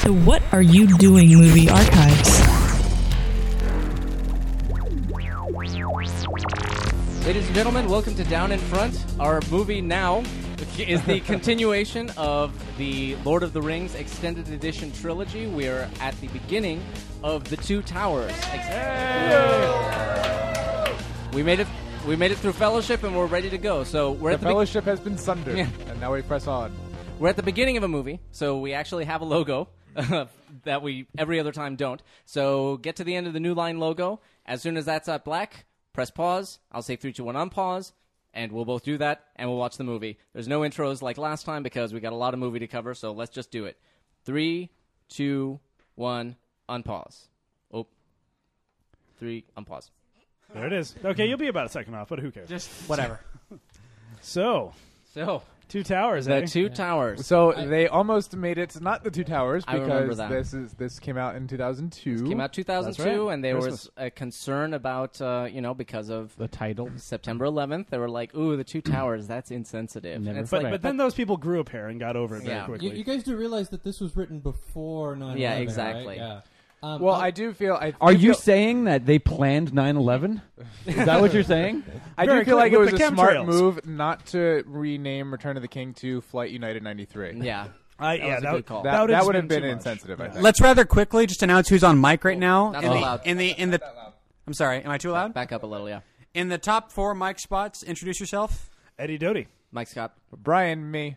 to What Are You Doing Movie Archives. Ladies and gentlemen, welcome to Down in Front. Our movie now is the continuation of the Lord of the Rings extended edition trilogy. We are at the beginning of the Two Towers. We made it. We made it through Fellowship, and we're ready to go. So we're The at the be- fellowship has been sundered, Yeah. and now we press on. we're at the beginning of a movie, so we actually have a logo uh, that we every other time don't. So get to the end of the new line logo. As soon as that's at black, press pause. I'll say three, two, one, unpause, and we'll both do that, and we'll watch the movie. There's no intros like last time because we got a lot of movie to cover. So let's just do it. Three, two, one, unpause. Oh, three, unpause. There it is. Okay, you'll be about a second off, but who cares? Just whatever. So, So two towers. the eh? two towers. So they almost made it to not the two towers I remember because that. this is this came out in 2002. Came out 2002, That's right. and there was Christmas. a concern about, uh, you know, because of The title. September 11th, they were like, "Ooh, the two towers. That's insensitive." Never And it's but, like- but then those people grew a pair and got over it very Yeah. quickly. You, you guys do realize that this was written before 9 Yeah, exactly. Yeah. Um, Well, I- I do feel. I do Are you feel- saying that they planned 9/11? Is that what you're saying? I do Very feel clear- like it was with a the smart chemtrails. move not to rename Return of the King to Flight United 93. yeah, I, yeah, was a that, good call. That, would've that just would have been too much. insensitive. I Yeah. think. Let's rather quickly just announce who's on mic right now. Not in, the, allowed. in the in the I'm sorry, am I too loud? back up a little. Yeah, In the top four mic spots, introduce yourself. Eddie Doty. Mike Scott. Brian, me.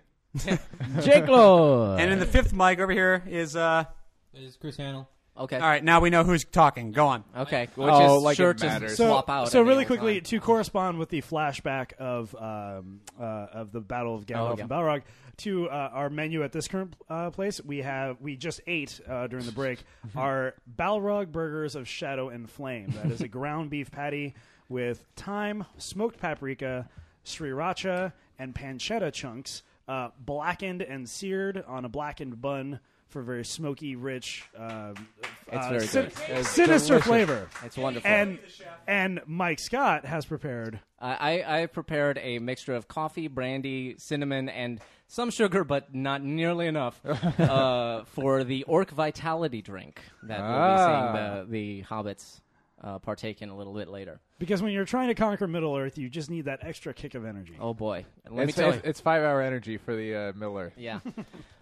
Jake Lo. And in the fifth mic over here is uh is Chris Hanel. Okay, all right, now we know who's talking. Go on. okay. Which Oh, is like it sure to matters. swap out. so at the really old quickly time. to correspond with the flashback of um, uh, of the Battle of Gandalf Oh, yeah. and Balrog to uh, our menu at this current uh, place, we have we just ate uh, during the break our Balrog burgers of Shadow and Flame. That is a ground beef patty with thyme, smoked paprika, sriracha, and pancetta chunks, uh, blackened and seared on a blackened bun. For very smoky, rich, um, uh, very sin- good. It's sinister delicious. flavor. It's wonderful. And and Mike Scott has prepared. I, I I prepared a mixture of coffee, brandy, cinnamon, and some sugar, but not nearly enough uh, for the Orc Vitality drink that we'll be seeing the the hobbits uh, partake in a little bit later. Because when you're trying to conquer Middle Earth, you just need that extra kick of energy. Oh boy, let me It's, tell you. it's, it's five hour energy for the uh, Miller. Yeah.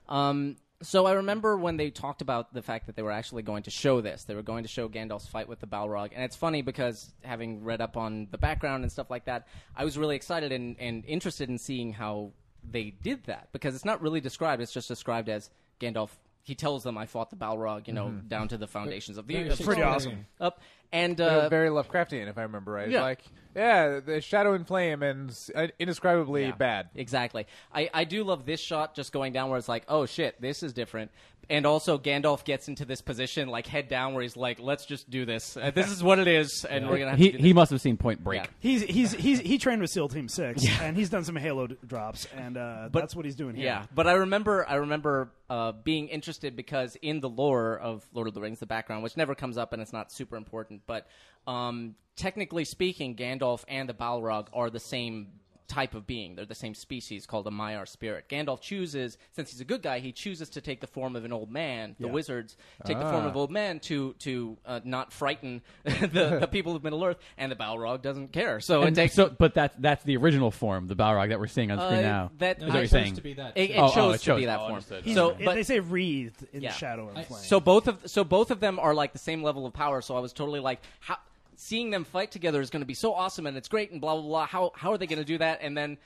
um, so I remember when they talked about the fact that they were actually going to show this. They were going to show Gandalf's fight with the Balrog, and it's funny because having read up on the background and stuff like that, I was really excited and, and interested in seeing how they did that because it's not really described. It's just described as Gandalf. He tells them, "I fought the Balrog, you know, Mm-hmm. down to the foundations of the Very earth." Pretty awesome. Up and They're uh, very Lovecraftian, if I remember right. yeah. Like, yeah, the shadow and flame and s- uh, indescribably Yeah, bad. Exactly. I, I do love this shot just going down where it's like, oh shit, this is different. And also Gandalf gets into this position like head down where he's like, let's just do this. Uh, this is what it is, and we're gonna have He to do he this. must have seen Point Break. Yeah. He's he's he's he trained with SEAL Team Six, and he's done some Halo d- drops, and uh, that's what he's doing here. Yeah, but I remember I remember uh, being interested because in the lore of Lord of the Rings, the background, which never comes up and it's not super important, but um, technically speaking, Gandalf and the Balrog are the same type of being. They're the same species called a Maiar spirit. Gandalf chooses, since he's a good guy, he chooses to take the form of an old man. The wizards take the Ah. form of old man to to uh, not frighten the, the people of Middle Earth, and the Balrog doesn't care. So it And takes so, but that's that's the original form, the Balrog that we're seeing on screen Uh, now. that- Is No, what it you're chose saying. to be that. it, it Oh, oh, chose it to be chose. that Oh, form. understood. He's- So, it- but they say wreathed in Yeah. Shadow and I- Flame. So both of so both of them are like the same level of power. So I was totally like, how, seeing them fight together is going to be so awesome and it's great and blah blah blah. How how are they going to do that? And then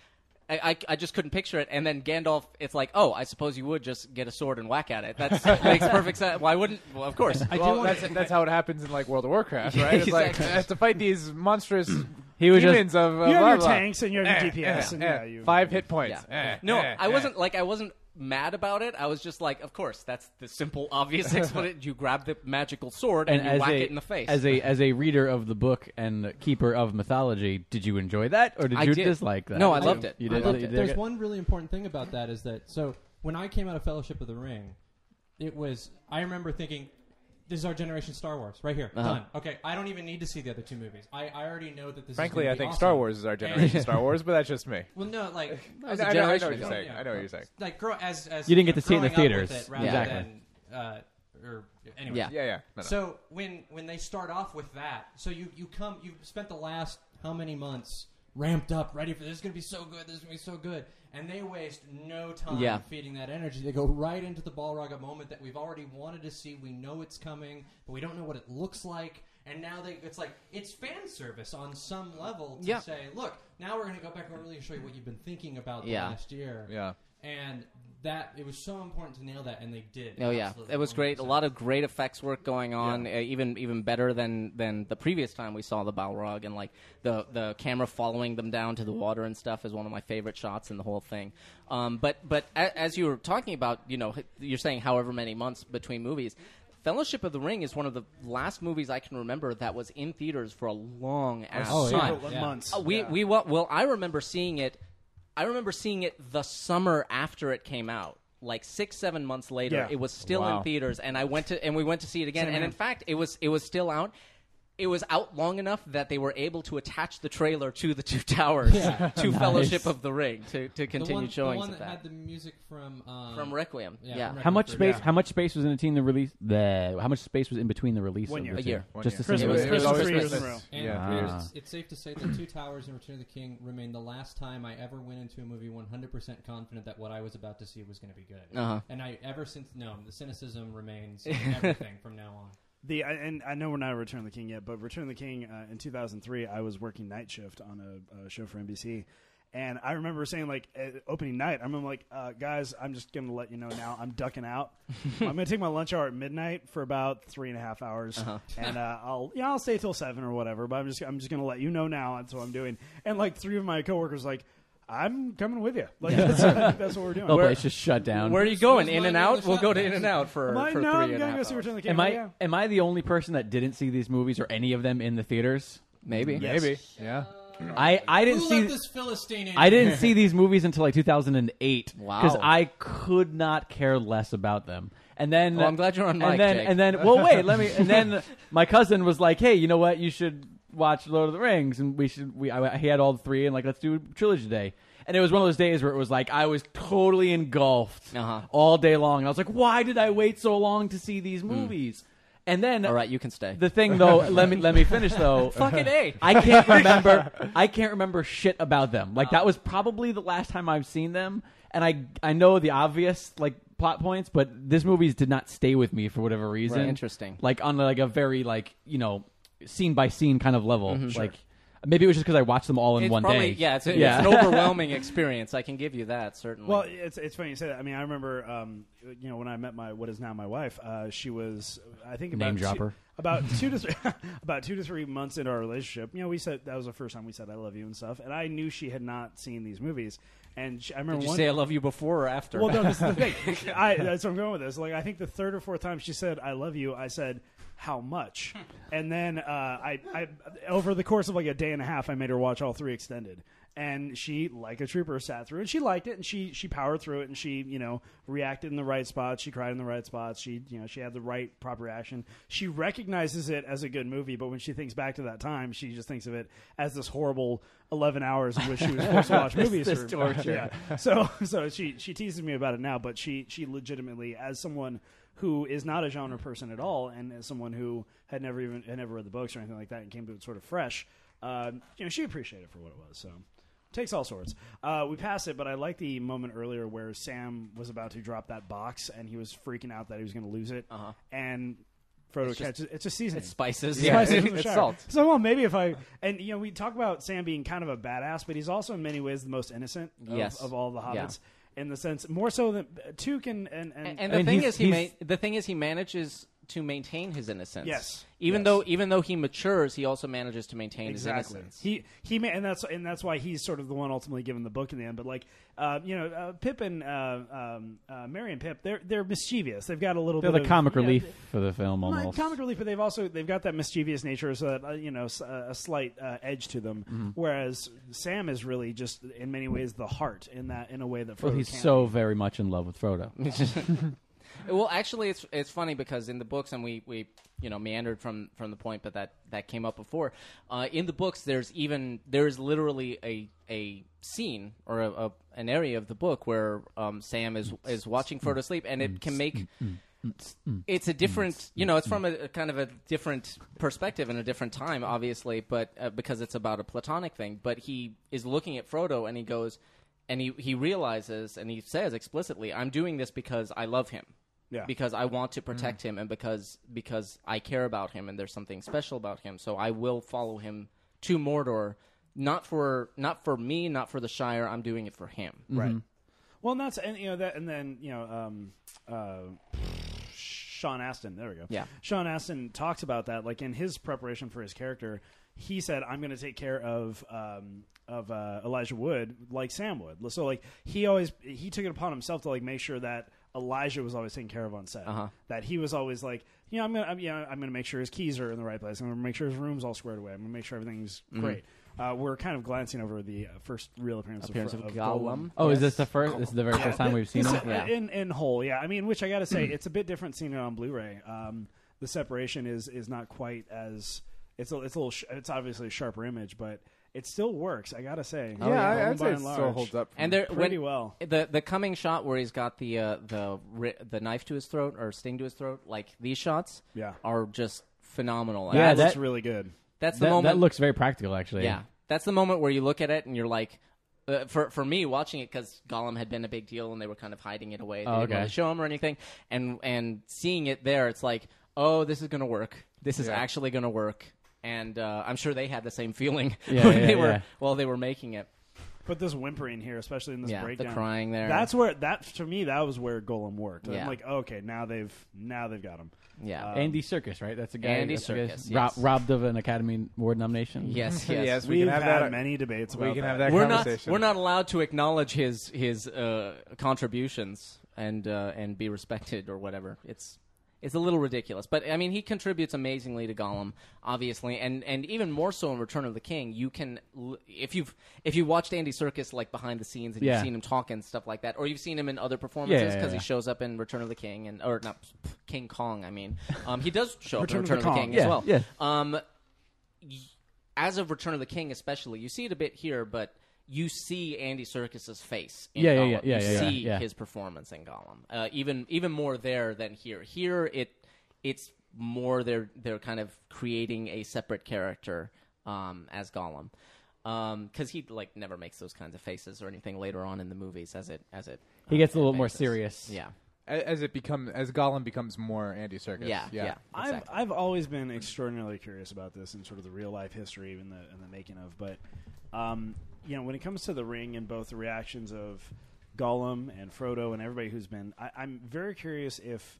I, I I just couldn't picture it. And then Gandalf, it's like, oh, I suppose you would just get a sword and whack at it. That makes perfect sense. Why wouldn't? Well, of course. well, that's, that's how it happens in like World of Warcraft, right? It's like exactly. I have to fight these monstrous He was just- demons of uh, you have blah, your blah. tanks and you have your DPS, and Eh, yeah, you, five hit points. Yeah. Eh, No, eh, I eh. wasn't like I wasn't mad about it. I was just like, of course, that's the simple, obvious explanation. You grab the magical sword and, And you as whack a, it in the face. as a as a reader of the book and keeper of mythology, did you enjoy that or did I you did. dislike that? No, I loved it. You I did. loved you it. did. There's one really important thing about that is that so when I came out of Fellowship of the Ring, it was I remember thinking, "This is our generation Star Wars right here, Uh-huh. done." Okay, I don't even need to see the other two movies. I, I already know that this. Frankly, is gonna I be think awesome. Star Wars is our generation Star Wars, but that's just me. Well, no, like I a know, I know generation what you're ago. saying. I know what you're saying. like grow as as You didn't know, get to see it in the growing up with theaters. rather Exactly. than uh, or anyway. Yeah. Yeah, yeah. No, no. So when when they start off with that, so you you come you've spent the last how many months ramped up, ready for this is gonna be so good, this is gonna be so good, and they waste no time Yeah. feeding that energy. They go right into the Balrog moment that we've already wanted to see. We know it's coming, but we don't know what it looks like. And now they it's like it's fan service on some level to Yeah. say, look, now we're gonna go back and really show you what you've been thinking about the Yeah. last year. Yeah. And that it was so important to nail that, and they did. Oh yeah, Absolutely, it was great. A 100%. lot of great effects work going on. Uh, even even better than than the previous time we saw the Balrog and like the the camera following them down to the water and stuff is one of my favorite shots in the whole thing. Um, but but a, as you were talking about, you know, h- you're saying however many months between movies. Fellowship of the Ring is one of the last movies I can remember that was in theaters for a long ass Oh, yeah. time. Several Yeah. months. Uh, we we wa- well, I remember seeing it. I remember seeing it the summer after it came out, like six seven months later. Yeah. It was still in theaters, and I went to and we went to see it again. Same and in here. fact, it was it was still out. It was out long enough that they were able to attach the trailer to the two towers Yeah. to Fellowship of the Ring to, to continue the one, showings the one of that, that had the music from um, from Requiem. yeah, Yeah, from How much Yeah. space? How much space was in between the release? The how much space was in between the release? One of year. A the two? year. One Just year. the same. Christmas- as- Christmas Christmas three years in a Christmas. row. And Yeah. there's- Ah. it's safe to say that Two Towers and Return of the King remain the last time I ever went into a movie 100% confident that what I was about to see was going to be good. Uh-huh. And I ever since no, the cynicism remains in everything from now on. The I- and I know we're not at Return of the King yet, but Return of the King uh, in 2003, I was working night shift on a, a show for NBC, and I remember saying like at opening night, I'm like, uh, guys, I'm just gonna let you know now, I'm ducking out. I'm gonna take my lunch hour at midnight for about three and a half hours, Uh-huh. and uh, I'll yeah, I'll stay till seven or whatever. But I'm just I'm just gonna let you know now. That's what I'm doing. And like three of my coworkers like. I'm coming with you. Like that's, that's what we're The doing. whole We're- place Oh, just shut down. Where are you going? Where's In my and man out? with the We'll go to shotgun? In and Out for, I'm like, for no, three I'm and a gonna half go see hours. Return of the King. Am I Yeah. am I the only person that didn't see these movies or any of them in the theaters? Maybe. Uh, Maybe. Yeah. I I didn't Who see let this Philistine in? I didn't see these movies until like 2008 Wow. because I could not care less about them. And then Well, Oh, I'm glad you're on mic, And then Jake. and then well wait let me and then my cousin was like hey you know what you should watch Lord of the Rings and we should we I, he had all three and like let's do trilogy day. And it was one of those days where it was like I was totally engulfed Uh-huh. all day long. And I was like, why did I wait so long to see these movies? And then Hmm. All right, you can stay. the thing though, let me let me finish though. Fucking A. I can't remember. I can't remember shit about them. Like that was probably the last time I've seen them, and I I know the obvious like plot points, but this movies did not stay with me for whatever reason. Right. Interesting. Like on like a very like you know scene by scene kind of level. Like maybe it was just because I watched them all in Mm-hmm. it's one probably, day. Yeah, it's, a- it's an overwhelming experience. I can give you that certainly. Well, it's it's funny you say that. I mean, I remember, um, you know, when I met my what is now my wife, uh, she was, I think, about Name two- dropper. about two to three, about two to three months into our relationship. You know, we said that was the first time we said I love you and stuff, and I knew she had not seen these movies. And she, I remember Did you one, say I love you before or after? well, no, this is the thing. I, uh, that's where I'm going with this. Like, I think the third or fourth time she said, "I love you," I said, "How much?" And then uh, I, I, over the course of like a day and a half, I made her watch all three extended, and she, like a trooper, sat through and she liked it, and she she powered through it, and she you know reacted in the right spots, she cried in the right spots, she you know she had the right proper reaction. She recognizes it as a good movie, but when she thinks back to that time, she just thinks of it as this horrible 11 hours in which she was forced to watch movies. this for, torture. Yeah so so she she teases me about it now, but she she legitimately, as someone who is not a genre person at all, and as someone who had never even had never read the books or anything like that, and came to it sort of fresh, um, you know, she appreciated it for what it was. So takes all sorts. Uh, we pass it, but I like the moment earlier where Sam was about to drop that box, and he was freaking out that he was going to lose it, uh-huh. and. Frodo It's just- catches it's a seasoning. spices. Yeah, spices in the it's shower. salt. So well, maybe if I and you know we talk about Sam being kind of a badass, but he's also in many ways the most innocent of, Yes. of all the hobbits. Yeah. In the sense, more so than uh, Tuke and and, and, And, and the I mean, thing he's- is, he ma- he's- the thing is, he manages to maintain his innocence. Yes. Even Yes. though even though he matures, he also manages to maintain his innocence. He he ma- and that's and that's why he's sort of the one ultimately given the book in the end. But like, uh, you know, uh, Pip and uh, um, uh, Mary and Pip, they're they're mischievous. They've got a little They're bit the of- comic yeah, relief for the film Well, almost. comic relief, but they've also they've got that mischievous nature, so that uh, you know s- uh, a slight uh, edge to them. Mm-hmm. Whereas Sam is really just in many ways the heart in that in a way that Frodo well, he's can't so very much in love with Frodo. Well, actually, it's it's funny because in the books, and we, we you know meandered from from the point, but that that came up before. Uh, in the books, there's even there is literally a a scene or a, a, an area of the book where um, Sam is is watching Frodo sleep, and it can make it's a different you know it's from a, a kind of a different perspective and a different time obviously but uh, because it's about a platonic thing but he is looking at frodo and he goes and he, he realizes and he says explicitly i'm doing this because i love him Yeah. because i want to protect Mm. him and because because i care about him and there's something special about him so i will follow him to mordor not for not for me not for the shire i'm doing it for him right? Well, and that's and you know that, and then you know, um, uh, Sean Astin. There we go. Yeah. Sean Astin talks about that, like in his preparation for his character. He said, "I'm going to take care of um, of uh, Elijah Wood like Sam would." So like he always he took it upon himself to like make sure that Elijah was always taken care of on set. That he was always like, you know, I'm gonna, I'm, you know, I'm gonna make sure his keys are in the right place. I'm gonna make sure his room's all squared away. I'm gonna make sure everything's great. Uh, we're kind of glancing over the uh, first real appearance, Appearance of, of of Gollum. Oh, is this the first? This is the very first time we've seen It's- him. Hmm. Yeah. In in whole, yeah. I mean, which I got to say, it's a bit different seeing it on Blu-ray. Um, the separation is is not quite as it's a, it's a little sh- it's obviously a sharper image, but it still works. I got to Mm-hmm. say, Oh. yeah, I, I'd by say it and still large. holds up. for And me. there, Pretty when, well. The the coming shot where he's got the uh, the ri- the knife to his throat or sting to his throat, like these shots, Yeah. are just phenomenal. Yeah, that's, That's that- really good. that's the That, moment. that looks very practical, actually. yeah, that's the moment where you look at it and you're like, uh, for for me watching it because Gollum had been a big deal and they were kind of hiding it away. They Oh, didn't okay. really show him or anything, and and seeing it there, it's like, oh, this is gonna work. This is actually gonna work. And uh, I'm sure they had the same feeling Yeah, when yeah, they were yeah. while they were making it. But this whimpering here, especially in this Yeah, the breakdown, crying there. That's where that to me that was where Golem worked. Yeah. I'm like, okay, now they've now they've got him. Um, Yeah. Andy Circus, right? That's a guy. Andy that's the guy Serkis, ro- yes. robbed of an Academy Award nomination. yes. Yes. yes, we We've can have had that. many debates. About we can have that we're not conversation. we're not allowed to acknowledge his his uh, contributions and uh, and be respected or whatever. It's it's a little ridiculous, but I mean he contributes amazingly to Gollum, obviously, and and even more so in Return of the King. You can l- if you've if you watched Andy Circus like behind the scenes and Yeah. you've seen him talk and stuff like that, or you've seen him in other performances yeah, because yeah. he shows up in Return of the King and or not pff, King Kong. I mean, um, he does show up Return in of the Return of the, Kong. King Yeah, as well. yeah. Um, as of Return of the King, especially, you see it a bit here, but you see Andy Serkis's face. In Yeah, yeah, Gollum. yeah, yeah, You yeah, yeah, see yeah. his performance in Gollum, uh, even even more there than here. Here, it it's more they're they're kind of creating a separate character um, as Gollum, because he like never makes those kinds of faces or anything later on in the movies as it as it. He gets a little more advances. serious. Yeah, A- as it becomes as Gollum becomes more Andy Circus. yeah, yeah. I've exactly. I've always been extraordinarily curious about this and sort of the real life history and the and the making of, but um, you know when it comes to the ring and both the reactions of Gollum and Frodo and everybody who's been, I, I'm very curious if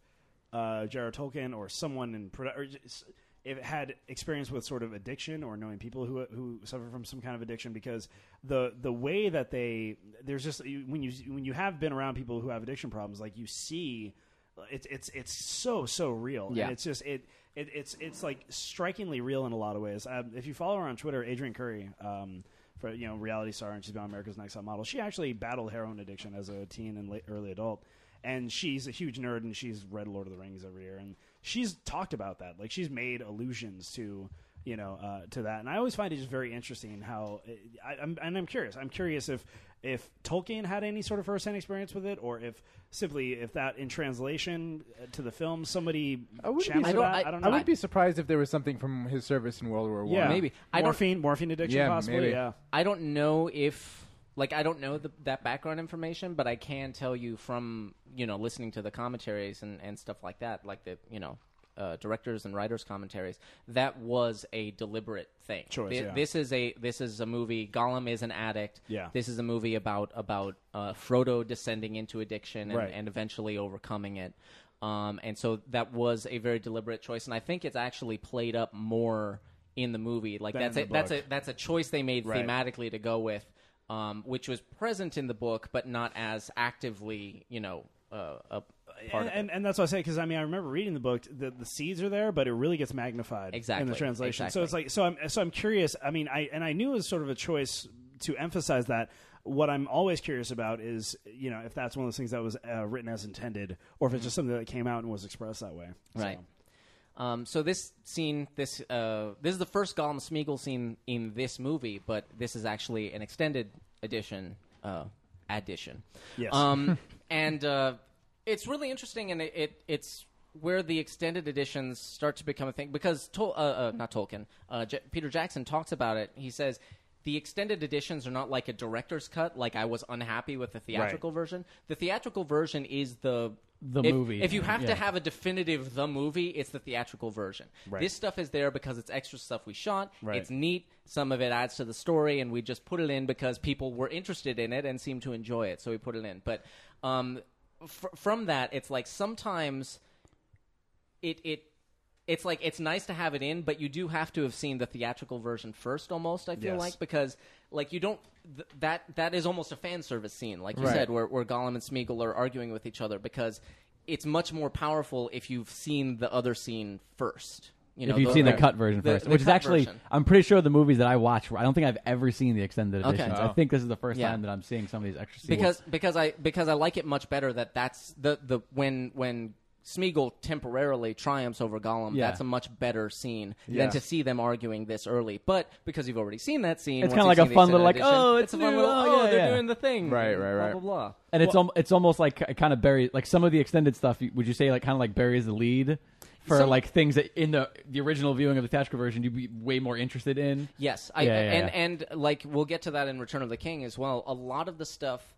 uh, J.R. Tolkien or someone in produ- or just, if it had experience with sort of addiction or knowing people who who suffer from some kind of addiction because the the way that they there's just when you when you have been around people who have addiction problems like you see it's it's it's so so real Yeah. and it's just it, it it's it's like strikingly real in a lot of ways um, if you follow her on twitter adrian curry um for you know reality star and she's been on america's next top model she actually battled heroin addiction as a teen and late, early adult and she's a huge nerd and she's read lord of the rings every year and she's talked about that like she's made allusions to you know uh, to that and i always find it just very interesting how I, I'm, and i'm curious i'm curious if if tolkien had any sort of firsthand experience with it or if simply if that in translation uh, to the film somebody I wouldn't channeled be that surprised- i don't I know would be surprised if there was something from his service in World War One. yeah maybe. I don't- morphine morphine addiction Yeah, possibly maybe. yeah I don't know if like I don't know the, that background information, but I can tell you from you know listening to the commentaries and, and stuff like that, like the you know uh, directors and writers commentaries, that was a deliberate thing. Choice, Thi- yeah. This is a this is a movie. Gollum is an addict. Yeah. This is a movie about about uh, Frodo descending into addiction and, Right. and eventually overcoming it. Um, and so that was a very deliberate choice, and I think it's actually played up more in the movie. Like Than that's in a, the that's a book. that's a choice they made Right. thematically to go with, um, which was present in the book but not as actively, you know, uh, a part and, of it. and, and that's what I say because I mean I remember reading the book. The, the seeds are there, but it really gets magnified in Exactly, the translation. So exactly. it's like so I'm so I'm curious. I mean I and I knew it was sort of a choice to emphasize that. What I'm always curious about is you know if that's one of those things that was uh, written as intended, or if it's just something that came out and was expressed that way. So- Right. Um, so this scene, this uh, this is the first Gollum Smeagol scene in this movie, but this is actually an extended edition. Uh, addition. Yes. Um, and uh, it's really interesting, and it, it it's where the extended editions start to become a thing because Tol- uh, uh, not Tolkien, uh, J- Peter Jackson talks about it. He says the extended editions are not like a director's cut. Like I was unhappy with the theatrical version. The theatrical version is the The if- movie, If you have yeah. to have a definitive the movie, it's the theatrical version. This stuff is there because it's extra stuff we shot. It's neat. Some of it adds to the story, and we just put it in because people were interested in it and seemed to enjoy it, so we put it in. But um, fr- from that, it's like sometimes it it it's like it's nice to have it in, but you do have to have seen the theatrical version first, almost. I feel Yes. like because like you don't th- that that is almost a fan service scene, like you Right. said, where where Gollum and Smeagol are arguing with each other because it's much more powerful if you've seen the other scene first. You know, if you've the- seen the cut version the- first, the which is cut actually, version. I'm pretty sure the movies that I watch, I don't think I've ever seen the extended Okay. editions. I Wow. think this is the first Yeah. time that I'm seeing some of these extra scenes. because because I because I like it much better that that's the the when when Smeagol temporarily triumphs over Gollum. Yeah. That's a much better scene than to see them arguing this early. But because you've already seen that scene, It's once kinda you've like a seen the fun little, extended like, oh, it's a fun new, little oh, yeah, they're yeah. doing the thing, Right, right, right. blah blah blah. and it's al- it's almost like kind of buries like some of the extended stuff. you- Would you say like kind of like buries the lead for Some- like things that in the the original viewing of the theatrical version you'd be way more interested in? Yes, I, Yeah, yeah, and yeah. and like we'll get to that in Return of the King as well. A lot of the stuff.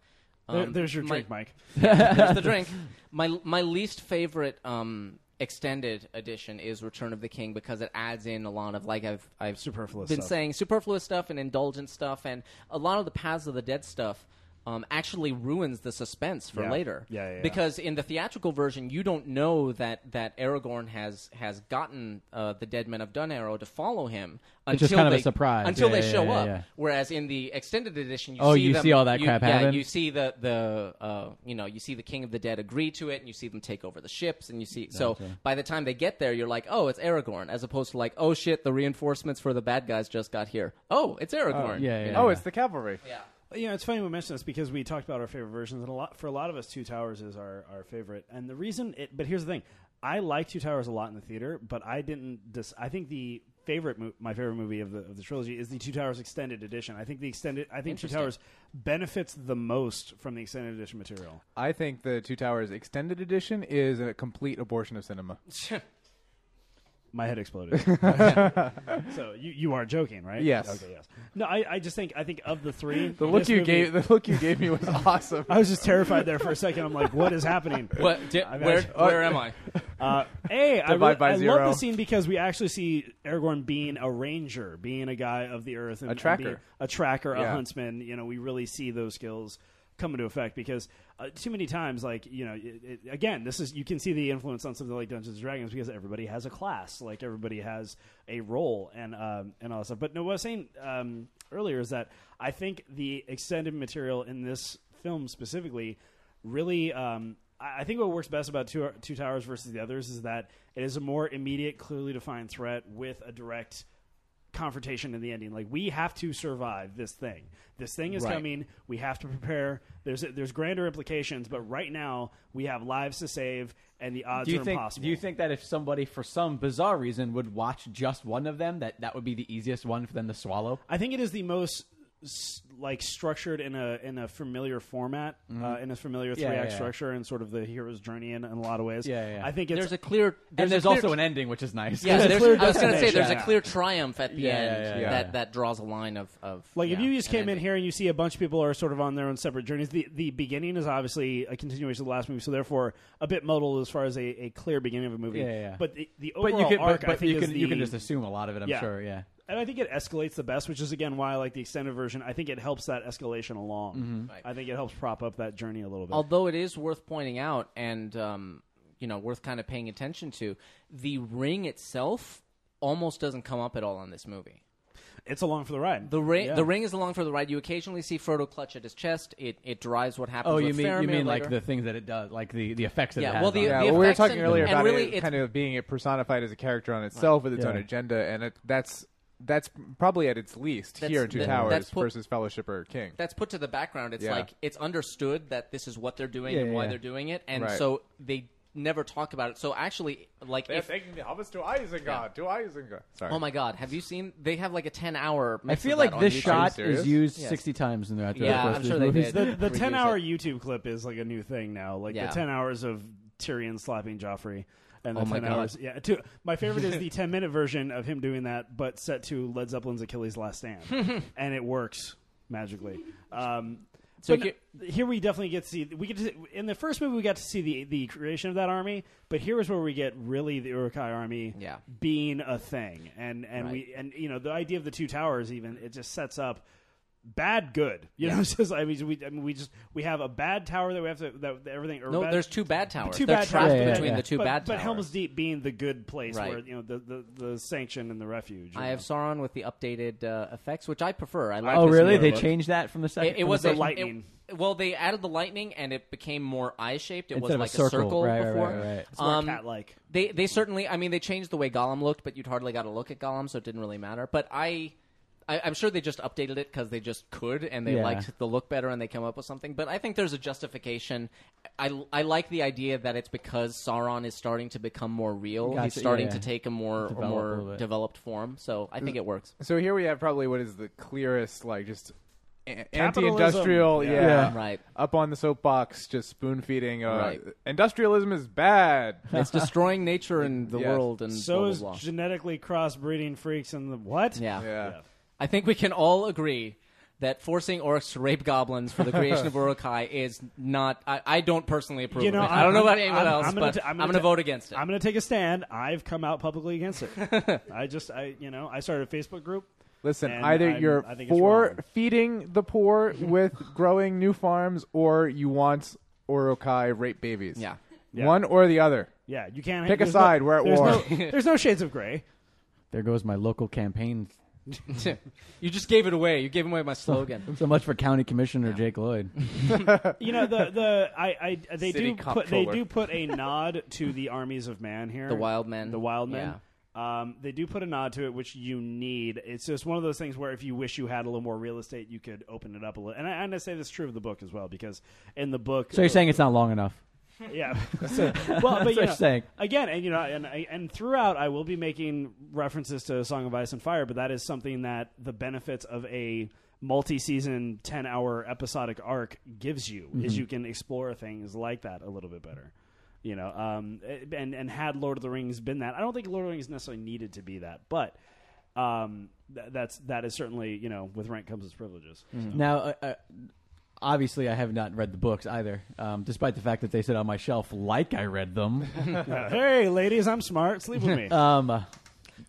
There- um, there's your my- drink, Mike. there's the drink. My my least favorite um, extended edition is Return of the King because it adds in a lot of like I've I've Superfluous been stuff. saying superfluous stuff and indulgent stuff and a lot of the Paths of the Dead stuff. Um, actually ruins the suspense for Yeah. later Yeah, yeah, yeah. because in the theatrical version you don't know that that Aragorn has has gotten uh, the dead men of Dun Arrow to follow him It's until just kind of they, a surprise. until Yeah, they yeah, show yeah, up yeah. whereas in the extended edition you Oh, see you them- see all that crap yeah, happen? you see the the uh, you know you see the king of the dead agree to it and you see them take over the ships and you see so by the time they get there you're like oh it's aragorn as opposed to like oh shit the reinforcements for the bad guys just got here oh it's aragorn yeah, yeah, You yeah. know? Oh, it's the cavalry. You know, it's funny we mentioned this because we talked about our favorite versions, and a lot for a lot of us, Two Towers is our, our favorite. And the reason, it, but here's the thing: I like Two Towers a lot in the theater, but I didn't. Dis- I think the favorite, mo- my favorite movie of the of the trilogy is the Two Towers extended edition. I think the extended, I think Two Towers benefits the most from the extended edition material. I think the Two Towers extended edition is a complete abortion of cinema. My head exploded. so you you are joking, right? Yes. Okay. Yes. No, I, I just think I think of the three, The look this you movie- gave, the look you gave me was awesome. I was just terrified there for a second. I'm like, what is happening? What, di- I've where, actually- where am I? Uh, hey, I, Divide really- by I zero. love the scene because we actually see Aragorn being a ranger, being a guy of the earth, and A and tracker. being a tracker, a Yeah. huntsman. You know, we really see those skills come into effect because uh, too many times, like you know, it, it, again, this is you can see the influence on something like Dungeons and Dragons because everybody has a class, like everybody has a role, and um, and all that stuff. But no, what I was saying um, earlier is that I think the extended material in this film specifically really. Um, I I think what works best about two, two Towers versus the others is that it is a more immediate, clearly defined threat with a direct confrontation in the ending. Like we have to survive this thing. This thing is Right. coming. We have to prepare. There's there's grander implications, but right now we have lives to save, and the odds Do you are think impossible. do you think that if somebody for some bizarre reason would watch just one of them that that would be the easiest one for them to swallow? I think it is the most s- like structured in a in a familiar format, uh, in a familiar three Mm-hmm. Yeah, act yeah, yeah. structure, and sort of the hero's journey in, in a lot of ways. Yeah, yeah, yeah. I think it's There's a clear. and there's a clear also an ending, which is nice. Yeah, there's a there's, clear I was going to say there's destination. a clear triumph at the Yeah, end yeah, yeah, that yeah. that draws a line of of Like if yeah, you just an came in ending. here and you see a bunch of people are sort of on their own separate journeys, the the beginning is obviously a continuation of the last movie, so therefore a bit muddled as far as a, a clear beginning of a movie. Yeah, yeah, yeah. But the, the but overall you can arc, but, but I think, you is can the you can just assume a lot of it. I'm Yeah. sure. Yeah. and I think it escalates the best, which is again why I like the extended version. I think it helps that escalation along. Mm-hmm. Right. I think it helps prop up that journey a little bit. Although it is worth pointing out and um, you know worth kind of paying attention to, the ring itself almost doesn't come up at all in this movie. it's along for the ride. The ring, Yeah. the ring is along for the ride. You occasionally see Frodo clutch at his chest. It it drives what happens. Oh, you with mean you Faramir mean like later. the things that it does, like the the effects that Yeah, it has. well, the- on it. Yeah, the well, we were effects talking and- earlier and about really it it's- kind of being it personified as a character on itself with its own Yeah. agenda, and it, that's that's probably at its least That's- here in Two that- Towers that's put- versus Fellowship or King. that's put to the background. It's Yeah. like it's understood that this is what they're doing Yeah, and why yeah. they're doing it, and Right. so they never talk about it. So actually, like, if, taking the hobbits to Isengard. To Isengard. Sorry. oh my god, have you seen? They have like a ten hour. I feel like this shot serious? is used Yes. 60 times in the throughout Yeah, the course I'm of sure these they movies. did. the, the Reuse ten hour it. YouTube clip is like a new thing now. Like Yeah. the ten hours of Tyrion slapping Joffrey. and the Oh ten my God. hours. Yeah, two, my favorite is the ten minute version of him doing that, but set to Led Zeppelin's Achilles' Last Stand, and it works magically. Um, So but no- here we definitely get to see we get to, in the first movie we got to see the the creation of that army, but here is where we get really the Urukai army Yeah. being a thing, and and we and you know the idea of the two towers even it just sets up bad good you know it's just I mean we I mean, we just we have a bad tower that we have to that, that everything or No, bad- there's two bad towers. two They're bad trapped towers, but- between the two but, bad But towers. Helm's Deep being the good place Right. where you know the, the, the sanction and the refuge. I have Sauron with the updated uh, effects, which I prefer. I like. Oh, this really? newer They look. changed that from the second. It, it from was the a first- lightning. it- well, they added the lightning, and it became more eye shaped. It Instead of a was like circle. Right, right, before. right, right. It's more Um, cat-like. They they certainly. I mean, they changed the way Gollum looked, but you'd hardly got a look at Gollum, so it didn't really matter. But I. I, I'm sure they just updated it because they just could, and they Yeah. liked the look better, and they come up with something. But I think there's a justification. I, I like the idea that it's because Sauron is starting to become more real. He's Gotcha, starting yeah. to take a more Develop a more little bit. developed form. So I think it works. So here we have probably what is the clearest, like, just a- Capitalism. anti-industrial, Yeah. yeah. Yeah. Right. Up on the soapbox, just spoon feeding. Uh, Right. Industrialism is bad. It's destroying nature and the Yes. world and So blah, is blah, blah. genetically crossbreeding freaks and the what? yeah. yeah. I think we can all agree that forcing orcs to rape goblins for the creation of Urukai is not. I, I don't personally approve You know, of it. I'm- I don't know about I'm- anyone I'm- else, I'm gonna but t- I'm I'm gonna going to t- vote against it. I'm going to take a stand. I've come out publicly against it. I just, I, you know, I started a Facebook group. Listen, And either I'm- you're I think it's wrong. for feeding the poor with growing new farms, or you want Orokai rape babies. Yeah. Yeah. One or the other. Yeah, you can't Pick a there's no- side, we're at there's war. No, there's no shades of gray. There goes my local campaign. you just gave it away. You gave away my slogan. So much for County Commissioner Jake Lloyd. You know the the I, I they City do cop put, they troller. do put a nod to the armies of man here. The wild men. The wild men. Um, they do put a nod to it, which you need. It's just one of those things where if you wish you had a little more real estate, you could open it up a little. And I, and I say this is true of the book as well, because in the book, So you're saying it's not long enough? yeah. So- That's well, but you what know, I'm saying. again, and you know, and I- and throughout, I will be making references to Song of Ice and Fire, but that is something that the benefits of a multi-season, ten-hour episodic arc gives you Mm-hmm. is you can explore things like that a little bit better. You know, um, and and had Lord of the Rings been that, I don't think Lord of the Rings necessarily needed to be that, but um, th- that's that is certainly you know, with rank comes its privileges. Now, uh, uh, obviously, I have not read the books either, um, despite the fact that they sit on my shelf like I read them. hey, ladies, I'm smart. Sleep with me. um, uh,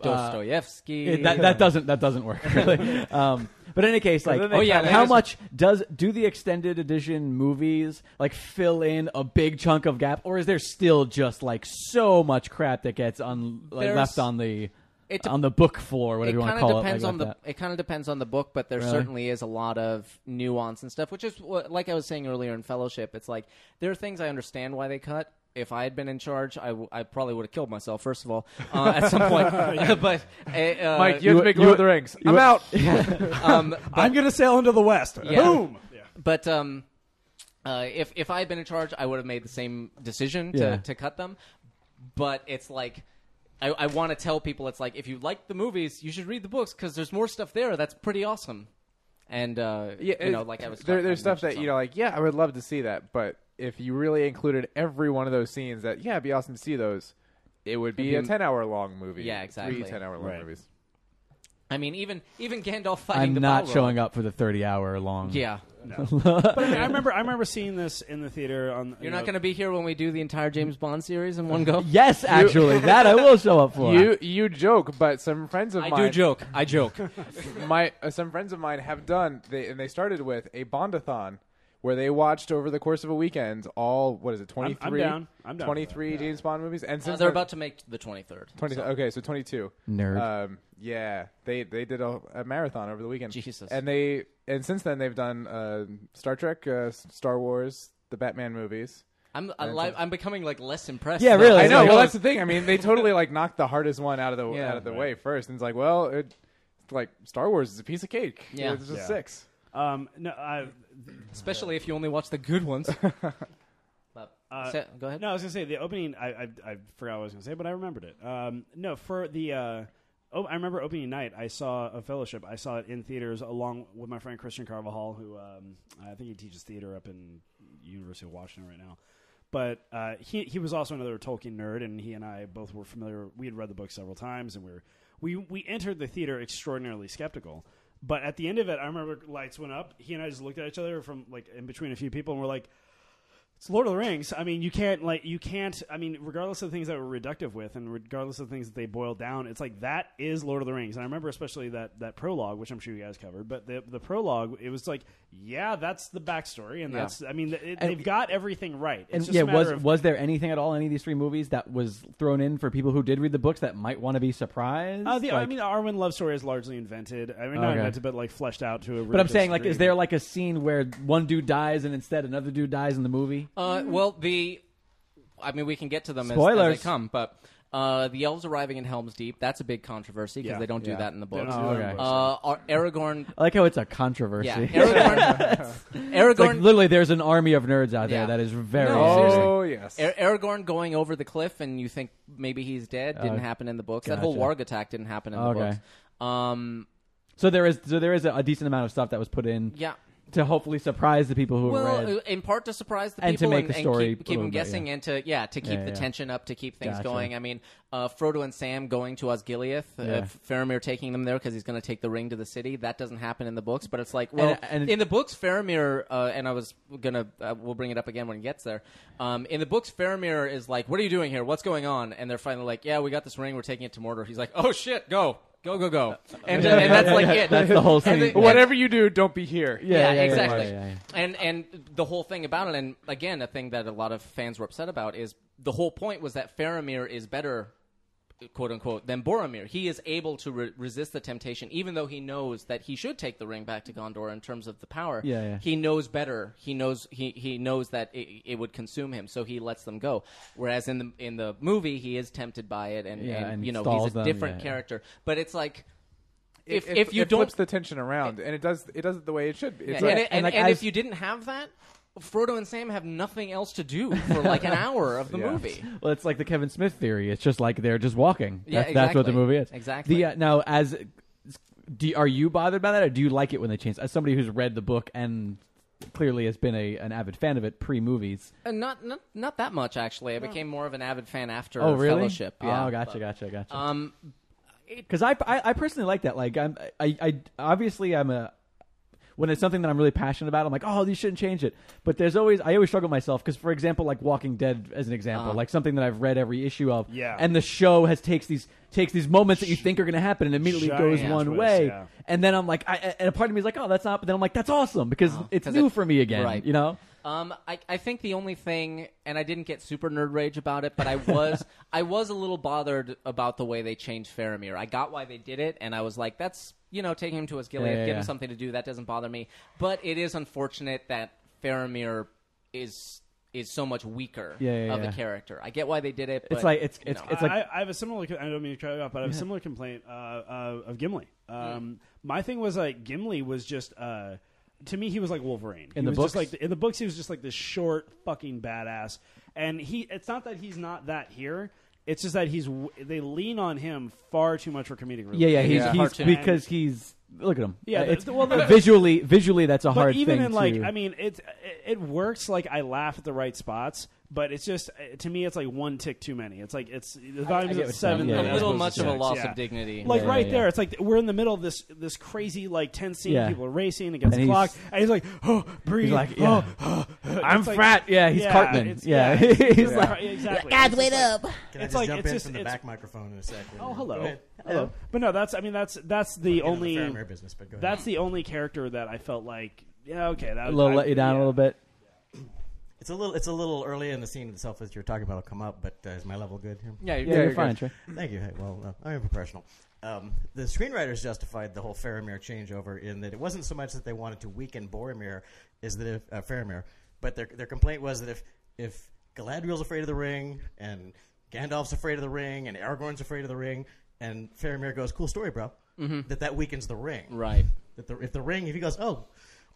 Dostoevsky. it- that, that doesn't that doesn't work really. um, but in any case, like, then they oh cut yeah, it. how much does do the extended edition movies like fill in a big chunk of gap, or is there still just like so much crap that gets un, like, There's- left on the It on the book floor, whatever it you want to kind of call depends it? like, on the like it kind of depends on the book but there Really? certainly is a lot of nuance and stuff which is what, like i was saying earlier in fellowship it's like there are things i understand why they cut if I had been in charge, I, w- I probably would have killed myself, first of all, uh, at some point. but uh, uh, Mike, you, have to make Lord of the Rings. I'm out. um, I'm gonna sail into the west. Yeah. Boom. but um, uh, if if I had been in charge, I would have made the same decision to, Yeah. to cut them. But it's like. I, I want to tell people it's like if you like the movies, you should read the books because there's more stuff there that's pretty awesome. And uh, you know, it- like I was there, talking- there's I stuff mentioned that you know, like yeah, I would love to see that, but if you really included every one of those scenes, that yeah, it'd be awesome to see those. It would be, a be- ten-hour long movie. Yeah, exactly. Three ten-hour long Right. movies. I mean, even even Gandalf fighting. I'm the not Balrog. showing up for the 30 hour long. Yeah, But I, mean, I remember, I remember seeing this in the theater. On you're not going to be here when we do the entire James Bond series in one go. Yes, actually, that I will show up for. You you joke, but some friends of I mine do joke. I joke. my uh, some friends of mine have done they and they started with a bondathon where they watched over the course of a weekend all what is it I'm 23 down. I'm down for 23 James Bond movies and since Uh, they're about to make the 23rd. 20 okay so 22 Nerd. um yeah they they did a, a marathon over the weekend Jesus. and they and since then they've done uh, Star Trek uh, Star Wars the Batman movies I'm I li- I'm becoming like less impressed. Yeah, now. really. I It's know. like- oh. Well, that's the thing. I mean, they totally like knocked the hardest one out of the Yeah. out of the way first, and it's like, well, it, like Star Wars is a piece of cake. Yeah. it's just Yeah. six. Um, no, I, Especially if you only watch the good ones. But- uh, Sa- go ahead. no, I was gonna say the opening. I, I, I forgot what I was gonna say, but I remembered it. Um, no, for the. Uh, Oh, I remember opening night. I saw a fellowship. I saw it in theaters along with my friend Christian Carvajal, who um, I think he teaches theater up in University of Washington right now. But uh, he he was also another Tolkien nerd, and he and I both were familiar. We had read the book several times, and we were we we entered the theater extraordinarily skeptical. But at the end of it, I remember lights went up. He and I just looked at each other from like in between a few people, and we're like, it's Lord of the Rings. I mean, you can't like you can't. I mean, regardless of the things that we're reductive with, and regardless of the things that they boil down, it's like that is Lord of the Rings. And I remember especially that that prologue, which I'm sure you guys covered, but the the prologue, it was like, yeah, that's the backstory, and that's. I mean, it, they've got everything right. It's And just yeah, a matter was of, was there anything at all in any of these three movies that was thrown in for people who did read the books that might want to be surprised? Uh, the, I Like- mean, the Arwen love story is largely invented. I mean, not Okay. invented, but like fleshed out to a. but I'm saying, like, is there like a scene where one dude dies and instead another dude dies in the movie? Uh, well, the, I mean, we can get to them as, as they Mm-hmm. Spoilers. come, but uh, the elves arriving in Helm's Deep—that's a big controversy because Yeah. they don't do Yeah. that in the They books. don't do that in okay. the books. Uh, Ar- Aragorn, I like how it's a controversy. yeah, Aragorn, It's like Aragorn, literally, there's an army of nerds out there Yeah. that is very. No, angry. seriously. Oh yes. Ar- Aragorn going over the cliff, and you think maybe he's dead. Didn't Oh, happen in the books. That whole gotcha. warg attack didn't happen in Okay. the books. Um, So there is, so there is a, a decent amount of stuff that was put in yeah. to hopefully surprise the people who Well, read. in part to surprise the And to people make the story keep, a keep little them bit, guessing yeah. and to yeah to keep Yeah, the yeah. tension up to keep things Gotcha. going. I mean, uh, Frodo and Sam going to Osgiliath, uh, Yeah. Faramir taking them there because he's going to take the ring to the city. That doesn't happen in the books, but it's like well, and it- in the books, Faramir uh, and I was gonna uh, we'll bring it up again when he gets there. Um, in the books, Faramir is like, "What are you doing here? What's going on?" And they're finally like, "Yeah, we got this ring. We're taking it to Mordor." He's like, "Oh shit, go." Go go go, and, Uh, Yeah, and that's yeah, like yeah. it. That's the whole And scene. the- Whatever you do, don't be here. yeah, Yeah, yeah, yeah, exactly. yeah, yeah, yeah. And and the whole thing about it, and again, a thing that a lot of fans were upset about is the whole point was that Faramir is better, quote unquote, than Boromir. He is able to re- resist the temptation, even though he knows that he should take the ring back to Gondor in terms of the power. Yeah, yeah. he knows better. He knows he, he knows that it, it would consume him, so he lets them go. Whereas in the in the movie, he is tempted by it, and, Yeah, and, and you know stalls he's a them, different yeah. character. But it's like. If, It- if you it don't flips the tension around, and it does it does it the way it should. be. It's and, like, and, and, like, and as- if you didn't have that, Frodo and Sam have nothing else to do for like an hour of the Yeah. movie. Well, it's like the Kevin Smith theory. It's just like they're just walking. Yeah, That- That's what the exactly. movie is. Exactly. The, uh, now, as do, are you bothered by that, or do you like it when they change? As somebody who's read the book and clearly has been a an avid fan of it pre movies. And Uh, not, not not that much actually. I became more of an avid fan after Oh, really? Fellowship. Yeah. oh, gotcha, But, gotcha, gotcha. Um, because I, I I personally like that. Like I'm I, I obviously I'm a when it's something that I'm really passionate about, I'm like, oh, you shouldn't change it. But there's always I always struggle myself because, for example, like Walking Dead as an example, like something that I've read every issue of, Uh-huh. Yeah. And the show has takes these takes these moments that you think are going to happen and immediately Giant goes one twist, way, yeah. and then I'm like, I, and a part of me is like, oh, that's not. But then I'm like, that's awesome because Uh-huh. it's 'cause new it- for me again, right. you know. Um, I, I think the only thing, and I didn't get super nerd rage about it, but I was I was a little bothered about the way they changed Faramir. I got why they did it, and I was like, that's you know, taking him to Asgiliath, Yeah, yeah, give yeah. him something to do. That doesn't bother me, but it is unfortunate that Faramir is is so much weaker Yeah, yeah, of yeah. a character. I get why they did it. But, It's like it's you it's know. it's like I, I have a similar. co- I don't mean to cut you off, but I have a similar complaint uh, uh, of Gimli. Um, My thing was like Gimli was just. Uh, to me, he was like Wolverine. In He the was just books? like in the books, he was just like this short fucking badass. And he, it's not that he's not that here. It's just that he's. w- They lean on him far too much for comedic relief. yeah, yeah, he's, Yeah. he's Cartoon. because he's look at him. Yeah, Uh, the- it's the- well, the- visually visually that's a hard but even thing in like to- i mean it, it it works like i laugh at the right spots but it's just uh, to me it's like one tick too many it's like it's the volume get what is you're at seven saying. Yeah, as yeah. a little opposed much to of a six. loss Yeah. of dignity. like Yeah, right yeah, there yeah. it's like we're in the middle of this this crazy like tense scene Yeah. people are racing And against the he's- clock and he's like oh breathe He's like, oh, yeah. I'm It's like- frat. Yeah, he's Cartman. it's- yeah, it's- he's it's like, right, exactly Guys, It's just wait like- up. Can I It's just like- jump it's in just- from the it's- back microphone in a second? oh Go hello ahead. hello but no that's i mean that's that's the Get on the only Faramir business, but go ahead. that's the only character that i felt like yeah okay that a little I- let you down yeah. a little bit. It's a little. It's a little early in the scene itself as you're talking about. It'll come up, but uh, is my level good here? yeah, Yeah, you're fine. Sure. Thank you. Hey, well, uh, I'm a professional. Um, the screenwriters justified the whole Faramir changeover in that it wasn't so much that they wanted to weaken Boromir, is that if uh, Faramir, but their their complaint was that if if Galadriel's afraid of the ring and Gandalf's afraid of the ring and Aragorn's afraid of the ring and Faramir goes, "Cool story, bro," that that weakens the ring. Mm-hmm. Right. That the, if the ring, if he goes, "Oh,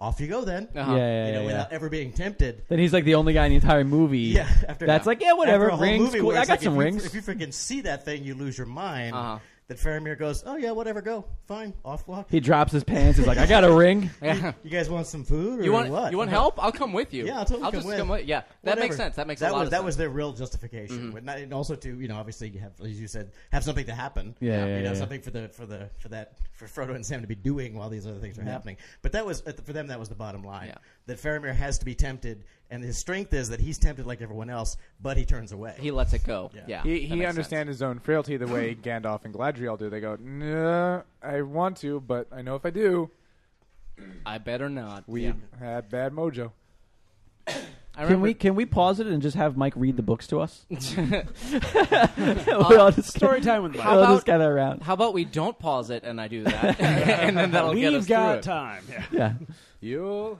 off you go," then Uh-huh. Yeah, yeah, you know, yeah, yeah. without ever being tempted, Then he's like the only guy in the entire movie. yeah, after that's yeah. like yeah, whatever. After a whole Rings, movie cool. where I it's got like, some if you- rings. if you freaking see that thing, you lose your mind. Uh-huh. That that Faramir goes, "Oh yeah, whatever, go, fine, off walk." He drops his pants. He's like, I got a ring. Yeah. You guys want some food or You want what? you want help? I'll come with you. Yeah, I'll totally come just with. come with. Yeah, that Whatever. makes sense. That makes that a lot was of that sense. Mm-hmm. was their real justification, But not- and also to you know obviously you have as you said have something to happen. Yeah, yeah, you know yeah. something for the for the for that for Frodo and Sam to be doing while these other things are happening. But that was at the- for them that was the bottom line Yeah. that Faramir has to be tempted, and his strength is that he's tempted like everyone else, but he turns away. he lets it go. Yeah, Yeah. He, that he makes understands his own frailty the way Gandalf and Gladriel do. They go, nah, I want to, but I know if I do, sense. I better not. we yeah. have bad mojo. I Can remember, we can we pause it and just have Mike read the books to us? Uh, Story time with How Mike. We'll about just gather around. how about we don't pause it and I do that, and then that'll get us We've through got it. time. Yeah. Yeah. You'll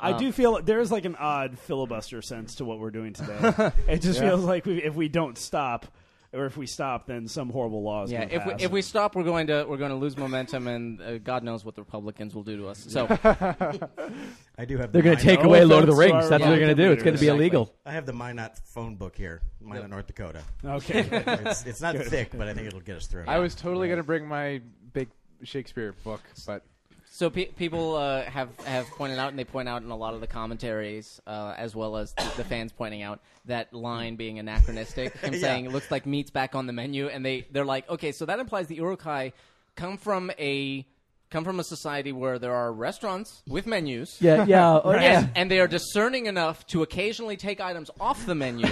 I do feel there's like an odd filibuster sense to what we're doing today. it just feels like we, if we don't stop, or if we stop, then some horrible laws. Yeah, if we, if we stop, we're going to we're going to lose momentum, and uh, God knows what the Republicans will do to us. So I do have. They're going to the Minot- take away Lord of the offense to Rings. our That's what they're going to do. It's going to be Exactly. illegal. I have the Minot phone book here, Minot, North Dakota. okay, It's, it's not thick, but I think it'll get us through. I was totally gonna bring my big Shakespeare book, but So pe- people uh, have have pointed out, and they point out in a lot of the commentaries, uh, as well as the, the fans pointing out that line being anachronistic. Him Yeah. saying it looks like meat's back on the menu, and they they're like, okay, so that implies the urukai come from a come from a society where there are restaurants with menus. Yeah, yeah, oh, yeah. And, and they are discerning enough to occasionally take items off the menu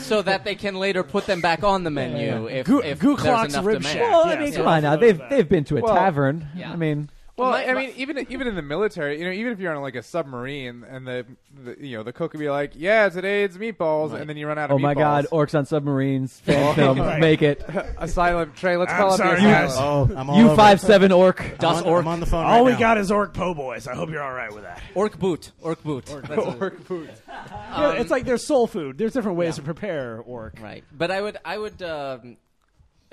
so that they can later put them back on the menu if, Goo- if Goo there's Klux enough Rib demand. Shack. Well, I Yeah, mean, so come on that's now. what They've it was. they've been to a Well, tavern. yeah. I mean, Well, My- I my- mean, even even in the military, you know, even if you're on like a submarine, and the, the you know the cook would be like, "Yeah, today it's meatballs," and then you run out of oh meatballs. my God, orcs on submarines, fan Oh. film, Right. make it. asylum Trey, let's I'm call sorry, up the guys. asylum. Oh, I'm all You over five it. seven orc. I'm Das on, Orc. I'm on the phone. all right we now. got is orc po boys. I hope you're all right with that. Orc boot. Orc boot. That's a- it's like there's soul food. There's different ways to prepare orc. Right, but I would, I would, um,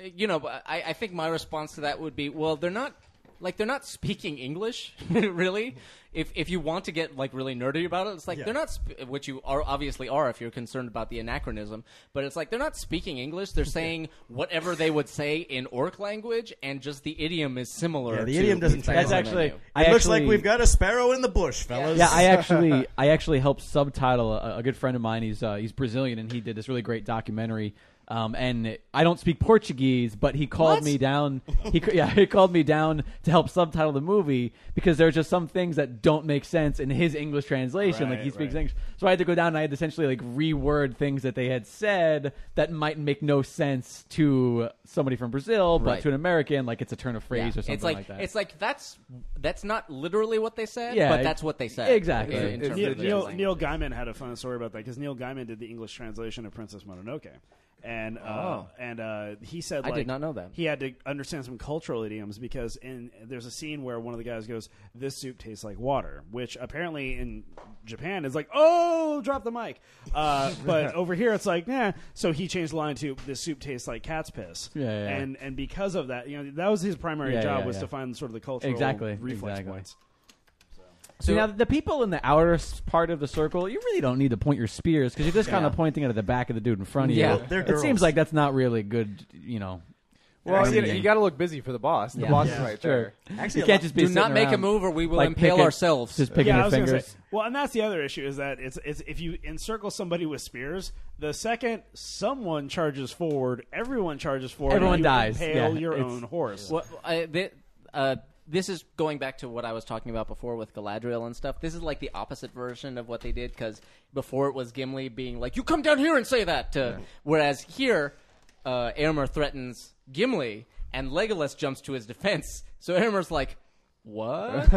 you know, I, I think my response to that would be, well, they're not, like, they're not speaking English, really. If if you want to get like really nerdy about it, it's like Yeah. they're not, sp- which you are obviously are if you're concerned about the anachronism. But it's like they're not speaking English; they're saying whatever they would say in Orc language, and just the idiom is similar. Yeah, the to idiom doesn't meatballs on the That's actually- menu. It I looks like actually- we've got a sparrow in the bush, fellas. Yeah, I actually, I actually helped subtitle a, a good friend of mine. He's uh, he's Brazilian, and he did this really great documentary. Um, and I don't speak Portuguese, but he called What? me down. He c- yeah, he called me down to help subtitle the movie because there are just some things that don't make sense in his English translation. like he Right, speaks right. English, so I had to go down and I had to essentially like reword things that they had said that might make no sense to somebody from Brazil, but Right. to an American, like it's a turn of phrase Yeah, or something it's like, that. it's like that's that's not literally what they said, Yeah, but it- that's what they said exactly. in- in It's terms Neil, of the Neil, language. Neil Gaiman had a fun story about that because Neil Gaiman did the English translation of Princess Mononoke, and uh, Oh. and uh, he said I like, did not know that. he had to understand some cultural idioms because in there's a scene where one of the guys goes, "This soup tastes like water," which apparently in Japan is like, "Oh, drop the mic," uh, but over here it's like, "Nah." So he changed the line to, "This soup tastes like cat's piss," Yeah, yeah, yeah. and and because of that, you know, that was his primary Yeah, job yeah, was yeah. to find sort of the cultural Exactly, reflex exactly. points. So now the people in the outer s- part of the circle, you really don't need to point your spears because you're just kind of pointing it at the back of the dude in front of Yeah. you. They're it girls. seems like that's not really good. You know, Well, you, Yeah. you got to look busy for the boss. The Yeah. boss is Yeah. right Sure. there. Actually, you can't just be Do sitting not make a around, move or we will Um, like, impale picking- ourselves. Just picking yeah, I your was gonna fingers. Say, well, and that's the other issue is that it's it's if you encircle somebody with spears, the second someone charges forward, everyone charges forward. Everyone and you dies. Impale Yeah, your it's- own horse. Well, I, thi- uh, this is going back to what I was talking about before with Galadriel and stuff. This is like the opposite version of what they did because before it was Gimli being like, "You come down here and say that," to, whereas here, uh, Aemir threatens Gimli and Legolas jumps to his defense. So Aemir's like, "What?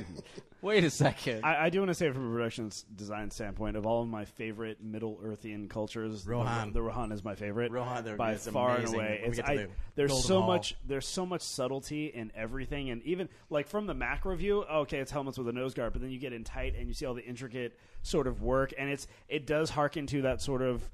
Wait a second. I, I do want to say from a production s- design standpoint, of all of my favorite Middle Earthian cultures, the- Rohan. the, Rohan is my favorite. Rohan, they're- by it's far amazing. and away. When we It's, get to I- the there's Golden so Hall. much. There's so much subtlety in everything, and even like from the macro view, okay, it's helmets with a nose guard, but then you get in tight and you see all the intricate sort of work, and it's it does harken to that sort of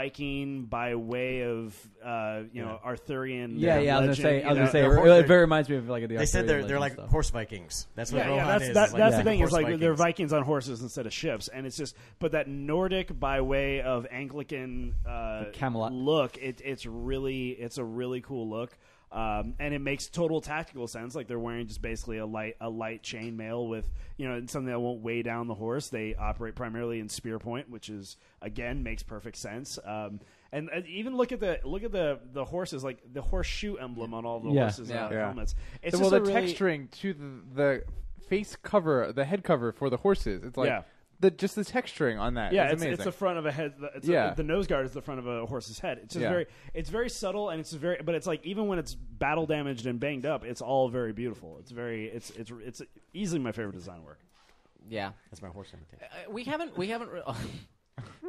Viking by way of uh, you know Arthurian. Yeah, uh, yeah. I was gonna say, I was legend, gonna say, you it, they're know, it horse- very reminds me of like the. They said Arthurian they're legend they're like stuff. horse Vikings. That's what Yeah, Rohan yeah, that's is. that, is like that's the the thing. horse It's like they're Vikings. Vikings on horses instead of ships, and it's just but that Nordic by way of Anglican uh, Camelot. look. It, it's really it's a really cool look, um, and it makes total tactical sense. Like they're wearing just basically a light a light chainmail with you know something that won't weigh down the horse. They operate primarily in spear point, which is again makes perfect sense. Um, and uh, even look at the look at the the horses like the horseshoe emblem on all the Yeah. horses Yeah. and Yeah. helmets. It's So, well, just a the really- texturing to the, the face cover, the head cover for the horses. It's like Yeah. the just the texturing on that. Yeah, is it's, amazing. it's the front of a head. It's Yeah. a, the nose guard is the front of a horse's head. It's just Yeah. very, it's very subtle, and it's very, but it's like even when it's battle damaged and banged up, it's all very beautiful. It's very, it's it's it's easily my favorite design work. Yeah, That's my horse imitation. Uh, we haven't we haven't re-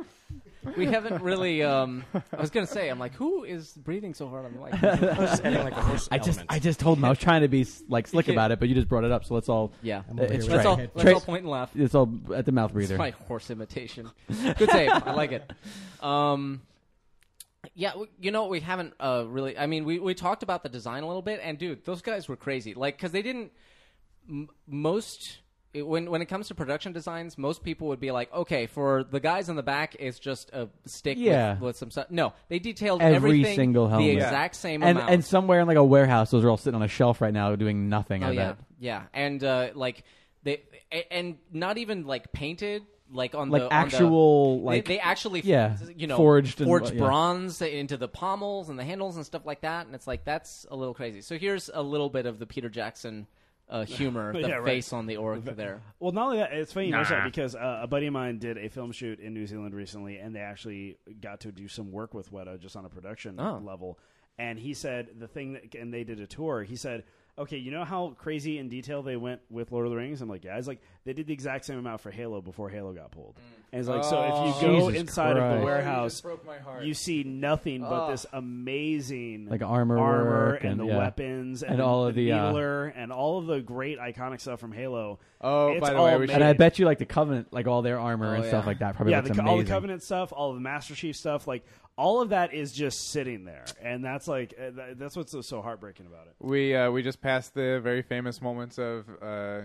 we haven't really. Um, I was gonna say, I'm like, who is breathing so hard on the mic? I was just adding like a horse I just, element. I just told him I was trying to be like slick about it, but you just brought it up, so let's all. yeah, Uh, it's let's Trey. all let's Trey- all point and laugh. It's all at the mouth breather. It's my horse imitation. Good save. I like it. Um, yeah, w- you know we haven't uh, really. I mean, we we talked about the design a little bit, and dude, those guys were crazy. Like, because they didn't m- most. it- When when it comes to production designs, most people would be like, okay, for the guys in the back, it's just a stick Yeah. with, with some stuff. No, they detailed Every everything single helmet. the Yeah. exact same and amount. and somewhere in like a warehouse, those are all sitting on a shelf right now doing nothing. I Oh yeah, bet. yeah, and uh, like they a- and not even like painted like on Like the on the- actual, they- like- they, actually yeah, you know forged and- forged yeah. bronze into the pommels and the handles and stuff like that, and it's like that's a little crazy. So here's a little bit of the Peter Jackson uh, humor, the Yeah, right. face on the orc there. Well, not only that, it's funny you mention that because uh, a buddy of mine did a film shoot in New Zealand recently, and they actually got to do some work with Weta just on a production Oh. level. And he said the thing, that, and they did a tour. He said, "Okay, you know how crazy in detail they went with Lord of the Rings." I'm like, "Yeah." It's like they did the exact same amount for Halo before Halo got pulled. And it's like, so if you go Oh, Jesus inside of Christ. the You warehouse, just Mm. broke my heart. you see nothing but this amazing Like armor armor work and, and- the yeah. weapons and, And all of the, uh, needler and all of the great iconic stuff from Halo. Oh, It's by the way, all we should- And I made. bet you like the covenant, like all their armor Oh, and stuff yeah. like that. Probably yeah, looks the, co- amazing. all the Covenant stuff, all the Master Chief stuff, like all of that is just sitting there, and that's like uh, th- that's what's so, so heartbreaking about it. We uh, we just passed the very famous moments of uh,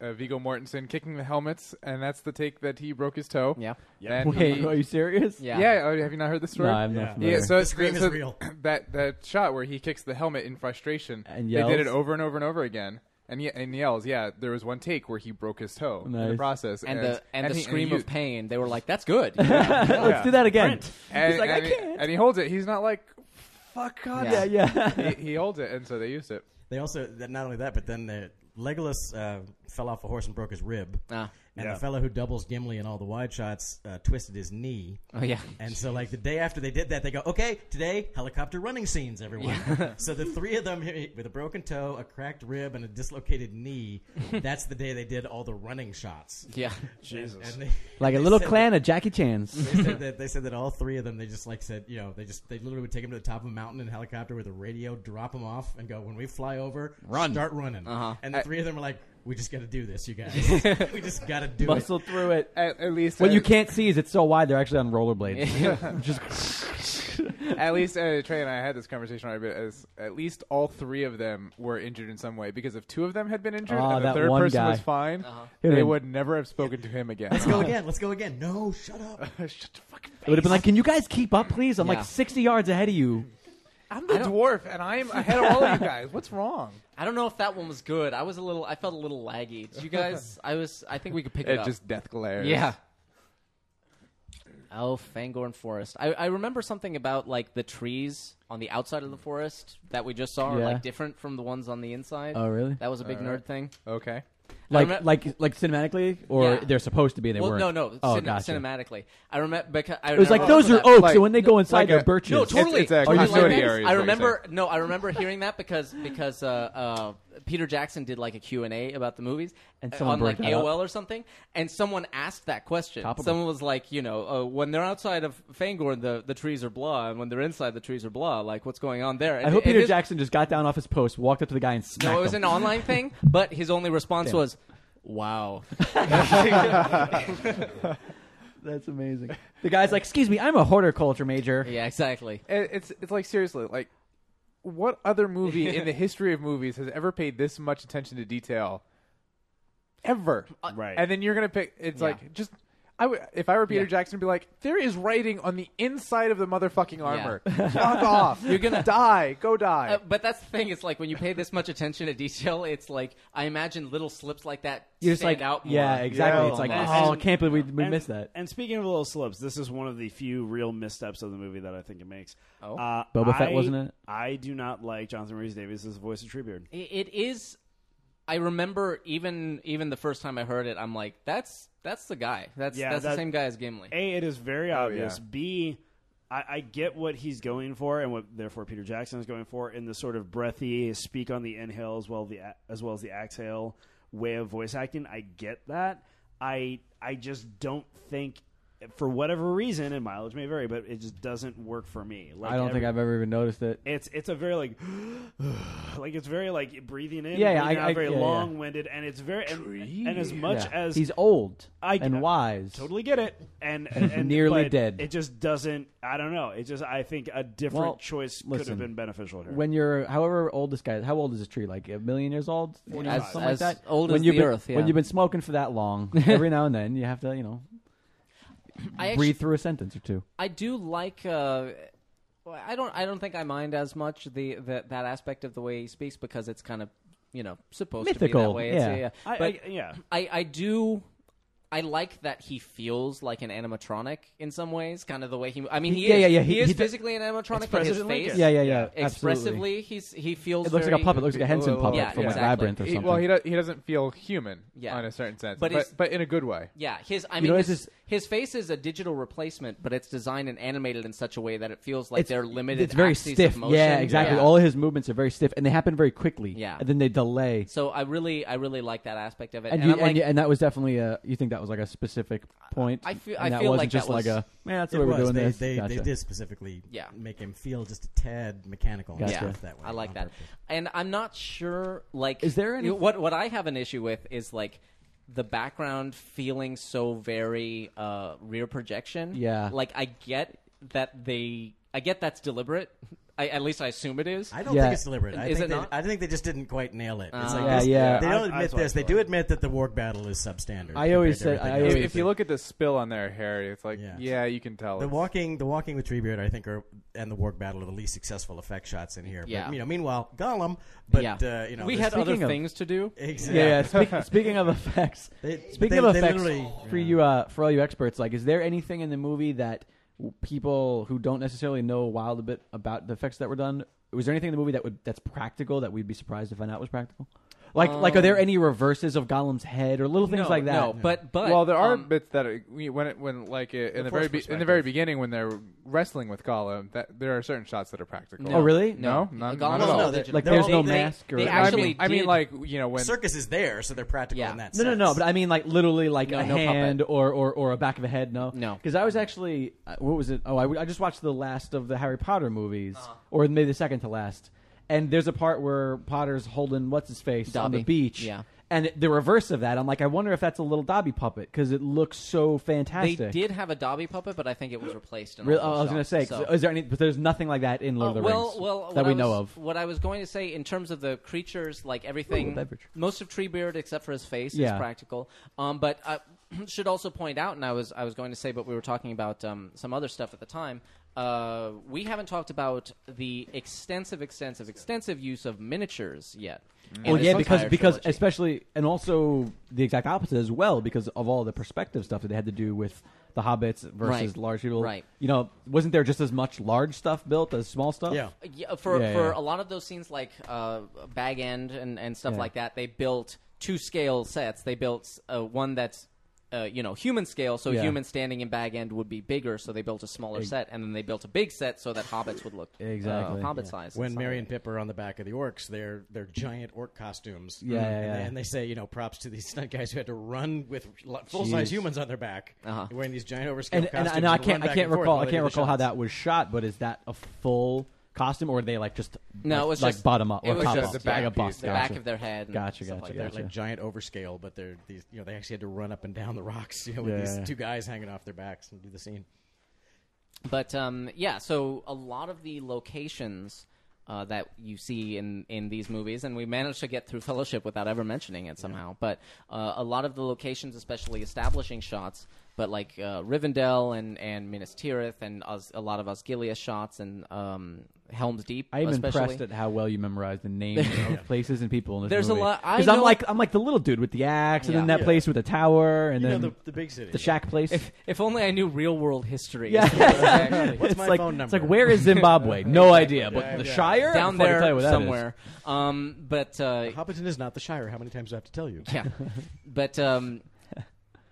uh, Vigo Mortensen kicking the helmets, and that's the take that he broke his toe. Yeah. Yeah. Wait, are you serious? Yeah. yeah. oh, have you not heard this story? No, I'm not familiar. Yeah, so The scream so is real. That that shot where he kicks the helmet in frustration, And they did it yells? over and over and over again, and ye- and yells. Yeah, there was one take where he broke his toe in the Nice. process, And the and, the he- scream he of used- pain. They were like, "That's good." Yeah. Let's do that again. And, He's like, and I he, can't. and he holds it. He's not like, fuck God. Yeah. yeah. He, he holds it, and so they used it. They also that- not only that, but then the Legolas uh, fell off a horse and broke his rib, Ah. and Yeah. the fellow who doubles Gimli in all the wide shots uh, twisted his knee. oh yeah. And so, like the day after they did that, they go, "Okay, today helicopter running scenes, everyone." so the three of them hit- with a broken toe, a cracked rib, and a dislocated knee. that's the day they did all the running shots. Yeah. Jesus, And they, Like a they little said clan of Jackie Chan's. that- They said, that, they said that all three of them, they just like said, you know, they just they literally would take him to the top of a mountain in a helicopter with a radio, drop him off, and go, "When we fly over, run, start running." Uh-huh. And the three of them are like, "We just got to do this, you guys. we just got to do it." Bustle through it. At, at least What uh, you can't see is it's so wide they're actually on rollerblades. Just at least uh, Trey and I had this conversation already, but as at least all three of them were injured in some way because if two of them had been injured Ah, and the that third one person guy. was fine, Would've they been- would never have spoken to him again. Let's go again. Let's go again. No, shut up. Shut the fucking it would have been like, "Can you guys keep up, please? I'm Yeah. like 60 yards ahead of you." I'm the dwarf and I'm ahead of all of you guys. What's wrong? I don't know if that one was good. I was a little. I felt a little laggy. Did you guys? I was. I think we could pick it, It up. just death glares. Yeah. Oh, Fangorn Forest. I, I remember something about like the trees on the outside of the forest that we just saw are Yeah. like different from the ones on the inside. Oh, really? That was a big nerd thing. Okay. Like, remem- like, like cinematically, or Yeah. they're supposed to be. They well, weren't. no, no, Oh, cin- gotcha. cinematically. I remember because I It was like remember those are that- oaks, Like- so when they go inside, like a- they're birches. No, totally. it's a totally like continuity that. area is I what you're remember. No, I remember hearing that because because uh, uh, Peter Jackson did like a Q and A about the movies And uh, someone on brought like that up. AOL or something, and someone asked that question. Topical. Someone was like, you know, uh, when they're outside of Fangorn, the the trees are blah, and when they're inside, the trees are blah. Like, what's going on there? And, I hope and Peter his- Jackson just got down off his post, walked up to the guy, and smacked No, it was him. an online thing, but his only response Damn. was, "Wow." That's amazing. The guy's like, "Excuse me, I'm a horticulture major." Yeah, exactly. It- it's it's like seriously, like what other movie in the history of movies has ever paid this much attention to detail? Ever. Uh, Right. And then you're gonna pick it's like just I would if I were Peter Jackson I'd be like, there is writing on the inside of the motherfucking armor. Fuck off. You're gonna die. Go die. Uh, but that's the thing. It's like when you pay this much attention to detail, it's like I imagine little slips like that You're just stand like, out. More. yeah, exactly. Yeah. It's like, And- oh, I can't believe we, we missed that. And speaking of little slips, this is one of the few real missteps of the movie that I think it makes. Oh. uh, Boba Fett I- wasn't it? I do not like Jonathan Rhys Davies as the voice of Treebeard. I- it is. I remember even even the first time I heard it, I'm like, that's that's the guy. That's Yeah, that's the that- same guy as Gimli. A, it is very obvious. yeah. B, I, I get what he's going for, and what therefore Peter Jackson is going for in the sort of breathy, speak on the inhale as well the as well as the exhale way of voice acting. I get that. I I just don't think, for whatever reason, and mileage may vary, but it just doesn't work for me. Like I don't think every- I've ever even noticed it. It's it's a very like like it's very like breathing in, Yeah, yeah, breathing I- out, I- very yeah, yeah. long winded, and it's very and, and as much Yeah. as he's old I- and wise. totally get it and, and, and- nearly but dead. it just doesn't i don't know it just i think a different Well, choice could listen, have been beneficial here When you're, however old this guy, is, how old is this tree? Like a million years old, As- something as like that. old when as you've the been, earth, yeah. When you've been smoking for that long, every now and then you have to, you know, I actually, breathe through a sentence or two. I do like. Uh, well, I don't. I don't think I mind as much the, the that aspect of the way he speaks because it's kind of you know supposed to be that Mythical, way. It's- yeah. I, But I, yeah I, I do I like that he feels like an animatronic in some ways, kind of the way he. I mean, he Yeah, is, yeah, yeah, He, he- is he d- physically an animatronic, but his President face, Lincoln. Yeah, yeah, yeah. Absolutely. expressively, he's he feels. It looks like very- a puppet. Looks like a Henson puppet yeah, from exactly. like Labyrinth or He- something. well, he, do, he doesn't feel human Yeah. on a certain sense, But but it's- but, in a good way. Yeah, his. I You mean, know, his, it's his just- face is a digital replacement, but it's designed and animated in such a way that it feels like they're limited. It's very axes stiff. Of motion. Yeah, exactly. Yeah. All of his movements are very stiff, and they happen very quickly. Yeah. and then they delay. so I really, I really like that aspect of it, And and, you, I'm and, like, you, and that was definitely a. You think that was like a specific point? I feel- I And that feel wasn't like that just was- like a. Man, that's the It way we're was. doing they, this. They, Gotcha. they did specifically Yeah. make him feel just a tad mechanical. and Gotcha. stuff that way I like on that. purpose. And I'm not sure like Is there any- what what I have an issue with is like the background feeling so very uh rear projection. Yeah. Like I get that they I get that's deliberate. I at least I assume it is. I don't Yeah. think it's deliberate. I Is think it they, not? I think they just didn't quite nail it. It's Ah. like Yeah, this- Uh, yeah. They I- don't I- admit that's what this. I They do admit that the Warg battle is substandard. I always compared said- to I everything always else. If- If you look at the spill on their hair, it's like Yeah. yeah, you can tell. The it's- walking, the walking with Treebeard, I think, are and the Warg battle are the least successful effect shots in here. Yeah. But, you know, meanwhile, Gollum. But yeah. uh, you know, we there's- had other Speaking of- things to do. exactly. Yeah, yeah. Speak, speaking of effects, They- speaking they- of they effects, literally- for yeah. you, uh, for all you experts, like, is there anything in the movie that w- people who don't necessarily know a wild bit about the effects that were done, was there anything in the movie that would that's practical that we'd be surprised to find out was practical? Like, like, are there any reverses of Gollum's head or little things Um, no, like that? No, but but well, there are um, bits that are, we- when it, when like uh, in the, very be, force in the perspective. very beginning when they're wrestling with Gollum, that there are certain shots that are practical. Oh, really? No, not, not Gollum was at all. no, all they- digital. like, They're there's all- no they- mask or they No, anything? I mean, actually I mean, did- like you know when circus is there, so they're practical Yeah. in that. No, no, sense. no. But I mean, like literally, like No, a no hand puppet. or, or or a back of a head. No, No. Because I was actually, uh, what was it? Oh, I, I just watched the last of the Harry Potter movies, Uh-huh. or maybe the second to last. And there's a part where Potter's holding what's his face on the Dobby. beach. Yeah. And it- the reverse of that, I'm like, I wonder if that's a little Dobby puppet because it looks so they fantastic. did have a Dobby puppet, but I think it was replaced. In Real- oh, all I those was gonna shots, say, 'cause so. is there any? But there's nothing like that in Uh, Lord of the well, Rings well, that what we I know was- of. What I was going to say in terms of the creatures, like everything, beverage. most of Treebeard except for his face is Yeah. practical. Um, but I should also point out, and I was I was going to say, but we were talking about um, some other stuff at the time. Uh, we haven't talked about the extensive, extensive, extensive use of miniatures yet. in Well, this yeah, because entire because trilogy. especially and also the exact opposite as well because of all the perspective stuff that they had to do with the hobbits versus Right. large people. Right. You know, wasn't there just as much large stuff built as small stuff? Yeah. Yeah, for Yeah, for yeah. a lot of those scenes, like uh, Bag End and, and stuff Yeah. like that, they built two scale sets. They built uh, one that's uh, you know human scale, so Yeah. humans standing in Bag End would be bigger, so they built a smaller set, and then they built a big set so that hobbits would look uh, Exactly. hobbit size. when Mary and Pip are on the back of the orcs, they're they're giant orc costumes. Mm, Yeah, yeah, and, yeah. They, and they say, you know, props to these stunt guys who had to run with full size humans on their back, Uh-huh. wearing these giant overscaled And, and, costumes. and I run can't I back can't and forth recall while I they can't do the recall how shots. that was shot, but is that a full costume, or were they like just No, like, it was like just- bottom up It or was top just up, the like back a piece, bust. the gotcha. back of their head. and Gotcha, stuff gotcha, like that. gotcha. like giant overscale, but they're these. You know, they actually had to run up and down the rocks. You know, with Yeah, these yeah. two guys hanging off their backs and do the scene. But um, yeah, so a lot of the locations uh, that you see in, in these movies, and we managed to get through Fellowship without ever mentioning it somehow. But uh, a lot of the locations, especially establishing shots, but like uh, Rivendell and, and Minas Tirith, and Os- a lot of Osgiliath shots, and um, Helm's Deep. I am especially. impressed at how well you memorize the names of places and people in this There's a movie. lot- I I'm know- like I'm like the little dude with the axe, and Yeah. then that Yeah. place with the tower, and You know, then the, the big city. the shack place. If, if only I knew real world history. Yeah. Actually. What's it's my like, phone number? It's like where is Zimbabwe? no idea, but the Shire Down I can there tell you what that is. somewhere. Um, but uh, Hobbiton is not the Shire. How many times do I have to tell you? yeah but um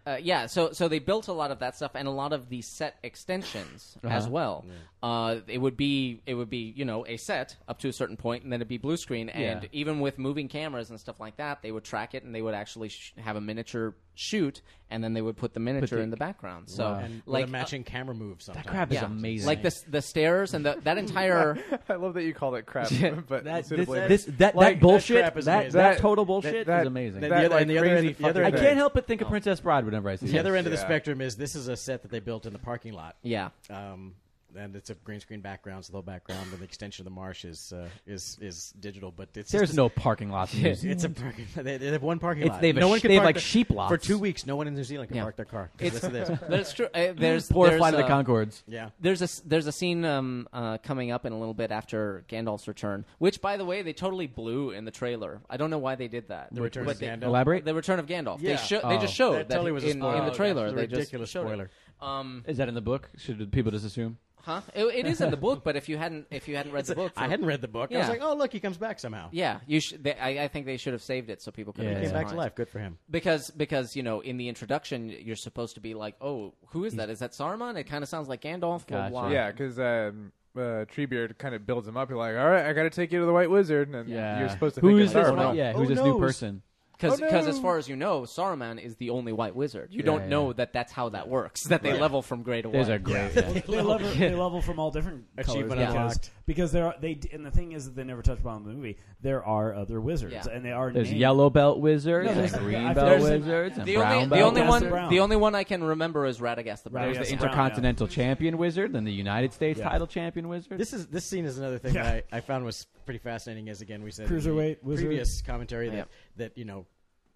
uh, yeah so so they built a lot of that stuff and a lot of the set extensions Uh-huh. as well uh it would be it would be you know a set up to a certain point and then it'd be blue screen and Yeah. even with moving cameras and stuff like that they would track it and they would actually sh- have a miniature shoot and then they would put the miniature the- in the background so And like uh, like a matching camera move. Sometimes That crap is yeah. amazing. like the s- the stairs and the, that entire I love that you call it crap, but that, this, suitably- this- that, that Like, that bullshit, crap that, is that, amazing. That- total bullshit is that- amazing. that, that- the other- like, and the other crazy end- the I other fucking end- can't help but think of Princess Bride whenever I see The it. other end of the Yeah. spectrum is this is a set that they built in the parking lot. yeah Um, and it's a green screen background, so low background, and the extension of the marsh is uh, is is digital. But it's There's just no parking lots in New Zealand. It's a parking. They, they have one parking It's- lot. they have a no one sh- can they have, park like, their- sheep lots. for two weeks. No one in New Zealand can Yeah. park their car. 'cause It's this. but it's true uh, there's Poor there's, flight of the uh, Concords. Yeah. There's a s- there's a scene um, uh, coming up in a little bit after Gandalf's return, which by the way they totally blew in the trailer. I don't know why they did that. The return But of they- Gandalf. Elaborate. The return of Gandalf. They Yeah. sho- they Oh. just showed That totally was a in, spoiler. in the Oh, trailer. that's a they just ridiculous showed it. spoiler. Um, Is that in the book? Should people just assume? huh? It, it is in the book, but if you hadn't if you hadn't read the book, I for- hadn't read the book. I was Yeah. like, oh look, he comes back somehow. Yeah, you sh- they, I, I think they should have saved it so people could Yeah. have He been came back to surprised. life. Good for him. Because because you know in the introduction you're supposed to be like, oh, who is that? Is that Saruman? It kind of sounds like Gandalf. Blah, Gotcha. blah. Yeah, because um, uh, Treebeard kind of builds him up. You're like, all right, I got to take you to the White Wizard, and Yeah. you're supposed to Who think is it's this? Saruman. one- Yeah, who's Oh, this no. new person? Because Oh, as no. far as you know, Saruman is the only white wizard. You don't yeah. know that that's how that works. That they level from gray to There's white. a great. Yeah. they level they level from all different Achievement colors because, unlocked. because there are they d- and the thing is that they never touch upon in the movie. There are other wizards Yeah. and they are There's named. yellow belt wizards, No, and there's- green I- belt there's- wizards, and the brown only, belt. the only wizards. one, Brown. the only one I can remember is Radagast the Brown. There's Radagast the Brown, yeah. intercontinental champion wizard, and the United States Yeah. title champion wizard. This is this scene is another thing Yeah. that I, I found was pretty fascinating. As again, we said in the Cruiserweight wizard. previous commentary that Yep. that you know.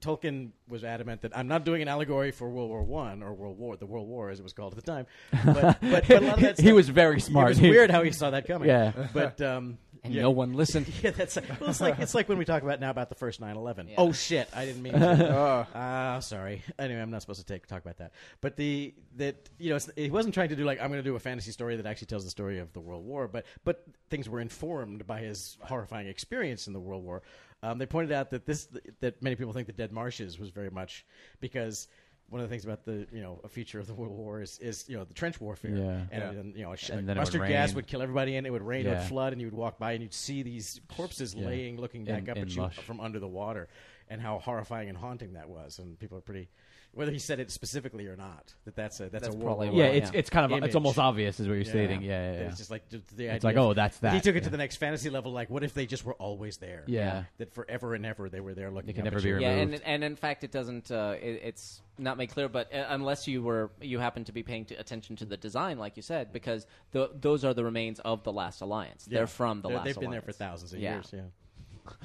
Tolkien was adamant that I'm not doing an allegory for World War One or World War, the World War as it was called at the time. But, but, but a lot of that He stuff- was very smart. It was He- weird how he saw that coming. Yeah. but um, and yeah. no one listened. Yeah, that's well, it's like it's like when we talk about now about the first 9/11. Yeah. Oh shit, I didn't mean. to. Ah, sorry. Anyway, I'm not supposed to take talk about that. But the that you know it's, he wasn't trying to do like I'm going to do a fantasy story that actually tells the story of the World War, but but things were informed by his horrifying experience in the World War. Um, they pointed out that this that many people think the Dead Marshes was very much because. One of the things about the you know a feature of the World War is, is you know the trench warfare Yeah. and, Yeah. then, you know a sh- And then it would mustard gas rain. would kill everybody and it would rain it would Yeah. flood and you would walk by and you'd see these corpses Yeah. laying looking back In- up in at you mush. from under the water and how horrifying and haunting that was and people are pretty whether he said it specifically or not that that's a that's, That's a probably what- world yeah, Well, it's yeah. it's kind of Image. it's almost obvious is what you're stating. Yeah, yeah, That yeah. it's just like the, the idea It's like, of- oh, that's that. he took it to Yeah. the next fantasy level like what if they just were always there Yeah. that forever and ever they were there looking They can up never at be you. removed. Yeah, and and in fact, it doesn't. Uh, it, it's not made clear, but uh, unless you were you happen to be paying t- attention to the design, like you said, because th- those are the remains of the Last Alliance. Yeah. They're from the They're- Last. they've been there Alliance. for thousands of Yeah. years yeah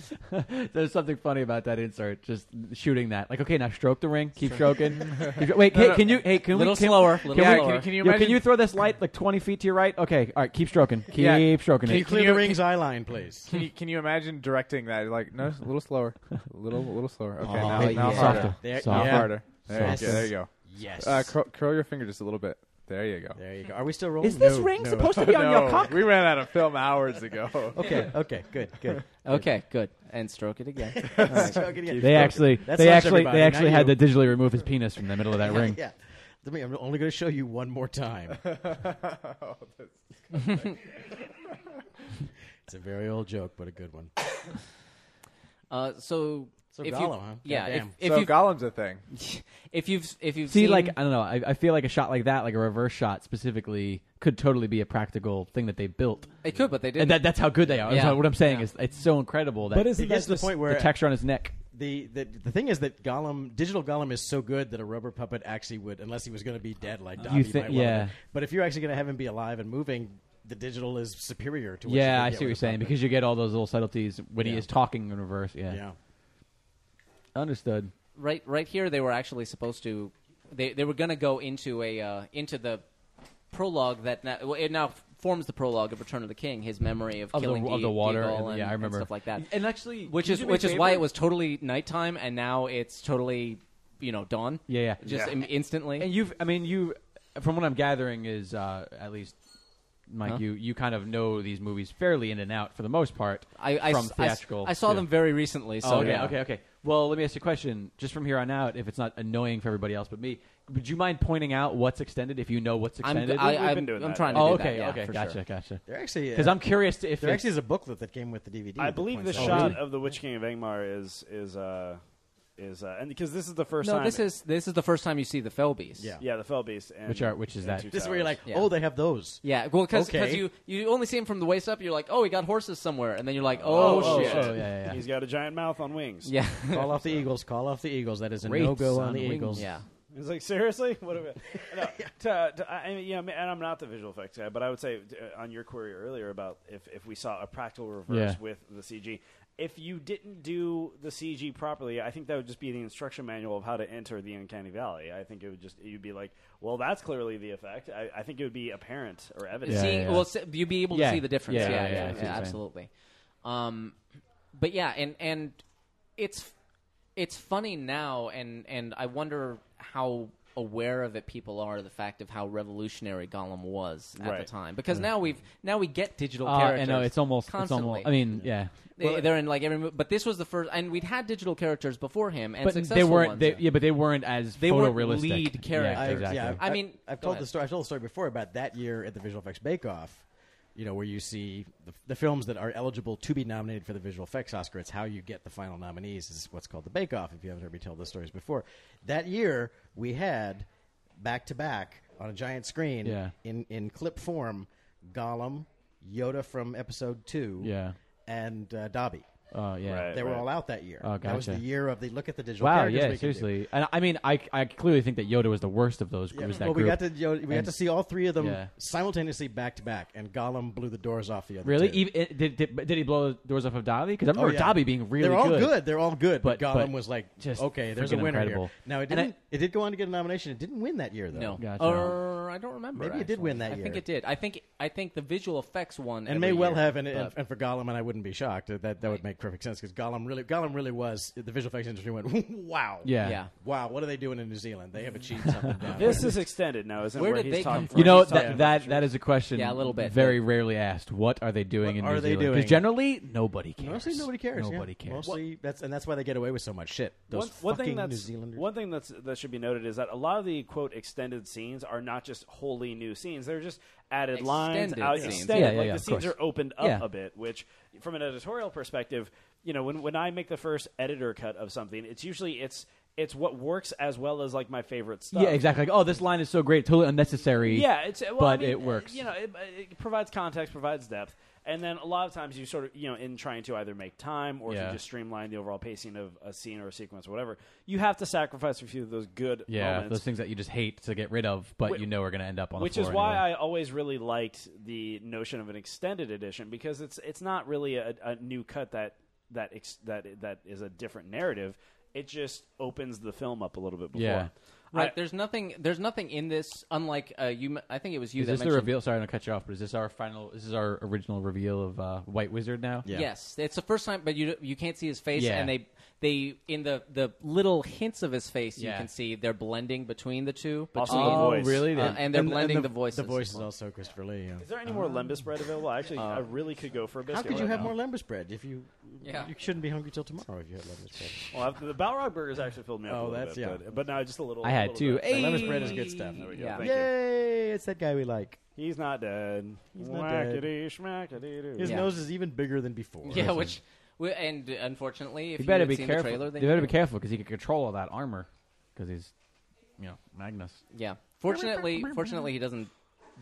There's something funny about that insert. Just shooting that. Like, okay, now stroke the ring. Keep stroking. Keep stro- Wait, hey, can you? Hey, can Little we? Can, slower, Can, little we- slower. Can, can you Yo, can can you you throw this light like 20 feet to your right? Okay, all right. Keep stroking. Keep Yeah. stroking can you it. clear you- the ring's eye line please Can you, can you imagine directing that? Like, no, a little slower, a little, a little slower. Okay, Oh, now, yeah. now harder, Softer. There- now Softer. Yeah. harder. There Yes. you go. There you go. yes Uh, curl, curl your finger just a little bit. There you go. there you go are we still rolling Is this No, ring no. supposed to be on your No, cock? we ran out of film hours ago. okay okay good good Okay, good. And stroke it again. They actually, That's they us, actually, everybody, they actually not had you. to digitally remove his penis from the middle of that ring. Yeah. Let me, I'm only going to show you one more time. Oh, it's a very old joke, but a good one. Uh, so So if you, Gollum, huh? yeah, if, Goddamn. if so you've Gollum's a thing. if you've if you've See, seen, like I don't know, I, I feel like a shot like that, like a reverse shot specifically, could totally be a practical thing that they built, it could, but they didn't. and that, that's how good they are. Yeah. So what I'm saying Yeah. is, it's so incredible that But isn't It gets that to the just- point where the texture on his neck. the, the the thing is that Gollum, digital Gollum, is so good that a rubber puppet actually would, unless he was going to be dead like Dobby. thi- might well have yeah. been. But if you're actually going to have him be alive and moving, the digital is superior to. What Yeah, you I could get see what you're with saying a puppet. because you get all those little subtleties when he Yeah. is talking in reverse. Yeah, yeah, understood. right right here they were actually supposed to they they were going to go into a uh, into the prologue that now, well, it now forms the prologue of Return of the King his memory of, Of the- killing of Ge- the water Deagle and- and, yeah, I remember. stuff like that And actually, which can you is do me a which is why favor? it was totally nighttime and now it's totally you know dawn Yeah, yeah. just Yeah. im- instantly And you've, I mean, you, from what I'm gathering, is uh, at least, Mike, Huh? you you kind of know these movies fairly in and out for the most part. I, I from s- I s- theatrical. I, saw to- them very recently so oh, okay, yeah. okay, okay. Well, let me ask you a question. Just from here on out, if it's not annoying for everybody else but me, would you mind pointing out what's extended if you know what's I'm, extended? I, We've am been doing I'm that. trying to oh, do okay, that, yeah, okay, for gotcha, sure. gotcha. there actually Because I'm curious to if there it's- actually is a booklet that came with the DVD. I that believe the points out. shot Oh, really? of the Witch King of Angmar is is uh is uh and because this is the first no time this is this is the first time you see the fell beast Yeah. yeah the Fell Beast and Which are- which is and that? Two This is where you're Towers. like, Yeah. oh, they have those. Yeah, well, because Okay. you, you only see him from the waist up, you're like, oh, he got horses somewhere, and then you're like, oh, oh, shit. oh, yeah, yeah, yeah. he's got a giant mouth on wings. yeah. Call off the Eagles. Call off the Eagles. That is a Wraiths no go on on the wings. Eagles. yeah. It's like seriously, what? Are we, no, to, to, I I mean, yeah, and I'm not the visual effects guy, but I would say uh, on your query earlier about if if we saw a practical reverse Yeah. with the CG, if you didn't do the CG properly, I think that would just be the instruction manual of how to enter the uncanny valley. I think it would just you'd be like, well, that's clearly the effect. I, I think it would be apparent or evident. Yeah, Seeing, yeah, yeah. well, s- you'd be able to Yeah. see the difference. Yeah, Yeah, yeah, yeah, yeah, I see yeah, what you're saying. absolutely. Um, but yeah, and and it's it's funny now, and and I wonder how aware of it people are the fact of how revolutionary Gollum was at the Right. time because now we've now we get digital Mm. Uh, characters. and no, it's almost, it's constantly. almost. I mean, yeah. They- they're in like every. mo- But this was the first, and we'd had digital characters before him, and But successful they weren't. ones. They, yeah, but they weren't as They weren't photorealistic. lead characters. Yeah, I, exactly. yeah, I mean, I've go told the ahead. story. I've told the story before about that year at the Visual Effects Bake Off. You know, where you see the, the films that are eligible to be nominated for the Visual Effects Oscar. It's how you get the final nominees. Is what's called the Bake Off. If you haven't heard me tell those stories before, that year we had back to back on a giant screen Yeah. in in clip form, Gollum, Yoda from Episode Two, Yeah. and uh, Dobby. Oh yeah. Right. They were all out that year. Oh, That was the gotcha. year of the look at the digital. Wow. characters we Yeah. can do. Seriously. And I mean, I, I clearly think that Yoda was the worst of those. Yeah. Was that well, group. we got to you know, we got And- to see all three of them Yeah. simultaneously back to back, and Gollum blew the doors off the other. Really? two. Even, it- did, did but did he blow the doors off of Dobby? Because I Oh, remember yeah. Dobby being really They're all good. They're all good. But, But- Gollum but was like, just okay, there's a freaking winner incredible. here. Now it And I- didn't. it did go on to get a nomination. It didn't win that year though. No, Gotcha. or Uh, I don't remember. Maybe it did actually. win that I think year. it did. I think I think the visual effects won, And every may well year, have, and, but- and, and for Gollum, and I wouldn't be shocked. That that would make perfect sense because Gollum really, Gollum really was. The visual effects industry went, wow, Yeah. yeah. wow. What are they doing in New Zealand? They have achieved something. down This there. is extended now, isn't it? Where Where did he's they talking come from? from? You know He's talking that about that the that is a question. Yeah, a little bit. Very rarely asked. What are they doing What in New are they Zealand? doing? Because generally nobody cares. Mostly nobody cares. yeah. Nobody cares. Mostly that's and that's why they get away with so much shit. Those fucking New Zealanders. One thing that's that should be noted is that a lot of the quote extended scenes are not just wholly new scenes; they're just added lines, Extended out, scenes. extended. Yeah, yeah, like yeah, the of scenes course. are opened up Yeah. a bit, which from an editorial perspective, you know, when when I make the first editor cut of something, it's usually it's it's what works as well as like my favorite stuff. Yeah, exactly. Like, oh, this line is so great, totally unnecessary. Yeah, it's well, I but mean, it works. You know, it, it provides context, provides depth, and then a lot of times you sort of you know in trying to either make time or Yeah. to just streamline the overall pacing of a scene or a sequence or whatever, you have to sacrifice a few of those good yeah, moments. those things that you just hate to get rid of, but Wh- you know are going to end up on. which the is floor why anyway. I always really liked the notion of an extended edition because it's it's not really a, a new cut that that ex, that that is a different narrative. It just opens the film up a little bit before. Yeah. Right. I- there's nothing. There's nothing in this. Unlike uh, you, m- I think it was you Is that this the mentioned. reveal? Sorry, I'm gonna cut you off. But is this our final? Is this our original reveal of uh, White Wizard now? Yeah. Yes, it's the first time, but you you can't see his face, Yeah. and they they in the the little hints of his face you Yeah. can see they're blending between the two. Also between- the Oh, voice. really? Uh, and they're blending the, voices. The voice is also Christopher Lee. Yeah. Is there any more lembus bread available? Actually, uh, I really could go for a biscuit. Um, How could you right have now. more lembus bread if you? Yeah. You shouldn't be hungry till tomorrow if you had lembus bread. Well, I've- the Balrog burgers actually filled me up. Oh, a little that's- bit, yeah. But, but now just a little. I had little two. bit. Hey! lembus bread is good stuff. There we go. Yeah. Thank you. Yay! It's that guy we like. He's not dead. He's not dead. Whackity schmackity doo. His Yeah. nose is even bigger than before. Yeah, which We, and unfortunately, if You you, better had be seen careful. the trailer, then you better knew. be careful because he can control all that armor because he's, you know, Magnus. Yeah. Fortunately, fortunately, he doesn't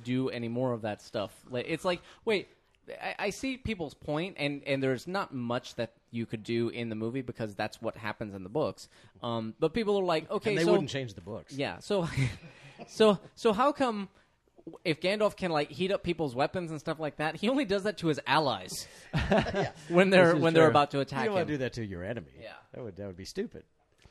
do any more of that stuff. Like, It's like, wait, I, I see people's point, and and there's not much that you could do in the movie because that's what happens in the books. Um, but people are like, okay, And they so wouldn't change the books. yeah. So, so, so how come if Gandalf can like heat up people's weapons and stuff like that, he only does that to his allies when they're is when they're true. about to attack You don't him? want to do that to your enemy. Yeah. That would that would be stupid.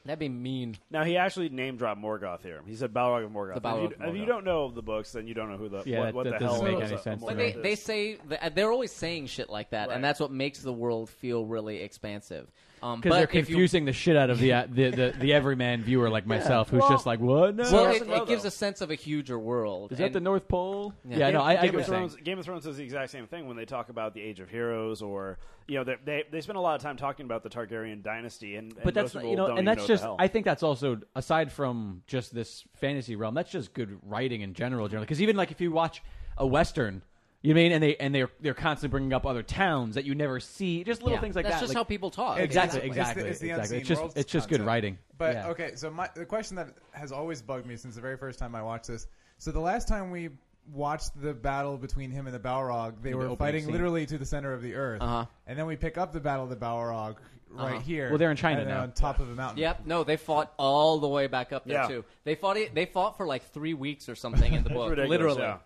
That'd be mean. Now he actually name dropped Morgoth here. He said Balrog of Morgoth. The Balrog if, you, of if you Morgoth. don't know the books, then you don't know who the Yeah, what, that- what that the doesn't hell make is any a sense to Morgoth But me. they, Yeah. is. they say that, they're always saying shit like that, Right. and that's what makes the world feel really expansive. Um, Because but they're if you- confusing the shit out of the, uh, the, the the everyman viewer like myself, who's just like, what? No. well, Source it, and it Logo. gives a sense of a huger world. is that and- the North Pole? Yeah, Yeah, no, I, I get Game, what of you're saying. Thrones, Game of Thrones is the exact same thing when they talk about the Age of Heroes, or you know, they they, they spend a lot of time talking about the Targaryen dynasty, and, and but that's most people you know, don't even and that's know just what the I hell. think that's also aside from just this fantasy realm, that's just good writing in general, generally. Because even like if you watch a western, you mean, and they and they're they're constantly bringing up other towns that you never see, just little yeah, things like that's that. just like- how people talk. Exactly, It's the- exactly, It's the, exactly. unseen It's just- worlds it's just good concept. writing. But Yeah. okay, so my the question that has always bugged me since the very first time I watched this. So the last time we watched the battle between him and the Balrog, they were opening fighting scene. literally to the center of the earth, Uh-huh. and then we pick up the battle of the Balrog right Uh-huh. here. Well, they're in China and they're now. on top of a mountain. Yep. No, they fought all the way back up there Yeah. too. They fought it. They fought for like three weeks or something in the book. ridiculous, literally. yeah.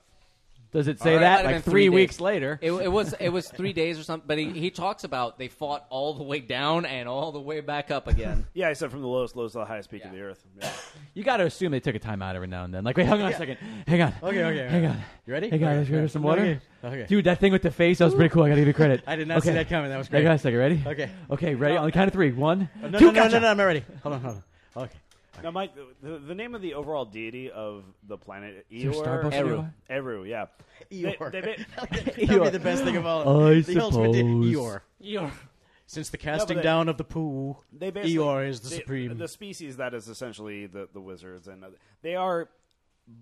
Does it say Or it might that have like been three, days. weeks later? It, it was it was three days or something. But he, he talks about they fought all the way down and all the way back up again. Yeah, I said from the lowest lows to the highest peak of Yeah. the earth. Yeah. you got to assume they took a time out every now and then. Like, wait, hang on a second, hang on. Okay, okay, hang okay. on. You ready? Hey guys, Okay, you okay. have some water? Okay, okay. Dude, that thing with the face, that was pretty cool. I gotta give you credit. I did not see that coming. That was Hang great. on a second, ready? Okay. Oh, Okay, ready? On the count of three. One, No, two, no, no, gotcha. no, no, I'm not ready. Hold on, hold on. Okay. Now, Mike, the, the name of the overall deity of the planet there Eeyore, Starbucks Eru, nearby? Eru, yeah, Eeyore. They, they, ma- That'd be the best thing of all. I the ultimate di- suppose. Eeyore. You're Since the casting they- down of the poo, they basically- Eeyore is the they- supreme. The species that is essentially the, the wizards, and other- they are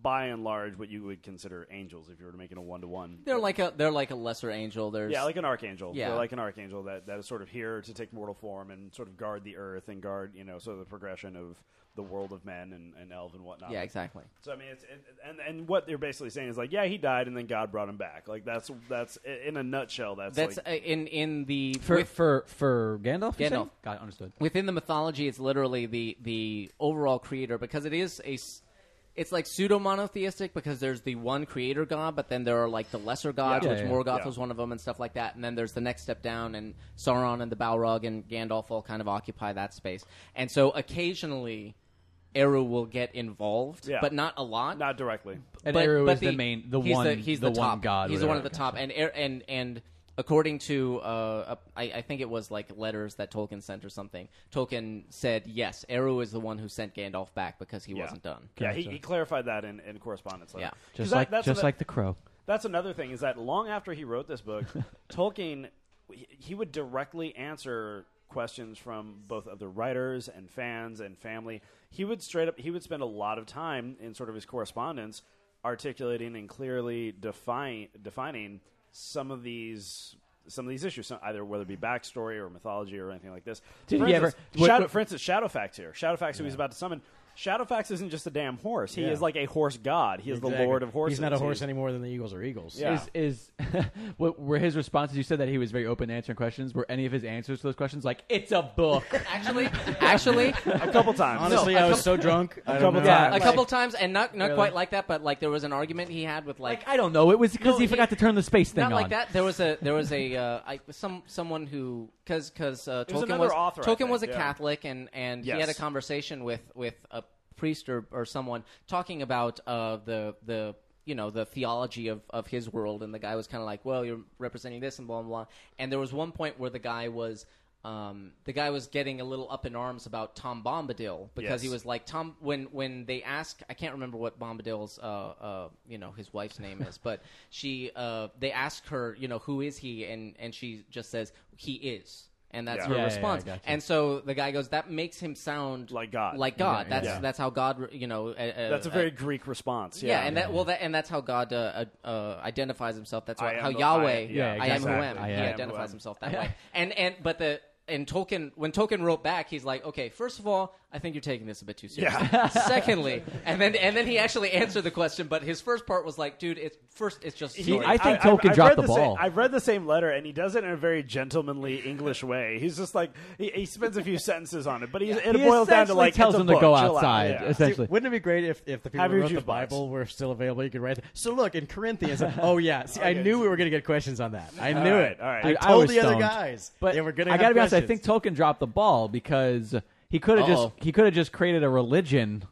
by and large what you would consider angels if you were making a one to one. they're like a they're like a lesser angel. There's Yeah, like an archangel. Yeah. They're like an archangel that, that is sort of here to take mortal form and sort of guard the earth and guard, you know, sort of the progression of the world of men and, and elf and whatnot. yeah exactly. So I mean, it's it, and and what they're basically saying is like, yeah, he died and then God brought him back. Like that's that's in a nutshell. That's That's like, uh, in in the For, with- for, for Gandalf? you say? Gandalf. Got it, understood. within the mythology it's literally the the overall creator because it is a s- it's like pseudo monotheistic because there's the one creator god but then there are like the lesser gods Yeah. which Yeah, yeah. Morgoth Yeah. was one of them and stuff like that and then there's the next step down and Sauron and the Balrog and Gandalf all kind of occupy that space and so occasionally Eru will get involved Yeah. but not a lot not directly. And but, Eru but is the, main, the he's one, the, he's the, one top. god. He's the one at whatever. the top, and Er- and and according to uh, a- I, I think it was like letters that Tolkien sent or something. Tolkien said yes, Eru is the one who sent Gandalf back because he Yeah. wasn't done. Yeah, he, he clarified that in, in correspondence. Like, Yeah. 'cause Just that- like, that's just ano- like the crow. that's another thing is that long after he wrote this book, Tolkien he- he would directly answer questions from both other writers and fans and family. He would straight up he would spend a lot of time in sort of his correspondence articulating and clearly define, defining some of these some of these issues, some, either whether it be backstory or mythology or anything like this. Did for he instance, ever- what- Shadow, what- for instance, Shadowfax here. Shadowfax, who he's about to summon. Shadowfax isn't just a damn horse. He is like a horse god. He is the lord of horses. He's not a horse He's- any more than the Eagles are Eagles. Yeah. Is, is what were his responses? You said that he was very open to answering questions. Were any of his answers to those questions like, it's a book? Actually, actually, A couple times. Honestly, No, a I was so drunk. I don't couple know. times. a Like- couple times, and not not quite like that, but like there was an argument he had with like. like, I don't know. It was because No, he forgot he- to turn the space thing not on. like that. There was a there was a uh, I, some someone who because because uh, It was Tolkien another was author, I Tolkien think, was a yeah. Catholic and and he had a Yes. conversation with with a priest or, or someone talking about uh, the the you know the theology of, of his world and the guy was kind of like well you're representing this and blah blah blah and there was one point where the guy was um, the guy was getting a little up in arms about Tom Bombadil because he Yes. was like Tom when when they ask I can't remember what Bombadil's uh, uh, you know his wife's name is but she uh, they ask her you know who is he and and she just says he is and that's Yeah. her Yeah, yeah, yeah, I response. gotcha. And so the guy goes, "That makes him sound Like God. Like God. That's Yeah. that's how God. You know, uh, uh, That's a very Greek response. yeah, Yeah, and that well, that and that's how God uh, uh, uh, identifies Himself. That's I why, am how the- Yahweh, I- yeah, I am who I am. exactly. He I am who I identifies am. himself that way. And and but the and Tolkien when Tolkien wrote back, he's like, okay, first of all, I think you're taking this a bit too seriously. Secondly, and then and then he actually answered the question, but his first part was like, dude, it's first, it's just. a He- story. I think I've- Tolkien I've dropped read the ball. Same, I've read the same letter, and he does it in a very gentlemanly English way. He's just like he, he spends a few sentences on it, but he, it He boils down to essentially like tells it's a him to go book, chill out, outside. yeah. It's- Essentially. See, wouldn't it be great if, if the people Have who your wrote the juice box. Bible were still available? You could write. Them. So look in Corinthians. oh yeah. See, I knew we were going to get questions on that. I knew All right, it. all right. I Dude, I told was the other stoned. guys, But they were going to. I gotta be honest. I think Tolkien dropped the ball because he could have just Uh-oh. he could have just created a religion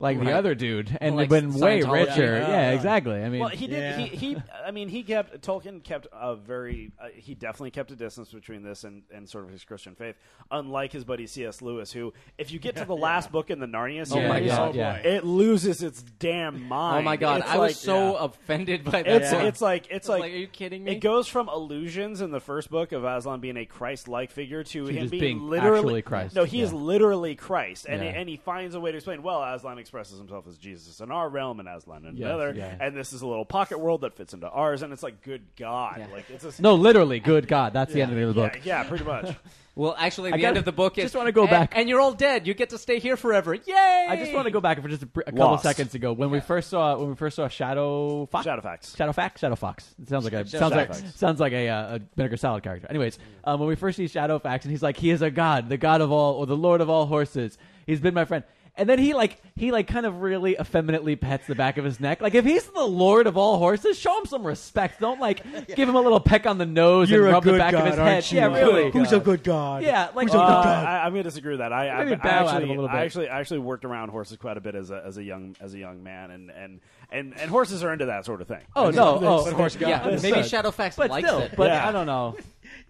like the Right. other dude and Like been way Scientology. richer. Yeah, Yeah, yeah. exactly. I mean, Well, he did. Yeah. He, he, I mean, he kept Tolkien kept a very. Uh, he definitely kept a distance between this and, and sort of his Christian faith, unlike his buddy C.S. Lewis, who, if you get to the last book in the Narnia series, my Oh Oh God, yeah. it loses its damn mind. oh my god, It's I like- was so yeah. offended by that. It's book. it's like it's like, like, are you kidding me? It goes from illusions in the first book of Aslan being a Christ-like figure to him just being, being literally actually Christ, No, he is yeah. literally Christ, and Yeah. and he finds a way to explain. Well, Aslan expresses himself as Jesus in our realm, and Aslan in Yes, another, yeah. and this is a little pocket world that fits into ours, and it's like, good God, like it's just, no, literally, good God, that's the end of the yeah, book. yeah, pretty much. well, actually, the gotta- end of the book is just wanna go "And- back." And you're all dead. You get to stay here forever. Yay! I just want to go back for just a, br- a couple Lost. seconds ago when we first saw when we first saw Shadow Fox. Shadow Fox. Shadow Fox. Shadow Fox. It sounds like a sounds like sounds like a, uh, a vinegar salad character. Anyways, Mm. um, when we first see Shadow Fox, and he's like, he is a god, the god of all, or the lord of all horses. He's been my friend. And then he like he like kind of really effeminately pets the back of his neck. Like if he's the lord of all horses, show him some respect. Don't like give him a little peck on the nose You're and a rub the good back God, of his aren't head. you? Yeah, really. Who's a good God? Yeah, like Who's a good Uh, God? I, I'm going to disagree with that. I, I, Oh, Maybe I bow at him actually, a little bit. I actually, I actually worked around horses quite a bit as a, as a young, as a young man, and and and, and horses are into that sort of thing. Oh no! Oh, But horse God. Yeah, But maybe still- Shadowfax but likes still, it. But Yeah. I don't know.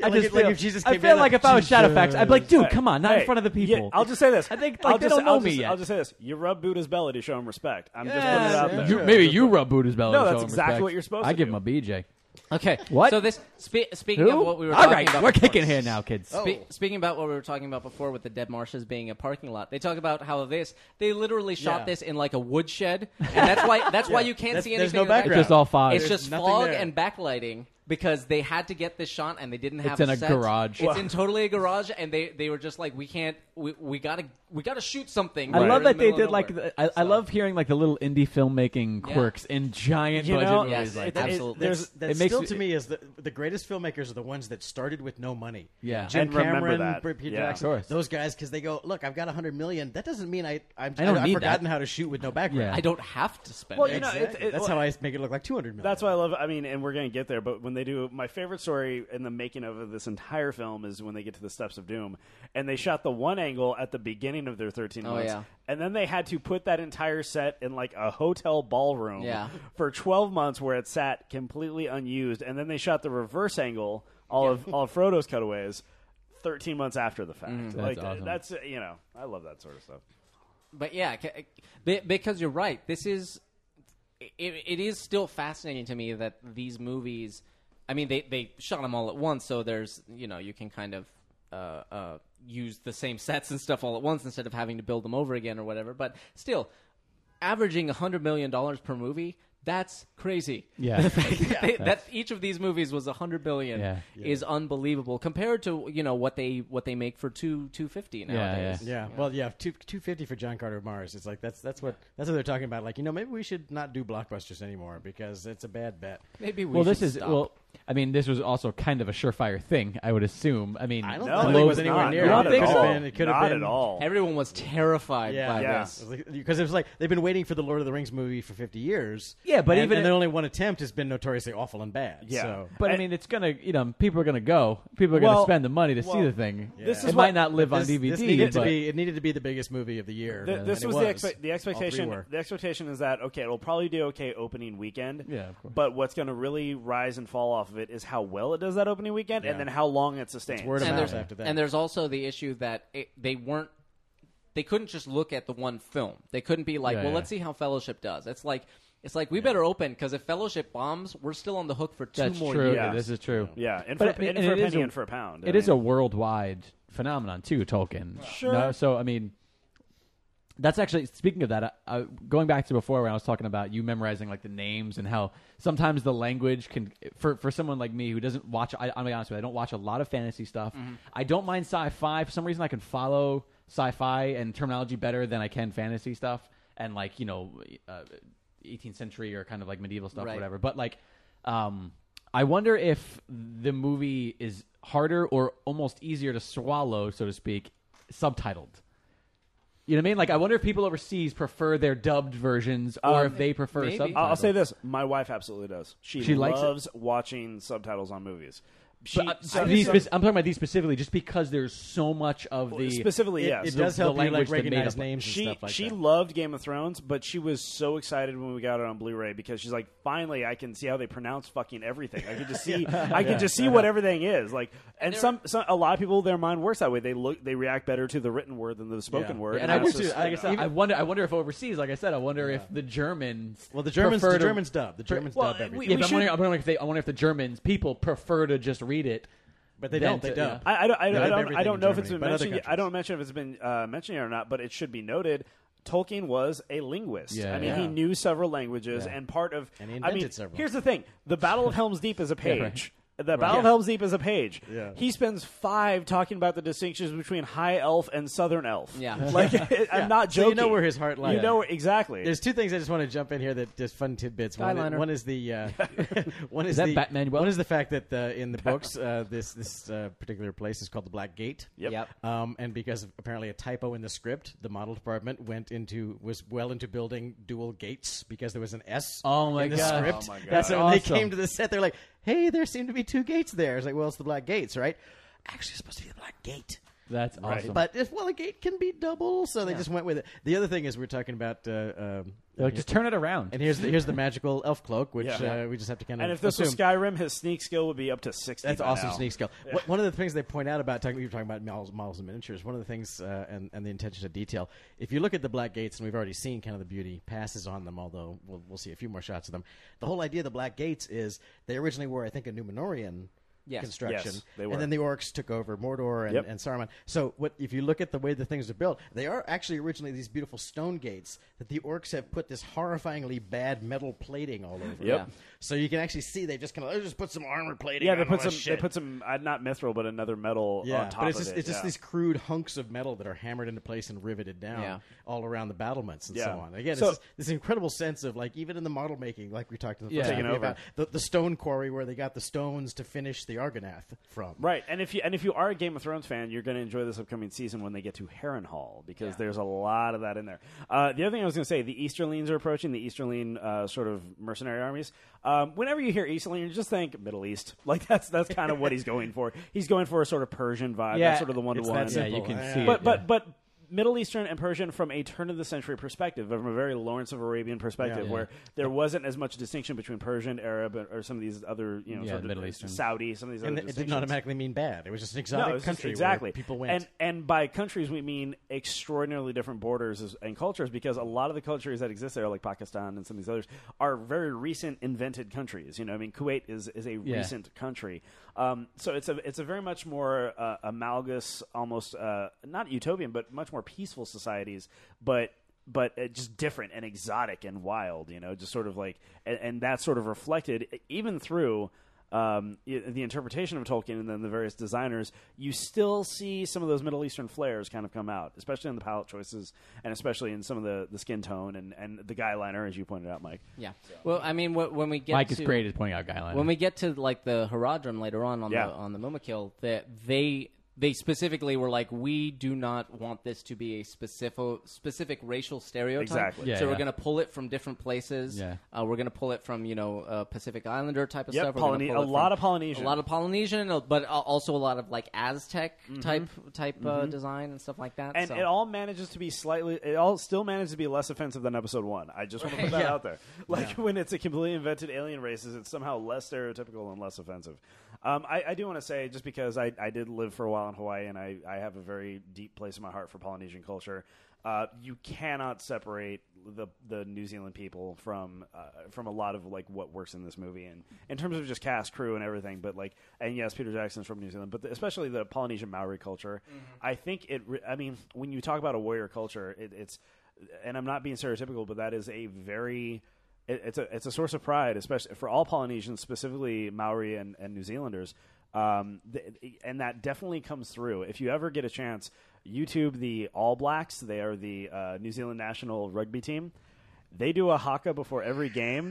I like just if- like feel- if Jesus I came feel in, like like, if I was Shadowfax, Jesus. I'd be like, dude, Hey, come on, not hey, in front of the yeah, people. I'll just say this. I think like I'll they just, don't I'll know me just, yet. I'll just say this. You rub Buddha's belly to show him respect. I'm Yeah, just putting it out you- there. maybe you rub Buddha's belly. No, to show that's him exactly respect. what you're supposed I to give do. him a BJ. Okay. What? So this spe- speaking Who? of what we were All talking right, about, we're kicking here now, kids. Oh. Spe- speaking about what we were talking about before with the dead marshes being a parking lot, they talk about how this they literally shot Yeah. this in like a woodshed, and that's why that's why you can't That's- see anything. there's no in the background. It's just all fog. It's There's just nothing fog there. and backlighting because they had to get this shot and they didn't have. It's in a set. garage. It's in totally a garage, and they they were just like, we can't, we, we gotta we gotta shoot something. I We're love in that the they middle of did like. nowhere. The, I, I So- love hearing like the little indie filmmaking Yeah. quirks in giant You budget know, movies. Yes, like it- that. it- Absolutely. That's, It that makes still it- to me is the, the greatest filmmakers are the ones that started with no money. Yeah. Jim And remember Cameron, that. Peter Yeah. Jackson, Of course. those guys because they go, look, I've got a hundred million. That doesn't mean I I'm, I don't have need forgotten that. how to shoot with no background. Yeah. I don't have to spend. Well, it. you know, it's- Exactly. it- that's well- how I make it look like two hundred million. That's why I love. I mean, and we're gonna get there. But when they do, my favorite story in the making of this entire film is when they get to the steps of doom, and they shot the one angle at the beginning of their thirteen Oh, months, yeah. and then they had to put that entire set in like a hotel ballroom, Yeah. for twelve months where it sat completely unused, and then they shot the reverse angle, all of all of Frodo's cutaways, thirteen months after the fact. like awesome. Mm-hmm. that's you know, I love that sort of stuff. but yeah, c- be- because you're right. This is it, it is still fascinating to me that these movies. I mean, they they shot them all at once, so there's you know you can kind of. Uh, uh, use the same sets and stuff all at once instead of having to build them over again or whatever. But still, averaging hundred million dollars per movie—that's crazy. Yeah. They- that each of these movies was a hundred billion Yeah. is unbelievable compared to you know what they what they make for two two fifty nowadays. Yeah, well, yeah, two two fifty for John Carter of Mars. It's like that's that's what that's what they're talking about. Like you know, maybe we should not do blockbusters anymore because it's a bad bet. Maybe we well, should this is stop. well. I mean, this was also kind of a surefire thing. I would assume. I mean, I don't No, think it Globe- was anywhere not, near. Not it at could all. have been. It could have Not been at all. Everyone was terrified Yeah, by Yeah. this. because it was like they've been waiting for the Lord of the Rings movie for fifty years. Yeah, but and, even and it- the only one attempt has been notoriously awful and bad. Yeah. so. But I, I- mean, it's gonna you know people are gonna go. People are Well, gonna spend the money to see well, the thing. this is it what- might not live on This- DVD. This needed but to be. It needed to be the biggest movie of the year. Th- and this it was, the, expe- the All three expectation. were. The expectation is that okay, it'll probably do okay opening weekend. Yeah, of course. But what's going to really rise and fall off of it is how well it does that opening weekend, Yeah. and then how long it sustains. It's word of And mouth there's, after that. and there's also the issue that it, they weren't, they couldn't just look at the one film. They couldn't be like, Yeah, well, yeah. let's see how Fellowship does. It's like It's like we better open because if Fellowship bombs, we're still on the hook for two That's more true. years. years. This is true. Yeah, and for, But I mean, and and for a it is penny a- and for a pound. It is a worldwide phenomenon too. Tolkien. Sure. so I mean, that's actually speaking of that. I, I, going back to before when I was talking about you memorizing like the names and how sometimes the language can for for someone like me who doesn't watch. I, I'm gonna be honest with you. I don't watch a lot of fantasy stuff. Mm-hmm. I don't mind sci-fi for some reason. I can follow sci-fi and terminology better than I can fantasy stuff and like you know, uh, 18th century or kind of like medieval stuff, Right. or whatever. But like, um, I wonder if the movie is harder or almost easier to swallow, so to speak, subtitled. You know what I mean? Like, I wonder if people overseas prefer their dubbed versions or Um, if they prefer maybe. subtitles. I'll, I'll say this: my wife absolutely does. She, She likes it. loves watching subtitles on movies. She, But, uh, so- these so- spec- I'm talking about these specifically, just because there's so much of the specifically, It, yes. it does the help you language like that made recognize up- names she and stuff like she that. loved Game of Thrones, but she was so excited when we got it on Blu-ray because she's like, finally, I can see how they pronounce fucking everything. I can just see, I can just see what everything is like. And some, some, a lot of people, their mind works that way. They look, they react better to the written word than the spoken word. And I, would that's too. just- Like I said, I wonder. I wonder if overseas, like I said, I wonder if the Germans. Well, the Germans- prefer the to- Germans dub. The Germans well, dub everything. we- yeah, but I'm wondering, I'm wondering if they. I wonder if the Germans people prefer to just read it. but they than don't. They to- dub. yeah. I, I don't, Yeah, I, I don't, everything I don't in know if it's Germany, been but other mentioned. yet- I countries. don't mention if it's been uh, mentioned yet or not, but it should be noted. Tolkien was a linguist. Yeah, I mean, yeah. he knew several languages, Yeah. and part of And he I mean, invented several. here's the thing: the Battle of Helm's Deep is a page. right. The Battle Yeah. of Helm's Deep is a page. Yeah. He spends five talking about the distinctions between High Elf and Southern Elf. Yeah. like I'm not So you joking. know where his heart lies. You know exactly. There's two things I just want to jump in here that just fun tidbits. One, Skyliner. one is the uh, one is, that the Batman well? one is the fact that uh, in the books uh, this this uh, particular place is called the Black Gate. Yep. Yep. Um, and because of apparently a typo in the script, the model department went into was well into building dual gates because there was an S Oh my in the God. script. Oh my God. That's That's when they awesome. came to the set. They're like, "Hey, there seem to be two gates there." It's like, "Well, it's the Black Gates, right?" Actually, it's supposed to be the Black Gate. That's awesome. But if, well, a gate can be double, so they just went with it. The other thing is we're talking about uh, um, They're like, just turn it around. and here's the, here's the magical elf cloak, which Yeah. uh, we just have to kind of. and if this assume. was Skyrim, his sneak skill would be up to sixty. that's by awesome now. sneak skill. Wha- One of the things they point out about talking, we were talking about models, models and miniatures. One of the things uh, and and the attention to detail. If you look at the black gates, and we've already seen kind of the beauty passes on them, although we'll we'll see a few more shots of them. The whole idea of the black gates is they originally were, I think, a Numenorean. Yes. Construction, Yes, they were. and then the orcs took over Mordor and, Yep. and Saruman. So, what if you look at the way the things are built? They are actually originally these beautiful stone gates that the orcs have put this horrifyingly bad metal plating all over. Yep. So you can actually see they just kind of just put some armor plating. Yeah, on they put all some. this They shit. put some. Uh, not mithril, but another metal Yeah, on top but it's of just it. it's just yeah. these crude hunks of metal that are hammered into place and riveted down Yeah. all around the battlements and Yeah. so on. Again, So- it's this incredible sense of like even in the model making, like we talked in the Yeah. first Taking movie over. about the, the stone quarry where they got the stones to finish the Argonath from. Right, and if you and if you are a Game of Thrones fan, you're going to enjoy this upcoming season when they get to Harrenhal because there's a lot of that in there. Uh, the other thing I was going to say, the Easterlings are approaching the Easterling uh, sort of mercenary armies. Um, whenever you hear Easterling, just think Middle East. Like that's that's kind of what he's going for. He's going for a sort of Persian vibe. Yeah, that's sort of the one to it's that one. yeah, simple. you can Yeah. see. But it, but but Middle Eastern and Persian from a turn of the century perspective, from a very Lawrence of Arabian perspective, Yeah. where there wasn't as much distinction between Persian, Arab, or, or some of these other you know Yeah, sort of Middle Eastern. Saudi, some of these And other it didn't distinctions. automatically mean bad. It was just an No, exotic it's just- country where exactly. people went. and and by countries we mean extraordinarily different borders as- and cultures because a lot of the cultures that exist there, like Pakistan and some of these others, are very recent invented countries. You know, I mean, Kuwait is is a Yeah. recent country, um, so it's a it's a very much more uh, amalgous, almost uh, not utopian, but much more peaceful societies, but. But uh, just different and exotic and wild, you know, just sort of like, and, and that's sort of reflected even through um, i- the interpretation of Tolkien and then the various designers, you still see some of those Middle Eastern flares kind of come out, especially in the palette choices and especially in some of the, the skin tone and, and the guy liner, as you pointed out, Mike. Yeah. Well, I mean, wh- when we get Mike to, is great at pointing out guidelines. When we get to like the Herodrum later on on Yeah. the on the Mumakil, that they they specifically were like, we do not want this to be a specific specific racial stereotype. Exactly. Yeah, so we're yeah. gonna pull it from different places. Yeah. Uh, we're gonna pull it from you know uh, Pacific Islander type of Yep, stuff. We're gonna Polyne- pull a it lot from- of Polynesian. A lot of Polynesian, uh, but a- also a lot of like Aztec type type uh, design and stuff like that. Mm-hmm. And so. it all manages to be slightly, it all still manages to be less offensive than episode one. I just want to put that out there. Like when it's a completely invented alien races, it's somehow less stereotypical and less offensive. Um, I, I do want to say, just because I, I did live for a while in Hawaii and I, I have a very deep place in my heart for Polynesian culture, Uh, you cannot separate the the New Zealand people from uh, from a lot of like what works in this movie, and in terms of just cast, crew, and everything. But like, and yes, Peter Jackson's from New Zealand, but the, especially the Polynesian Maori culture. I think it. Re- I mean, when you talk about a warrior culture, it, it's and I'm not being stereotypical, but that is a very it, it's a it's a source of pride, especially for all Polynesians, specifically Maori and, and New Zealanders. Um, th- and that definitely comes through. If you ever get a chance, YouTube the All Blacks. They are the uh, New Zealand national rugby team. They do a haka before every game.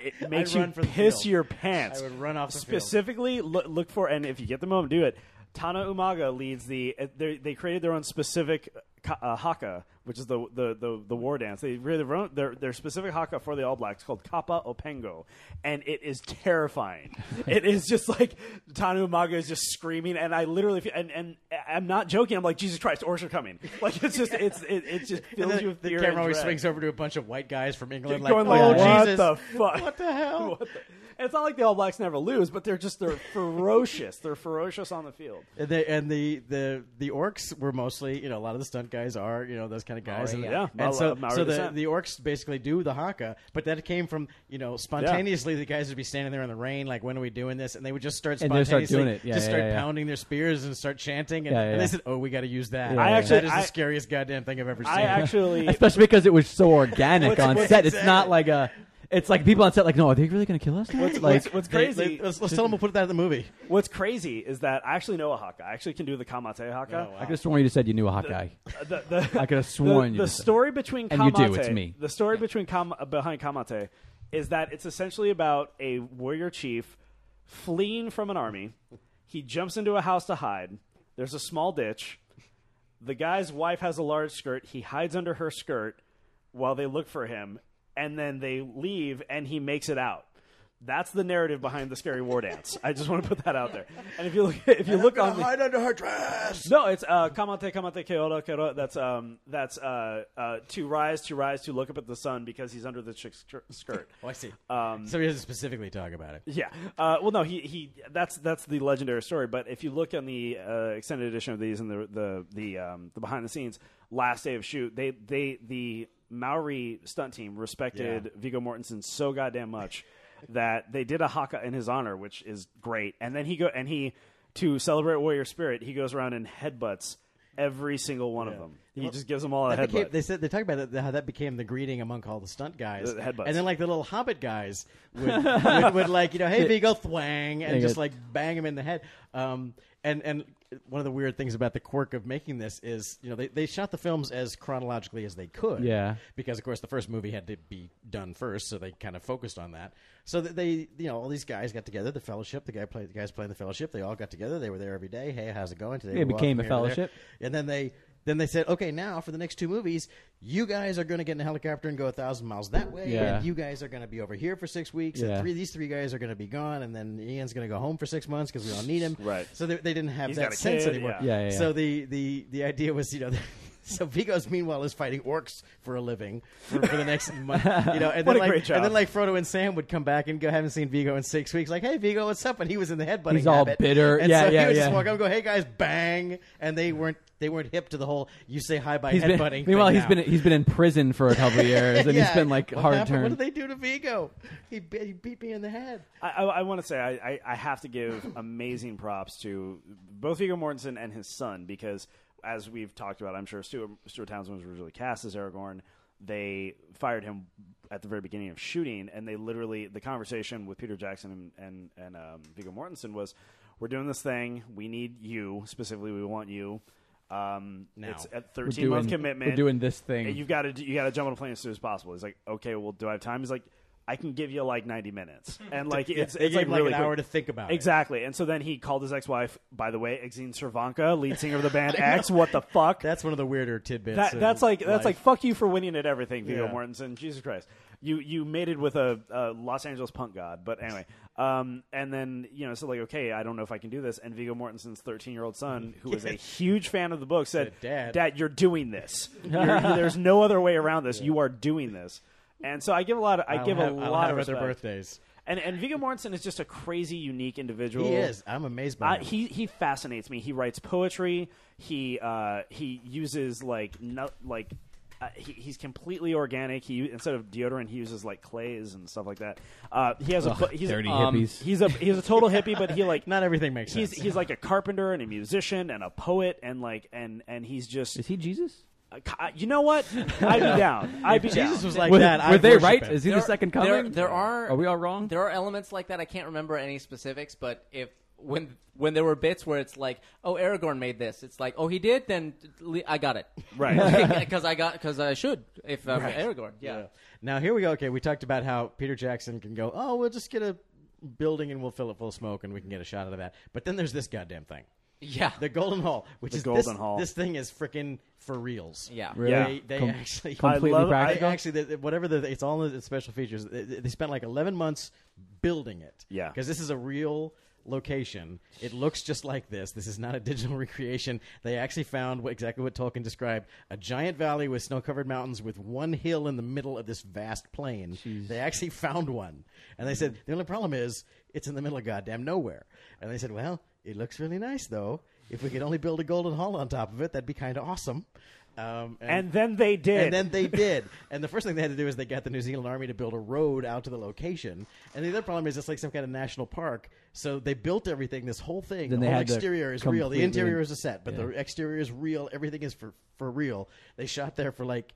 It makes you run for the piss field. your pants. I would run off the field. specifically. Look, look for and if you get the moment, do it. Tana Umaga leads the. uh, They they created their own specific ka- uh, haka, which is the the, the the war dance. They created their own their, their specific haka for the All Blacks called Kappa Opengo, and it is terrifying. it is just like Tana Umaga is just screaming, and I literally feel, and and I'm not joking. I'm like Jesus Christ, orcs are coming. Like it's just it's it, it just fills And you then with the fear and camera always dread swings over to a bunch of white guys from England, like, going like, "Oh, what Jesus, the fuck? what the hell?" What the- And it's not like the All Blacks never lose, but they're just they're ferocious. They're ferocious on the field. And, they, and the, the the orcs were mostly, you know, a lot of the stunt guys are, you know, those kind of guys. Maori, and yeah. Oh, and so, Maori so the, descent. the orcs basically do the haka, but that came from, you know, spontaneously the guys would be standing there in the rain, like, when are we doing this? And they would just start And they'd start spontaneously, doing it. Yeah, just yeah, start yeah. pounding their spears and start chanting. And, Yeah, yeah, and yeah. they said, oh, we got to use that. I actually- that is I- the scariest goddamn thing I've ever seen. I actually, especially because it was so organic on what's- set. It's exactly. not like a. It's like people on set like, no, are they really going to kill us? now?" like, what's, what's They- crazy? they- let's, let's tell them we'll put that in the movie. what's crazy is that I actually know a haka. I actually can do the kamate haka. I could have sworn you just said you knew a hot guy. Oh, The- the- I could have sworn the, you the just said- story between And Kamate, you do, it's me. The story between Kam- behind Kamate is that it's essentially about a warrior chief fleeing from an army. He jumps into a house to hide. There's a small ditch. The guy's wife has a large skirt. He hides under her skirt while they look for him, and then they leave, and he makes it out. That's the narrative behind the scary war dance. I just want to put that out there. And if you look, if you look on the, under her dress. no, it's uh, kamate kamate keora keora. That's um, that's uh, uh, to rise, to rise, to look up at the sun because he's under the chick's skir- skirt. Um, Oh, I see. so he doesn't specifically talk about it. yeah. Uh, well, no, he he. That's that's the legendary story. But if you look on the uh, extended edition of these and the the the um, the behind the scenes last day of shoot, they they the Maori stunt team respected Yeah. Vigo Mortensen so goddamn much that they did a haka in his honor, which is great. And then he go and he to celebrate warrior spirit, he goes around and headbutts every single one of them. He just gives them all a That became- headbutt. they said they talk about it, how that became the greeting among all the stunt guys, The headbutts. and then like the little hobbit guys would, would, would like you know, hey Vigo thwang, and Yeah, just good. like bang him in the head. Um, and and one of the weird things about the quirk of making this is you know they, they shot the films as chronologically as they could, Yeah. because of course the first movie had to be done first, so they kind of focused on that. So that they, you know, all these guys got together. The fellowship, the guy played, the guys playing the fellowship. They all got together. They were there every day. Hey, how's it going today? It We're became walking a here to there." fellowship. And then they then they said, okay, now for the next two movies, you guys are going to get in a helicopter and go a thousand miles that way, Yeah. and you guys are going to be over here for six weeks, Yeah. and three these three guys are going to be gone, and then Ian's going to go home for six months because we don't need him. Right. So they, they didn't have He's got that a sense kid, anymore. yeah. Yeah, yeah, yeah. So the the the idea was, you know. So Vigo's meanwhile is fighting orcs for a living for, for the next month, you know, and What then a like great job. and then like Frodo and Sam would come back and go, haven't seen Vigo in six weeks, like, hey Vigo, what's up? And he was in the headbutting. He's all habit. bitter. and Yeah, so yeah, he would yeah. Just walk up and go, hey guys, bang, and they weren't they weren't hip to the whole you say hi by He's been, headbutting. meanwhile, thing he's been now. he's been in prison for a couple of years, and Yeah. he's been like what hard happened? turn. What did they do to Vigo? He, bit- he beat me in the head. I, I, I want to say I, I, I have to give amazing props to both Viggo Mortensen and his son because, as we've talked about, I'm sure Stuart, Stuart Townsend was originally cast as Aragorn. They fired him at the very beginning of shooting, and they literally the conversation with Peter Jackson and and, and um, Viggo Mortensen was, "We're doing this thing. We need you specifically. We want you." Um, Now. it's a We're 13 doing- month commitment. We're doing this thing. And you've got to you got to jump on a plane as soon as possible. He's like, okay, well, do I have time? He's like, I can give you like ninety minutes, and like it's They gave it's like him, like, really an quick. hour to think about it. Exactly, and so then he called his ex-wife. By the way, Exene Cervanka, lead singer of the band X. What the fuck? That's one of the weirder tidbits. That, of that's like that's like life. fuck you for winning at everything, Viggo Yeah. Mortensen. Jesus Christ, you you mated with a, a Los Angeles punk god. But anyway, um, and then you know, so like, okay, I don't know if I can do this. And Viggo Mortensen's thirteen year old son, who is a huge fan of the book, said, Said, "Dad." you're doing this. You're- there's no other way around this. You are doing this." And so I give a lot. Of, I I'll give have- a I'll lot have of other respect. birthdays. and and Viggo Mortensen is just a crazy, unique individual. He is. I'm amazed by Uh, him. he he fascinates me. He writes poetry. He uh, he uses like no, like uh, he, he's completely organic. He instead of deodorant, he uses like clays and stuff like that. Uh, he has a bu- he's dirty um, hippies. He's a he's a total hippie, but he like Not everything makes he's sense. he's like a carpenter and a musician and a poet and like and and he's just Is he Jesus? uh, you know what I'd be down. I'd be Jesus down. was like were that. were I'd they worship right? him. Is he There the second are- coming? There, there are. Are we all wrong? There are elements like that. I can't remember any specifics, but if when when there were bits where it's like, oh, Aragorn made this, it's like, oh, he did. Then le- I got it, Right. Because I got because I should if I'm Aragorn. Yeah. Now here we go. Okay, we talked about how Peter Jackson can go. Oh, we'll just get a building and we'll fill it full of smoke and we can get a shot out of that. But then there's this goddamn thing, yeah, the Golden Hall, which is this, Golden Hall. This thing is freaking for reals. yeah. Yeah. They, they Com- actually completely love- I I practical. actually, the, the- whatever the it's all in the special features. They, they spent like eleven months building it. Yeah. because this is a real location. It looks just like this. This is not a digital recreation. They actually found what, exactly what Tolkien described: a giant valley with snow-covered mountains, with one hill in the middle of this vast plain. They actually found one, and they said the only problem is it's in the middle of goddamn nowhere. And they said, well, it looks really nice though. If we could only build a golden hall on top of it, that'd be kind of awesome. Um, and then they did. and then they did. And the first thing they had to do is they got the New Zealand Army to build a road out to the location. And the other problem is it's like some kind of national park. So they built everything, this whole thing. Then the they whole had to exterior is real. The completely- interior is a set, but the Yeah. exterior is real. Everything is for, for real. They shot there for like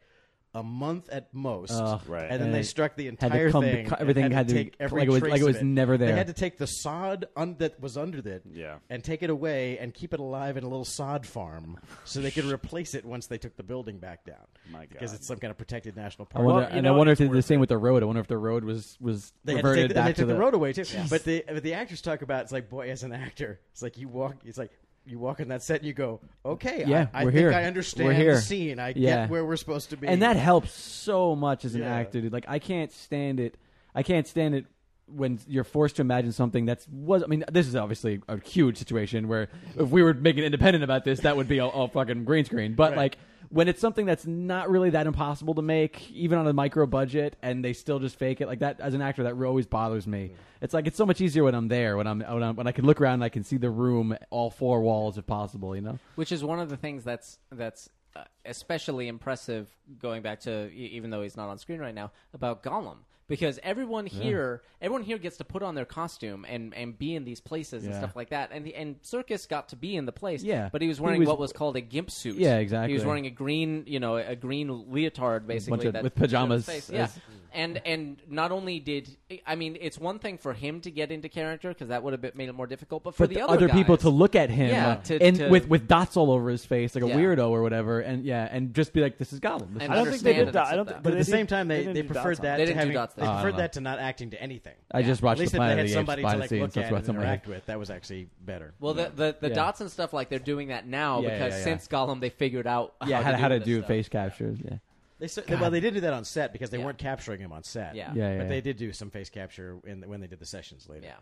a month at most. Ugh. Right. And then Uh, And they it struck the had to entire come to thing. co- everything and had to be- take every like it was- trace like it of was never They there. had to take the sod un- that was under it Yeah. and take it away and keep it alive in a little sod farm so they could replace it once they took the building back down. My Because God. it's some kind of protected national I park. wonder, Well, you and know, I wonder if it's they did the worth same with the road. I wonder if the road was was they had to reverted take the, back and they to took the, the road away too. But the but the actors talk about it's like boy, as an actor, it's like you walk, it's like you walk on that set and you go, okay, Yeah, I, I we're think here. I understand We're here. the scene. I Yeah. get where we're supposed to be, and that helps so much as an Yeah. actor, dude. Like I can't stand it. I can't stand it when you're forced to imagine something that's was. I mean, this is obviously a huge situation where if we were making independent about this, that would be all, all fucking green screen. But like when it's something that's not really that impossible to make, even on a micro budget, and they still just fake it like that. As an actor, that always bothers me. It's like it's so much easier when I'm there, when I'm when, I'm, when I can look around, and I can see the room, all four walls, if possible. You know. which is one of the things that's that's uh, especially impressive going back to e- even though he's not on screen right now about Gollum because everyone here everyone here gets to put on their costume and and be in these places and Yeah. stuff like that and the, and circus got to be in the place Yeah. but he was He wearing was- what was called a gimp suit Yeah, he was exactly. wearing a green you know a green leotard basically of- that with showed his pajamas face. yeah as- and and not only did I mean it's one thing for him to get into character because that would have been- made it more difficult but for But the other, other, people guys- to look at him Yeah, uh, to- and to- with with dots all over his face like a Yeah. weirdo or whatever and yeah and just be like this is Gollum. And This is- I don't think they understand did. and That. I don't. accept Think, that. But at the they did- same time, they, didn't they do preferred dots on that it. They to didn't do having, dots they there. Oh, I preferred don't that to not acting to anything. I just At watched least the if they Planet had of the somebody Apes to behind like the look scenes. That's at what and that's in my head. interact with. That was actually better. Well, the the, the Yeah. dots and stuff like they're doing that now Yeah, because yeah, yeah. since Gollum they figured out yeah, how, to how to this do stuff. face captures. Yeah. They, s- well, they did do that on set because they Yeah. weren't capturing him on set. Yeah. Yeah, yeah, But they yeah. did do some face capture in the, when they did the sessions later. Yeah,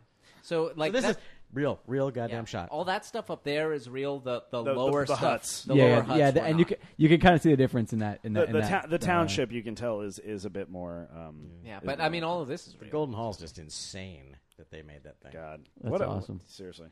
so like So this that, is real, real yeah. Oh, goddamn shot. All that stuff up there is real. The the, The- the- lower the stuff, huts. the yeah, lower yeah, huts yeah, were the- and not. you can you can kind of see the difference in that in The, that in the, that, ta- the uh, township you can tell is is a bit more. Um, yeah, is but more- I mean, all of this is real. Golden Hall's just insane that they made that thing. God, That's what a- awesome. Seriously,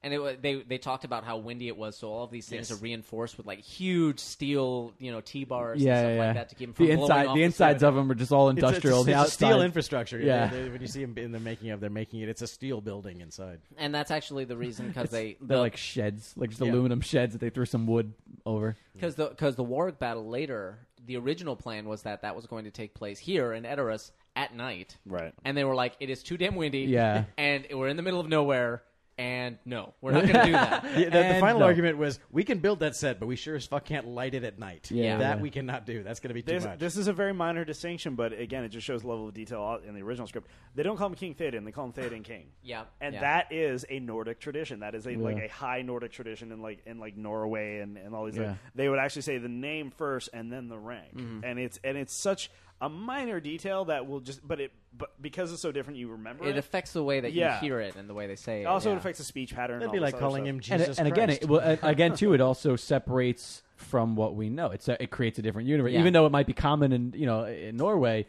And it, wa- they they talked about how windy it was, so all of these things Yes. are reinforced with like huge steel, you know, T bars and yeah, yeah, stuff yeah. like that to keep them from the blowing inside off the insides side. of them are just all It's a- industrial. It's, a- the it's a steel outside- infrastructure. Yeah. Yeah. They- they- when you see them in the making of, they're making it. It's a steel building inside. and that's actually the reason because they they're the- like sheds, like just Yeah. aluminum sheds that they threw some wood over. Because the because the Warwick battle later, the original plan was that that was going to take place here in Edoras at night. Right. And they were like, "It is too damn windy. Yeah. And we're in the middle of nowhere. And no, we're not going to do that. The, the- the And final no. argument was we can build that set, but we sure as fuck can't light it at night. Yeah. That Yeah. we cannot do. That's going to be too this, much. this is a very minor distinction, but again, it just shows the level of detail out in the original script. They don't call him King Theoden; they call him Theoden King. Yeah, and yeah. that is a Nordic tradition. That is a like a high Nordic tradition in like in like Norway and, and all these. Yeah. Other, they would actually say the name first and then the rank, Mm-hmm. and it's and it's such a minor detail that will just but it but because it's so different, you remember It it. affects the way that Yeah. you hear it and the way they say it. also, yeah. it affects the speech pattern. That'd and be all this like other calling stuff. him and, Jesus and again, Christ. it, well, and again too, it also separates from what we know. It's a, it creates a different universe, Yeah. even though it might be common in you know in Norway.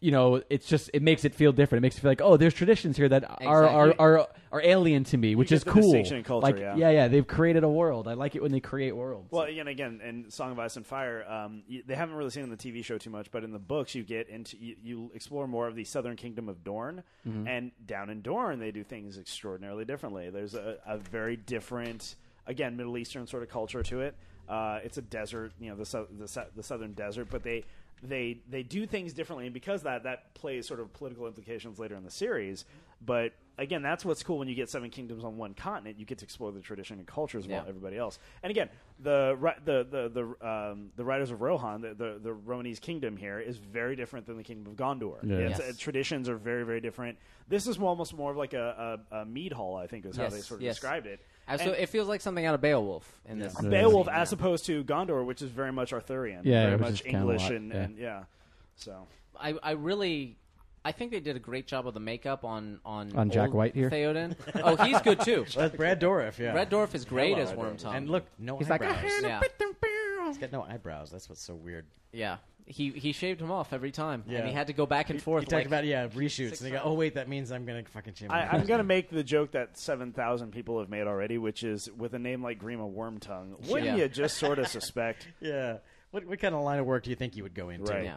you know, it's just it makes it feel different. It makes it feel like, oh, there's traditions here that are, are are are alien to me, which get is the cool. distinction in culture, like, yeah. yeah, They've created a world. I like it when they create worlds. Well, and again, in Song of Ice and Fire, um, you, they haven't really seen it in the TV show too much, but in the books, you get into you, you explore more of the Southern Kingdom of Dorne, Mm-hmm. Mm-hmm. and down in Dorne, they do things extraordinarily differently. There's a, a very different, again, Middle Eastern sort of culture to it. Uh, it's a desert, you know, the, sou- the sou- the southern desert, but they they they do things differently, and because of that that plays sort of political implications later in the series. But again, that's what's cool when you get Seven Kingdoms on one continent, you get to explore the tradition and cultures while Yeah. everybody else. And again, the ri- the the the um, the writers of Rohan, the, the the Romanese kingdom here is very different than the kingdom of Gondor. It's- Yes. uh, traditions are very very different. This is almost more of like a, a, a mead hall, I think, is how Yes, they sort of yes. described it. So And- it feels like something out of Beowulf in this. Beowulf as opposed to Gondor, which is very much Arthurian, Yeah, very which is much kinda English lot, and, yeah. and yeah. So I, I really I think they did a great job of the makeup on on, On Jack old White here? Theoden. Oh, he's good too. That's Brad Dorff, yeah. Red Dwarf is great Hello, as Red Dwarf. Wormtongue. And look, no He's like, eyebrows. yeah, He's got no eyebrows. That's what's so weird. yeah. He he shaved him off every time, Yeah. and he had to go back and He forth. talked like, about yeah reshoots. six And they go, times. oh wait, that means I'm gonna fucking change. I, my I'm gonna make the joke that seven thousand people have made already, which is with a name like Grima Wormtongue, wouldn't Yeah. you just sort of suspect Yeah. What, what kind of line of work do you think you would go into? Right. yeah.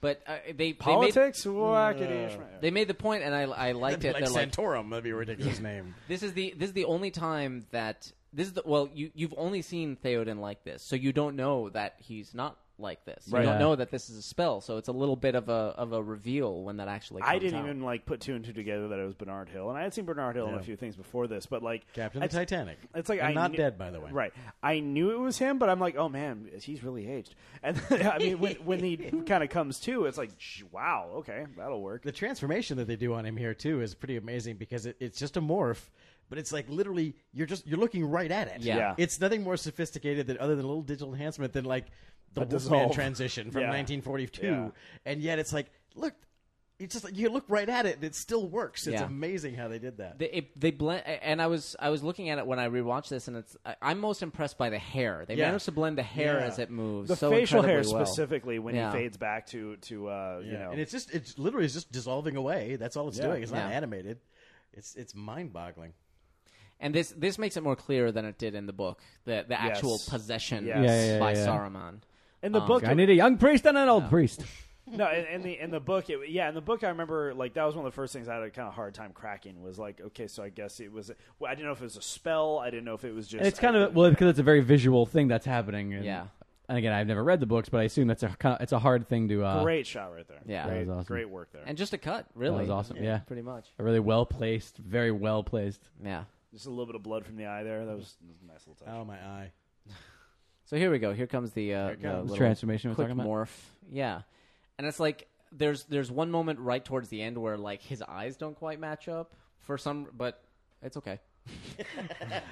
But uh, they They made, politics? Wackity. they made the point, and I I liked it. Like They're like, Santorum, that'd be a ridiculous name. This is the this is the only time that this is the well you you've only seen Theoden like this, so you don't know that he's not like this. You Right. don't Yeah. know that this is a spell, so it's a little bit of a of a reveal when that actually. Comes I didn't out. even like put two and two together that it was Bernard Hill, and I had seen Bernard Hill in a Yeah. few things before this, but like Captain of the it's- Titanic. It's like And I not knew- dead, by the way. Right. I knew it was him, but I'm like, oh man, he's really aged. And I mean, when, when he kind of comes to, it's like, sh- wow, okay, that'll work. The transformation that they do on him here too is pretty amazing because it, it's just a morph, but it's like literally you're just you're looking right at it. Yeah. Yeah. It's nothing more sophisticated than other than a little digital enhancement than like the Wolfman dissolve. transition from Yeah. 1942, Yeah. and yet it's like look. It's just like you look right at it, and it still works. It's Yeah. amazing how they did that. They, it, they blend, and I was I was looking at it when I rewatched this, and it's I, I'm most impressed by the hair. They Yeah. managed to blend the hair Yeah. as it moves. the so facial hair incredibly well. specifically when Yeah. he fades back to to uh, you Yeah. know and it's just it's literally is just dissolving away. That's all it's doing. It's not Yeah. animated. It's it's mind boggling. And this this makes it more clear than it did in the book. The the actual possession Yes. Yeah, yeah, by yeah. Saruman. in the um, book I need a young priest and an old priest. no in, in the in the book it, yeah in the book I remember like that was one of the first things I had a kind of hard time cracking was like okay so I guess it was well, I didn't know if it was a spell I didn't know if it was just It's kind of well because it's a very visual thing that's happening. And, Yeah. And again, I've never read the books, but I assume that's a kind of, it's a hard thing to. Uh, great shot right there Yeah. great, That was awesome. great work there And just a cut, That really. was awesome. Yeah. Pretty much. A really well placed, very well placed. Yeah. just a little bit of blood from the eye there that was, that was a nice little touch Oh my eye! So here we go. Here comes the, uh, the comes. little Transformation we're quick talking about? morph. Yeah, and it's like there's there's one moment right towards the end where like his eyes don't quite match up for some, but it's okay.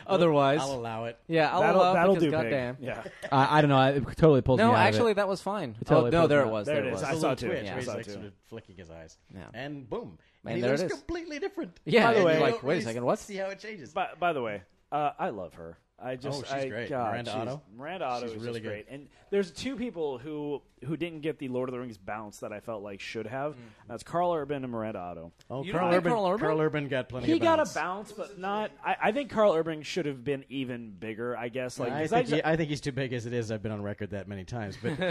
Otherwise, I'll allow it. yeah, I'll that'll allow it that'll because do big. goddamn. yeah I, I don't know. I, it totally pulls me No, out of it. actually, that was fine. totally oh, no, pulled there me it out. was. There There, it is. was. I I saw saw it too. Twitch, Yeah, where I he's saw it like too. sort of flicking his eyes, Yeah. and boom, Man, and he there it looks is. completely different. Yeah, and you're like, you don't wait a really second, what? See how it changes. Oh, By, by the way, uh, I love her. I just she's I- great. God, Miranda she's- Otto? Miranda Otto She's is really just good. great. And there's two people who who didn't get the Lord of the Rings bounce that I felt like should have. That's Carl Urban and Miranda Otto. Mm-hmm. oh, You don't like Carl Urban? got plenty. He of got bounce. a bounce, but not. I, I think Carl Urban should have been even bigger. I guess like I 'cause I think, just- he- I think he's too big as it is. I've been on record that many times, but I,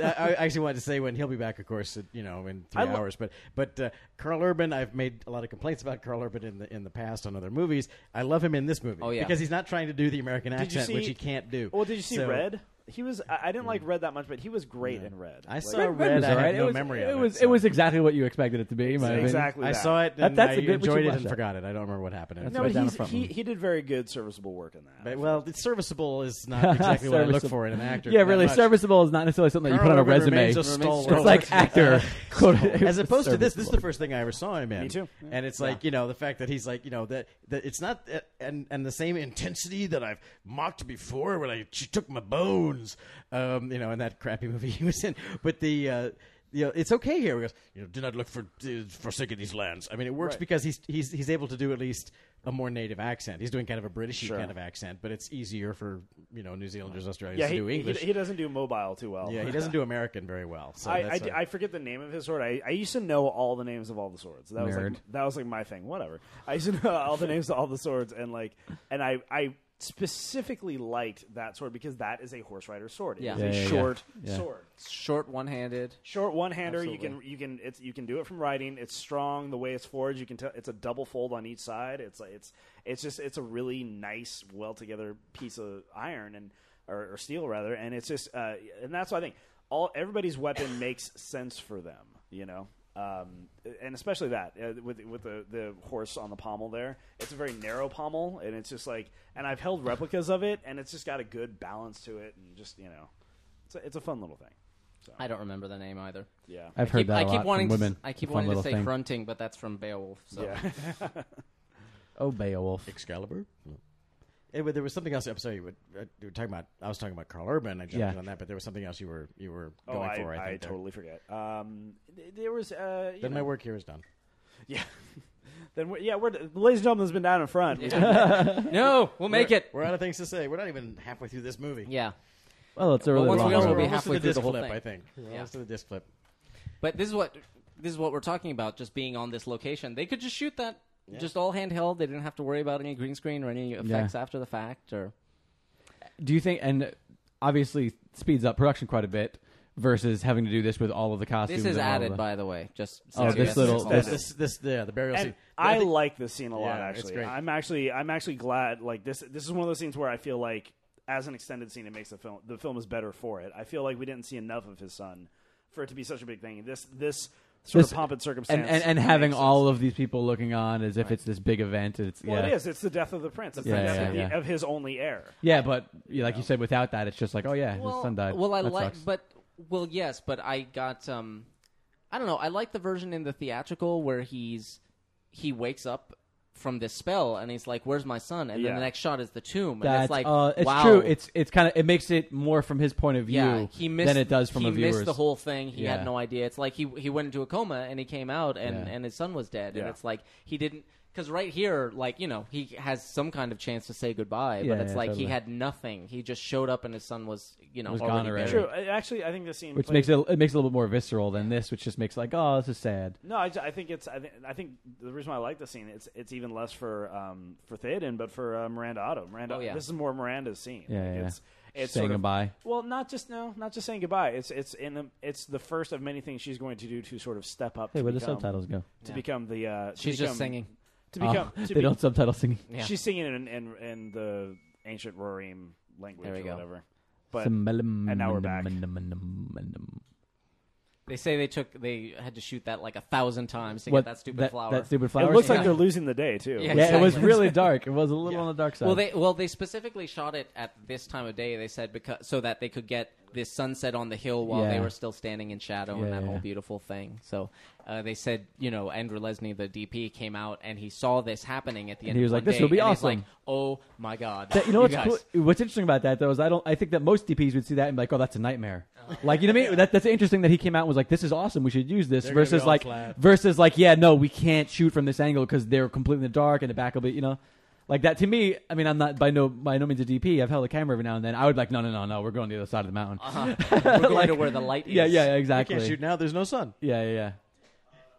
I, I actually wanted to say when he'll be back, of course, at, you know, in three I lo- hours. But but uh, Carl Urban, I've made a lot of complaints about Carl Urban in the in the past on other movies. I love him in this movie Oh, yeah. because he's not trying to do the American did you accent, see, which he can't do. Well, did you see So- Hmm. Red? He was. I, I didn't like Red that much, but he was great in Red. I Like, saw Red. It was I all had right. no it was, memory it of was it. so- was exactly what you expected it to be. in my opinion. Exactly. I that. saw it. That- And that's I a bit what you enjoyed it watched and at. forgot it. I don't remember what happened. in it. No, right but down he's, the front he one. he did very good serviceable work in that. But, well, it's serviceable is not exactly what I look Serviceable. for in an actor. Yeah, that really. much. Serviceable is not necessarily something that you put on a Carl Urban resume. remains a it's stalwart. like actor. quote, As opposed to this, this is the serviceable. first thing I ever saw him in. Me too. And it's like you know the fact that he's like you know that that it's not uh, and and the same intensity that I've mocked before when I she took my bones, um, you know, in that crappy movie he was in. But the uh, you know, it's okay here. He goes, you know, do not look for uh, forsaken these lands. I mean, it works because he's he's he's able to do at least a more native accent. He's doing kind of a British kind of accent, but it's easier for you know New Zealanders, Australians Yeah, to he, do he, English. he doesn't do mobile too well. yeah, he doesn't do American very well. So I, I, that's d- why- I forget the name of his sword. I, I used to know all the names of all the swords. That was Nerd. like that was like my thing. Whatever. I used to know all the names of all the swords and like and I I specifically liked that sword because that is a horse rider sword. It Yeah. is Yeah, a yeah, yeah. short Yeah. sword. Short one-handed. Short one hander. You can Absolutely. you can it's you can do it from riding. It's strong. The way it's forged, you can tell it's a double fold on each side. It's it's it's just it's a really nice, well together piece of iron and or, or steel rather. And it's just uh, and that's what I think all everybody's weapon makes sense for them. You know. Um, and especially that uh, with with the, the horse on the pommel there, it's a very narrow pommel, and it's just like, and I've held replicas of it, and it's just got a good balance to it, and just you know, it's a, it's a fun little thing. I don't remember the name either. Yeah, I've I heard keep, that I a keep lot wanting from women. To, I keep Fun wanting to little say thing. grunting, but that's from Beowulf. So. yeah. Oh, Beowulf. Excalibur. No. Eh, but there was something else. I'm sorry, you were, uh, you were talking about. I was talking about Carl Urban. I jumped Yeah. in on that, but there was something else you were you were going Oh, I, for. I, think there. totally forget. Um, th- there was uh, you Then know, my work here is done. yeah. then we're, yeah, we're ladies and gentlemen has been down in front. No, we'll make it. We're out of things to say. We're not even halfway through this movie. Yeah. Well, it's a really once long we all one. will be We're almost to halfway through the the disc whole flip, thing. I think. We're Yeah. almost to the disc flip. But this is what this is what we're talking about. Just being on this location, they could just shoot that, just all handheld. They didn't have to worry about any green screen or any effects after the fact. Or Do you think? And obviously, speeds up production quite a bit versus having to do this with all of the costumes. this is and all of added, the- by the way. Just Oh, this CBS little- called this- it. This, this, yeah, the burial And scene. I, think- like this scene a lot. Yeah, it's Actually, great. I'm actually I'm actually glad. Like this this is one of those scenes where I feel like as an extended scene, it makes the film the film is better for it. I feel like we didn't see enough of his son for it to be such a big thing. This this sort This- of pomp and circumstance And, and, and makes having sense. all of these people looking on as if it's this big event. It's well, yeah. it is. It's the death of the prince. It's the Yeah, death yeah, of, the, yeah. of his only heir. Yeah, but yeah, like you said, without that, it's just like, oh yeah, his son died. Well, I That like, sucks. but well, yes, but I got um, I don't know. I like the version in the theatrical where he's he wakes up from this spell and he's like, "Where's my son?" And then Yeah. the next shot is the tomb, and That's, it's like, uh, it's wow, true. It's it's kind of it makes it more from his point of view yeah, he missed than it does from he a viewer's. missed the whole thing. He Yeah. had no idea. It's like he he went into a coma and he came out and Yeah. and his son was dead, Yeah. and it's like he didn't. Because right here, like you know, he has some kind of chance to say goodbye, Yeah, but it's yeah, like totally. he had nothing. He just showed up, and his son was, you know, Was gone already already. buried. True. I- Actually, I think the scene which plays- makes it it makes it a little bit more visceral than this, which just makes like, oh, this is sad. No, I, ju- I think it's I think I think the reason why I like the scene it's it's even less for um for Theoden but for uh, Miranda Otto. Miranda, Oh, yeah. this is more Miranda's scene. Yeah, yeah, yeah. It's, it's Saying sort of- goodbye. Well, not just no, not just saying goodbye. It's it's in the, it's the first of many things she's going to do to sort of step up. Hey, to where the become, subtitles go? To become the uh, to She's just become- singing. to Oh, become. to they be- don't subtitle singing. Yeah. She's singing in in, in the ancient Rorim language There we or go. whatever. But and now we're back. They say they took they had to shoot that like a thousand times to What get that stupid that, flower. That stupid it flower. looks scene? like they're losing the day too. Yeah. yeah, it was Exactly. really dark. It was a little on the dark side. well, they well they specifically shot it at this time of day. They said because so that they could get this sunset on the hill while they Yeah. were still standing in shadow and Yeah, that yeah, whole yeah. beautiful thing. So uh, they said you know Andrew Lesney the DP came out and he saw this happening at the end. he was of like, one "This will day," be and he's awesome. like, oh my god! That- you know what's guys." cool, what's interesting about that though is I don't I think that most DPs would see that and be like, oh, that's a nightmare. Like you know what I mean? That, that's interesting that he came out and was like, this is awesome. We should use this They're gonna be versus all like flat. versus like yeah, no, we can't shoot from this angle because they're completely in the dark and the back will be you know. Like that to me, I mean, I'm not by no by no means a DP. I've held a camera every now and then. I would be like, no, no, no, no, we're going to the other side of the mountain. Uh-huh. We're going to where the light is. yeah, yeah, yeah, I exactly. can't shoot now. There's no sun. Yeah, yeah, yeah.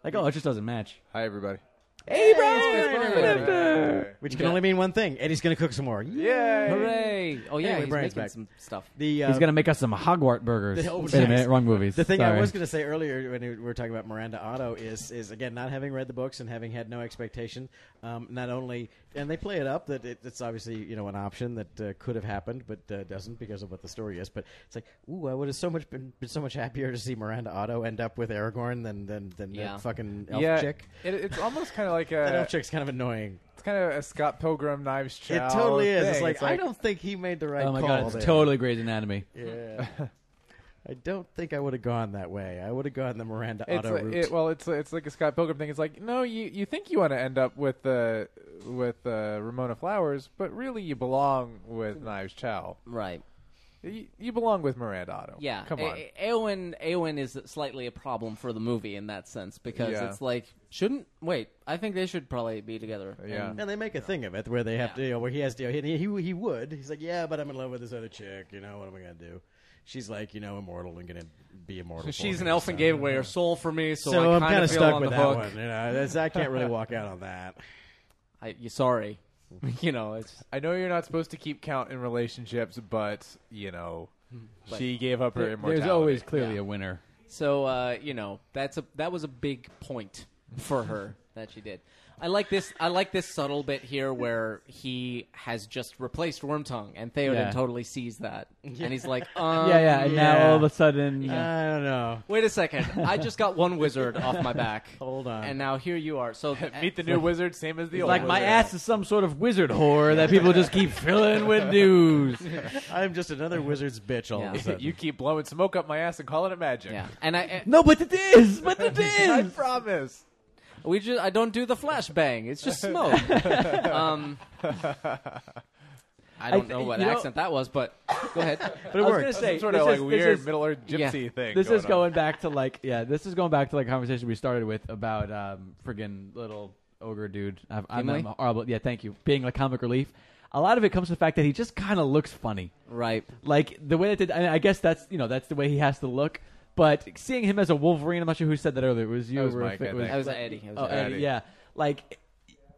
Like, oh, it just doesn't match. Hi, everybody. Hey, bro. It's Chris Bryan. Which can only mean one thing. Eddie's going to cook some more. Hooray! Oh yeah, Anyway, he's Brian's making back. some stuff. The, uh, He's gonna make us some Hogwarts burgers. The- oh, Wait a minute, yes. wrong movies. The thing I Sorry. was going to say earlier when we were talking about Miranda Otto is is again not having read the books and having had no expectation. Um, not only and they play it up that it, it's obviously you know an option that uh, could have happened but uh, doesn't because of what the story is. But it's like, ooh, I would have so much been, been so much happier to see Miranda Otto end up with Aragorn than than than Yeah. that fucking elf yeah, chick. It, it's almost kind of like That a elf chick's kind of annoying. it's kind of a Scott Pilgrim Knives Chow. it totally is. thing. It's like, I don't think he made the right. Oh my call god, it's there. totally Grey's Anatomy. Yeah. I don't think I would have gone that way. I would have gone the Miranda It's Otto like, route. it, well, it's it's like a Scott Pilgrim thing. It's like no, you, you think you want to end up with uh, Hmm. with uh, Ramona Flowers, but really you belong with Knives Chow. Right. You, you belong with Miranda Otto. Yeah, Come A- on. A- Eowyn, Eowyn is slightly a problem for the movie in that sense because Yeah. it's like shouldn't wait. I think they should probably be together. Yeah. And- And they make a thing of it where they have to, you know, where he has to, he, he, he would. He's like, yeah, but I'm in love with this other chick. You know, what am I going to do? She's like, you know, immortal and going to be immortal. she's for an him, elf and so- gave away her soul for me, so, So, I I'm kind kind of feel stuck on with the that hook. one. You know, that's, I can't really walk out on that. I, you sorry, you know it's I know you're not supposed to keep count in relationships, but you know, Hmm. she gave up her immortality. There's always clearly a winner. so uh, you know that's a that was a big point for her that she did. I like this. I like this subtle bit here where he has just replaced Wormtongue, and Theoden Yeah. totally sees that, and he's like, um, yeah, yeah. And yeah. now all of a sudden, I don't know. Wait a second. I just got one wizard off my back. Hold on. And now here you are. So Meet the new wizard, same as the old. like my wizard. ass is some sort of wizard whore that people just keep filling with news. I'm just another wizard's bitch all of Yeah. a sudden. you keep blowing smoke up my ass and calling it magic. Yeah. And I No, but it is. But it I is. promise. I- we just I don't do the flashbang. It's just smoke. um I don't th- know what you know- accent that was, but go ahead. But it I works. was gonna say sort of like weird Middle Earth yeah. gypsy thing. This is on. going back to like yeah. This is going back to like a conversation we started with about um friggin' little ogre dude. I've, I'm, Gimli? I'm horrible. oh, Yeah, thank you. Being like comic relief. A lot of it comes to the fact that he just kind of looks funny. Right. Like the way that did, I, I guess that's you know that's the way he has to look. But seeing him as a Wolverine, I'm not sure who said that earlier. It was you. That was or Mike, if it I was- think. That was Eddie. That was oh, Eddie. Eddie, Eddie. yeah. Like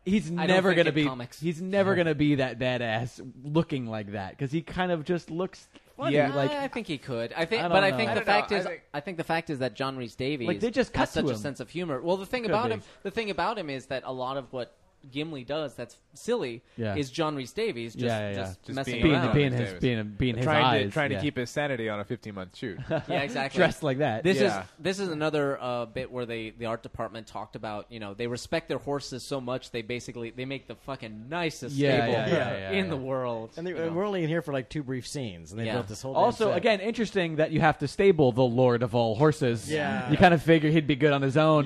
he's don't never think gonna in be. comics. He's never gonna be that badass looking like that because he kind of just looks funny. Yeah, like I think he could. I think, I don't but I know. think I the don't know. fact I is, think- I think the fact is that John Reese Davies Like, they just cut has such to a him. sense of humor. Well, the thing about be. him, the thing about him is that a lot of what Gimli does that's silly Yeah. is John Reese Davies just, Yeah, yeah, yeah. just, Just messing being, around. being Davis. his being being his trying eyes to trying yeah. to keep his sanity on a 15 month shoot. yeah, exactly. dressed like that. This Yeah. is this is another uh, bit where they the art department talked about you know they respect their horses so much they basically they make the fucking nicest Yeah, stable yeah, yeah, yeah, in yeah. the world. and they, you know. and we're only in here for like two brief scenes, and they Yeah. built this whole. damn also set. again interesting that you have to stable the lord of all horses. Yeah. you kind of figure he'd be good on his own.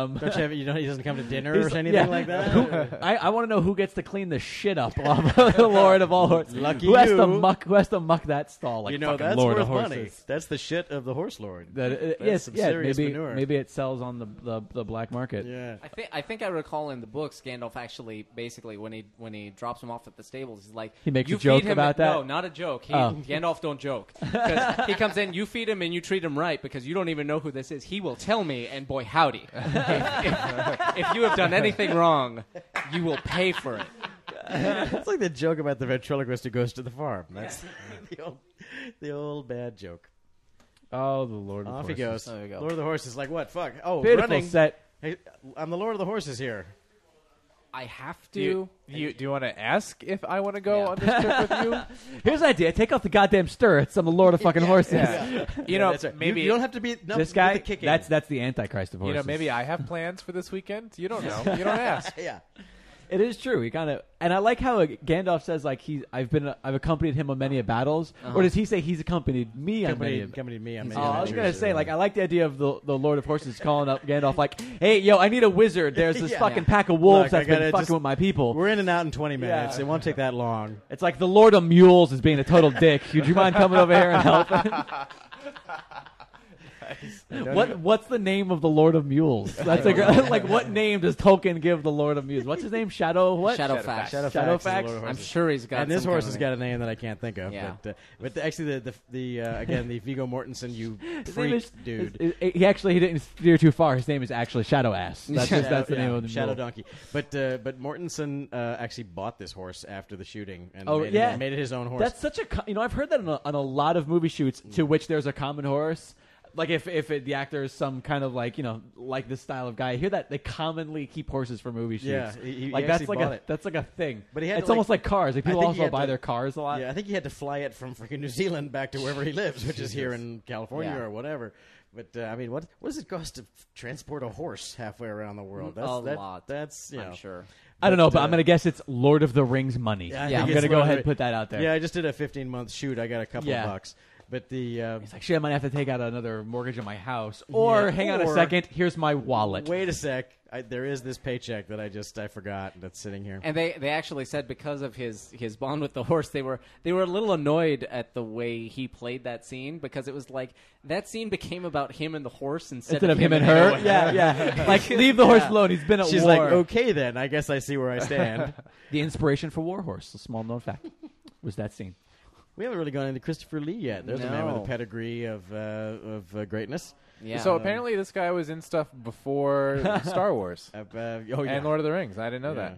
Um, Don't you have? You know, he doesn't come to dinner he's- or anything yeah. like Who, that. I, I want to know who gets to clean the shit up of the lord of all horses. Lucky who has to you. muck? Who has to muck that stall? Like you know, fucking that's lord worth of horses. money. That's the shit of the horse lord. That, uh, That's yes, some yeah, serious maybe manure. maybe it sells on the, the, the black market. Yeah. I think I think I recall in the books Gandalf actually basically when he when he drops him off at the stables he's like He makes a you joke feed him about that? no not a joke he, Oh. Gandalf don't joke 'Cause he comes in you feed him and you treat him right because you don't even know who this is he will tell me and boy howdy if, if- if you have done anything wrong you will pay for it That's like the joke about the ventriloquist who goes to the farm. That's the, old, the old bad joke. Oh, the lord of Off he horses. goes. There we go. Lord of the Horses, like what? Fuck. Oh, Beautiful running. set. Hey, I'm the Lord of the Horses here. I have Do to you, do you, do you want to ask if I want to go Yeah. on this trip with you? Here's an idea: take off the goddamn stirrups. I'm the lord of fucking horses. You Yeah, know, that's right. You- maybe you, don't have to be no, This guy, With the kicking. that's that's the antichrist of you horses. know maybe I have plans for this weekend. You don't know. You don't ask. yeah. It is true. He kind of, and I like how Gandalf says, like he, I've been, I've accompanied him on many a battles, Uh-huh. or does he say he's accompanied me on many? Company, a- company me. I'm Oh, I was gonna say, like, I like the idea of the the Lord of Horses calling up Gandalf, like, "Hey, yo, I need a wizard. There's this Yeah. fucking pack of wolves Look, I that's been gotta fucking just- with my people." we're in and out in 20 minutes. It won't take that long. It's like the Lord of Mules is being a total dick. Would you mind coming over here and helping? What what's the name of the Lord of Mules? That's a gr- like what name does Tolkien give the Lord of Mules? What's his name? Shadow what? Shadowfax. Shadowfax. is the Shadowfax? Lord of I'm Horses. sure he's got and this some horse kind has of got a name that I can't think of. Yeah. But, uh, but the, actually, the the, the uh, again the Vigo Mortensen, you His name freak is- dude. is- is- he actually he didn't steer too far. His name is actually Shadow Ass. That's, just, that's the yeah, name of the Shadow mule. Donkey. But uh, but Mortensen uh, actually bought this horse after the shooting and Oh, made, yeah. it, made it his own horse. Mm. That's such a co- you know I've heard that on a, on a lot of movie shoots to which there's a common horse. Like if if it, the actor is some kind of like you know like this style of guy, I hear that they commonly keep horses for movie shoots. Yeah, he- he like that's actually like a bought it. that's like a thing. But he had it's to, like- almost like cars. Like I people think he also had buy to- their cars a lot. yeah, I think he had to fly it from freaking New Zealand back to wherever he lives, which is here in California Yeah. or whatever. But uh, I mean, what what does it cost to transport a horse halfway around the world? That's, a that- lot. That's you know. I'm sure. I don't know, but uh, I'm gonna guess it's Lord of the Rings money. Yeah, I I'm think gonna it's go Lord of ahead the- and put that out there. Yeah, I just did a 15 month shoot. I got a couple Yeah. of bucks. But the uh, It's actually, I might have to take out another mortgage on my house. Or Yeah, hang on a or- second, here's my wallet. wait a sec, I, there is this paycheck that I just I forgot that's sitting here. And they, they actually said because of his, his bond with the horse, they were they were a little annoyed at the way he played that scene because it was like that scene became about him and the horse instead, Instead of him and her. Yeah, yeah. like, leave the horse alone. He's been at She's war. like, okay then, I guess I see where I stand. The inspiration for Warhorse, a small known fact, was that scene. we haven't really gone into Christopher Lee yet. There's a man with No. a pedigree of uh, of uh, greatness. Yeah. So apparently, this guy was in stuff before Star Wars Uh, uh, oh yeah, and Lord of the Rings. I didn't know that.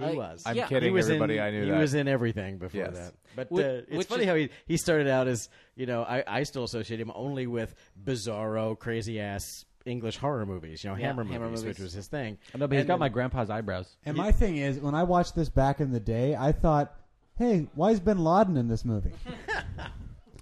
He I- was. I'm Yeah. kidding, He was everybody. in, I knew he that. was in everything before Yes. that. But Whi- uh, it's which funny is- how he, he started out as you know I, I still associate him only with bizarro, crazy ass English horror movies. You know, Yeah, Hammer, Hammer movies, which movies. was his thing. I know, but he's And got then- my grandpa's eyebrows. And my thing is, when I watched this back in the day, I thought, "Hey, why is Bin Laden in this movie?"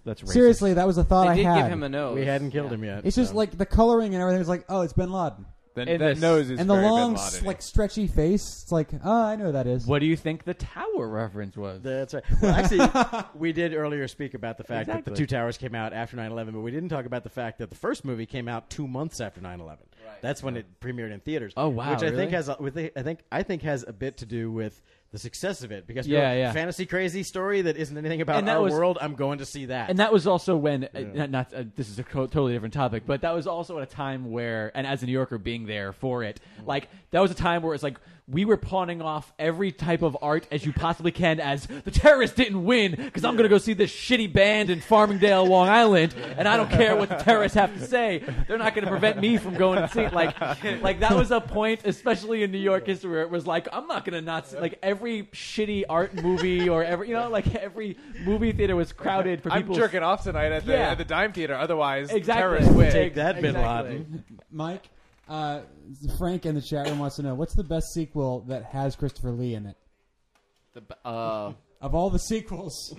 That's racist. Seriously, that was a thought they I did had. give him a nose. We hadn't killed Yeah. him yet. it's just so. like the coloring and everything was like, "Oh, it's Bin Laden," Then, In that this- nose is and the very long, Bin Laden-y. s- like stretchy face. It's like, "Oh, I know who that is." What do you think the tower reference was? That's right. Well, actually, we did earlier speak about the fact that Exactly. the two towers came out after 9-11, but we didn't talk about the fact that the first movie came out two months after 9-11. That's when it premiered in theaters. Oh, wow, Which I really? think has a, with the, I think I think has a bit to do with the success of it because Yeah, you know, yeah. fantasy crazy story that isn't anything about And that our was- world. I'm going to see that. and that was also when uh, not, not uh, this is a co- totally different topic but that was also at a time where and as a new yorker being there for it like that was a time where it's like we were pawning off every type of art as you possibly can as the terrorists didn't win because i'm going to go see this shitty band in farmingdale long island and i don't care what the terrorists have to say they're not going to prevent me from going to see it like like that was a point especially in new york history where it was like i'm not going to not see, like every shitty art movie or every you know like every movie theater was crowded for I'm people jerking off tonight at the Yeah. at the Dime Theater. Otherwise, Exactly. terrorists win. Take that, Bin Exactly. Laden. Mike, uh, Frank in the chat room wants to know what's the best sequel that has Christopher Lee in it. The b- uh, Of all the sequels,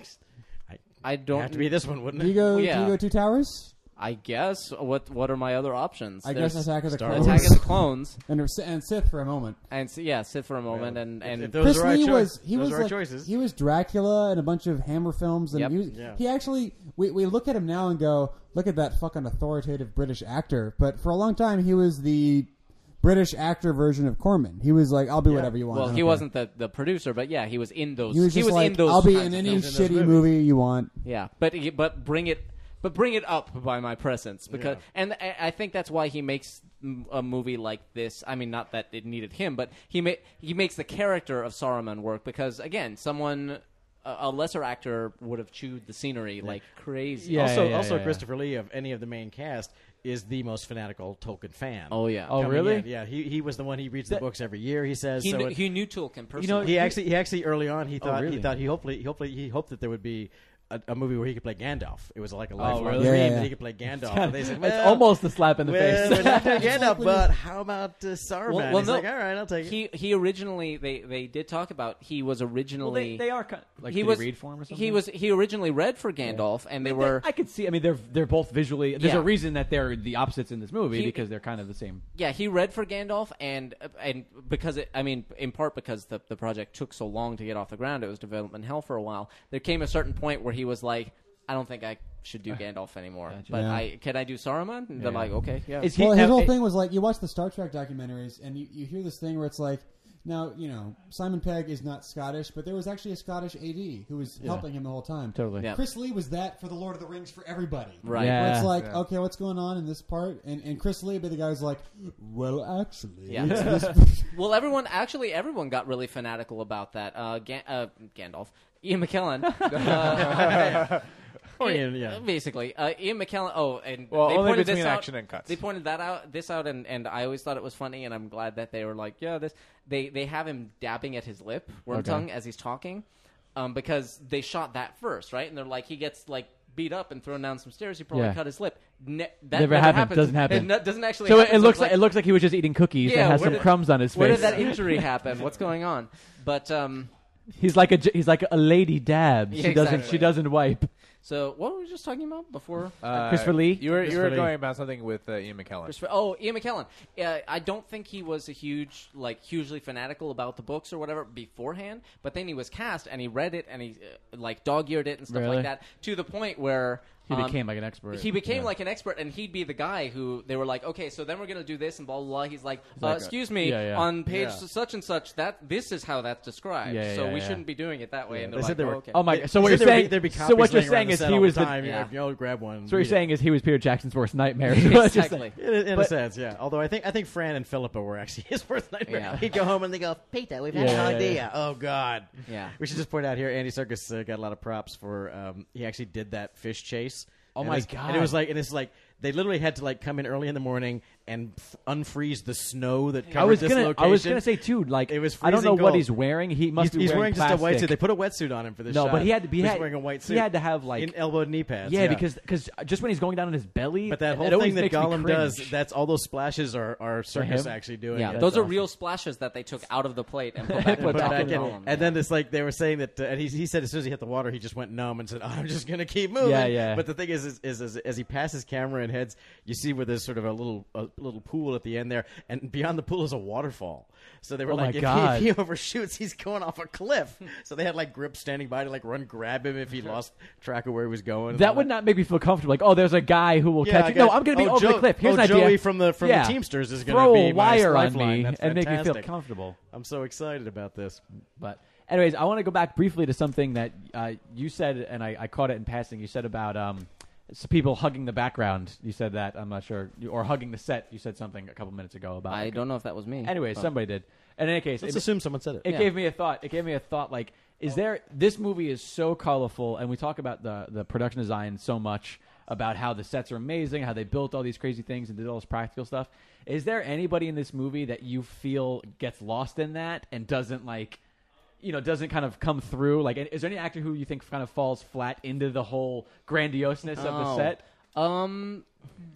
I don't. have to be this one, wouldn't do it? you go? Well, Do yeah. you go Two Towers? I guess. What What are my other options? I guess There's Attack of the Star Clones. Attack of the Clones and, and Sith for a moment. and s- yeah, sit for a moment and If- and if those Chris are our Lee choi- was he those was are our like, choices. he was Dracula in a bunch of Hammer films, and Yep. he, was, Yeah. he actually we, we look at him now and go, look at that fucking authoritative British actor. But for a long time, he was the British actor version of Corman. He was like, I'll be whatever you want. I well, don't he care." wasn't the, the producer, but yeah, he was in those. He was just like, in those. I'll be kinds in of any films. shitty movie you want. Yeah, but he- but bring it but bring it up by my presence because and I- I think that's why he makes m- a movie like this. I mean, not that it needed him, but he ma- he makes the character of Saruman work because again, someone a a lesser actor would have chewed the scenery like crazy. Yeah, also, yeah, yeah, also yeah. Christopher Lee of any of the main cast is the most fanatical Tolkien fan. Oh yeah. Oh, coming really? in. Yeah, he, he was the one. He reads the books every year. He says He, so knew, it- he knew Tolkien personally. he actually he actually early on he thought Oh, really? he thought he hopefully he hopefully he hoped that there would be. A, a movie where he could play Gandalf. It was like a lifelong Oh, really? dream Yeah, yeah, that yeah. he could play Gandalf. kinda- And they said, it's well, almost a slap in the well, face. We're not doing It's Gandalf, like when but how about uh, Saruman? Well, well, He's no. like, all right, I'll take it. He he originally they, they did talk about he was originally they, they are kind of, like he did was he read for him or something. he was he originally read for Gandalf and they were I could see. I mean, they're they're both visually. There's Yeah. a reason that they're the opposites in this movie He- because they're kind of the same. Yeah, he read for Gandalf, and and because it, I mean, in part because the the project took so long to get off the ground, it was development hell for a while. There came a certain point where he was like, "I don't think I should do Gandalf anymore, but Uh, Yeah. I can I do Saruman?" And they're like, "Okay, yeah." Is he, well, his now, whole it- thing was like you watch the Star Trek documentaries and you, you hear this thing where it's like, now you know Simon Pegg is not Scottish, but there was actually a Scottish AD who was helping him the whole time. Totally. Yeah. Chris Lee was that for the Lord of the Rings for everybody. Right. Where Yeah. it's like, okay, what's going on in this part? And and Chris Lee, would be the guy who's like, well, actually, Yeah. it's this- Well, everyone actually everyone got really fanatical about that. Uh, Gan- uh, Gandalf, Ian McKellen, uh, Oh, Or, Ian- yeah, yeah. basically uh, Ian McKellen. Oh, and Well, they only pointed between this out, action and cuts. They pointed that out, this out, and, and I always thought it was funny, and I'm glad that they were like, yeah, this. They they have him dabbing at his lip, worm tongue, as he's talking, um, because they shot that first, right? And they're like, he gets like beat up and thrown down some stairs. He probably Yeah. cut his lip. Ne- that Never never happened. happens. Doesn't happen. It no- doesn't actually. so it, happen. it looks it's like, it looks like he was just eating cookies Yeah, and has where some did- crumbs on his where face. did that injury happen? What's going on? But um, he's like a j- he's like a lady dab. Yeah, she doesn't exactly. she doesn't wipe. so what were we just talking about before? Uh, Christopher Lee? You were you Christopher were Lee. going about something with uh, Ian McKellen. Christopher- Oh, Ian McKellen. Uh, I don't think he was a huge, like, hugely fanatical about the books or whatever beforehand. But then he was cast, and he read it, and he uh, like dog eared it and stuff Really? like that to the point where um, He became like an expert. He became Yeah. like an expert, and he'd be the guy who they were like, okay, so then we're gonna do this and blah blah. blah. He's like, uh, like a- excuse me, Yeah, yeah. on page Yeah. such and such, that this is how that's described. Yeah, yeah, so we yeah. shouldn't be doing it that way. And they're They like, said they oh, were- okay. oh my- They- so what they said you're there would be- saying- there'd be so what copies you're laying around saying the is set he all the was the- time. Yeah. If you all grab one, So what you're read it. saying is he was Peter Jackson's worst nightmare. Exactly. In, a- in a But- sense, yeah. Although I think I think Fran and Philippa were actually his worst nightmare. Yeah. He'd go home and they go, Peter, we've had Yeah, an yeah, idea. yeah. Oh God. Yeah. We should just point out here, Andy Circus uh, got a lot of props for um, he actually did that fish chase. Oh, And my it's- God. And it was like, and it's like they literally had to like come in early in the morning and f- unfreeze the snow that covered I was this gonna, location. I was gonna say too. Like it was. I don't know freezing what cold. he's wearing. He must He's- be he's wearing, wearing just a white plastic. suit. They put a wetsuit on him for this No, but shot. he had to be He's had, wearing a white He suit. had to have like In elbow and knee pads, Yeah, yeah. because because just when he's going down on his belly, But that it whole always thing that makes me Gollum cringe. does, that's all those splashes are, are circus him? actually doing. Yeah, it. those are real splashes that they took out of the plate and put back, Put on top back of the in. column. And then it's like they were saying that, uh, and he, he said as soon as he hit the water, he just went numb and said, oh, "I'm just gonna keep moving." Yeah, yeah. But the thing is, is, is, is as he passes camera and heads, you see where there's sort of a little a little pool at the end there, and beyond the pool is a waterfall. So they were Oh my like, if he, God. if he overshoots, he's going off a cliff. so they had like Grip standing by to like run grab him if he lost track of where he was going. and all That would not make me feel comfortable. Like, oh, there's a guy who will Yeah, I catch you. No, guess- I'm going to be oh, over Joe- the cliff. Here's oh, an idea. Joey from the- from the Yeah. Teamsters is gonna Throw be a my wire on lifeline. me That's and make me feel fantastic. comfortable. I'm so excited about this. But anyways, I want to go back briefly to something that uh, you said, and I, I caught it in passing. You said about um, s- people hugging the background. You said that. I'm not sure, You- or hugging the set. You said something a couple minutes ago about. I don't know if that was me. Anyways, but- somebody did. In any case, Let's assume someone said it. It Yeah. gave me a thought. It gave me a thought. Like, is there? This movie is so colorful, and we talk about the the production design so much about how the sets are amazing, how they built all these crazy things and did all this practical stuff. Is there anybody in this movie that you feel gets lost in that and doesn't like? you know doesn't kind of come through like is there any actor who you think kind of falls flat into the whole grandioseness of the Oh. set um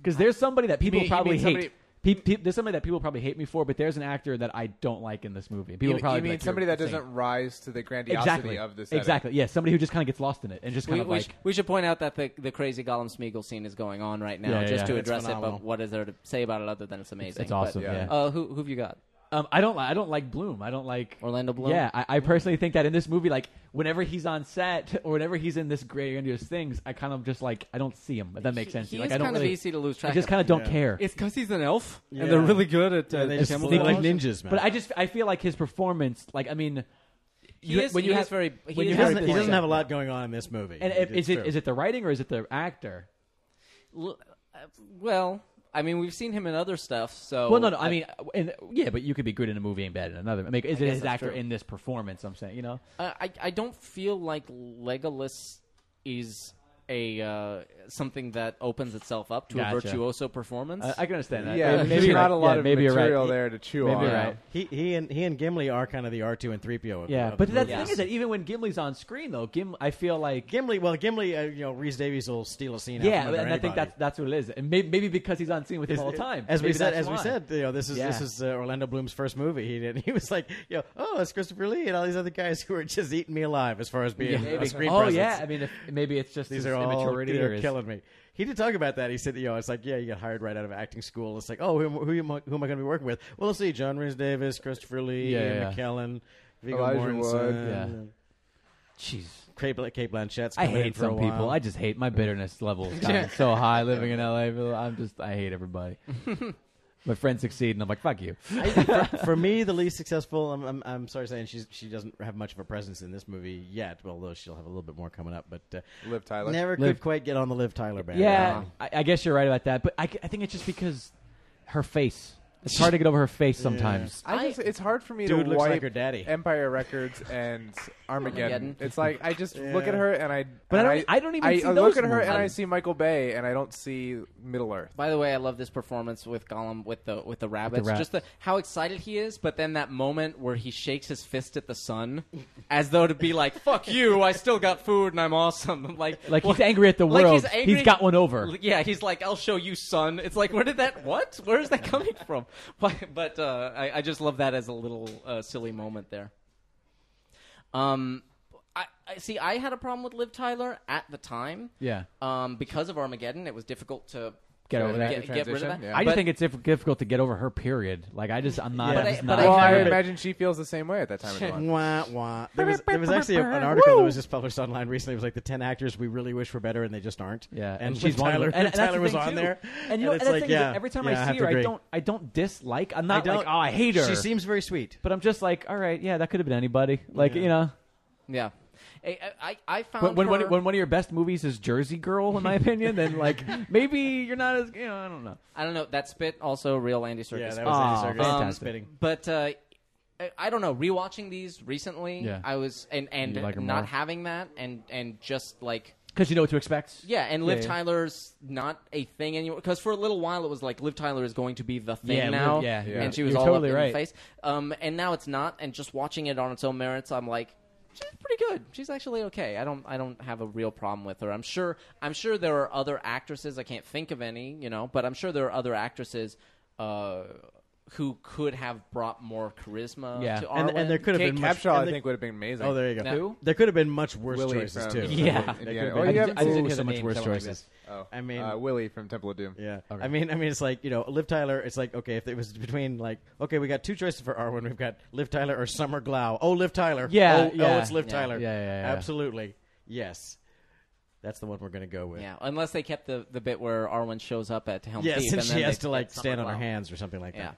because there's somebody that people mean- you probably mean hate somebody- Pe- pe- there's somebody that people probably hate me for but there's an actor that i don't like in this movie people you, probably you be mean like, somebody "You're that insane." doesn't rise to the grandiosity exactly of this? exactly yeah somebody who just kind of gets lost in it and just kind we, of we like sh- we should point out that the, the crazy Gollum Smeagol scene is going on right now, Yeah, yeah, just yeah. to It's address it. phenomenal. But what is there to say about it other than it's amazing? it's awesome, But, yeah. Uh, who who've you got? Um, I don't. li- I don't like Bloom. I don't like Orlando Bloom. Yeah, I, I personally think that in this movie, like whenever he's on set or whenever he's in this great grandiose things, I kind of just like I don't see him. If that makes sense, He like is I don't kind of really- easy to lose track I just of. kind of don't Yeah. care. It's 'cause he's an elf, and they're really good at, Yeah, uh, they just camouflage. sneak They're like ninjas, man. But I just I feel like his performance, like I mean, He you- is- when you he have is very- he when is very you have blunt. the- He doesn't have a lot going on in this movie. And It's is it true. is it the writing or is it the actor? L- uh, well, I mean, we've seen him in other stuff, so well, no, no. I, mean, and, yeah, but you could be good in a movie and bad in another. I mean, is I guess it his that's actor true. in this performance? I'm saying, you know, I I- I don't feel like Legolas is a uh, something that opens itself up to a Gotcha. virtuoso performance. I- I can understand that. Yeah, maybe you're not right. a lot Yeah, of maybe you're right. material He- there to chew maybe on. you're right. He he and he and Gimli are kind of the R two and three PO. Yeah, but the thing is that even when Gimli's on screen, though, Gim, I feel like Gimli. Well, Gimli, uh, you know, Reese Davies will steal a scene. yeah, out and from under I think anybody. that's that's what it is, and maybe, maybe because he's on scene with him Is- all the time. As we Maybe said, that's as we why. said, you know, this is Yeah. this is uh, Orlando Bloom's first movie. He did. He was like, you know, oh, it's Christopher Lee and all these other guys who are just eating me alive as far as being Yeah. a Maybe. screen Oh presence. yeah, I mean, if, maybe it's just These his are all immaturity they're or his- killing me. He did talk about that. He said, you know, it's like, yeah, you got hired right out of acting school. It's like, oh, who, who, am, I- who am I going to be working with? Well, let's see, John Rhys Davis, Christopher Lee, Yeah, Ian yeah. McKellen, Viggo Elijah Wood. Mortensen. Jeez. Kate Bl- Kate Blanchett's I come in hate for a some people. while. I just hate my bitterness levels. Yeah. gotten so high living in LA. I'm just I hate everybody. my friends succeed, and I'm like, fuck you. I- for, for me, the least successful. I'm, I'm, I'm sorry saying she's, she doesn't have much of a presence in this movie yet. Although she'll have a little bit more coming up. But uh, Liv Tyler. never Liv- could quite get on the Liv Tyler band. Yeah, I, I guess you're right about that. But I, I think it's just because her face. It's hard to get over her face Yeah. sometimes. I just, it's hard for me Dude to looks wipe like her daddy. Empire Records and Armageddon. Armageddon. It's like I just look Yeah. at her and I. But and I don't- I don't even I, see I those look at her and I movies. see Michael Bay and I don't see Middle Earth. By the way, I love this performance with Gollum with the with the rabbits. rabbits. Just the, how excited he is, but then that moment where he shakes his fist at the sun, as though to be like, "Fuck you! I still got food and I'm awesome." I'm like, Like what- he's angry at the like world. he's angry- he's got one over. Yeah, he's like, "I'll show you, son." It's like, where did that? What? Where is that coming from? But, but uh, I, I just love that as a little uh, silly moment there. Um, I, I see. I had a problem with Liv Tyler at the time. Yeah. Um, because of Armageddon, it was difficult to Get Sure, over that. get- get rid of that? Yeah. I But- just think it's diff- difficult to get over her period. Like I just, I'm not. Yeah. But I'm I- just but not- well, I, imagine she feels the same way at that time of the month. wah, wah. Uh, There was, there was actually a, an article that was just published online recently. It was like the ten actors we really wish were better, and they just aren't. Yeah, and, she's one of Tyler, them. and, and that's Tyler the was thing, on too. there, And you know, it's and the like, thing is yeah, that every time yeah, I have see to her, I agree. don't, I don't dislike. I'm I not like, don't- oh, I hate her. She seems very sweet, but I'm just like, all right, yeah, that could have been anybody. Like Yeah. you know, Yeah. I, I, I when found when, her- when when one of your best movies is Jersey Girl, in my opinion, then like maybe you're not as you know, I don't know. I don't know. That spit also real Andy Serkis. Yeah, that spit. was Andy Aw, Serkis. fantastic. Um, but uh, I- I don't know. Rewatching these recently, Yeah. I was and and You like 'em not more. having that and and just like Because you know what to expect. yeah, and Liv yeah. Tyler's not a thing anymore. Because for a little while it was like Liv Tyler is going to be the thing Yeah, Liv- now. yeah, yeah. and she was You're all totally up in right. the face. Um, and now it's not. And just watching it on its own merits, I'm like, she's pretty good. She's actually okay. I don't, I don't have a real problem with her. I'm sure, I'm sure there are other actresses. I can't think of any, you know, but I'm sure there are other actresses. Uh, who could have brought more Uh, charisma? Yeah. to And- Arwen. and there could have Kate been much- Capshaw, and there- would have been amazing. Oh, there you go. Yeah. Who? There could have been much worse Willie choices from- too. Yeah. There could have Yeah. been- Oh, you I haven't just- I just seen didn't hear the so much names, worse I won't do choices. this. Oh. I mean, Uh, Willie from Temple of Doom. Yeah, Okay. I mean, I mean, it's like you know, Liv Tyler. It's like okay, if it was between like okay, we got two choices for Arwen. We've got Liv Tyler or Summer Glau. Oh, Liv Tyler. Yeah, oh, yeah, oh it's Liv yeah, Tyler. yeah, yeah, yeah. absolutely. Yes, that's the one we're gonna go with. Yeah, unless they kept the, the bit where Arwen shows up at Helm's yeah, Deep, since and then she has they- to like it's not stand on like, her wow. hands or something like that. Yeah.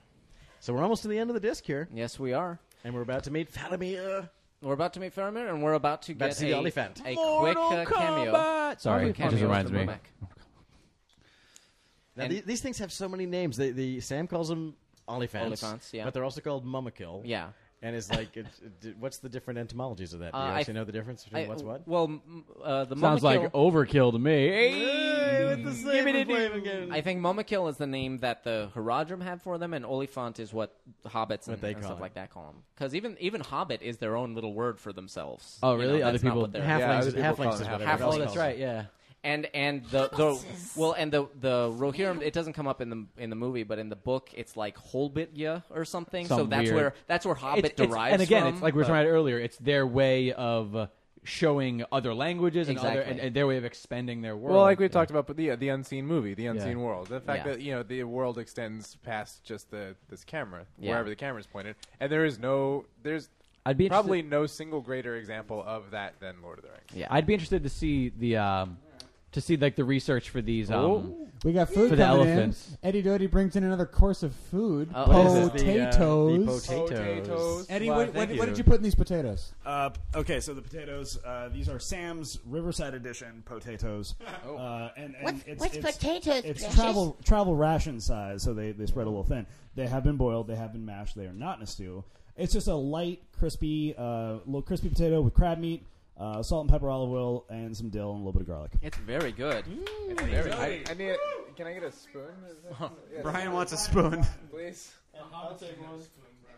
So we're almost to the end of the disc here. Yes, we are. And we're about to meet Falamir. We're about to meet Faramir, and we're about to About to get see the a, elephant. a quick uh, cameo. Sorry, Lovely it just cameo reminds from me. Mac. Now, And- the- these things have so many names. They, the Sam calls them olifants, Olifants, yeah. but they're also called mummikill. Yeah. And it's like, it's, it, what's the different entomologies of that? Do you Uh, I actually th- know the difference between I- what's what? Well, m- uh, the Sounds Mummikill- like overkill to me. Hey, with the same before I even get- I think Momakil is the name that the Haradrim had for them, and Olifant is what hobbits and, What they and call stuff it. like that call them. Because even even hobbit is their own little word for themselves. Oh, You know, really? Other that's not people- what they're- Halflings- Yeah, other people halflings call is them what halflings. everybody Halflings. Oh, that's calls them. right, yeah. And and the, the well and the the Rohirrim it doesn't come up in the in the movie but in the book it's like Holbitya or something so Some that's weird- where that's where Hobbit It's- it's- derives And again, from, it's like we were but- talking about earlier. It's their way of uh, showing other languages and, other, Exactly. and, and their way of expanding their world. Well, like we've talked about, but the the unseen movie, the unseen Yeah. world, the fact Yeah. that you know the world extends past just the this camera, Yeah. wherever the camera's pointed, and there is no there's I'd be probably no single greater example of that than Lord of the Rings. Yeah, I'd be interested to see the um, to see like the research for these. Um, Oh, We got food for the coming elephants. in. Eddie Doty brings in another course of food. Uh, what is potatoes. this? The, uh, the potatoes. Eddie, Wow, what, thank what, what you. did you put in these potatoes? Uh, okay, so the potatoes. Uh, these are Sam's Riverside Edition potatoes. Oh. Uh, and, and What's- it's, what's it's- potatoes, It's precious? travel travel ration size, so they, they spread a little thin. They have been boiled. They have been mashed. They are not in a stew. It's just a light, crispy, uh, little crispy potato with crab meat, uh, salt and pepper, olive oil, and some dill and a little bit of garlic. It's very good. It's very- I, I need. A, can I get a spoon? Is that- yeah, Brian wants a spoon. please. I'll take one.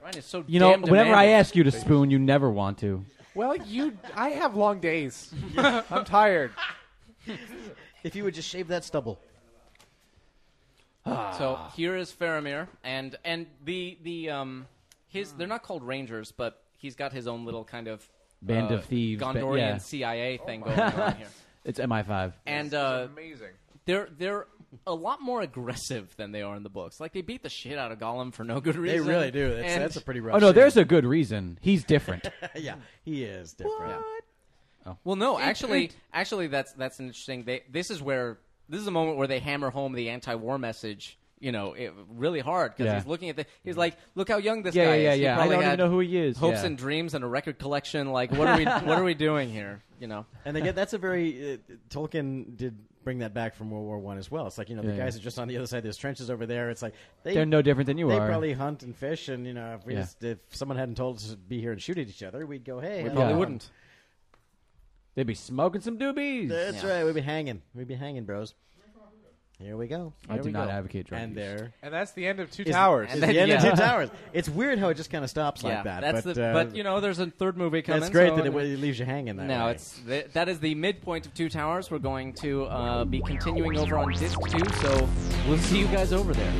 Brian is so you know, damn whenever I demanding. ask you to spoon, you never want to. Well, you, I have long days. I'm tired. If you would just shave that stubble. so Ah. here is Faramir, and and the the um his they're not called rangers, but he's got his own little kind of Band uh, of thieves, ba- Gondorian yeah. CIA thing going on here. It's MI5. Oh This is And uh, amazing. They're they're a lot more aggressive than they are in the books. Like they beat the shit out of Gollum for no good They reason. really do. That's- And- that's a pretty rough Oh no, there's a good reason. He's different. yeah, he is different. Oh. Well, no, actually, actually, that's that's an interesting. They, this is where this is a moment where they hammer home the anti-war message. You know, it, really hard because Yeah. he's looking at the. He's like, look how young this Yeah, guy yeah, is. He yeah, yeah. I probably don't even had know who he is. Hopes Yeah. and dreams and a record collection. Like, what are we? what are we doing here? You know. And again, that's a very uh, Tolkien did bring that back from World War One as well. It's like you know the Yeah, guys yeah. are just on the other side. There's trenches over there. It's like they, They're no different than you they are. probably hunt and fish, and you know if, we Yeah. just, if someone hadn't told us to be here and shoot at each other, we'd go, hey, We how's probably it going? wouldn't. They'd be smoking some doobies. That's right. We'd be hanging. We'd be hanging, bros. Here we go. I Here do we not go. advocate drug use. And there And that's the end of Two is- Towers. is the end of Two Towers. It's weird how it just kind of stops Yeah, like that. that's but, the. uh, but you know, there's a third movie coming. That's great so that it, it leaves you hanging. That no, way. it's th- that is the midpoint of Two Towers. We're going to uh, be continuing over on disc two, so we'll see you guys over there.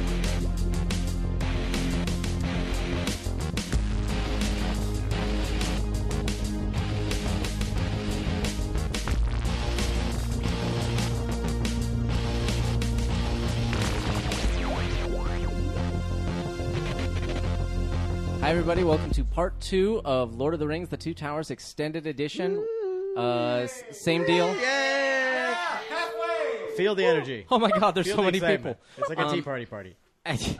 Hi, everybody. Welcome to part two of Lord of the Rings The Two Towers Extended Edition. Uh, s- same deal. Feel the energy. Oh my God, there's Feel so the many excitement. people. It's like a tea Um, party party.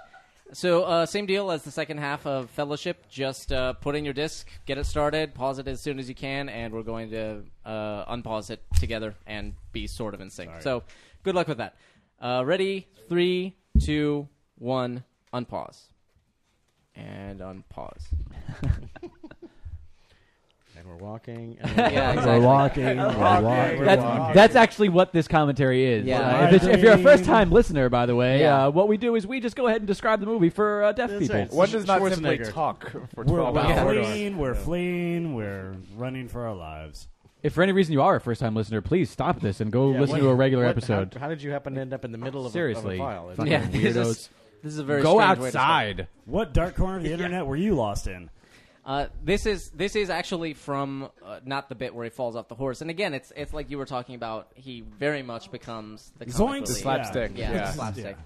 so uh, same deal as the second half of Fellowship. Just uh, put in your disc, get it started, pause it as soon as you can, and we're going to uh, unpause it together and be sort of in sync. So good luck with that. Uh, ready? Three, two, one. Unpause and unpause. And we're walking. And Yeah, We're walking. We're walking. That's, that's actually what this commentary is. Yeah. Uh, if, it's- if you're a first-time listener, by the way, uh, what we do is we just go ahead and describe the movie for uh, deaf people. One does not simply talk for we're 12 we're hours. fleeing. We're fleeing. We're running for our lives. If for any reason you are a first-time listener, please stop this and go Yeah, listen what- to a regular what- episode. How, how did you happen to end up in the middle of Seriously, a, of a file? It's- fucking Yeah. weirdos. This is a very go strange way to start. outside. What dark corner of the internet were you lost in? Uh, this is this is actually from uh, not the bit where he falls off the horse, and again, it's it's like you were talking about. He very much becomes the comic Zoinks. relief. The slapstick. yeah, Yeah. the slapstick.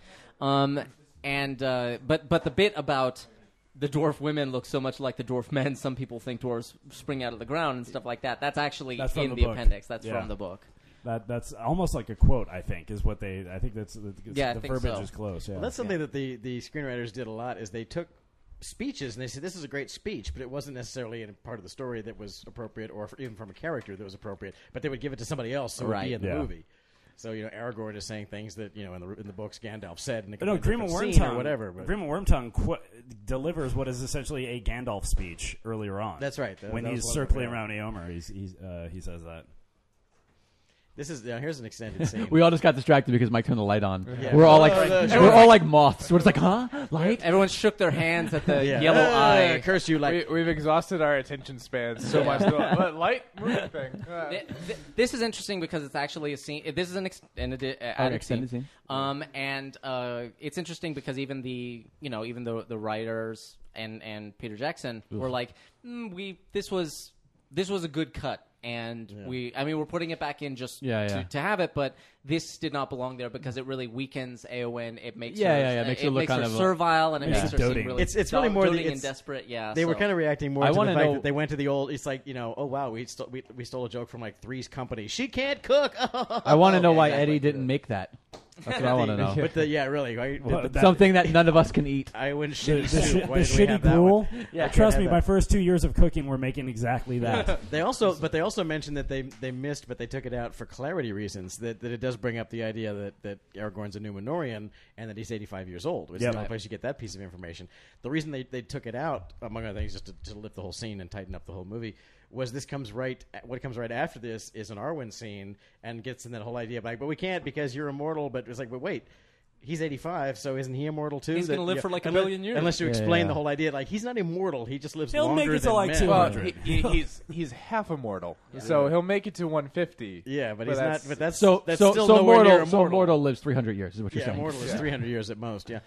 Um, and uh, but but the bit about the dwarf women look so much like the dwarf men. Some people think dwarves spring out of the ground and stuff like that. That's actually That's from in the, the, book. appendix. That's Yeah. from the book. That that's almost like a quote. I think is what they. I think that's the, Yeah, I the think verbiage so. is close. Yeah, Well, that's something that the, the screenwriters did a lot is they took speeches and they said this is a great speech, but it wasn't necessarily in a part of the story that was appropriate, or even from a character that was appropriate. But they would give it to somebody else so it would Right. be in the Yeah. movie. So you know, Aragorn is saying things that you know in the in the books Gandalf said in a no, completely Grima different scene Wormtongue, or whatever. But Grima Wormtongue qu- delivers what is essentially a Gandalf speech earlier on. That's right. That- when that he's was one of the- circling around Eomer, he's, he's, uh, he says that. this is now here's an extended scene. We all just got distracted because Mike turned the light on. Yeah. We're all like, Oh, no, no. we're all like moths. We're just like, huh? Light. Everyone shook their hands at the Yeah. yellow Uh, eye. Curse you! Like we, have exhausted our attention spans so Yeah. much. But light moving thing. Uh, Th- th- this is interesting because it's actually a scene. This is an ex- an adi- uh, added Oh, extended scene. Um, and uh, it's interesting because even the you know even the the writers and and Peter Jackson were like, "Mm, we this was this was a good cut. And we, I mean, we're putting it back in just Yeah, to, yeah. to have it, but this did not belong there because it really weakens Aowen. It makes Yeah, her, yeah, yeah, it makes her look kind her of a- servile and it Yeah. makes her seem really it's it's do- really more the, doting it's, and desperate. Yeah, they were so- kind of reacting more I to the wanna fact know- that they went to the old. It's like you know, oh wow, we stole we, we stole a joke from like Three's company. She can't cook. I want to know Oh, Yeah, why exactly. Eddie didn't make that. That's what I The- want to know. But the, yeah, really, right? Well, The- that- Something that none of us can eat. I went The, shitty the, soup. Why shi- the did we have shitty that gruel. one? I can't Trust have me, that. my first two years of cooking were making exactly that. they also, but they also mentioned that they they missed, but they took it out for clarity reasons. That, that it does bring up the idea that that Aragorn's a Numenorian and that he's 85 years old, which Yep. is the only place you get that piece of information. The reason they, they took it out, among other things, just to, to lift the whole scene and tighten up the whole movie, was this comes right. What comes right after this is an Arwen scene and gets in that whole idea of like, but we can't because you're immortal. But it's like, but wait. He's 85, so isn't he immortal too? He's That- gonna live yeah, for like a unless- billion years. Unless you Yeah, explain yeah. the whole idea, like he's not immortal. He just lives. He'll make longer it to, than like, men. 200. Well, he, he- he's he's half immortal, so he'll make it to 150. Yeah, but he's not- but that's- So, that's so, still so nowhere mortal, near so immortal. mortal lives 300 years, is what you're yeah, saying. immortal is 300 years at most. Yeah.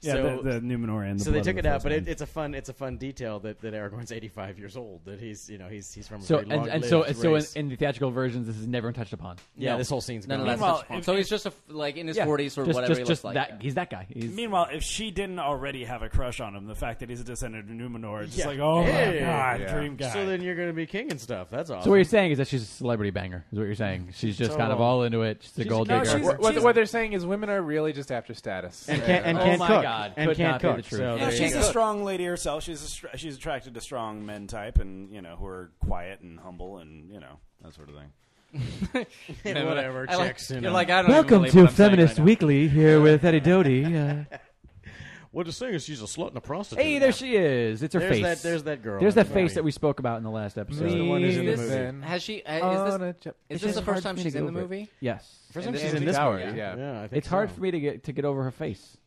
Yeah, the- the Numenorean, the so they blood took of it the out, first but it, man. it's a fun, it's a fun detail that, that Aragorn's 85 years old. That he's, you know, he's he's from a So, very and, and long-lived so, so in, race. in the theatrical versions, this is never touched upon. Yeah, this whole scene's None of gone. that's touched upon. so he's just a, f- like in his Yeah. 40s or Just- whatever just- he looks just like. that- yeah. he's that guy. He's- Meanwhile, if she didn't already have a crush on him, the fact that he's a descendant of Numenor, it's just like, oh Hey! my god, Yeah. dream guy. So then you're gonna be king and stuff. That's awesome. So what you're saying is that she's a celebrity banger. Is what you're saying? She's just kind of Total. all into it. She's a She's- gold no, digger. she's- What, what they're saying is women are really just after status. And can't- and Oh can't my cook. God. And Could can't not be the cook. truth. So Yeah, she's a strong lady herself. She's a str- she's attracted to strong men type, and you know who are quiet and humble, and you know that sort of thing. Whatever, I like- chicks, you you're know. like, I don't even Welcome believe to what I'm saying right Feminist now. Weekly here with Eddie Doty. Uh, What the saying is she's a slut and a prostitute. hey, there she is. It's her There's face. that- there's that girl There's in that the face movie. that we spoke about in the last episode. She's the one who's in the This- movie. Has she? Uh, is On a this, chip- is It's this just the first hard time for me she's to in the get over it. movie? Yes. First time she's in this Tower, movie. yeah. yeah. I think it's hard so. for me to get to get over her face.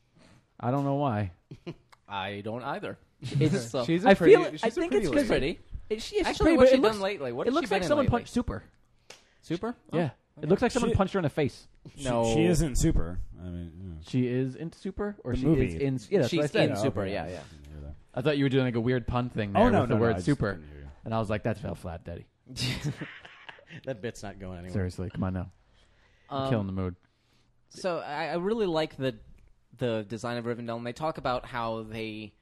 I don't know why. I don't either. It's- So- She's a I pretty- feel. she's I a think pretty it's 'cause lady. it- it- she- yeah, she's Actually, pretty, what's but she it done looks- lately? What it has looks she like been in someone lately? punched Super. Super? Oh. Yeah, it looks like someone She- punched her in the face. She- she is in Super. I mean, yeah. She is in Super, or The she movie. is in. Yeah, that's what I She's said. in Super, yeah, yeah. I thought you were doing like a weird pun thing there Oh, no, with no, the no, word I just super. couldn't hear you. And I was like, that fell flat, Daddy. That bit's not going anywhere. Seriously, come on now. I'm Um, killing the mood. So I, I really like the the design of Rivendell, and they talk about how they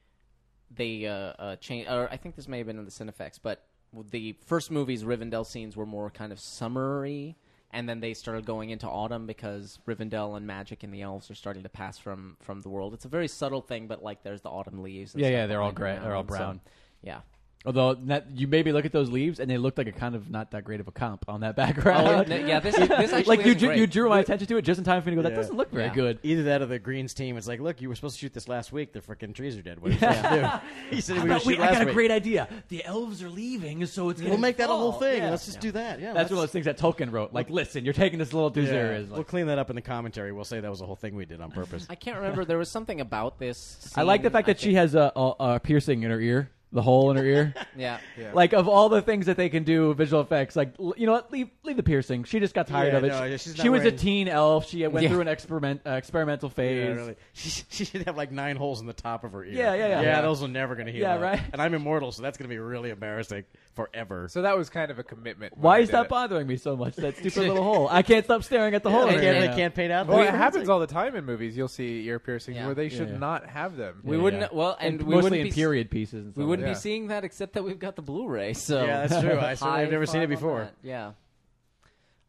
they uh, uh, change. Or I think this may have been in the Cinefex, but the first movie's Rivendell scenes were more kind of summery, and then they started going into autumn because Rivendell and magic and the elves are starting to pass from from the world. It's a very subtle thing, but like there's the autumn leaves. And yeah, stuff yeah, they're all gray. behind the They're all mountain, so, brown. yeah. Although that, you maybe look at those leaves and they look like a kind of not that great of a comp on that background. Oh, n- yeah, this- this actually like you isn't drew, you great. drew my attention to it just in time for me to go. That Yeah. doesn't look very Yeah. good. Either that or the Greens team. It's like, look, you were supposed to shoot this last week. The freaking trees are dead. What are you supposed to do? He said we But were gonna wait, shoot I last got a week. great idea. The elves are leaving, so it's We'll gonna make that a whole fall. thing. Let's just do that. Yeah, that's let's- one of those things that Tolkien wrote. Like, listen, you're taking this a little too Yeah. serious. we'll clean that up in the commentary. We'll say that was a whole thing we did on purpose. I can't remember. There was something about this. I like the scene, fact I that she has a, a, a piercing in her ear, the hole in her ear. Yeah. Yeah. Like of all the things that they can do, visual effects. Like l- you know what? Leave leave the piercing. She just got tired Yeah, of it. no, yeah, she she's she not was a wearing- teen elf. She went Yeah. through an experiment uh, experimental phase. Yeah, really. She, she should have like nine holes in the top of her ear. Yeah, yeah, yeah. Yeah, Yeah. those are never going to heal. Yeah, up. right. And I'm immortal, so that's going to be really embarrassing forever. So that was kind of a commitment. Why is that bothering me so much? That stupid little hole. I can't stop staring at the hole. in her ear now. Well, it happens all the time in movies. You'll see ear piercings Yeah. where they Yeah, should yeah. not have them. We wouldn't. Well, and, we wouldn't be s- we wouldn't be seeing that except that we've got the Blu-ray. So Yeah, that's true. I certainly have High never seen it five on before. that. Yeah.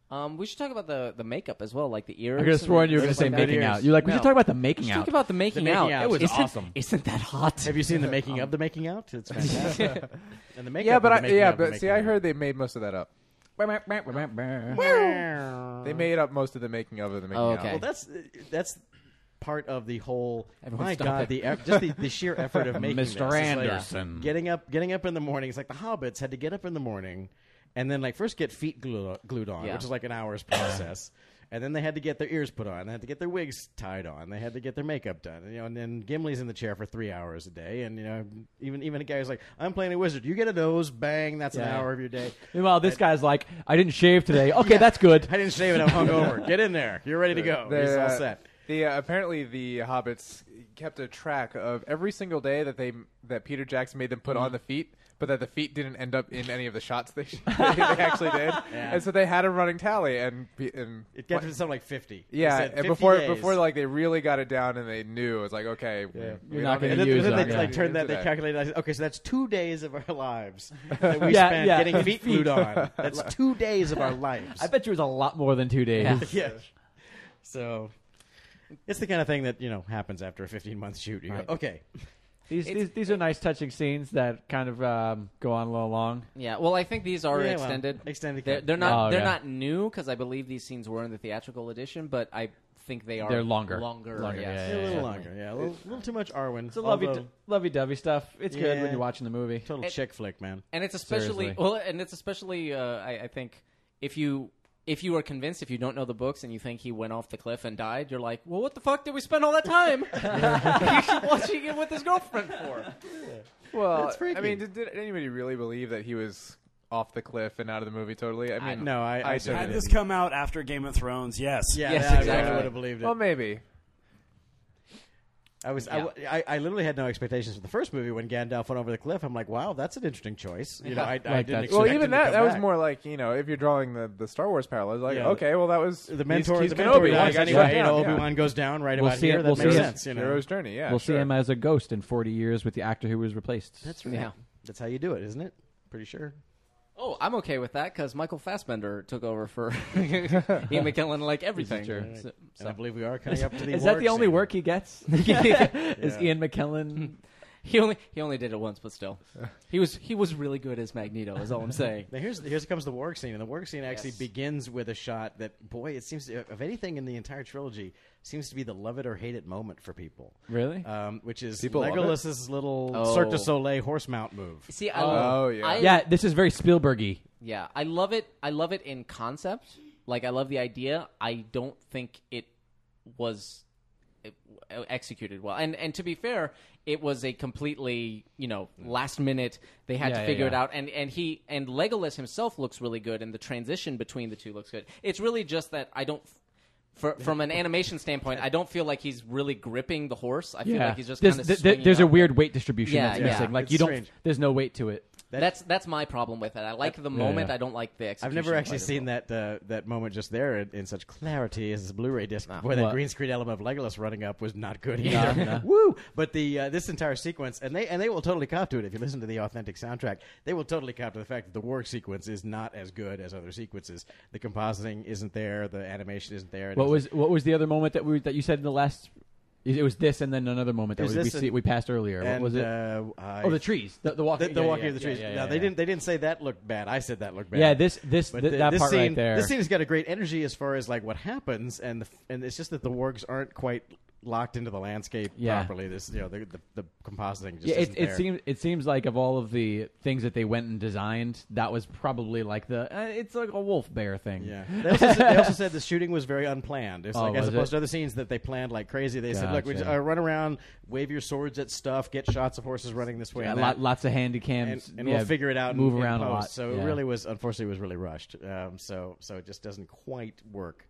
Um, we should talk about the, the makeup as well, like the ears. I could have and sworn you were going to stuff say like that. making out. You're like, we No. should talk about the making Let's out. Talk about the making, making out. out. It was Isn't- awesome. Isn't that hot? Um, Have you seen the making of the making out? It's fantastic. and the makeup. yeah, of but the I, making yeah, of the but see, I heard they made most of that up. They made up most of the making of the making Oh, making out. out. Well, that's that's part of the whole. Everyone my stop God, it. the eff- just the, the sheer effort of making this. Mr. It's like Anderson. getting up, getting up in the morning. It's like the hobbits had to get up in the morning, and then like first get feet glued, glued on, Yeah. which is like an hour's process. And then they had to get their ears put on. They had to get their wigs tied on. They had to get their makeup done. You know, and then Gimli's in the chair for three hours a day. And you know, even even a guy who's like, "I'm playing a wizard. You get a nose, bang. That's an Yeah. hour of your day." Meanwhile, this guy's like, I didn't shave today. Okay, that's good. I didn't shave it. I'm hungover. Get in there. You're ready to go. The, He's all uh, set. The uh, apparently the hobbits kept a track of every single day that they that Peter Jackson made them put Mm-hmm. on the feet, but that the feet didn't end up in any of the shots they, they actually did, Yeah. and so they had a running tally and pe- and It got to something like 50. They Yeah, said and 50 before days. before like they really got it down and they knew it was like okay, we- we You're don't not going need to to use do it. They that. like turned that. They Yeah. calculated. I said, Okay, so that's two days of our lives that we Yeah, spent yeah. getting feet glued on. That's Like- two days of our lives. I bet you it was a lot more than two days. Yeah. So it's the kind of thing that you know happens after a 15 month shoot. You go, Right. Okay. These, these these are nice touching scenes that kind of um, go on a little long. Yeah, well, I think these are Yeah, well, extended. extended They're, cut. they're not. Oh, they're yeah. not new because I believe these scenes were in the theatrical edition, but I think they are. They're longer. Longer. Longer, yes, yeah, a little certainly. longer. Yeah, a little, little too much Arwen. It's a lovey although- lovey dovey stuff. It's good Yeah. when you're watching the movie. Total And- chick flick, man. And it's especially Seriously. well, and it's especially uh, I, I think if you if you are convinced if you don't know the books and you think he went off the cliff and died, you're like, well, what the fuck did we spend all that time watching it with his girlfriend for? Well, That's freaky. I mean, did, did anybody really believe that he was off the cliff and out of the movie totally? I mean, no, I- I certainly Had this come out after Game of Thrones, yes. Yeah, Yes, that I probably exactly. would've believed it. Well, maybe. I was I Yeah. w I I I, literally had no expectations for the first movie when Gandalf went over the cliff. I'm like, wow, that's an interesting choice. You know, I, I didn't. Expect Well, him to even that—that come was back. more like you know, if you're drawing the, the Star Wars parallels, like Yeah. okay, well, that was The mentor- He's, he's the mentor Kenobi, dies like, anyway, yeah, and yeah. Obi-Wan goes down right about here. That we'll makes see sense, you know. Hero's journey, yeah, we'll sure. see him as a ghost in 40 years with the actor who was replaced. That's right. That's how you do it, isn't it? Pretty sure. Oh, I'm okay with that because Michael Fassbender took over for Ian McKellen, like everything. Right. So- And I so- believe we are coming up to the Is that award the only scene. work he gets? Is Yeah. Ian McKellen? He only he only did it once, but still, he was he was really good as Magneto. Is all I'm saying. Now here's here comes the work scene, and the work scene actually Yes. begins with a shot that, boy, it seems to, of anything in the entire trilogy seems to be the love it or hate it moment for people. Really? Um, which is People love it? Legolas's little Oh. Cirque du Soleil horse mount move. See, I love- Oh, yeah. I- yeah. This is very Spielbergy. Yeah, I love it. I love it in concept. Like I love the idea. I don't think it was it- executed well. And and to be fair, it was a completely you know last minute. They had Yeah, to yeah, figure it yeah. out. And and he and Legolas himself looks really good, and the transition between the two looks good. It's really just that I don't. For, from an animation standpoint, I don't feel like he's really gripping the horse. I feel like he's just This- kind of. th- th- there's a weird weight distribution Yeah, that's yeah. missing. Like It's you don't. strange. There's no weight to it. that's that's my problem with it. I like the Yeah, moment. yeah. I don't like the execution. I've never quite actually as seen that uh, that moment just there in, in such clarity as this Blu-ray disc, where What? that green screen element of Legolas running up was not good Yeah. either. Yeah. Woo! But the uh, this entire sequence, and they and they will totally cop to it if you listen to the authentic soundtrack. They will totally cop to the fact that the war sequence is not as good as other sequences. The compositing isn't there. The animation isn't there. It What doesn't- was what was the other moment that we that you said in the last? It was this, and then another moment that It was we, we, this see, and- we passed earlier. what and, was it? uh, I- oh, the trees. The, the walking. The, the yeah, walking yeah, of the yeah, trees. yeah, yeah, no, yeah. they didn't. They didn't say that looked bad. I said that looked bad. Yeah, this- this- But th- the- that this part right scene- there. This scene's got a great energy as far as like what happens, and the, f- and it's just that the wargs aren't quite locked into the landscape Yeah. properly. This you know the the, the compositing. Just yeah, it, isn't it there. seems it seems like of all of the things that they went and designed, that was probably like the uh, it's like a wolf bear thing. Yeah. They also, said, they also said the shooting was very unplanned. It's Oh, like as was opposed it? to other scenes that they planned like crazy. They said, "Look, we just, Gotcha. uh, run around, wave your swords at stuff, get shots of horses running this way, Yeah, and lot- that, lots of handy cams, and, and yeah, we'll figure it out. move in, around in a lot, post." So yeah. it really was, unfortunately, it was really rushed. Um, so so it just doesn't quite work.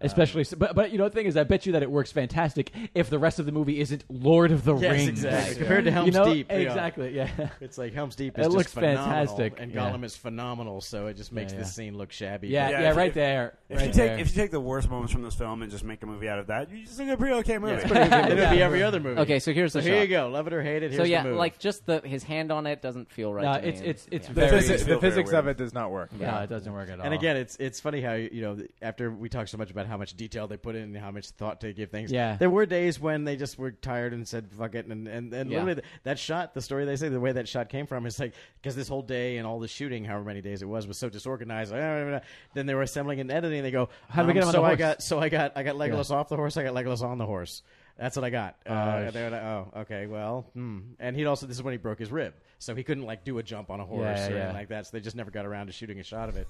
Um, Especially, so- but but you know the thing is, I bet you that it works fantastic if the rest of the movie isn't Lord of the Yes, Rings exactly. Compared to You Helm's know? Deep, yeah. Exactly, yeah. It's like Helm's Deep It is just looks phenomenal, fantastic, and yeah. Gollum is phenomenal. So it just makes Yeah, this yeah. scene look shabby. Yeah, but- yeah, right there. If you right take there. if you take the worst moments from this film and just make a movie out of that, you just look at a pretty okay movie. it's pretty good. It'll be every other movie. Okay, so here's the here shot. you go. Love it or hate it. so here's yeah, the move. like just the his hand on it doesn't feel right. No, to me. it's- it's- it's Yeah. very- The physics- the physics of it does not work. Yeah, it doesn't work at all. And again, it's it's funny how you know th- after we talked so much about how much detail they put in, and how much thought they give things. Yeah. there were days when they just were tired and said fuck it, and and, and Yeah. literally th- that shot, the story they say, the way that shot came from is like because this whole day and all the shooting, however many days it was, was so disorganized. "Ah, Then they were assembling and editing. and They go, How do we um, get him on so the I horse? got so I got I got Yeah. Legolas off the horse. I got Legolas on the horse. That's what I got. Uh, Oh, and they were like, oh, okay, well, hmm. and he'd also this is when he broke his rib, so he couldn't like do a jump on a horse Yeah, or yeah, anything yeah. like that. So they just never got around to shooting a shot of it.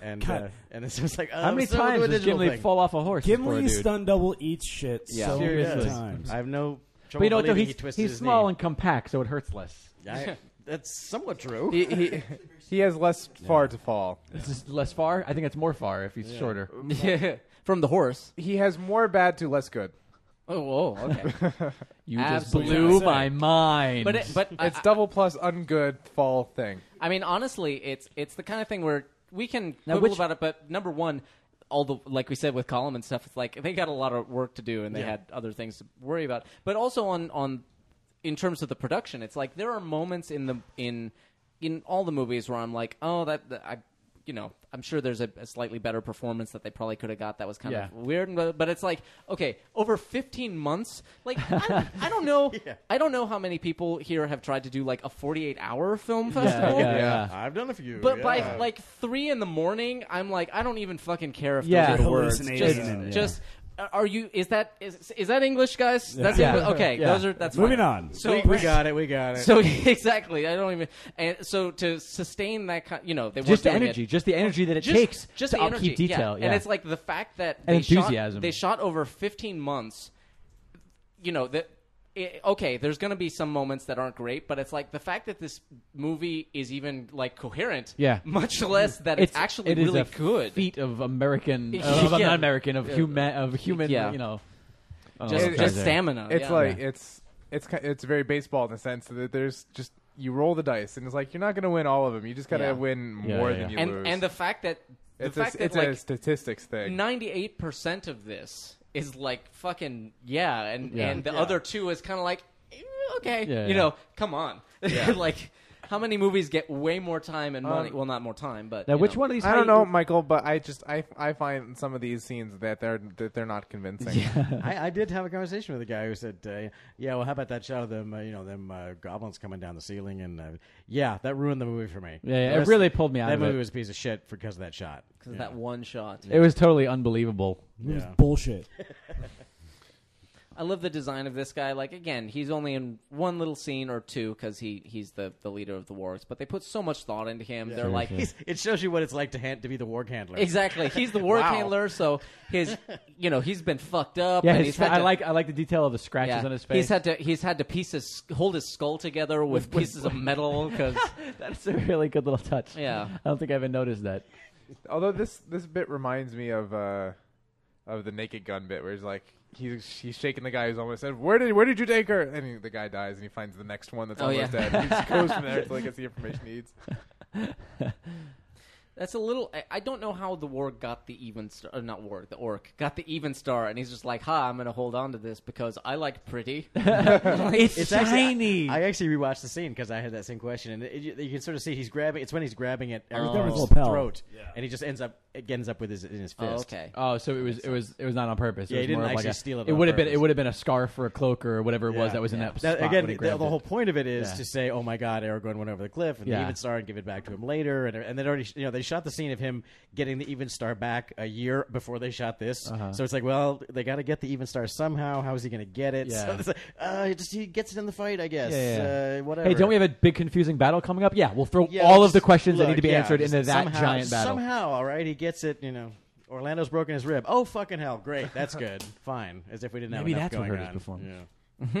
And God. uh, and it's just like, oh, How many so times do a does digital Gimli thing. fall off a horse? Poor Gimli dude. stun double eats shit Yeah. so many Seriously. times. I have no but you know what? Though believing he he's twisted he's his small knee. and compact, so it hurts less. I- that's somewhat true. He- he- he has less far to fall. It's just less far. I think it's more far if he's Yeah. shorter. Yeah. From the horse. He has more bad to less good. Oh, whoa, okay. You just blew my mind. But it- but I- it's I- double plus ungood fall thing. I mean, honestly, it's it's the kind of thing where we can Now, quibble which- about it, but number one, all the like we said with Column and stuff, it's like they got a lot of work to do and they Yeah. had other things to worry about. But also on on in terms of the production, it's like there are moments in the in in all the movies where I'm like, oh, that, that I. You know, I'm sure there's a, a slightly better performance that they probably could have got that was kind Yeah. of weird, but, but it's like okay, over 15 months, like I, I don't know, I don't know how many people here have tried to do like a 48 hour film festival. yeah, yeah. I've done a few. But by yeah. like three in the morning, I'm like, I don't even fucking care if Yeah. those are the words. Just, Hallucinating, yeah. just are you? Is that is, is that English, guys? Yeah. That's Yeah. English? okay. Yeah. Those are that's Moving fine. on. We- we got it, we got it. So exactly, I don't even. And so to sustain that, kind, you know, they weren't Just the doing energy, it. just the energy that it Just- takes just to the upkeep energy, yeah. detail, yeah. and it's like the fact that And they shot- enthusiasm. they shot over 15 months you know that it, okay there's going to be some moments that aren't great but it's like the fact that this movie is even like coherent Yeah. much less that it's, actually it is really a good Feat of American, Yeah. of not American, of Yeah. human, of human. Yeah. You know, Oh, Just- just apologize. stamina, Oh, It's yeah. like it's it's ki- it's very baseball in the sense that there's just you roll the dice and it's like you're not going to win all of them. You just got to Yeah. win Yeah, more yeah, than yeah. you and lose. and the fact that the it's fact a, that it's like a statistics thing. 98% of this is like fucking yeah and Yeah. and the Yeah. other two is kind of like eh, okay Yeah, you yeah. know come on Yeah. like how many movies get way more time and Um, money well not more time but you know. I don't know, Michael, but I just I, I find some of these scenes that they're that they're not convincing. I, I did have a conversation with a guy who said, uh, "Yeah, well, how about that shot of them? Uh, you know, them uh, goblins coming down the ceiling." And uh, yeah, that ruined the movie for me. Yeah, yeah, The it rest- really pulled me out That of movie it. was a piece of shit because of that shot. because that one shot it was totally unbelievable. It was Yeah. bullshit. I love the design of this guy. Like again, he's only in one little scene or two because he he's the the leader of the wargs. But they put so much thought into him. They're like Mm-hmm. He's- it shows you what it's like to hand, to be the warg handler. exactly. He's the warg Wow. handler, so his you know he's been fucked up. Yeah, and his he's fa- had I to- like I like the detail of the scratches yeah, on his face. He's had to he's had to piece his hold his skull together with, pieces of metal because that's a really good little touch. Yeah. I don't think I even noticed that. Although this this bit reminds me of uh of the Naked Gun bit where he's like he's he's shaking the guy who's almost dead. Where did where did you take her? And he, the guy dies, and he finds the next one that's Oh, almost yeah. dead. He just goes from there until he gets the information he needs. That's a little. I- I don't know how the warg got the even star. uh, Not warg, the orc got the even star, and he's just like, "Ha, I'm gonna hold on to this because I like pretty." Actually, I actually rewatched the scene because I had that same question, and it, you- you can sort of see he's grabbing. It's when he's grabbing at Oh. Aragorn's Lapel. throat, and he just ends up it ends up with his in his fist. Oh, so it was it was it was not on purpose. Yeah, it was he didn't more of like actually a- steal it It on would have been purpose. it would have been a scarf or a cloak or whatever it was Yeah, that was in yeah. that, Now, spot again, when he the, grabbed the it. whole point of it is Yeah. to say, "Oh my God, Aragorn went over the cliff," and Yeah. the Even Star and give it back to him later. And and they already, you know, they shot the scene of him getting the Even Star back a year before they shot this. Uh-huh. So it's like, well, they got to get the Even Star somehow. How is he going to get it? So Yeah. it's like, uh, he just he gets it in the fight, I guess. Yeah, yeah, yeah. Uh, whatever. Hey, don't we have a big confusing battle coming up? Yeah, we'll throw Yeah, all of just the questions that look, need to be yeah, answered just into that somehow- giant battle. Somehow, all right, he gets it. You know, Orlando's broken his rib. Oh fucking hell! Great, that's good. Fine, as if we didn't have Maybe enough that's what going hurt his on. performance. Yeah.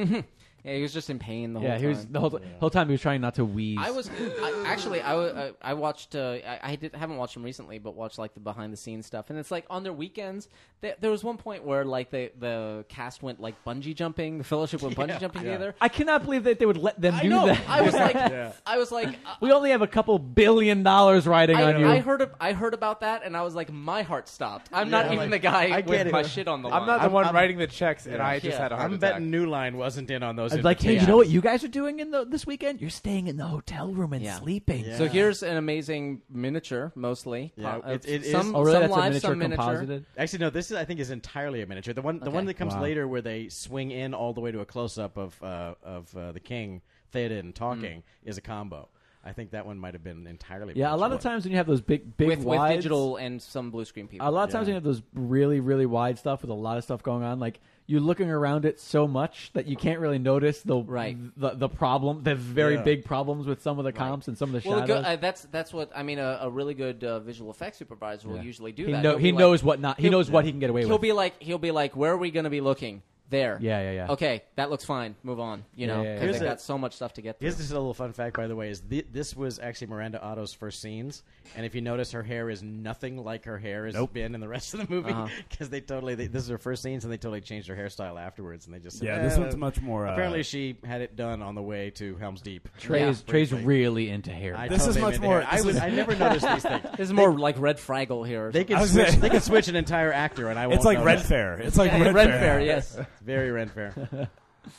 yeah, he was just in pain the whole yeah, time. he was the whole, t- whole time he was trying not to wheeze. I was I, actually I, wa- I- I watched uh, I, I did, haven't watched them recently, but watched like the behind the scenes stuff, and it's like on their weekends. Th- there was one point where like the the cast went like bungee jumping. The Fellowship went bungee jumping together. I cannot believe that they would let them I do know. that. I was like, I was like, we only have a couple billion dollars riding I, on you. I heard ab- I heard about that, and I was like, my heart stopped. I'm not Yeah, even like, the guy I with get it. my shit on the line. I'm not the one I'm- writing the checks, and I just had a heart I'm I'm betting betting New Line wasn't in on those. I was like, hey, you know what you guys are doing in the, this weekend? You're staying in the hotel room and sleeping. So here's an amazing miniature, mostly. Yeah, Uh, it, it is. Oh, some, some live, some miniature. Actually, no. This is, I think, is entirely a miniature. The one, the Okay. one that comes Wow. later, where they swing in all the way to a close-up of uh, of uh, the king Mm. Theoden talking, is a combo. I think that one might have been entirely. Yeah, a lot of times when you have those big, big with, with wides, digital and some blue screen people. A lot of times when you have those really, really wide stuff with a lot of stuff going on, like you're looking around it so much that you can't really notice the Right. the, the problem, the very Yeah. big problems with some of the comps and some of the well, shadows. good, uh, that's that's what I mean. A, a really good uh, visual effects supervisor will Yeah. usually do He that. know- He'll he be like- knows what not- he he'll- knows what he can get away he'll with. be like, he'll be like, where are we going to be looking? There. Yeah, yeah, yeah. Okay, that looks fine. Move on. You know, 'cause Yeah, yeah, yeah. they've Here's got a- so much stuff to get through. Here's just a little fun fact, by the way, is thi- this was actually Miranda Otto's first scenes, and if you notice, her hair is nothing like her hair has Nope. been in the rest of the movie Uh-huh. because they totally they, this is her first scenes, and they totally changed her hairstyle afterwards, and they just said, Yeah, this "Eh." one's much more, uh, Apparently, she had it done on the way to Helm's Deep. Trey is- Trey's really into hair. I This is totally much am into more- hair. I, this was, is- I never noticed these things. This is more like Red Fraggle here. or They something. can switch. they can switch an entire actor, and I won't. It's like notice. Red Fair. It's like Yeah, Red Red Fair. Fair, yes. very Red Fair.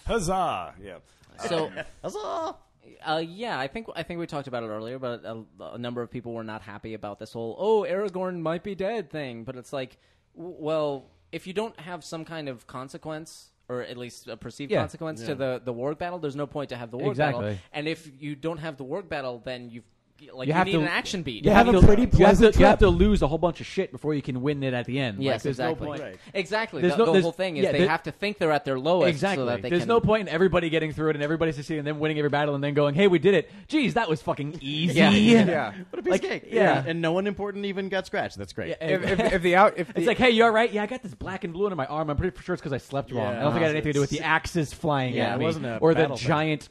Huzzah! Yeah. So, Huzzah! Uh, yeah, I think I think we talked about it earlier, but a, a number of people were not happy about this whole "oh, Aragorn might be dead" thing. But it's like, w- well, if you don't have some kind of consequence, or at least a perceived Yeah. consequence Yeah. to the the warg battle, there's no point to have the warg battle. Exactly. And if you don't have the warg battle, then you've like you you, have need to an action beat. You You have, need to, to- you have to you have to lose a whole bunch of shit before you can win it at the end. Yes, Like, there's no exactly. point. Exactly. There's the no- the there's- whole thing is yeah, they there- have to think they're at their lowest Exactly. so that they There's can no point in everybody getting through it and everybody succeeding and then winning every battle and then going, "Hey, we did it! Geez, that was fucking easy." Yeah. Yeah. What a piece Like, of cake. Yeah. And no one important even got scratched. That's great. it's like, hey, you all right? Yeah, I got this black and blue under my arm. I'm pretty sure it's because I slept wrong. I don't think it had anything to do with the axes flying Yeah, at it me wasn't a or the battle thing. giant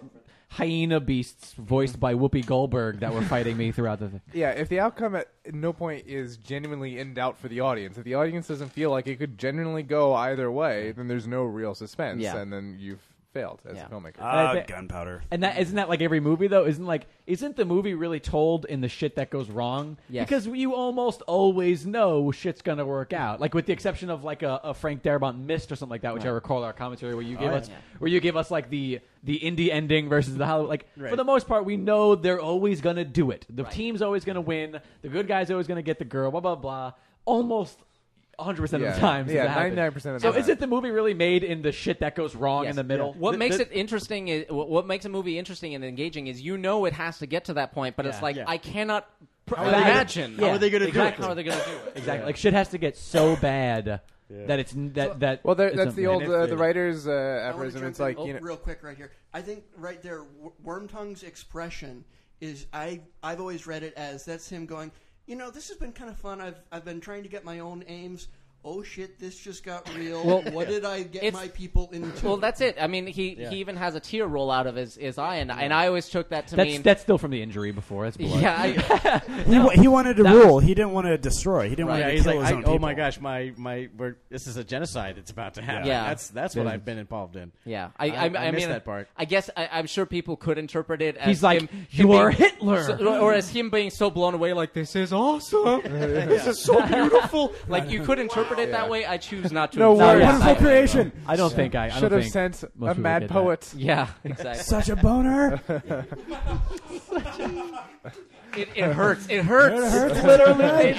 hyena beasts voiced by Whoopi Goldberg that were fighting me throughout the. thing. Yeah, if the outcome at no point is genuinely in doubt for the audience, if the audience doesn't feel like it could genuinely go either way, then there's no real suspense, Yeah. and then you've failed as a filmmaker. Ah, And I thi- And that isn't that like every movie though. Isn't like isn't the movie really told in the shit that goes wrong? Yes. Because you almost always know shit's gonna work out. Like with the exception of like a, a Frank Darabont missed or something like that, which Right. I recall our commentary where you Oh, gave yeah. us Yeah. where you gave us like the the indie ending versus the Hollywood. Like for Right. the most part, we know they're always gonna do it. The team's always gonna win. The good guy's always gonna get the girl. Blah blah blah. Almost. 100% of Yeah. the time. Yeah, 99% of the So time. isn't the movie really made in the shit that goes wrong Yes. in the middle? What Th- makes th- it interesting is what what makes a movie interesting and engaging is you know it has to get to that point, but it's Yeah. like Yeah. I cannot pr- How are they gonna- imagine. how are they gonna do exactly it? How are they going to do it? Exactly. Like shit has to get so bad that it's n- that that. Well, there, it's that's a- the old And uh, if- the writer's uh, I wanna aphorism. jump It's like in oh, you know, real quick right here. I think right there, W- Wormtongue's expression is I I've always read it as that's him going. You know, this has been kind of fun. I've I've been trying to get my own aims. oh shit, this just got real. Well, what did I get it's- my people into? Well, that's it. I mean, he, Yeah. he even has a tear roll out of his, his eye, and, and I always took that to that's mean that's still from the injury before. That's blood. Yeah, I- He, wa- he wanted to That rule. He didn't want to destroy. He didn't Right. want to he's kill like, his I- own people. oh my gosh, my my, we're, this is a genocide that's about to happen. Yeah. that's that's what I've been involved in. Yeah, I, I, I, missed mean, that part. I guess I, I'm sure people could interpret it as He's like, him, "You him are being- Hitler." so- or as him being so blown away, like this is awesome, this is so beautiful. Like you could interpret it that way. I choose not to. No interpret worries. it that Wonderful way. creation. I don't think I, I Should don't have think sent most a people mad get that. poet. Yeah, exactly. Such a boner. It, it hurts. It hurts. It hurts literally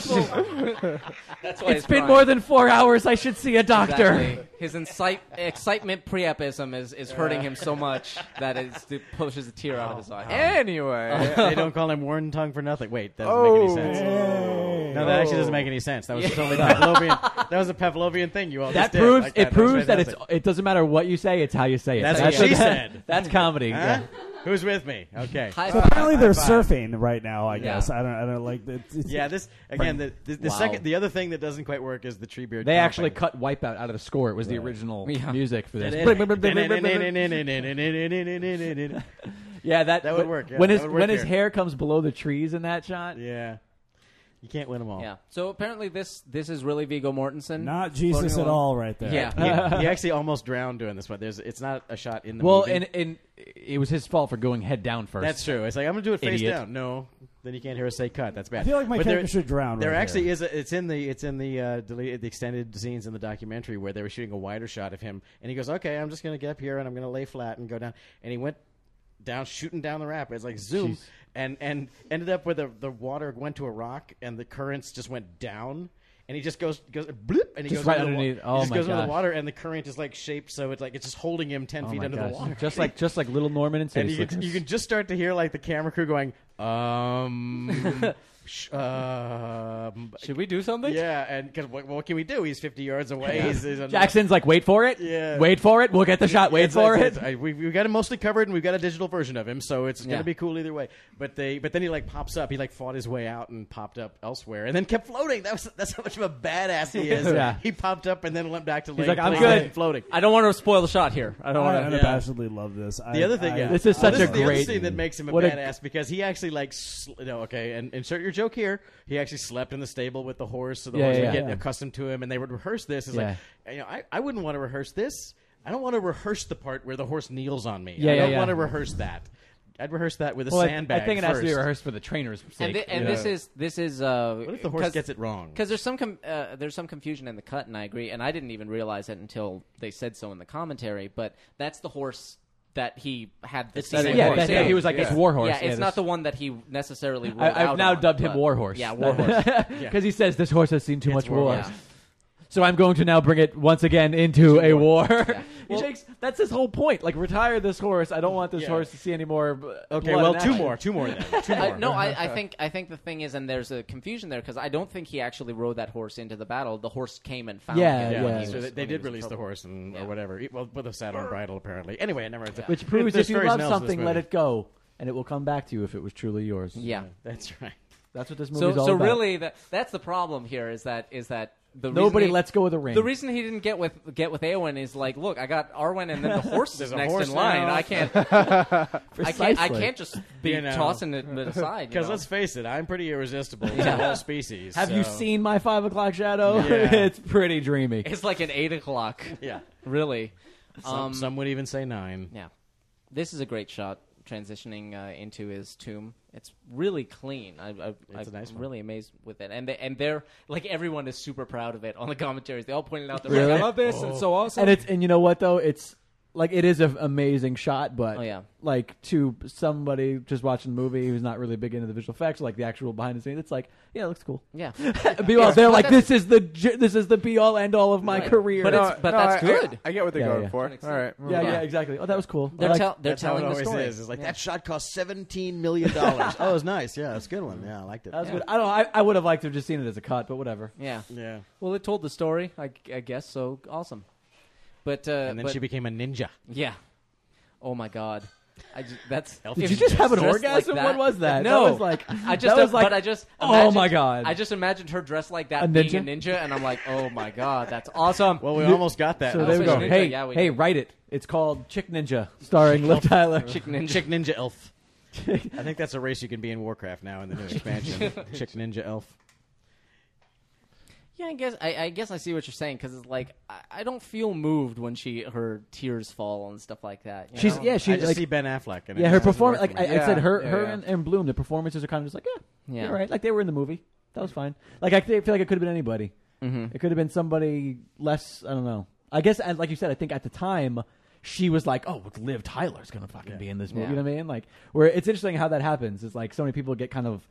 painful. That's why It's he's been crying. more than four hours. I should see a doctor. Exactly. His incite, excitement priapism is, is hurting him so much that it's- it pushes a tear out of uh, his eye. Anyway. They don't call him Warren Tongue for nothing. Wait, that doesn't Oh, make any sense. No, that actually doesn't make any sense. That was Yeah. totally Pavlovian. That was a Pavlovian thing you all That just did. proves Like it was proves that it's fantastic. it doesn't matter what you say, it's how you say it. That's what she said. That's comedy. Huh? yeah. Who's with me? Okay. So apparently High they're five. surfing right now. I Yeah. guess I don't. I don't like. It's, it's- Yeah, this again. The, the, the Wow. second, the other thing that doesn't quite work is the tree beard. They comping. actually cut Wipeout out of the score. It was the original Yeah. music for this. yeah, yeah, that that would work. yeah, when that his would work when his here. hair comes below the trees in that shot. Yeah, you can't win them all. Yeah. So apparently this this is really Vigo Mortensen. Not floating along. Yeah. he, he actually almost drowned doing this one. There's, it's not a shot in the well, movie. and and it was his fault for going head down first. That's true. It's like I'm gonna do it face Idiot. down. No, then you can't hear us say cut. That's bad. I feel like my there- character should drown There right actually is. A, it's in the it's in the uh, deleted the extended scenes in the documentary where they were shooting a wider shot of him, and he goes, "Okay, I'm just gonna get up here and I'm gonna lay flat and go down." And he went down, shooting down the rapids like zoom, Jeez. and and ended up where the the water went to a rock and the currents just went down. And he just goes goes bloop, and he Just goes right under the wa- underneath. he Oh just my goes under the gosh. water, and the current is like shaped, so it's like it's just holding him ten Oh feet my under the gosh. water, Just like just like little Norman and and City you can, you can just start to hear like the camera crew going, um, sh- um should we do something? Yeah, and because what, what can we do? He's fifty yards away. Yeah. He's, he's on- Jackson's like, wait for it. Yeah. Wait for it. We'll get the shot. Wait It's for like- it. it's- I- we, we've got him mostly covered, and we've got a digital version of him, so it's Yeah. gonna be cool either way. But they, but then he like pops up. He like fought his way out and popped up elsewhere, and then kept floating. That was that's how much of a badass he is. Yeah. He popped up and then went back to He's laying like, I'm flat good. and floating. I don't want to spoil the shot here. I don't I want to. unabashedly love this. The I- other thing, I- yeah, This is such this a is the other great- thing that makes him a what a- badass because he actually like, sl- you know, okay, and insert your joke here. He actually slept in the stable with the horse, so the Yeah, horse yeah, would yeah. get Yeah. accustomed to him, and they would rehearse this. It's like, you know, I, I wouldn't want to rehearse this. I don't want to rehearse the part where the horse kneels on me. Yeah, I yeah, don't yeah. want to rehearse that. I'd rehearse that with a Well, I- I sandbag. think it has first. to be rehearsed for the trainer's And, thi- and this is this is. Uh, What if the horse gets it wrong? Because there's some com- uh, there's some confusion in the cut, and I agree. And I didn't even realize it until they said so in the commentary. But that's the horse that he had. The It's the scene same with. horse, Yeah, that- yeah. he was like, it's war horse. Yeah, Yeah, it's not this- the one that he necessarily. rode I, I've out now on, dubbed him but- Warhorse. Yeah, Warhorse. Because he says this horse has seen too much War war. Horse. So I'm going to now bring it once again into a war. he takes, that's his whole point. Like retire this horse. I don't want this horse to see any more. b- Okay, blood well, in two action. more, two more then. I, no, I, I think I think the thing is, and there's a confusion there because I don't think he actually rode that horse into the battle. The horse came and found him. when he So was- they, they when he did was in release the trouble. horse and or whatever. E, Well, with a saddle and bridle apparently. Anyway, I never. Which There- proves there's if you very love smells in this something, let movie. it go, and it will come back to you if it was truly yours. Yeah. that's right. That's what this movie's So, all so about. really, that, that's the problem here. Is that is that the reason Nobody he- lets go of the ring. The reason he didn't get with get with Eowyn is like, look, I got Arwen, and then the horse is There's a next horse in line. now. I can't, I can't, I Precisely. can't just be You know. tossing it aside. you Because know? let's face it, I'm pretty irresistible Yeah. to all species. Have you so- seen my five o'clock shadow? Yeah. it's pretty dreamy. It's like an eight o'clock. Yeah, really. Um, Some- some would even say nine. Yeah, this is a great shot transitioning uh, into his tomb. It's really clean. I, I, I'm really amazed with it, and they, and they're like everyone is super proud of it on the commentaries. They all pointed out, they're Really? Oh. like, "I love this," Oh. and so awesome. And it's and you know what though, it's like it is an amazing shot, but Oh, yeah. like to somebody just watching the movie who's not really big into the visual effects, like the actual behind the scenes, it's like yeah, it looks cool. Yeah. Meanwhile, Yeah. they're But like that's- this is the j- this is the be all end all of my Right. career. But it's- but No, that's I- I- good. I get what they're going for. To an extent. All right, Yeah, moving yeah, on. exactly. Oh, that was cool. They're I like- tell- they're That's how it telling the always story. is. It's like Yeah. that shot cost seventeen million dollars. oh, it was nice. Yeah, that's a good one. Yeah, I liked it. That was good. I don't. I, I would have liked to have just seen it as a cut, but whatever. Yeah. Yeah. Well, it told the story, I, I guess. So awesome. But uh, And then but- she became a ninja. Yeah. Oh my God. I just, that's Did if you just have an dressed orgasm? Like What was that? No, That was like- I just that was like- but I just Oh imagined- my God. I just imagined her dressed like that A being ninja? a ninja, and I'm like, oh my god, that's awesome. Well, we almost got that. So there we go. Hey, hey, write it. It's called Chick Ninja, starring Liv Tyler. Chick Ninja. Elf. I think that's a race you can be in Warcraft now in the new expansion. Chick Ninja Elf. Yeah, I guess I, I guess I see what you're saying because it's like I, I don't feel moved when she her tears fall and stuff like that. you She's know? yeah. She like, Yeah, her performance. Like I, I said, her her And, and Bloom, the performances are kind of just like yeah, Yeah. yeah, right. Like they were in the movie. That was fine. Like I feel like it could have been anybody. Mhm. It could have been somebody less. I don't know. I guess and like you said, I think at the time she was like, oh, Liv Tyler's gonna fucking be in this movie. Yeah. You know what I mean? Like where it's interesting how that happens. It's like so many people get kind of.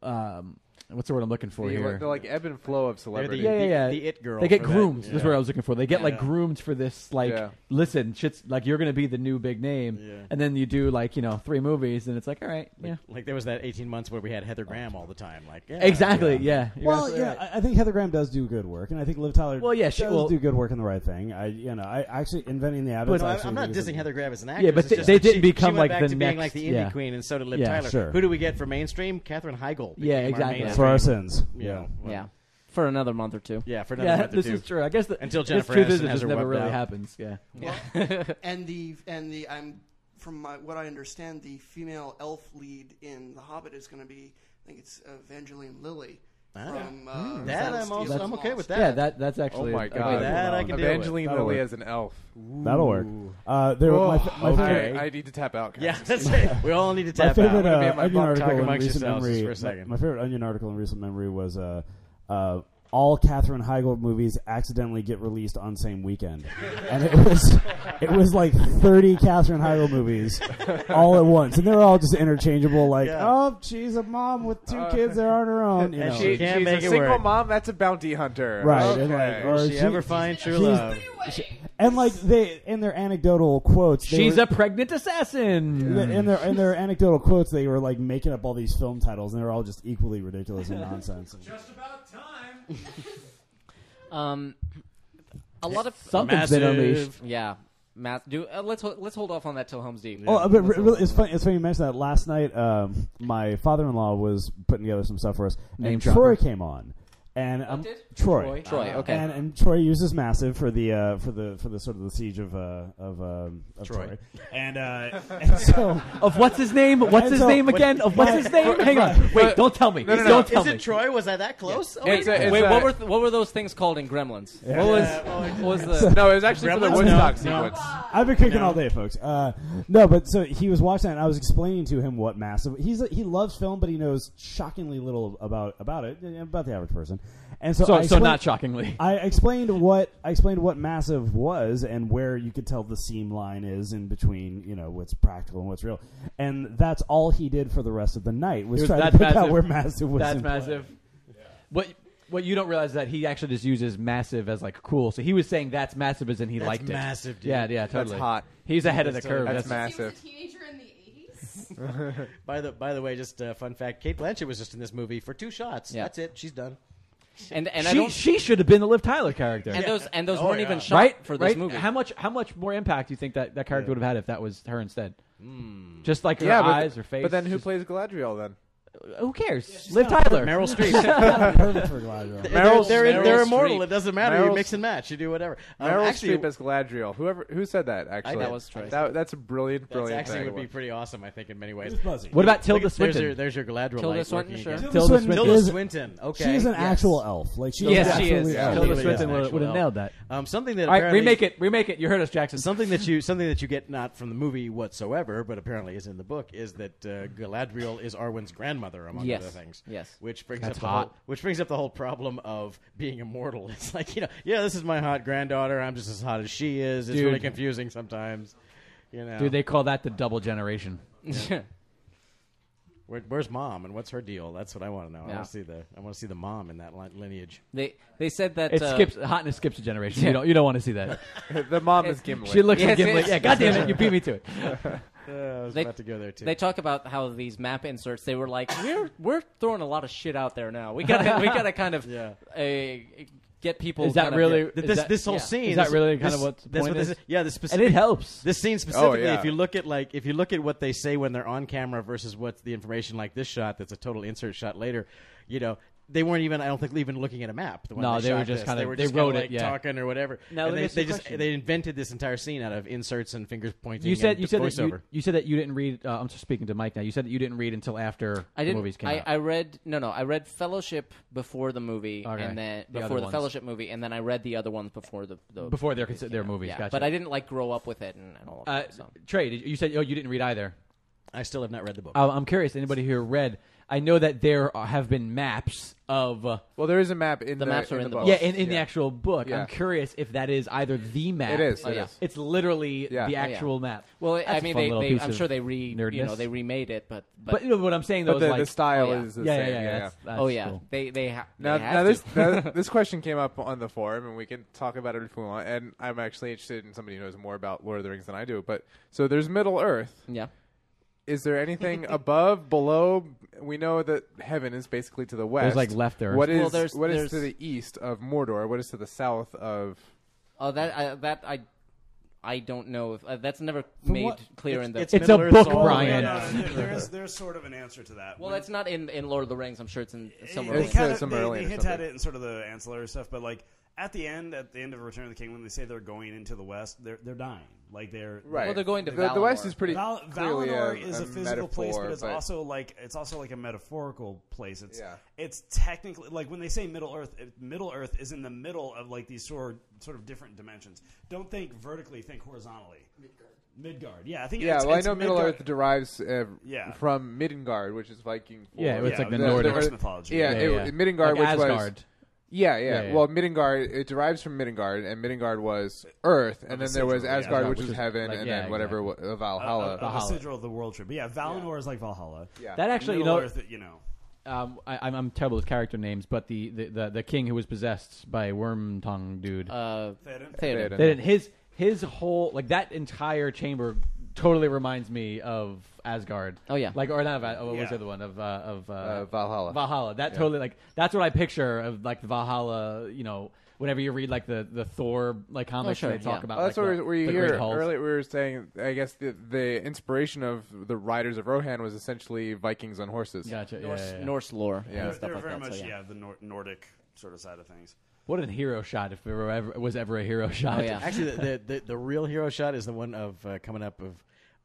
Um, What's the word I'm looking for The- here? the, like, ebb and flow of celebrity. Yeah, yeah, yeah. The- the it girl They get for that. groomed. That's Yeah. what I was looking for. They get like Yeah. groomed for this. Like, Yeah. listen, shit's like you're gonna be the new big name, and then you do like you know three movies, and it's like all right, Like, yeah. like there was that 18 months where we had Heather Graham all the time. Like yeah, Exactly, yeah. You're Well, Well, absolutely yeah, right. I I think Heather Graham does do good work, and I think Liv Tyler Well, yeah, she- does well- do good work in the right thing. I, you know, I actually inventing the habit. But I'm- I'm not dissing Heather Graham as an Yeah, actress. but It's they- just they that she- didn't become, she went like, back the to being next- like the indie yeah. queen, and so did Liv Yeah, Tyler. sure. Who do we get for mainstream? Katherine Heigl. Yeah, became our exactly. mainstream. For our sins. Yeah. yeah, for another month or two. Yeah, for Yeah, this is true. I guess the, Until the Jennifer truth Aniston is it has just her never webbed really out. happens. Yeah, and the and the I'm from my, what I understand, the female elf lead in The Hobbit is going to be I think it's uh, Evangeline Lilly. Ah. From, uh, Hmm. from That I'm Steel also- I'm okay Lost. with Yeah, that that's actually. Oh my a- a God. good That I one. can deal with. Evangeline That'll Lilly work. as an elf. That'll work. Uh, there, Whoa, my, fa- my okay. favorite, I need to tap out. guys. Yeah, that's it. We all need to my tap out. favorite We're gonna be uh, at my onion bar article talking in amongst recent yourselves memory. just for a my- second. My, favorite onion article in recent memory was uh, uh, all Katherine Heigl movies accidentally get released on same weekend, and it was it was like thirty Katherine Heigl movies all at once, and they were all just interchangeable. Like, oh, she's a mom with two Uh, kids that are on her own, you And know. she, she's a single mom. That's a bounty hunter. Right, Okay. and like, or Will she ever find true she's- love? and like they in their anecdotal quotes, they She's were, a pregnant assassin. in their in their anecdotal quotes, they were like making up all these film titles, and they were all just equally ridiculous and nonsense. Just about time. Um, a lot of Something's been Massive. unleashed. Yeah, mass. Do uh, let's ho- let's hold off on that till Holmes Deep. Oh, but Let's re- really, it's funny. It's funny you mentioned that. Last night, um, my father-in-law was putting together some stuff for us, Name and dropper. Ah. Troy came on. And um, Troy, Troy. Troy, okay. and, and Troy uses massive for the uh, for the for the sort of the siege of uh, of, um, of Troy. and uh, and so of what's his name? What's And his so- name again? Of what's his name? Hang on. Wait, don't tell me. Don't tell Is me. it Troy? Was I that close? Oh, Wait, wait, what were th- what were those things called in Gremlins? Yeah. What was what Yeah, was the? No, it was actually for the Gremlins? Woodstock No, no. sequence. I've been cooking all day, folks. Uh, no, but so he was watching, it and I was explaining to him what massive. He's he loves film, but he knows shockingly little about about it, about the average person. And so, So- I so explained- not shockingly. I explained what I explained what massive was and where you could tell the seam line is in between, you know, what's practical and what's real. And that's all he did for the rest of the night was, It was try to that pick out massive. where massive was. That's in play. massive. What what you don't realize is that he actually just uses massive as like cool. So he was saying that's massive as in he That's liked it. massive, dude. Yeah, yeah, That's totally. hot. He's ahead of the That's curve. totally- That's massive. teenager in the 80s. by the by the way, just a fun fact: Kate Blanchett was just in this movie for two shots. Yeah. That's it. She's done. And and I She don't. she should have been the Liv Tyler character. And those- and those Oh, weren't yeah. even shot right, for this right? movie. How much how much more impact do you think that, that character would have had if that was her instead? Hmm. Just like her yeah, but, eyes, her face. But then who just- Uh, plays Galadriel then? who cares? she's Liv not Tyler, Meryl Streep. Meryl- they're, they're, they're Meryl immortal. Streep. It doesn't matter. you Meryl- mix and match. You do whatever. Um, Meryl actually, Streep as Galadriel. Whoever who said that actually. did. That was Troy. That- that's a brilliant, That brilliant. actually thing. would be pretty awesome, I think, in many ways. It's buzzing. What about Tilda Look, Swinton? There's your, there's your Galadriel. Tilda light Swinton, working sure. again. Tilda Swinton Tilda is- Swinton. Okay, She is an yes. actual elf. Like she yes, is she is. absolutely elf. Tilda Swinton would- would have nailed that. Um, something that All right, apparently- remake it, remake it. You heard us, Jackson. Something that you something that you get not from the movie whatsoever, but apparently is in the book is that uh, Galadriel is Arwen's grandmother among Yes. other things. Yes. which brings That's up the hot. Whole, which brings up the whole problem of being immortal. It's like you know, yeah, this is my hot granddaughter. I'm just as hot as she is. It's Dude. really confusing sometimes. You know, Dude, they call that the double generation. Where, where's mom and what's her deal? That's what I want to know. I Yeah. want to see the I want to see the mom in that li- lineage. They they said that It uh, skips hotness skips a generation. You don't you don't want to see that. the mom is Gimli. She looks Yes, like Gimli. yes. Yeah, goddamn it, you beat me to it. Yeah, I was They- about to go there too. They talk about how these map inserts. They were like, we're we're throwing a lot of shit out there now. We gotta we gotta kind of uh, get people. Is that kind of- really- yeah. is this that- this whole yeah. scene Is that this- really kind this- of what the that's point what this is? Yeah, And this specific, it helps. Oh, This scene specifically, yeah. if you look at like if you look at what they say when they're on camera versus what's the information like this shot that's a total insert shot later, you know. They weren't even, I don't think, even looking at a map. when No, they were shot just this. kinda- they were they just kinda, wrote it, like, yeah. talking or whatever. Now, And let me they, ask you they a just question. they invented this entire scene out of inserts and fingers pointing. You said and you said that voiceover. you, you said that you didn't read. Uh, I'm just speaking to Mike now. You said that you didn't read until after I the didn't. movies came I, out. I read no, no. I read Fellowship before the movie, Okay. and then The other before the ones. Fellowship movie, and then I read the other ones before the, the Before their consi- their movies, Yeah, gotcha. but I didn't like grow up with it and, and all of Uh, that. So. Trey, did, you said oh you didn't read either. I still have not read the book. Uh, I'm curious. Anybody here read? I know that there are- have been maps of. Uh, Well, there is a map in the, maps in are in the book. Yeah, in, in the Yeah. actual book. Yeah. I'm curious if that is either the It map. Oh, is, it is. It's literally Yeah. the Oh, yeah. actual map. Well, I That's a mean, fun they, little they piece I'm of sure they re you know nerdness. they remade it, but but, But, you know, what I'm saying, though, But is the- like, the style oh, yeah. is the yeah, same. Yeah, yeah, yeah. That's, that's oh yeah, cool. they they, ha- Now, they have now this to. now, this question came up on the forum, and we can talk about it if we want. And I'm actually interested in somebody who knows more about Lord of the Rings than I do. But so there's Middle Earth. Yeah. Is there anything above, below? We know that heaven is basically to the west. like, left Earth. What is Well, there's- what is there's- to the east of Mordor? What is to the south of? oh that I, that I I don't know if uh, that's never From made what- clear it's- in the it's It's a Middle-earth's book, all the way Brian. uh, down. There- there's- there's sort of an answer to that. Well, When- that's not in in Lord of the Rings. I'm sure it's in somewhere. They, else. kinda- they- they hint at it in sort of the ancillary stuff, but like at the end, at the end of Return of the King, when they say they're going into the West, they're they're dying. Like they're Right. Well, they're going to The- the West Valinor. is pretty Val- clearly a- Valinor is a a, physical place, but metaphor, it's but- also like it's also like a metaphorical place. It's Yeah. it's technically like when they say Middle Earth, it- Middle Earth is in the middle of like these sort sort of different dimensions. Don't think vertically, think horizontally. Midgard. Midgard. Yeah, I think yeah, it's, well, I it's know Middle Midgard. Earth derives uh, Yeah. from Midgard, which is Viking. uh, Yeah, lore. it's like the Nordic- or- mythology. Yeah, Yeah, it- yeah. Midgard, Like which Asgard. was. Yeah, yeah, Yeah, yeah. Well, Midgard it derives from Midgard, and Midgard was Earth, Of and a then there was sigil, yeah. Asgard, which Which was is heaven, like- and yeah, then whatever wa- uh, Valhalla. Of- of the sigil of the world trip. But yeah, Valinor is like Valhalla. Yeah. That actually, Middle you know, Earth, you know. Um, I, I'm, I'm terrible with character names, but the, the, the, the king who was possessed by worm tongue dude, Uh, Theoden? Theoden. Theoden. His his whole like that entire chamber totally reminds me of Asgard. Oh yeah, like or not? Of, oh, what was Yeah. the other one of uh, of uh, Uh, Valhalla. Valhalla. That Yeah. totally like that's what I picture of like the Valhalla. You know, whenever you read like the, the Thor like comics, sure, and they talk yeah. about Oh, that's like, what the, we the were great here hulls. earlier. We were saying, I guess the, the inspiration of the riders of Rohan was essentially Vikings on horses. Gotcha, Norse- yeah, yeah, yeah. Norse lore Yeah. They're, they're very much, yeah, the Nor- Nordic sort of side of things. What a hero shot! If there were ever, was ever a Oh, hero shot, Oh, Actually, the, the, the, the real hero shot is the one of uh, coming up of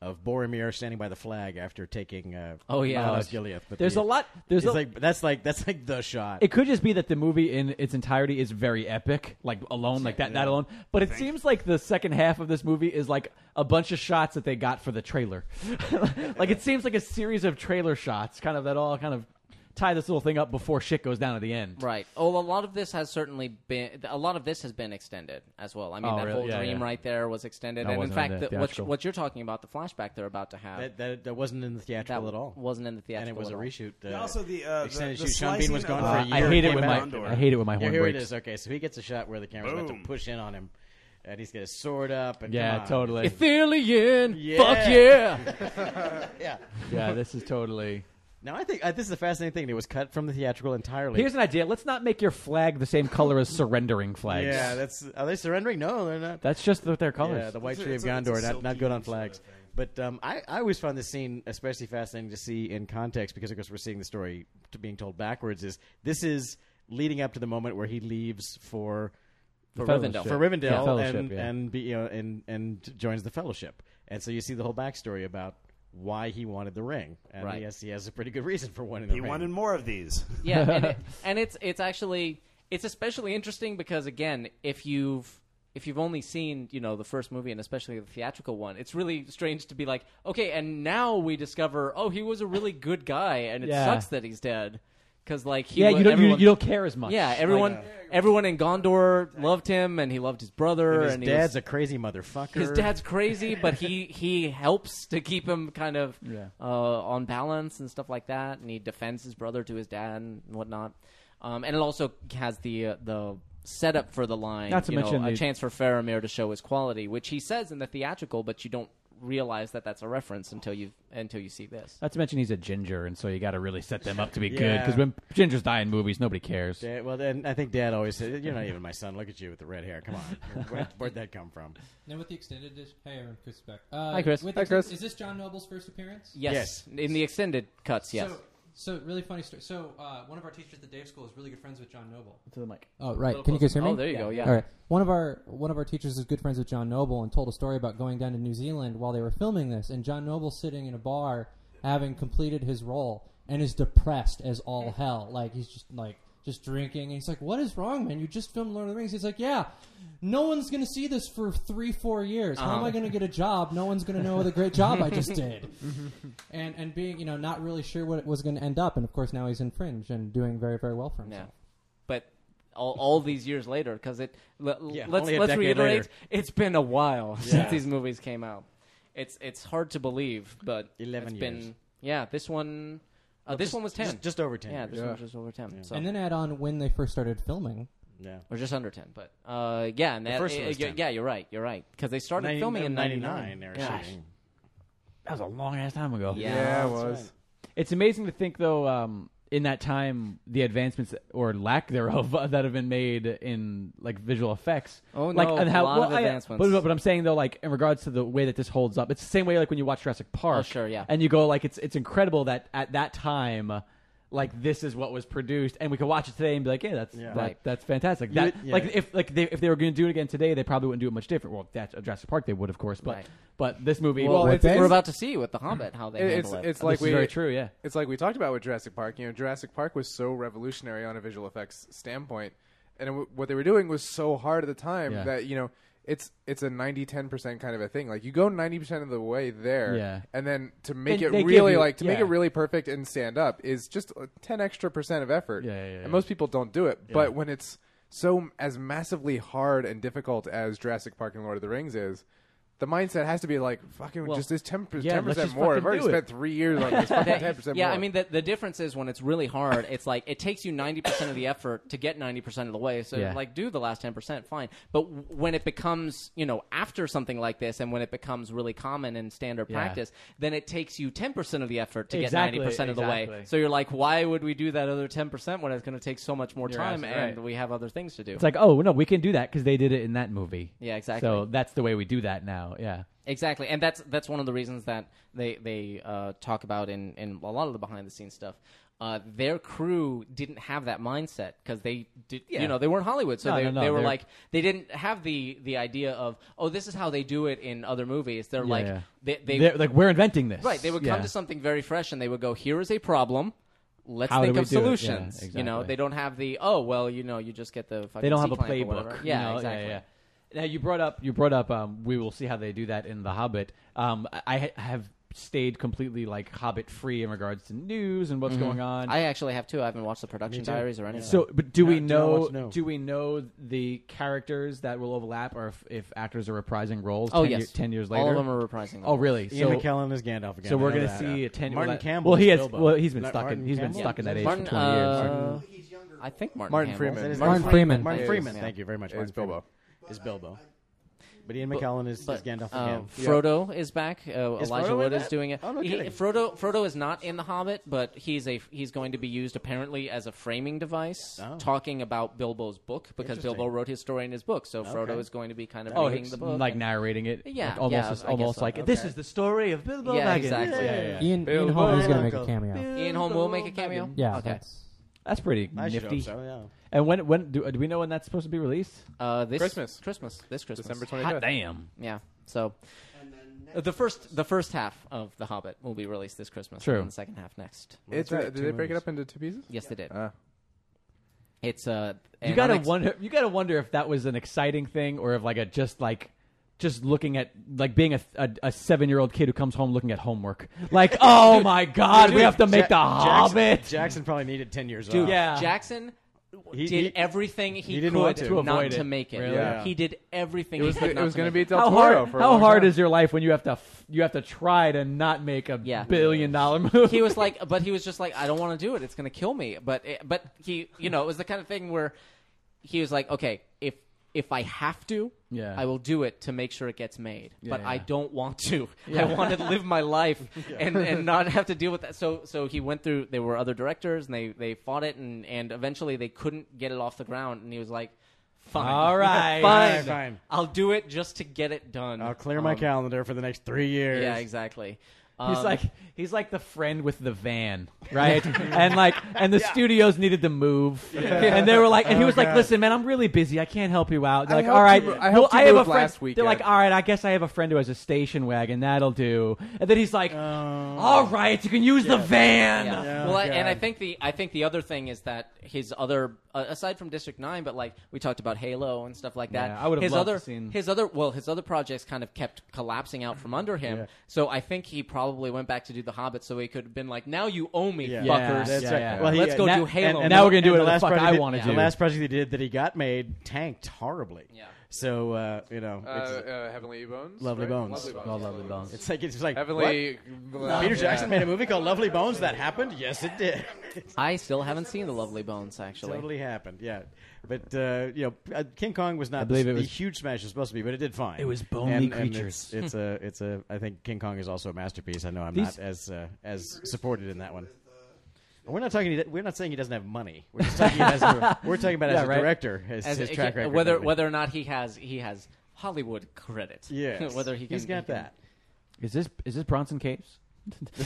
of Boromir standing by the flag after taking. Uh, Oh, yeah. Minas Oh, Gilead. But there's a the- lot- there's it's a- like that's like that's like the shot. It could just be that the movie in its entirety is very epic, like alone, like that, that alone. But it seems like the second half of this movie is like a bunch of shots that they got for the trailer. like it seems like a series of trailer shots, kind of that all kind of tie this little thing up before shit goes down at the end. Right. Oh, a lot of this has certainly been. A lot of this has been extended as well. I mean, Oh, that really? whole Yeah, dream yeah. right there was extended, That and in wasn't in fact, the the, what, theatrical. what you're talking about, the flashback they're about to have, That, that that wasn't in the theatrical at all. wasn't in the theatrical. And it was at a all. reshoot. Uh, And also the, uh, the- extended the shoot. Sean Bean was slicing gone of for a the- Uh, I year. hate it Came when my- back. I hate it when my yeah, horn here breaks. it is. Okay, so he gets a shot where the camera's about Boom. to push in on him, and he's got his sword up. And Yeah, come on. totally. Athelian, Yeah. fuck yeah. yeah. Yeah, this is totally. Now I think uh, this is a fascinating thing. It was cut from the theatrical entirely. Here's an idea. Let's not make your flag the same color as surrendering flags. Yeah, that's are they surrendering? No, they're not. That's just what their colors. Yeah, the White It's a- Tree of it's a- it's a Gondor, not, not silky good on flags. But um, I, I always found this scene especially fascinating to see in context because, of course, we're seeing the story to being told backwards. Is this is leading up to the moment where he leaves for The for Fellowship. for Rivendell, Yeah, Fellowship, and yeah. and be, you know, and and joins the Fellowship, and so you see the whole backstory about why he wanted the ring, and Right. he has he has a pretty good reason for wanting the He ring. wanted more of these. yeah and, it, and it's it's actually it's especially interesting because again if you've if you've only seen you know the first movie and especially the theatrical one it's really strange to be like okay and now we discover oh he was a really good guy and it Yeah. sucks that he's dead because like he Yeah, wa- you don't- you- everyone- you don't care as much. yeah everyone Like- everyone in Gondor loved him and he loved his brother And and, his he dad's was- a crazy motherfucker. his dad's crazy but he he helps to keep him kind of Yeah. uh, on balance and stuff like that, and he defends his brother to his dad and whatnot. Um, and it also has the uh, the setup for the line, Not to you know, mention a the- chance for Faramir to show his quality, which he says in the theatrical, but you don't realize that that's a reference until you until you see this. Not to mention he's a ginger, and so you got to really set them up to be good. Yeah. Because when gingers die in movies, nobody cares. Dad, well, then I think Dad always said, "You're not even my son. Look at you with the red hair. Come on, Where, would that come from?" Now with the extended edition. Hey, everyone, Chris Beck. Hi, Chris. with Hi, the- Chris. Is this John Noble's first appearance? Yes, in the extended cuts, yes. So, so really funny story. So uh, one of our teachers at the day of school is really good friends with John Noble. To the mic. Oh right, can you guys hear me? Oh, there you go. Yeah. All right. One of our one of our teachers is good friends with John Noble and told a story about going down to New Zealand while they were filming this, and John Noble sitting in a bar having completed his role and is depressed as all hell. Like he's just like just drinking, and he's like, "What is wrong, man? You just filmed Lord of the Rings." He's like, "Yeah, no one's gonna see this for three, four years. How am Uh-huh. I gonna get a job? No one's gonna know what a great job I just did." and and being you know not really sure what it was going to end up, and of course now he's in Fringe and doing very very well for himself. Yeah. But all, all these years later, because it le- Yeah, let's only a let's decade reiterate, later. it's been a while Yeah. since these movies came out. It's it's hard to believe, but 11 it's years. Been, yeah, this one. Uh, Well, this just- one was ten, just- just over 10 Yeah, years. this Yeah. one was just over ten. So. And then add on when they first started filming. Yeah. or just under ten, but uh, yeah, and The that, first one uh, was yeah, 10. yeah, you're right, you're right, because they started Ninety- filming in ninety 99, nine. they were Yeah. shooting. That was a long ass time ago. Yeah, Yeah, it that's was. It's amazing to think, though, um, in that time, the advancements or lack thereof uh, that have been made in like visual effects. Oh, like, no, and a how, lot well, of I- advancements. but, but I'm saying though, like in regards to the way that this holds up, it's the same way like when you watch Jurassic Park. Oh, sure, yeah. And you go like, it's it's incredible that at that time. Like this is what was produced, and we could watch it today and be like, "Yeah, that's Yeah. that- Right. that's fantastic." You That would- yeah. like if like they, if they were going to do it again today, they probably wouldn't do it much different. Well, that's Jurassic Park, they would, of course, but Right. but this movie, Well, it's- we're about to see with The Hobbit how they It- handle it's- it. it's Mm-hmm. It's like This is we very true, yeah. It's like we talked about with Jurassic Park. You know, Jurassic Park was so revolutionary on a visual effects standpoint, and it, w- what they were doing was so hard at the time Yeah. that you know it's it's a 90 10 percent kind of a thing. Like you go ninety percent of the way there, Yeah. and then to make They- they it give really you- like to make yeah. it really perfect and stand up is just uh, ten extra percent of effort. Yeah, yeah, yeah, yeah. And most people don't do it, Yeah. but when it's so as massively hard and difficult as Jurassic Park and Lord of the Rings is. The mindset has to be like fucking Well, just this ten yeah, let's percent just more. I've fucking already do it. spent three years on this fucking ten percent. yeah, more. I mean the, the difference is when it's really hard, it's like it takes you ninety percent of the effort to get ninety percent of the way. So Yeah. like do the last ten percent, fine. But w- when it becomes you know after something like this, and when it becomes really common in standard Yeah. practice, then it takes you ten percent of the effort to Exactly, get ninety percent of the way. exactly. So you're like, why would we do that other ten percent when it's going to take so much more You're time, absolutely and we have other things to do? It's like, oh no, we can do that because they did it in that movie. Yeah, exactly. So that's the way we do that now. Yeah, Exactly, and that's that's one of the reasons that they they uh, talk about in in a lot of the behind the scenes stuff. Uh, their crew didn't have that mindset because they did, Yeah. you know, they weren't Hollywood, so No, they, no, no, they were they're- like they didn't have the the idea of oh this is how they do it in other movies. They're Yeah, like yeah. they, they They're like, "We're inventing this." right? They would come Yeah. to something very fresh and they would go here is a problem. Let's How do think we of do it? Yeah, solutions. You know, exactly. they don't have the oh well, you know, you just get the fucking they don't have a C-clamp or whatever." playbook. you Yeah, know? exactly. yeah. Now you brought up you brought up. Um, we will see how they do that in The Hobbit. Um, I- I ha- have stayed completely like Hobbit free in regards to news and what's Mhm. going on. I actually have too. I haven't watched the production Me too. diaries or anything. So, but do No, we do not know, want do to know. we know the characters that will overlap, or if, if actors are reprising roles? Oh, 10 yes. year- ten years All later, of them are reprising Oh, roles. really? Ian McKellen is Gandalf again. So I we're know gonna that. see Yeah. a ten. Martin well, Campbell Well, he is has. Bilbo. Well, he's been Not stuck Martin in. He's been Campbell? stuck in that age Martin, for twenty uh, years. I think Martin. Martin Hamill. Freeman. Martin Freeman. Martin Yes. Freeman. Yeah. Thank you very much. It's Martin Bilbo. Is Bilbo. But Ian But- McKellen is, but, is Gandalf uh, again. Frodo is back. Uh, Is Elijah Frodo in Wood is that? doing it. Oh, no He- kidding. Frodo Frodo is not in The Hobbit, but he's a he's going to be used apparently as a framing device, Oh. talking about Bilbo's book because Interesting. Bilbo wrote his story in his book. So Frodo Okay. is going to be kind of Oh, reading he's the book, like and- narrating it. Yeah, Like, almost- yeah, I guess almost so. like, "This is the story of Bilbo Yeah, Baggins." exactly. Yeah, yeah, yeah. Ian, Ian Bilbo Holm is going to make a Baggins. cameo. Ian Holm will make a cameo. Yeah, okay. that's- That's pretty I should nifty. hope so, yeah. And when when do, do we know when that's supposed to be released? Uh, this Christmas, Christmas, this Christmas, December 25th. Hot damn. Yeah. So, Uh, the first the first half of The Hobbit will be released this Christmas. True. And the second half next. It's, uh, did they break it up into two pieces? Yes, they did. Ah. it's uh, You an gotta unex- wonder. You gotta wonder if that was an exciting thing, or if like a just like just looking at like being a a, a seven year old kid who comes home looking at homework. Like, oh my god, we have to make the Jackson, Hobbit. Jackson probably needed ten years Dude, off. Jackson uh, He- did he- everything he, he didn't could want to. To avoid not it. to make it. Really? Yeah. He did everything It was he could the- it not was to gonna make be Del how Toro hard, for a how long hard time. is your life when you have to f- you have to try to not make a Yeah. billion dollar movie? he was like, but he was just like, I don't want to do it. It's going to kill me. But it, but he, you know, it was the kind of thing where he was like, okay, if if I have to, Yeah. I will do it to make sure it gets made. Yeah, but I yeah. don't want to. Yeah. I want to live my life Yeah. and, and not have to deal with that. So so he went through. There were other directors, and they they fought it, and and eventually they couldn't get it off the ground, and he was like. Fine. All right. fine. Fine. I'll do it just to get it done. I'll clear my Um, calendar for the next three years. Yeah, exactly. He's Um, like he's like the friend with the van, right? and like and the studios needed to move, Yeah. and they were like, and he Oh, was like, God. "Listen, man, I'm really busy. I can't help you out." They're I like, helped "All right, you- I well, helped you I have move a friend." last They're like, weekend. "All right, I guess I have a friend who has a station wagon. That'll do." And then he's Oh. like, "All right, you can use the van." Yeah. well, Oh, I- and I think the I think the other thing is that his other uh, aside from District Nine, but like we talked about Halo and stuff like that. Yeah, I would've his loved other to seen- his other well his other projects kind of kept collapsing out from under him. So I think he probably went back to do The Hobbit, so he could have been like, now you owe me, Yeah. fuckers. That's right. Well, he- Let's go and- do Halo. and- and Now the- we're gonna do whatever and the the last fuck project I he- wanna The do. last project he did that he got made tanked horribly. Yeah. So uh, you know, Uh, it's- uh, Heavenly Bones. Lovely right? Bones. Lovely Bones. It's like it's like Heavenly. what? Peter Jackson made a movie called Lovely Bones. That happened. Yes, it did. I still haven't seen The Lovely Bones actually. Totally happened. Yeah, but uh, you know, uh, King Kong was I not believe it the was- huge smash it was supposed to be, but it did fine. It was bony And- and creatures. it's, it's a, it's a. I think King Kong is also a masterpiece. I know I'm These- not as uh, as supported in that one. We're not talking. he- We're not saying he doesn't have money. We're just talking as a, we're talking about Yeah, as a right. director, as, As his a- track he- record. Whether lately. whether or not he has he has Hollywood credit. Yes. whether he can He's got he can- that. Is this is this Bronson Caves?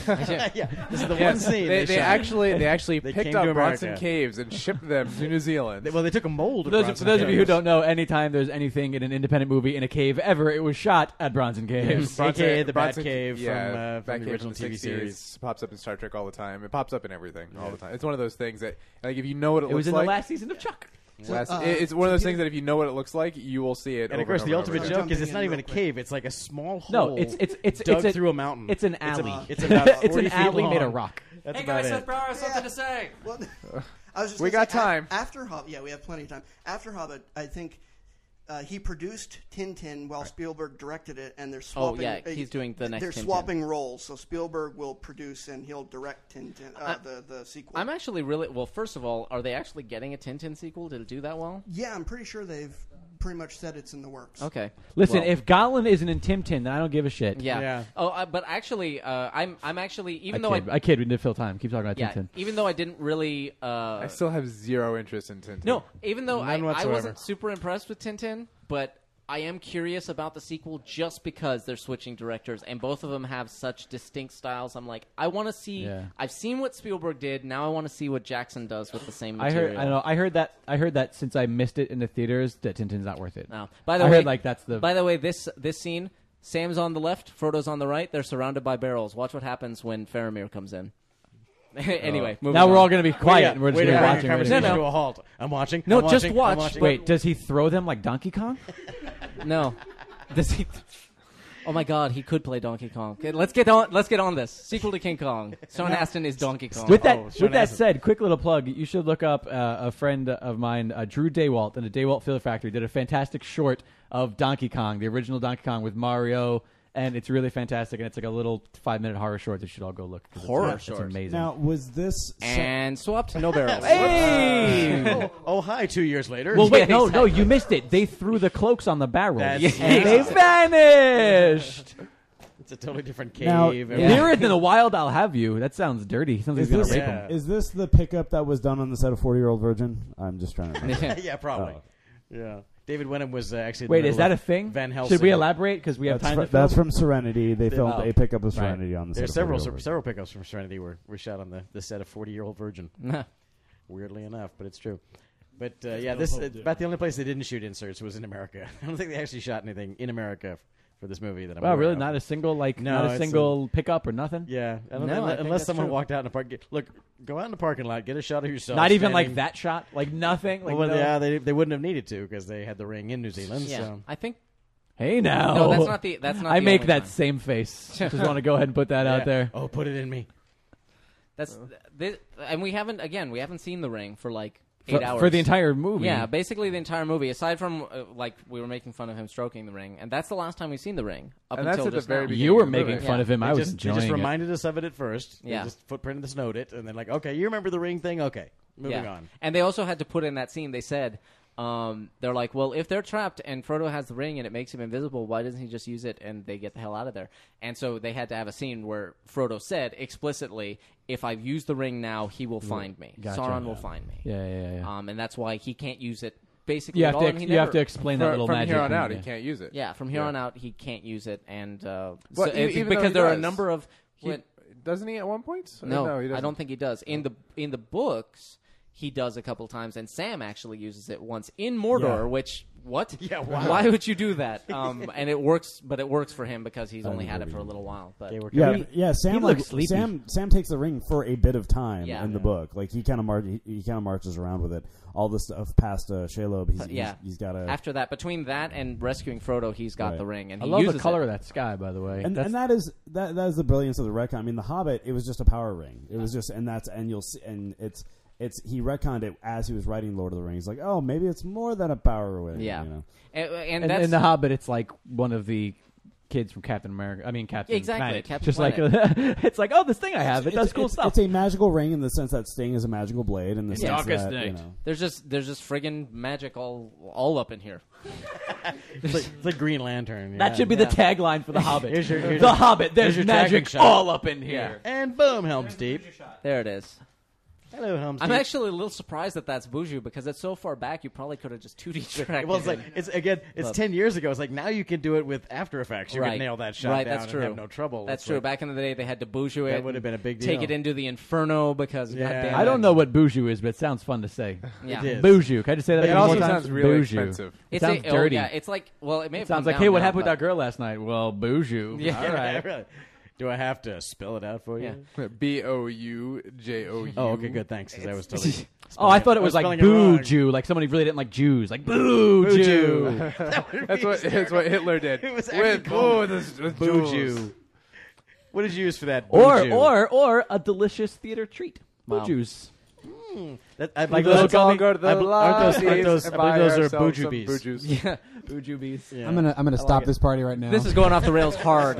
yeah, this is the Yeah, one scene. They, they shot. actually they actually came picked to up America. Bronson Caves and shipped them to New Zealand. They- well, they took a mold. For Of those, Bronson for those of you who Caves. don't know, anytime there's anything in an independent movie in a cave ever, it was shot at Bronson Caves, AKA the Bronson- Batcave yeah, from, uh, from the Batcave original from TV 60s. series. pops up in Star Trek all the time. It pops up in everything all the time. It's one of those things that like if you know what it, It looks was in like. the last season of Chuck. So, last- uh, it- it's one of so those Peter- things that if you know what it looks like, you will see it. And of over course, the over and ultimate over joke is it's Jumping not in even a real quick. cave; it's like a small hole. No, it's it's it's dug it's a, through a mountain. It's an a- alley. It's about it's 40 an feet alley made of long. rock. That's Hey, about guys, it. Seth Brower has something to say. Well, I was just We gonna got say, a- time. after Hobbit, yeah, we have plenty of time. After Hobbit, I think uh, he produced Tintin while Spielberg directed it, and they're swapping. yeah, uh, he's doing the next They're Tintin. swapping roles, so Spielberg will produce and he'll direct Tintin, uh, I- the the sequel. I'm actually really well. First of all, are they actually getting a Tintin sequel? Did it do that well? yeah, I'm pretty sure they've pretty much said it's in the works. Okay. Listen, Well- if Gollum isn't in Tim Tin, then I don't give a shit. Yeah. Oh, I, but actually, uh, I'm I'm actually even I though kid. I, I kid. We didn't fill time. Keep talking about yeah, Tintin. even though I didn't really uh, I still have zero interest in Tintin. no, even though I, None I whatsoever. wasn't super impressed with Tintin, but I am curious about the sequel just because they're switching directors and both of them have such distinct styles. I'm like, I want to see. Yeah. I've seen what Spielberg did. Now I want to see what Jackson does with the same. I Material. heard. I know. I heard that. I heard that since I missed it in the theaters, that Tintin's not worth it. No. By the I way, heard like that's the. By the way, this this scene, Sam's on the left, Frodo's on the right. They're surrounded by barrels. Watch what happens when Faramir comes in. anyway, moving Oh. now we're on. all going to be quiet and we're just Wait going a to minute. watch him. Conversation to a halt. I'm watching. No, I'm just watching, I'm watch. watching. Wait, does he throw them like Donkey Kong? no. Does he? Oh my God, he could play Donkey Kong. Okay, let's get on. Let's get on this sequel to King Kong. Sean Astin is Donkey Kong. With Oh, that, with that said, quick little plug. You should look up uh, a friend of mine, uh, Drew Daywalt, and the Daywalt Field Factory did a fantastic short of Donkey Kong, the original Donkey Kong with Mario, and it's really fantastic. And it's like a little five minute horror short. that You should all go look. 'cause it's- Horror it's, short. amazing. Now, was this and swapped no barrels. Hey! oh, oh, hi. Two years later. well, wait, no, no, you missed it. They threw the cloaks on the barrels, That's- and Yeah. they vanished. It's a totally different cave. Now- Everything. Nearer than a wild, I'll have you. That sounds dirty. Sounds like Is he's gonna this, rape him. him. is this the pickup that was done on the set of Forty Year Old Virgin? I'm just trying to. Remember. yeah, probably. Oh. Yeah. David Wenham was uh, actually. in the Wait, is middle that a of thing? Van Helsing. Should we elaborate? Because we have that's, time. fr- to that's fill? from Serenity. They filmed Oh. a pickup of Right. Serenity on the set. There's of several 40 Year Old several pickups from Serenity were, were shot on the, the set of Forty Year Old Virgin. Weirdly enough, but it's true. But uh, yeah, no this hope, uh, dude. about the only place they didn't shoot inserts was in America. I don't think they actually shot anything in America f- for this movie. That I'm Wow, aware really? of. Not a single like, No, not a it's single pickup or nothing. Yeah, I don't No, know, I unless, think unless that's someone true. walked out in the park. Get, look, go out in the parking lot, get a shot of yourself. Not even like standing- that shot. Like nothing. Like well, no- yeah, they, they wouldn't have needed to because they had the ring in New Zealand. Yeah, So. I think Hey now. No, that's not the- that's not I the make only that time. same face. Just want to go ahead and put that Yeah. out there. Oh, put it in me. That's this, and we haven't again. We haven't seen The Ring for like For- eight hours for the entire movie. Yeah, basically the entire movie, aside from uh, like we were making fun of him stroking The Ring, and that's the last time we've seen The Ring up And that's until at the just very now. beginning You were of the making movie. fun of him. They I was just, they just enjoying it. reminded us of it at first. They Yeah. just footprinted this note it, and then like, okay, you remember the ring thing? Okay, moving Yeah. on. And they also had to put in that scene. They said, Um, they're like, well, if they're trapped and Frodo has the ring and it makes him invisible, why doesn't he just use it and they get the hell out of there? And so they had to have a scene where Frodo said explicitly, if I've used the ring now, he will find me. Gotcha. Sauron will Yeah. find me. Yeah, yeah, yeah. Um, and that's why he can't use it. Basically, You at have all, to and ex- he you have never- to explain that From- little from here magic on thing, out, he yeah. can't use it. Yeah, from here Yeah. on out, he can't use it, and uh, Well, e- so it's even though because he there are a does. number of He- when- doesn't he at one point? Or no, he I doesn't. don't think he does. In the in the books, he does a couple times, and Sam actually uses it once in Yeah. Mordor. Which what? Yeah, wow. Why would you do that? Um, and it works, but it works for him because he's I only don't had it believe for a it. little while. But yeah, yeah. Sam like looks sleepy. Sam Sam takes the ring for a bit of time Yeah. in the Yeah. book. Like he kind of mar- he, he kind of marches around with it. All the stuff past uh, Shelob, he's, yeah, he's, he's got a After that, between that and rescuing Frodo, he's got Right. the ring, and I he love the uses color it. of that sky, by the way. and, That's- and that is that that is the brilliance of the retcon. I mean, the Hobbit it was just a power ring. It was just and that's and you'll see and it's it's he retconned it as he was writing Lord of the Rings. Like oh maybe it's more than a power ring. Yeah. you know? And- and and, uh, that's- in The Hobbit, it's like one of the kids from Captain America. I mean, Captain Exactly, Planet. Captain Just Planet. like it's like, oh, this thing I have, it It's- does cool it's, stuff. It's a magical ring in the sense that Sting is a magical blade, and the It's sense darkest that, you night. know. There's just there's just friggin' magic all all up in here. It's like, it's like Green Lantern. That yeah. should be Yeah. the tagline for The Hobbit. Here's your- here's the your- Hobbit. There's here's your magic dragon shot. all up in here. And boom, Helm's Deep. There it is. Hello, Helm's I'm Deep. actually a little surprised that that's Buju because it's so far back. You probably could have just 2D tracked. well, it's it. like it's again. It's But- ten years ago. It's like now you can do it with After Effects. You right. can nail that shot Right, down that's true. and have no trouble. That's It's true. like- Back in the day, they had to Buju it. That and would've been a big Take it deal. into the inferno because Yeah. goddamn I don't it. know what Buju is, but it sounds fun to say. Yeah. It It is. is. Buju. Can I just say that? It again also one more time? sounds really Buju. expensive. It It's a- sounds oh, dirty. yeah, it's like- well, it may have sounds come like, down hey, what now, happened with but- that girl last night? Well, Buju. Yeah. All right. Really. Do I have to spell it out for you? B O U J O U. Oh, okay, good. Thanks. 'cause I was totally. Oh, I thought it was like spelling wrong. boo Jew, like somebody really didn't like Jews, like boo Boo Jew. Jew. That's what- that's what Hitler did. It was With- actually called oh, this- this Boo Jews. Jew. What did you use for that? Boo or Jew? or or a delicious theater treat, Wow. Buju's. Hmm. That- I Like believe those let's are all called- go to the I bel- aren't those- aren't libraries those- and I believe buy those are ourselves some Bujubies. Buju's. Yeah, Bujubies. Yeah. I'm gonna I'm gonna I like stop it. this party right now. This is going off the rails hard.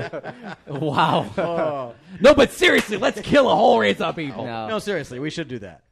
wow. Oh. No, but seriously, let's kill a whole race of people. No. No, seriously, we should do that.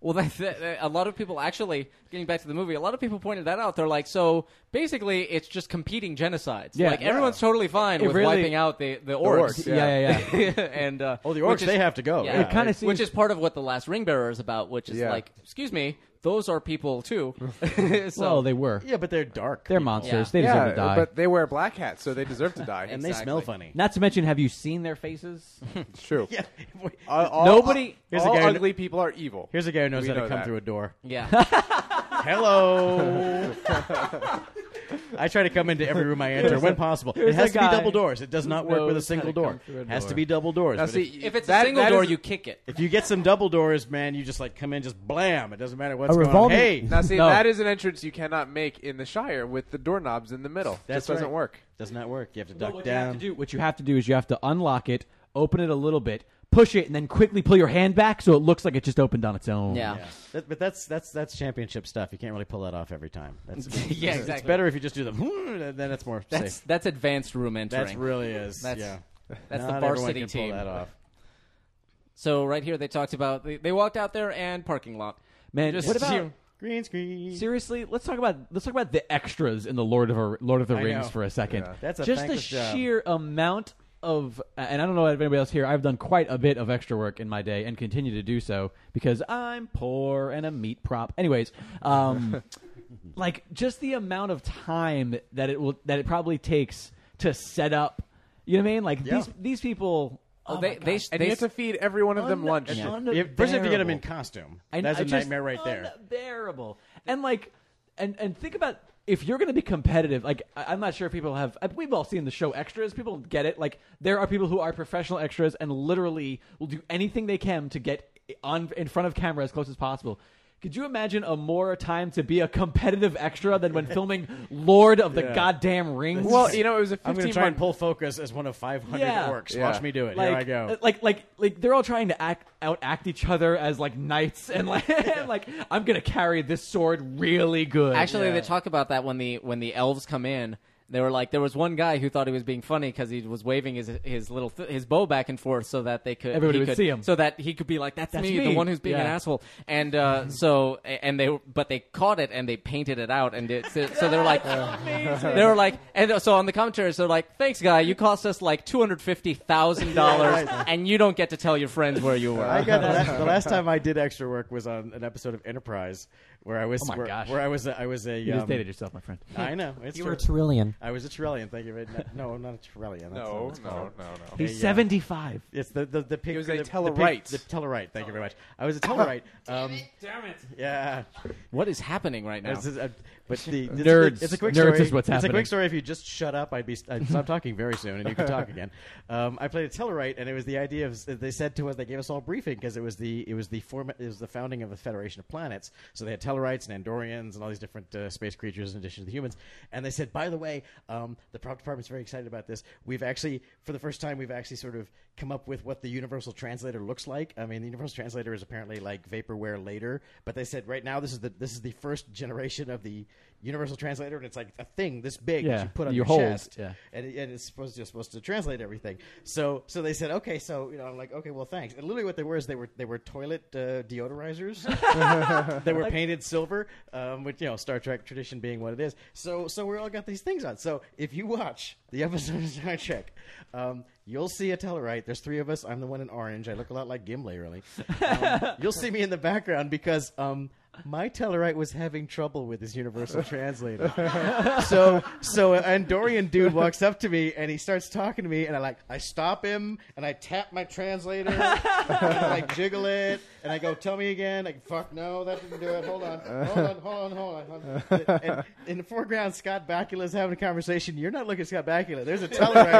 Well, that, that, a lot of people actually getting back to the movie. A lot of people pointed that out. They're like, so basically, it's just competing genocides. Yeah. like everyone's totally fine It with really- wiping out the the orcs. orcs, yeah. Yeah, yeah, and uh, Oh, the which orcs, they have to go, yeah. It kinda which seems- is part of what the last ring bearer is about. Which is Yeah. like, excuse me, those are people too. so, well, they were. Yeah, but they're dark. They're monsters. They yeah, deserve to die. but they wear black hats, so they deserve to die, And they smell funny. Not to mention, have you seen their faces? It's true. Yeah. All- all- Nobody- All, Here's a guy who- ugly people are evil. Here's a guy who knows We how to know come that. through a door. Yeah. Oh. Hello. I try to come into every room I enter Here's when a- possible. It here's has a to be guy double doors. It does not who work with a knows how single to come door. through a Has to door. be double doors. Now, But see, if it's a single that door, is- you kick it. If you get some double doors, man, you just like come in, just blam. It doesn't matter what's A going on. revolving- Hey, Now, see, that is an entrance you cannot make in the Shire with the doorknobs in the middle. That Just doesn't work. Does not work. You have to But duck what You have down. to do, what you have to do is you have to unlock it, open it a little bit, push it, and then quickly pull your hand back so it looks like it just opened on its own. That- but that's that's that's championship stuff. You can't really pull that off every time. That's Yeah, it's- It's exactly. better if you just do the. Then it's more That's safe. that's advanced room entering. That really is. That's, yeah. That's Not the everyone varsity can team. Pull that off. So right here, they talked about they, they walked out there and parking lot. Man, Just what about zero. green screen? Seriously, let's talk about let's talk about the extras in the Lord of a, Lord of the I Rings know. for a second. Yeah. That's a just the thankless job. sheer amount of, and I don't know if anybody else here. I've done quite a bit of extra work in my day and continue to do so because I'm poor and a meat prop. Anyways, um, like just the amount of time that it will that it probably takes to set up. You know what I mean? Like Yeah. these these people. Oh, they- my God. they- And they- you have to feed every one of them lunch. It's Yeah. unbearable. First, you have to get them in costume. I- That's I a just- nightmare right there. Unbearable. And like, and and think about if you're going to be competitive. Like, I, I'm not sure if people have. I- We've all seen the show Extras. People get it. Like, there are people who are professional extras and literally will do anything they can to get on in front of camera as close as possible. Could you imagine a more time to be a competitive extra than when filming Lord of the Yeah. Goddamn Rings? I'm gonna try and pull focus as one of 500 Yeah. orcs. Yeah. Watch me do it. Like, Here I go. uh, Like, like, like they're all trying to act out act each other as like knights, and like, and, like I'm gonna carry this sword really good. Actually, they talk about that when the when the elves come in. They were like, there was one guy who thought he was being funny because he was waving his his little th- his bow back and forth so that they could Everybody he would could- see him. so that he could be like, that's, That's me, me." the one who's being an Yeah. asshole. And uh, so and they but they caught it and they painted it out and it, so, so they were like, amazing. they were like, and uh, so on the commentaries they're like, thanks guy, you cost us like two hundred fifty thousand dollars Yeah, right. and you don't get to tell your friends where you were. I got the, last, the last time I did extra work was on an episode of Enterprise where I was Oh my where, gosh. where I was a, I was a You just um, dated yourself, my friend. I know it's You were true. a Trillian. I was a Trillian. Thank you. very much. No, I'm not a Trillian. That's No, not what it's no, called. no, no. He's A, uh, 75. It's the the the pig, was the, a the Tellerite. The, pig- the Tellerite. Thank you very much. I was a Tellerite. um, Damn it. Yeah. What is happening right now? This is, uh, but the, this Nerds. It's a quick Nerds story. is what's It's a happening. quick story. If you just shut up, I'd be. I'd stop talking very soon, and you can talk again. Um, I played a Tellarite, and it was the idea of. They said to us, they gave us all a briefing because it was the it was the form it was the founding of the Federation of Planets. So they had Tellarites and Andorians and all these different uh, space creatures in addition to the humans. And they said, by the way, um, the prop department's very excited about this. We've actually, for the first time, we've actually sort of come up with what the universal translator looks like. I mean, the universal translator is apparently like vaporware later, but they said right now this is the this is the first generation of the universal translator, and it's like a thing this big that Yeah, you put on you your hold, chest, yeah. and, it- and it's supposed you're supposed to translate everything. So so they said, okay, so you know, I'm like, okay, well, thanks. And literally, what they were is they were they were toilet uh, deodorizers. they were painted silver, um, which you know, Star Trek tradition being what it is. So so we all got these things on. So if you watch the episode of Star Trek, um, you'll see a Tellarite. There's three of us. I'm the one in orange. I look a lot like Gimli, really. Um, you'll see me in the background because. Um, my Tellarite was having trouble with his universal translator. so so an Andorian dude walks up to me and he starts talking to me and I like I stop him and I tap my translator and I like jiggle it and I go, Tell me again, like fuck no, that didn't do it. Hold on. Hold on, hold on, hold on. And in the foreground, Scott Bakula is having a conversation. You're not looking at Scott Bakula. There's a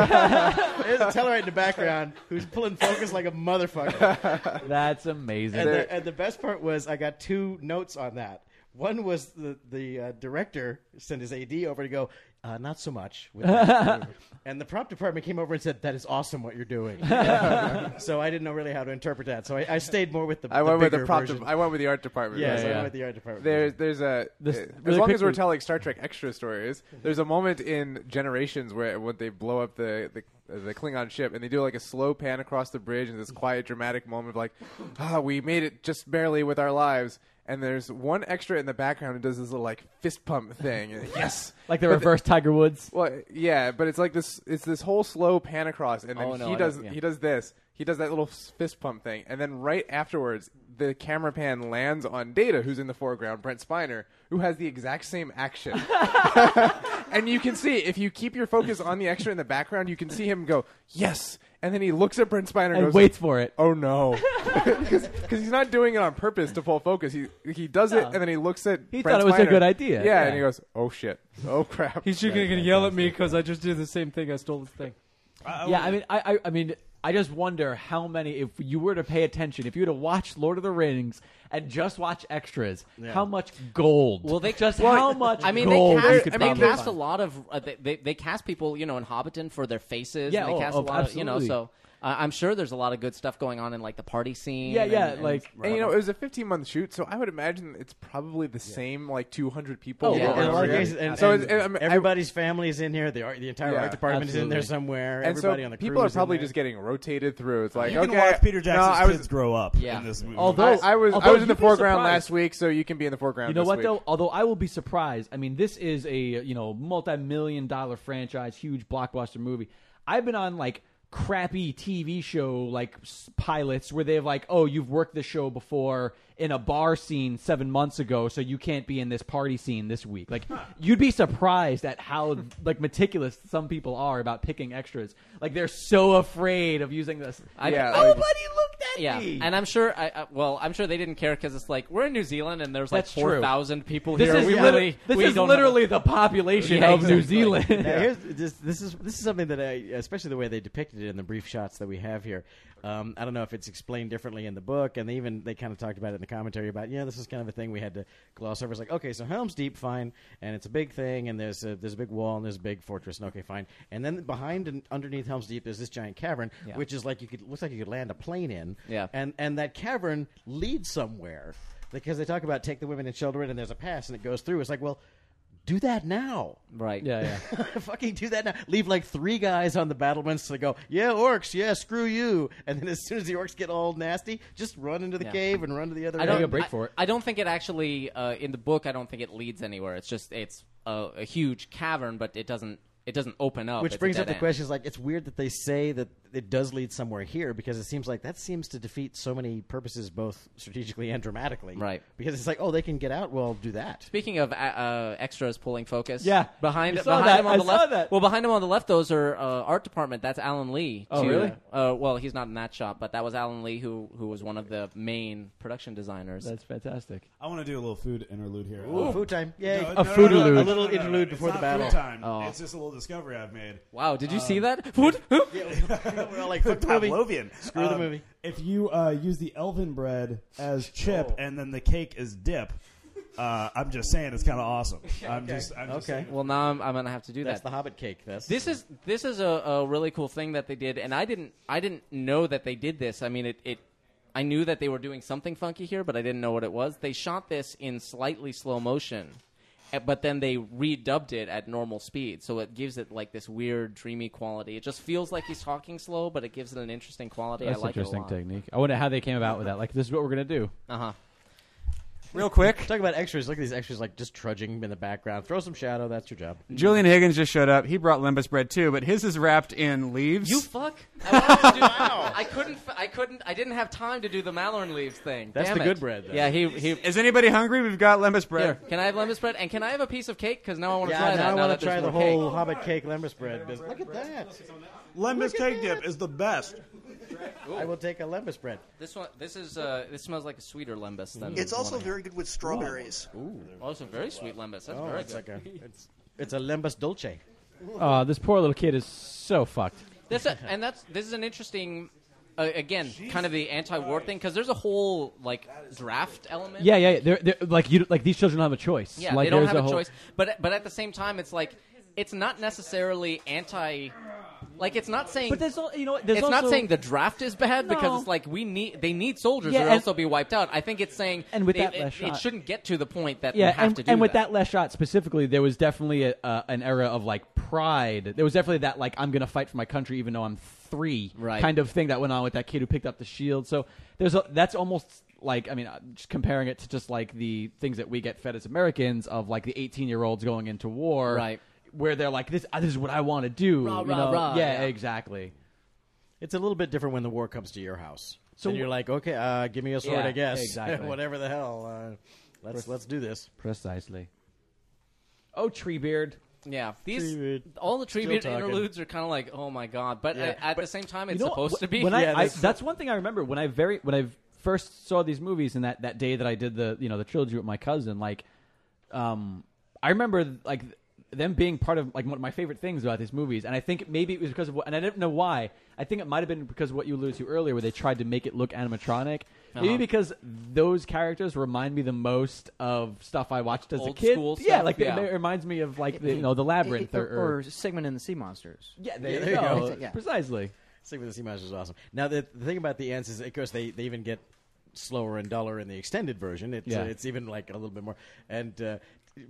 Tellarite. There's a Tellarite in the background who's pulling focus like a motherfucker. That's amazing. And the, and the best part was I got two notes on that. One was the the uh, director sent his AD over to go, uh, not so much. With that." and the prop department came over and said, "That is awesome what you're doing." so I didn't know really how to interpret that. So I, I stayed more with the. I went with the bigger prop. version. de- I went with the art department. Yes, version. I went with the art department. There, version. there's a This- uh, as really long as we're quickly- telling Star Trek extra stories. There's a moment in Generations where when they blow up the the, the Klingon ship and they do like a slow pan across the bridge and this quiet dramatic moment of like, ah, we made it just barely with our lives. And there's one extra in the background who does this little like fist pump thing. And, yes, Like the But reverse Tiger Woods. well, yeah, but it's like this. It's this whole slow pan across, and then Oh, no, he I does don't- yeah. he does this. He does that little s- fist pump thing, and then right afterwards, the camera pan lands on Data, who's in the foreground, Brent Spiner, who has the exact same action. and you can see if you keep your focus on the extra in the background, you can see him go yes, and then he looks at Brent Spiner and, And goes, waits for it. Oh no, because he's not doing it on purpose to full focus. He he does it, No. and then he looks at. He Brent thought it was a Spiner. good idea. Yeah, and Yeah. he goes, oh shit, oh crap. He's just Yeah, gonna- gonna yeah. yell at me because I just did the same thing. I stole this thing. yeah, I mean, I, I, I mean, I just wonder how many. If you were to pay attention, if you were to watch Lord of the Rings and just watch extras, Yeah. how much gold? Well, they just well, how much. I mean, gold they you cast, could I mean, probably they cast a find. lot of uh, they, they they cast people, you know, in Hobbiton for their faces. Yeah, and they oh, cast oh, a lot of you know. absolutely. So uh, I'm sure there's a lot of good stuff going on in like the party scene. Yeah, and- yeah, and- like- And you know, it was a 15 month shoot, so I would imagine it's probably the same like 200 people. Oh, yeah. over In a lot of again. cases, and, so and it's- I mean, I- everybody's family is in here. The, art, the entire Yeah. art department is in there somewhere. And so everybody on the people are crew's in probably there. just getting rotated through. It's like You okay, can watch Peter no, Jackson's I was, kids grow up Yeah. in this movie. Although- I, I was I although was in you'd the be foreground surprised. last week, so you can be in the foreground. You know this what week. though? Although I will be surprised. I mean, this is a you know multi-million dollar franchise, huge blockbuster movie. I've been on like crappy TV show like s- pilots where they've like, oh, you've worked the show before in a bar scene seven months ago, so you can't be in this party scene this week. Like, you'd be surprised at how like meticulous some people are about picking extras. Like, they're so afraid of using this. I, Yeah, oh, like- buddy, looked at yeah, me. and I'm sure. I, I well, I'm sure they didn't care because it's like we're in New Zealand and there's like That's true. four thousand people This here. is we liter- really, this we is don't literally have a- the population Yeah, of New exactly. Zealand. Now, here's, this, this is this is something that I, especially the way they depicted it in the brief shots that we have here. Um, I don't know if it's explained differently in the book, and they even they kind of talked about it in the commentary about you know this is kind of a thing we had to gloss over. It's like okay, so Helm's Deep, fine, and it's a big thing, and there's a, there's a big wall and there's a big fortress, and okay, fine, and then behind and underneath Helm's Deep there's this giant cavern, Yeah. which is like you could looks like you could land a plane in, Yeah. and and that cavern leads somewhere because they talk about take the women and children, and there's a pass and it goes through. It's like well do that now. Right. Yeah, yeah. Fucking do that now. Leave like three guys on the battlements to go, yeah, orcs, yeah, screw you. And then as soon as the orcs get all nasty, just run into the Yeah. cave and run to the other I end. don't, I- I don't think it actually uh, in the book. I don't think it leads anywhere. It's just it's a, a huge cavern, but it doesn't it doesn't open up. Which Oh, It's a brings dead up the end. questions like it's weird that they say that it does lead somewhere here because it seems like that seems to defeat so many purposes both strategically and dramatically. Right. Because it's like, oh, they can get out, well, do that. Speaking of uh, uh, extras pulling focus, Yeah. behind, I saw behind that. him on I the saw left. that. Well, behind him on the left, those are uh, art department. That's Alan Lee. Oh, too. really? Uh, well, he's not in that shop, but that was Alan Lee, who who was one of the main production designers. That's fantastic. I want to do a little food interlude here. Ooh, food time. Yay. No, no, A no, no, food no, no, allude. no, A little no, no, no, interlude it's before the not battle. Food time. Oh. It's just a little discovery I've made. Wow, did you see Um, that? Food? We're all like, fuck the movie. Pavlovian. Screw the Um, movie. If you uh, use the elven bread as chip Oh. and then the cake is dip, uh, I'm just saying it's kind of awesome. I'm just, I'm just saying. Well, now I'm, I'm gonna have to do That's that. the Hobbit cake. That's this is this is a, a really cool thing that they did, and I didn't I didn't know that they did this. I mean, it, it I knew that they were doing something funky here, but I didn't know what it was. They shot this in slightly slow motion, eh, but then they redubbed it at normal speed, so it gives it like this weird dreamy quality. It just feels like he's talking slow, but it gives it an interesting quality. That's I like it interesting a lot. technique. I wonder how they came about with that. Like, this is what we're gonna do. Uh huh. Real quick. Talk about extras. Look at these extras like just trudging in the background. Throw some shadow. That's your job. Julian Higgins just showed up. He brought Limbus bread too, but his is wrapped in leaves. You fuck! I, wanted to do, I couldn't. f- I couldn't. I didn't have time to do the Malloran leaves thing. That's Damn the it. good bread, though. Yeah, he he. Is anybody hungry? We've got Limbus bread. Here, can I have lemon spread? And can I have a piece of cake? Because now I want to Yeah, try now that. I now want that to try there's the more cake. whole Hobbit cake Lembus bread. Does- Look at that. Lembus cake dip is the best. I will take a Lembus bread. This one, this is, uh, this smells like a sweeter lembus than. It's the also one I had. very good with strawberries. Ooh, also very sweet lembus. That's Oh, very it's good. like a- it's- It's a Lembus Dolce. Oh, this poor little kid is so fucked. That's a, and that's this is an interesting, uh, again, kind of the anti-war thing because there's a whole like draft element. Yeah, yeah. yeah. They're, they're, like you, like these children don't have a choice. Yeah, like, they don't there's have a whole- choice. But but at the same time, it's like it's not necessarily anti. Like it's not saying. But there's al- you know what, there's it's not also- saying the draft is bad No. because it's like we need they need soldiers Yeah, or and- else they'll be wiped out. I think it's saying And with they- that it, last it shot- shouldn't get to the point that yeah, we have and, to do and with that. that last shot specifically, there was definitely a, uh, an era of like pride. There was definitely that like I'm going to fight for my country even though I'm three Right. kind of thing that went on with that kid who picked up the shield. So there's a, that's almost like I mean, uh, just comparing it to just like the things that we get fed as Americans of like the 18 year olds going into war, Right. Where they're like this, uh, this is what I want to do. Rah, you rah, know? rah, yeah. yeah, exactly. It's a little bit different when the war comes to your house. So So you're like, okay, uh, give me a sword, Yeah, I guess. exactly. Whatever the hell. Uh, let's let's do this. Precisely. Oh, Treebeard. Yeah, these all the Still tribute talking. interludes are kind of like, oh my god! But Yeah. uh, at the same time, it's You know, supposed wh- to be. When I, I, that's one thing I remember when I very when I first saw these movies and that, that day that I did the you know the trilogy with my cousin. Like, um, I remember like them being part of like one of my favorite things about these movies, and I think maybe it was because of what, and I didn't know why. I think it might have been because of what you alluded to earlier, where they tried to make it look animatronic. Maybe Uh-huh. because those characters remind me the most of stuff I watched as a Old kid. school yeah, stuff, like yeah. It, it reminds me of like the, you know the labyrinth or, or, Sigmund and the Sea Monsters. Yeah, Yeah, there, there you you go. go. Yeah. Precisely. Sleeping with the Sea Monsters is awesome. Now the, the thing about the ants is, of course, they, they even get slower and duller in the extended version. It's Yeah. uh, it's even like a little bit more. And uh,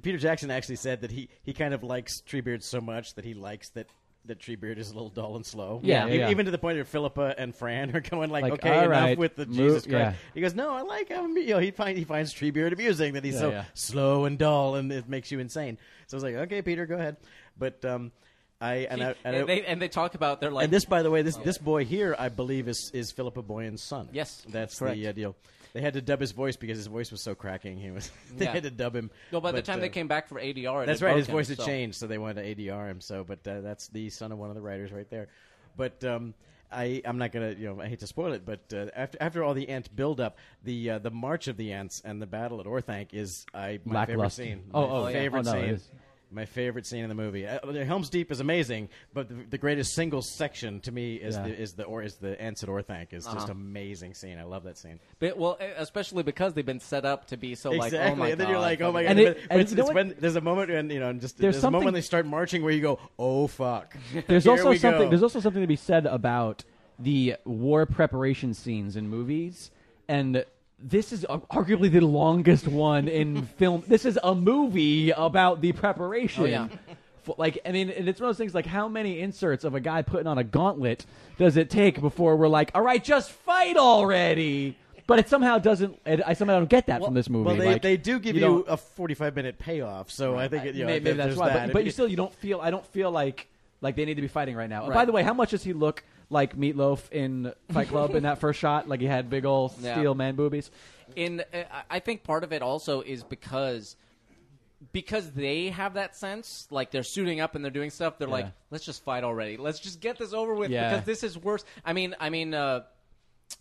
Peter Jackson actually said that he, he kind of likes Treebeard so much that he likes that. That Treebeard is a little dull and slow. Yeah, E- yeah. even to the point where Philippa and Fran are going like, Like, "Okay, all enough right, with the move- Jesus Christ." yeah. He goes, "No, I like him." You know, he find he finds Treebeard amusing that he's Yeah, so yeah. slow and dull, and it makes you insane. So I was like, "Okay, Peter, go ahead." But um, I and I and, and, I, they, and they talk about they're like Oh. and this, by the way, this this boy here, I believe, is is Philippa Boyan's son. Yes, that's correct. the uh, deal. They had to dub his voice because his voice was so cracking. He was they Yeah. had to dub him. No, by the But, time they uh, came back for ADR, it that's had right. His broken, voice had so- changed, so they wanted to ADR him. So, but uh, that's the son of one of the writers right there. But um, I I'm not gonna you know I hate to spoil it, but uh, after after all the ant buildup, the uh, the march of the ants and the battle at Orthanc is I my Lackluster. favorite scene. Oh, my oh, yeah. favorite Oh, no, it scene. is. My favorite scene in the movie. Uh, Helm's Deep is amazing, but the, the greatest single section to me is Yeah. the is the or is the ants at Orthanc is just Uh-huh. amazing scene. I love that scene. But, well, eh, especially because they've been set up to be so like, oh exactly, my and then god, you're like, oh my god! fucking- but- but it's, it's when there's a moment when you know, and just There's there's, a moment when something- they start marching where you go, oh fuck. There's Here also we something. go. There's also something to be said about the war preparation scenes in movies, and this is arguably the longest one in film. This is a movie about the preparation. Oh, yeah. For- Like I mean, and it's one of those things. Like, how many inserts of a guy putting on a gauntlet does it take before we're like, "All right, just fight already"? But it somehow doesn't. It, I somehow don't get that from this movie. Well, they, Like, they do give you you, don't- a 45 minute payoff, so I think it, you know, May- maybe, there- that's there's why. that. But, but you still you don't feel I don't feel like like they need to be fighting right now. Right. By the way, how much does he look like Meatloaf in Fight Club in that first shot? Like he had big old Yeah. steel man boobies. in uh, I- I think part of it also is because because they have that sense like they're suiting up and they're doing stuff they're like Yeah. let's just fight already let's just get this over with Yeah. because this is worse I mean I mean uh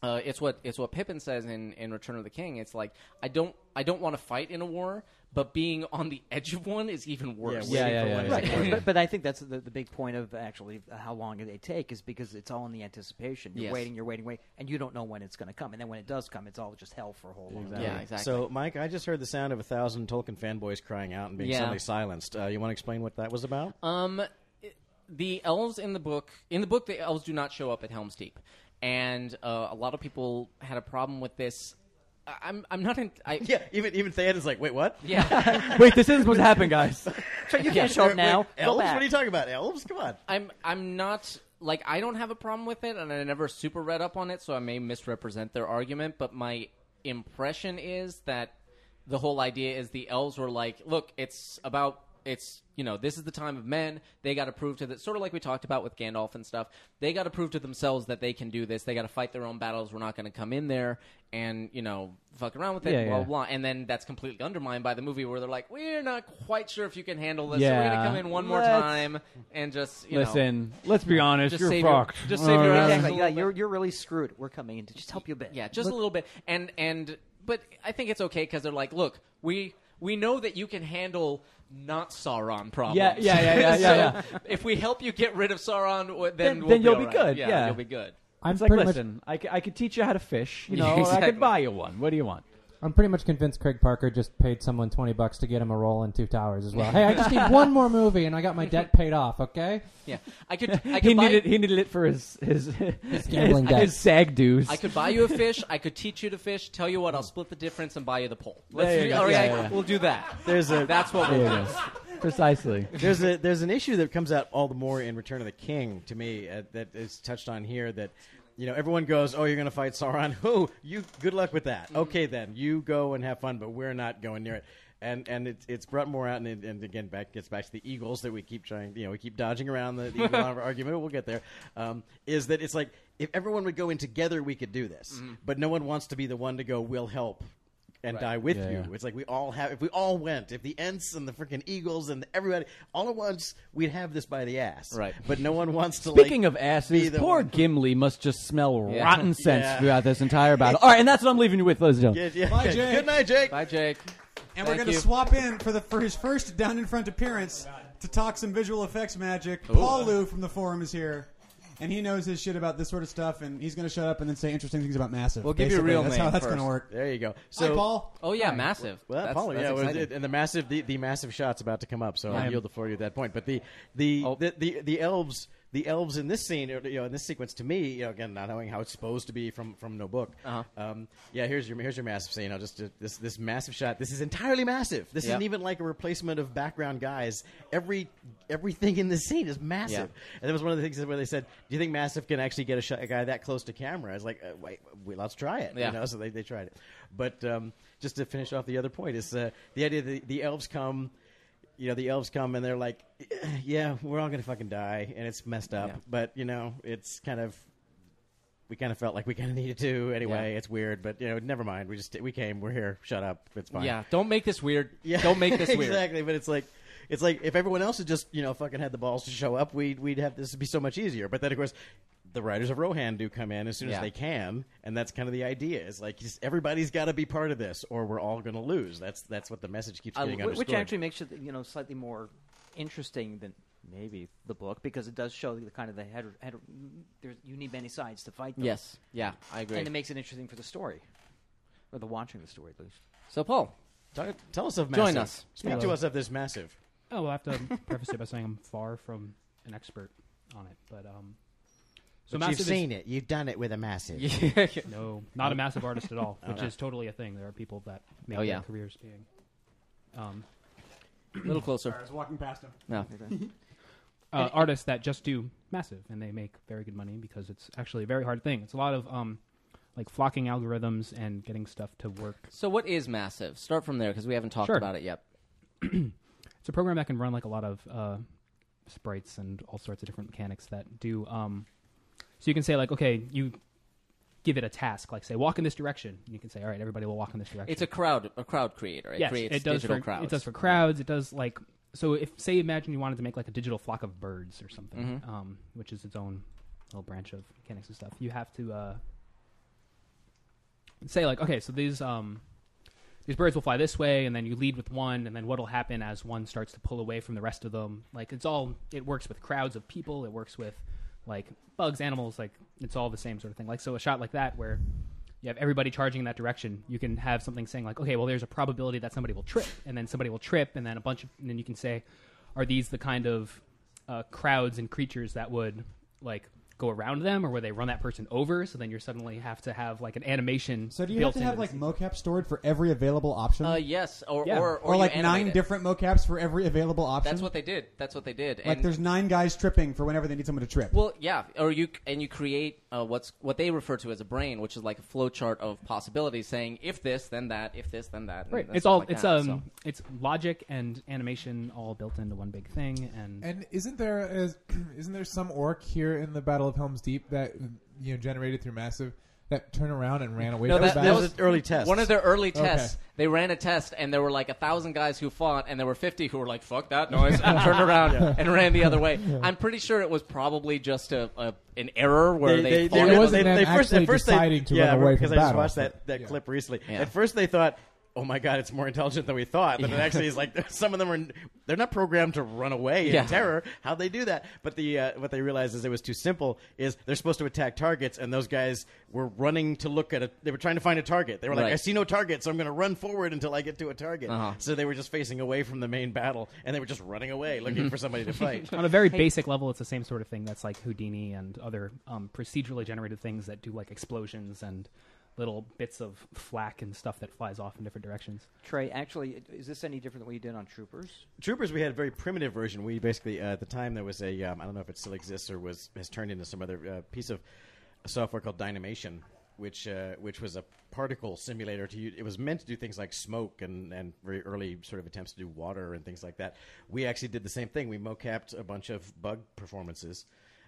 uh, it's what it's what Pippin says in, in Return of the King. It's like I don't I don't want to fight in a war, but being on the edge of one is even worse. Right. but, but I think that's the, the big point of actually how long they take is because it's all in the anticipation. You're Yes. waiting, you're waiting, waiting, and you don't know when it's going to come. And then when it does come, it's all just hell for a whole long time. So, Mike, I just heard the sound of a thousand Tolkien fanboys crying out and being Yeah. suddenly silenced. Uh, you want to explain what that was about? Um, it- the elves in the book in the book the elves do not show up at Helm's Deep, and uh, a lot of people had a problem with this. I- I'm I'm not in. I, yeah, even even Theoden's like, wait, what? Yeah, Wait, this isn't supposed to happen, guys. So you can't show up now. Go Elves? back. What are you talking about, elves? Come on. I'm I'm not like I don't have a problem with it, and I never super read up on it, so I may misrepresent their argument. But my impression is that the whole idea is the elves were like, look, it's about it's you know this is the time of men they got to prove to the sort of like we talked about with gandalf and stuff they got to prove to themselves that they can do this they got to fight their own battles we're not going to come in there and you know fuck around with it Yeah, blah yeah. blah and then that's completely undermined by the movie where they're like we're not quite sure if you can handle this so we're going Yeah. to come in one more Let's- time and just you know, Listen, let's be honest, just you're save fucked. Your, just save your ass. um, Exactly. a Yeah, little you're, you're really screwed. We're coming in to just help you a bit. Yeah, just a little bit. And and but I think it's okay because they're like, look, we we know that you can handle not Sauron problems. Yeah, yeah, yeah, yeah, yeah, so if we help you get rid of Sauron, w- then Then, we'll then you'll be, all right. good. Yeah, Yeah, you'll be good. I'm I'm it's like, pretty much- listen, I, c- I could teach you how to fish, you Yeah, know, or I exactly. could buy you one. What do you want? I'm pretty much convinced Craig Parker just paid someone 20 bucks to get him a role in Two Towers as well. hey, I just need one more movie and I got my debt paid off, okay? Yeah, I could. I could he buy, needed he needed it for his his his gambling his, debt. sag dues. I could buy you a fish. I could teach you to fish. Tell you what, I'll split the difference and buy you the pole. There Let's you do, go. all right, Yeah, yeah, yeah. we'll do that. There's a That's what we'll do. Precisely. There's a there's an issue that comes out all the more in Return of the King to me uh, that is touched on here that you know everyone goes oh you're going to fight Sauron oh you good luck with that okay then you go and have fun but we're not going near it and and it's it's brought more out and, it, and again back gets back to the eagles that we keep trying you know we keep dodging around the, the eagle argument we'll get there um, is that it's like if everyone would go in together we could do this Mhm. but no one wants to be the one to go we'll help and Right. die with Yeah, you yeah. it's like we all have, if we all went, if the Ents and the freaking Eagles and everybody, all at once, we'd have this by the ass. Right. But no one wants to. Speaking like, of asses, the poor Gimli must just smell Yeah. rotten sense Yeah. throughout this entire battle. All right, and that's what I'm leaving you with, ladies and Yeah, gentlemen. yeah. Bye, Jake. Good night, Jake. Bye, Jake. And we're Thank going to you. swap in for the for his first down in front appearance to talk some visual effects magic. Ooh. Paul Lou from the forum is here, and he knows his shit about this sort of stuff, and he's going to shut up and then say interesting things about massive. We'll give you a Basically, real that's name how that's first. gonna work. There you go. So, Hi, Paul. Oh yeah, massive. Well, That's- Paul, that's yeah, well, exciting. and the massive, the, the massive shot's about to come up, so I I'll am- yield the floor to you at that point. But the the, Oh. the, the the elves, the elves in this scene, or, you know, in this sequence, to me, you know, again, not knowing how it's supposed to be from from no book. Uh-huh. Um, yeah, here's your here's your massive scene. I'll just this this massive shot. This is entirely massive. This Yep. isn't even like a replacement of background guys. Every everything in this scene is massive. And that was one of the things where they said, "Do you think massive can actually get a, shot, a guy that close to camera?" I was like, uh, "Wait, wait, let's try it." Yeah. You know, so they, they tried it. But um, just to finish off the other point is uh, the idea that the, the elves come, you know, the elves come and they're like, "Eh, yeah, we're all gonna fucking die, and it's messed up. Yeah. But you know, it's kind of we kind of felt like we kind of needed to anyway. It's weird, but you know, never mind. We just we came, we're here. Shut up, it's fine. Yeah, don't make this weird. Don't make this weird. exactly. But it's like. It's like if everyone else had just you know fucking had the balls to show up, we'd we'd have this would be so much easier. But then of course, the writers of Rohan do come in as soon Yeah. as they can, and that's kind of the idea. Is like just everybody's got to be part of this, or we're all going to lose. That's that's what the message keeps I- getting whi- underscored. which actually makes it you know slightly more interesting than maybe the book because it does show the kind of the head, head there's, you need many sides to fight. Those. Yes. Yeah, I agree. And it makes it interesting for the story, or the watching the story at least. So Paul, Talk, tell us of Join massive. us. Speak to Hello. us of this massive. Oh, well, I have to preface it by saying I'm far from an expert on it, but um, So but you've massive is- seen it. You've done it with a massive. no, not a massive artist at all, which Okay. is totally a thing. There are people that make Oh, their yeah. careers being. Um, A little closer. I was walking past him. No. uh, artists that just do massive and they make very good money because it's actually a very hard thing. It's a lot of um, like flocking algorithms and getting stuff to work. So what is massive? Start from there because we haven't talked Sure. about it yet. It's a program that can run like a lot of uh, sprites and all sorts of different mechanics that do. Um, so you can say like, okay, you give it a task, like say walk in this direction, and you can say, all right, everybody will walk in this direction. It's a crowd, a crowd creator. It yes, creates it does digital for crowds. it does for crowds. It does like so. If say imagine you wanted to make like a digital flock of birds or something, Mhm. um, which is its own little branch of mechanics and stuff. You have to uh, say like okay, so these um, these birds will fly this way, and then you lead with one, and then what'll happen as one starts to pull away from the rest of them? Like it's all it works with crowds of people. It works with like bugs, animals. Like it's all the same sort of thing. Like so, a shot like that where you have everybody charging in that direction, you can have something saying like, okay, well, there's a probability that somebody will trip, and then somebody will trip, and then a bunch of, and then you can say, are these the kind of uh, crowds and creatures that would like go around them, or where they run that person over? So then you suddenly have to have like an animation. So do you built have to into have the like mocap stored for every available option? Uh, yes, or Yeah. or, or you like animate nine it. different mocaps for every available option. That's what they did. That's what they did. like and there's nine guys tripping for whenever they need someone to trip. Well, yeah, or you and you create uh, what's what they refer to as a brain, which is like a flowchart of possibilities, saying if this, then that, if this, then that. and Right. then It's stuff all like it's that, um so. it's logic and animation all built into one big thing and And isn't there is isn't there some orc here in the Battle of Helm's Deep that you know generated through massive that turned around and ran away? No, from that, the that battle? was One of their early Okay. tests. They ran a test, and there were like a thousand guys who fought, and there were fifty who were like, "Fuck that noise!" and turned around Yeah. and ran the other way. Yeah. I'm pretty sure it was probably just a, a an error where They- they, they- thought they- it was- they- they first- at first they- yeah, I remember because I just battle. watched that, that Yeah. clip recently. Yeah. At first they thought, oh my god, it's more intelligent than we thought. But it Yeah. actually is like some of them are they're not programmed to run away Yeah. in terror. How they do that? But the uh, what they realized is it was too simple. Is they're supposed to attack targets, and those guys were running to look at a. They were trying to find a target. They were like, Right. I see no target, so I'm going to run forward until I get to a target. Uh-huh. So they were just facing away from the main battle, and they were just running away Mm-hmm. looking for somebody to fight. On a very Hey, basic level, it's the same sort of thing that's like Houdini and other um, procedurally generated things that do like explosions and little bits of flak and stuff that flies off in different directions. Trey, actually, is this any different than what you did on Troopers? Troopers, we had a very primitive version. We basically, uh, at the time, there was a, um, I don't know if it still exists or was has turned into some other uh, piece of software called Dynamation, which uh, which was a particle simulator. To u- it was meant to do things like smoke and and very early sort of attempts to do water and things like that. We actually did the same thing. We mocapped a bunch of bug performances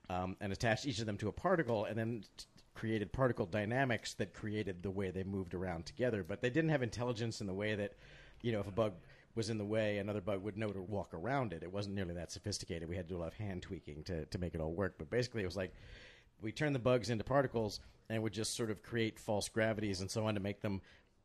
um, and attached each of them to a particle, and then. T- created particle dynamics that created the way they moved around together but they didn't have intelligence in the way that you know if a bug was in the way, another bug would know to walk around it. It wasn't nearly that sophisticated. We had to do a lot of hand tweaking to, to make it all work. But basically, it was like we turned the bugs into particles and would just sort of create false gravities and so on to make them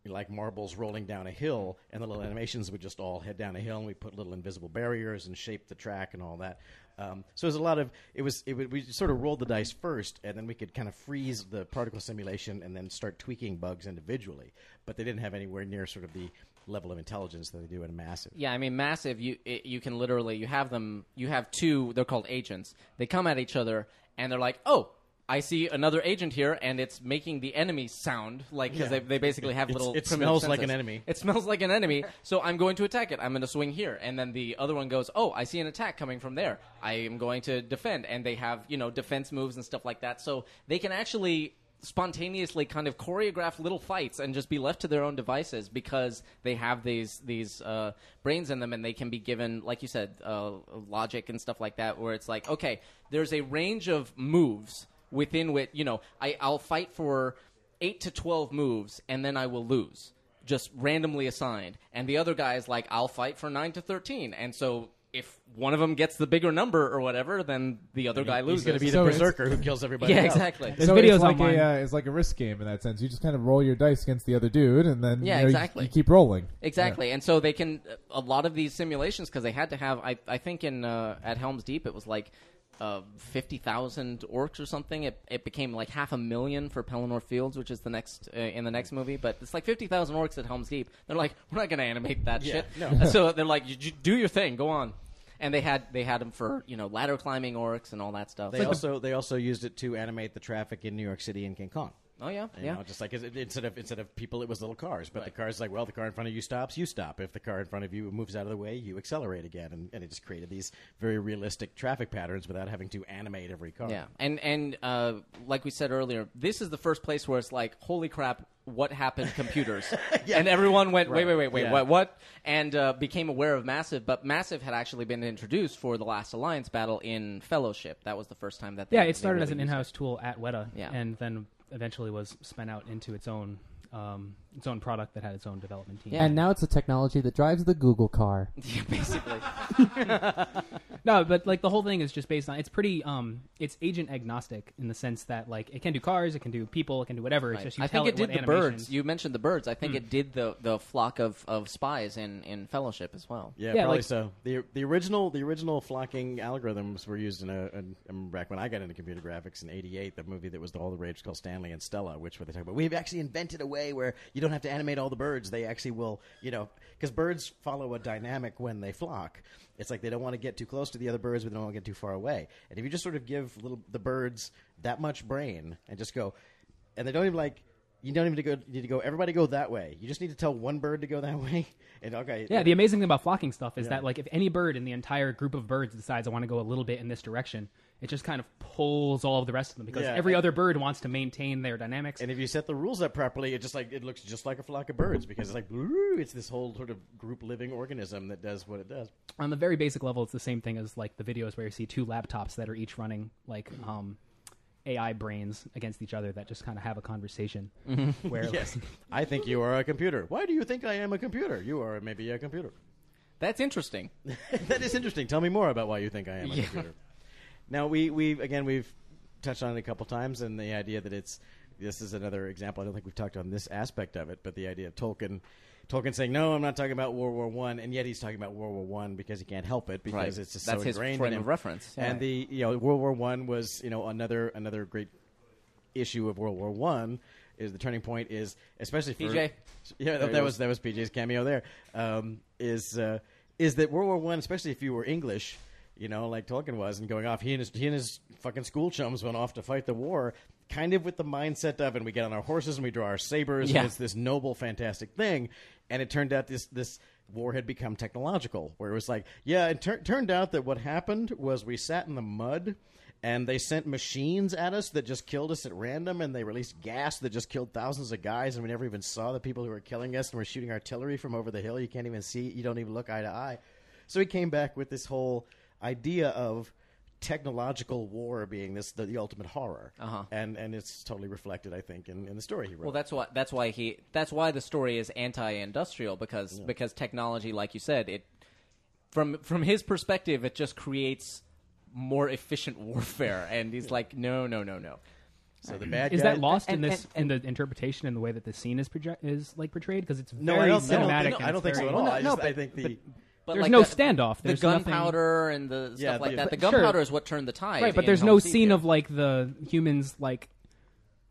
like marbles rolling down a hill. And the little animations would just all head down a hill, and we put little invisible barriers and shaped the track and all that. Um, so it was a lot of it was it, would- we sort of rolled the dice first, and then we could kind of freeze the particle simulation and then start tweaking bugs individually. But they didn't have anywhere near sort of the level of intelligence that they do in massive. Yeah, I mean, massive. You it, you can literally you have them. You have two. They're called agents. They come at each other, and they're like, "Oh, I see another agent here, and it's making the enemy sound like because Yeah. they, they basically have It's- little. it primitive smells like an senses. enemy. It smells like an enemy, so I'm going to attack it. I'm going to swing here, and then the other one goes, "Oh, I see an attack coming from there. I am going to defend." And they have you know defense moves and stuff like that, so they can actually spontaneously kind of choreograph little fights and just be left to their own devices because they have these these uh, brains in them and they can be given like you said uh, logic and stuff like that where it's like okay there's a range of moves within which you know I, i'll fight for 8 to 12 moves and then i will lose just randomly assigned. And the other guy is like, I'll fight for 9 to 13. And so if one of them gets the bigger number or whatever, then the other He- guy he's loses. gonna be the So it's- berserker who kills everybody Yeah, else. exactly. There's so videos it's like online. a uh, it's like a risk game in that sense. You just kind of roll your dice against the other dude, and then you Yeah, know, you- exactly. You, keep rolling. Exactly, and so they can a lot of these simulations because they had to have. I I think in uh, at Helm's Deep it was like. Uh, fifty thousand orcs or something. It it became like half a million for Pelennor Fields, which is the next uh, in the next movie. But it's like fifty thousand orcs at Helm's Deep. They're like, we're not going to animate that Yeah, shit. no. so they're like, you, you do your thing, go on. and they had they had them for you know ladder climbing orcs and all that stuff. They also they also used it to animate the traffic in New York City and King Kong. Oh, yeah, You yeah. know, just like it- instead of instead of people, it was little cars. But the car's like, well, the car in front of you stops, you stop. If the car in front of you moves out of the way, you accelerate again, and, and it just created these very realistic traffic patterns without having to animate every car. Yeah, and and uh, like we said earlier, this is the first place where it's like, holy crap, what happened? Computers, and everyone went, wait, Right. wait, wait, wait, Yeah. what, what? And uh, became aware of Massive, but Massive had actually been introduced for the last Alliance battle in Fellowship. That was the first time that they, Yeah, it they started as really an used it. in-house tool at Weta, Yeah. and then eventually was spun out into its own um, its own product that had its own development team. And now it's the technology that drives the Google car. basically. no, but like the whole thing is just based on it's pretty um it's agent agnostic in the sense that like it can do cars, it can do people, it can do whatever. It's Right. just you I tell think it did what the animation- birds. You mentioned the birds. I Hmm. think it did the the flock of, of spies in, in Fellowship as well. Yeah, probably so. the The original the original flocking algorithms were used in a, in- um, back when I got into computer graphics in '88. The movie that was all the rage was called Stanley and Stella, which were they talking about? We've actually invented a way where you don't have to animate all the birds. They actually will, you know, because birds follow a dynamic when they flock. It's like they don't want to get too close to the other birds, but they don't want to get too far away. And if you just sort of give little the birds that much brain and just go, and they don't even like. You don't even need to go. Need to go. Everybody go that way. You just need to tell one bird to go that way, and okay. Yeah, the amazing thing about flocking stuff is Yeah. that like if any bird in the entire group of birds decides I want to go a little bit in this direction, it just kind of pulls all of the rest of them because Yeah. every other bird wants to maintain their dynamics. And if you set the rules up properly, it just like it looks just like a flock of birds because it's like "Woo," it's this whole sort of group living organism that does what it does. on the very basic level, it's the same thing as like the videos where you see two laptops that are each running like um, AI brains against each other that just kind of have a conversation. Mm-hmm. Where Mm-hmm. yes, I think you are a computer. Why do you think I am a computer? You are maybe a computer. That's interesting. that is interesting. Tell me more about why you think I am a Yeah. computer. Now we we again we've touched on it a couple times, and the idea that it's this is another example. I don't think we've talked on this aspect of it, but the idea of Tolkien. Tolkien saying, "No, I'm not talking about World War One," and yet he's talking about World War One because he can't help it because Right. it's just That's so his ingrained frame in him. of reference. Yeah. And the you know World War One was you know another another great issue of World War One is the turning point is especially for PJ. yeah There that, he that was. was that was PJ's cameo there. Um, is uh, is that World War One, especially if you were English, you know, like Tolkien was, and going off. He and his he and his fucking school chums went off to fight the war, kind of with the mindset of, and we get on our horses and we draw our sabers, Yeah. and it's this noble, fantastic thing. And it turned out this this war had become technological, where it was like, yeah, it tur- turned out that what happened was we sat in the mud. And they sent machines at us that just killed us at random, and they released gas that just killed thousands of guys, and we never even saw the people who were killing us, and we're shooting artillery from over the hill. You can't even see, you don't even look eye to eye. So he came back with this whole idea of technological war being this the, the ultimate horror, uh-huh. and and it's totally reflected, I think, in, in the story he wrote. Well, that's why that's why he that's why the story is anti-industrial because because technology, like you said, it from from his perspective, it just creates more efficient warfare, and he's like, no, no, no, no. So the is that lost And- in this and- in the interpretation and the way that the scene is project is like portrayed because it's very No, I don't- I don't think- cinematic. no, and I don't it's think so very- at all. Well, no, I just- no, I but- think the- but there's like no the- standoff. The There's gunpowder and the stuff Yeah, like the- that. The Sure. gunpowder is what turned the tide, nothing, right? But in there's no Helm's Deep. scene of like the humans like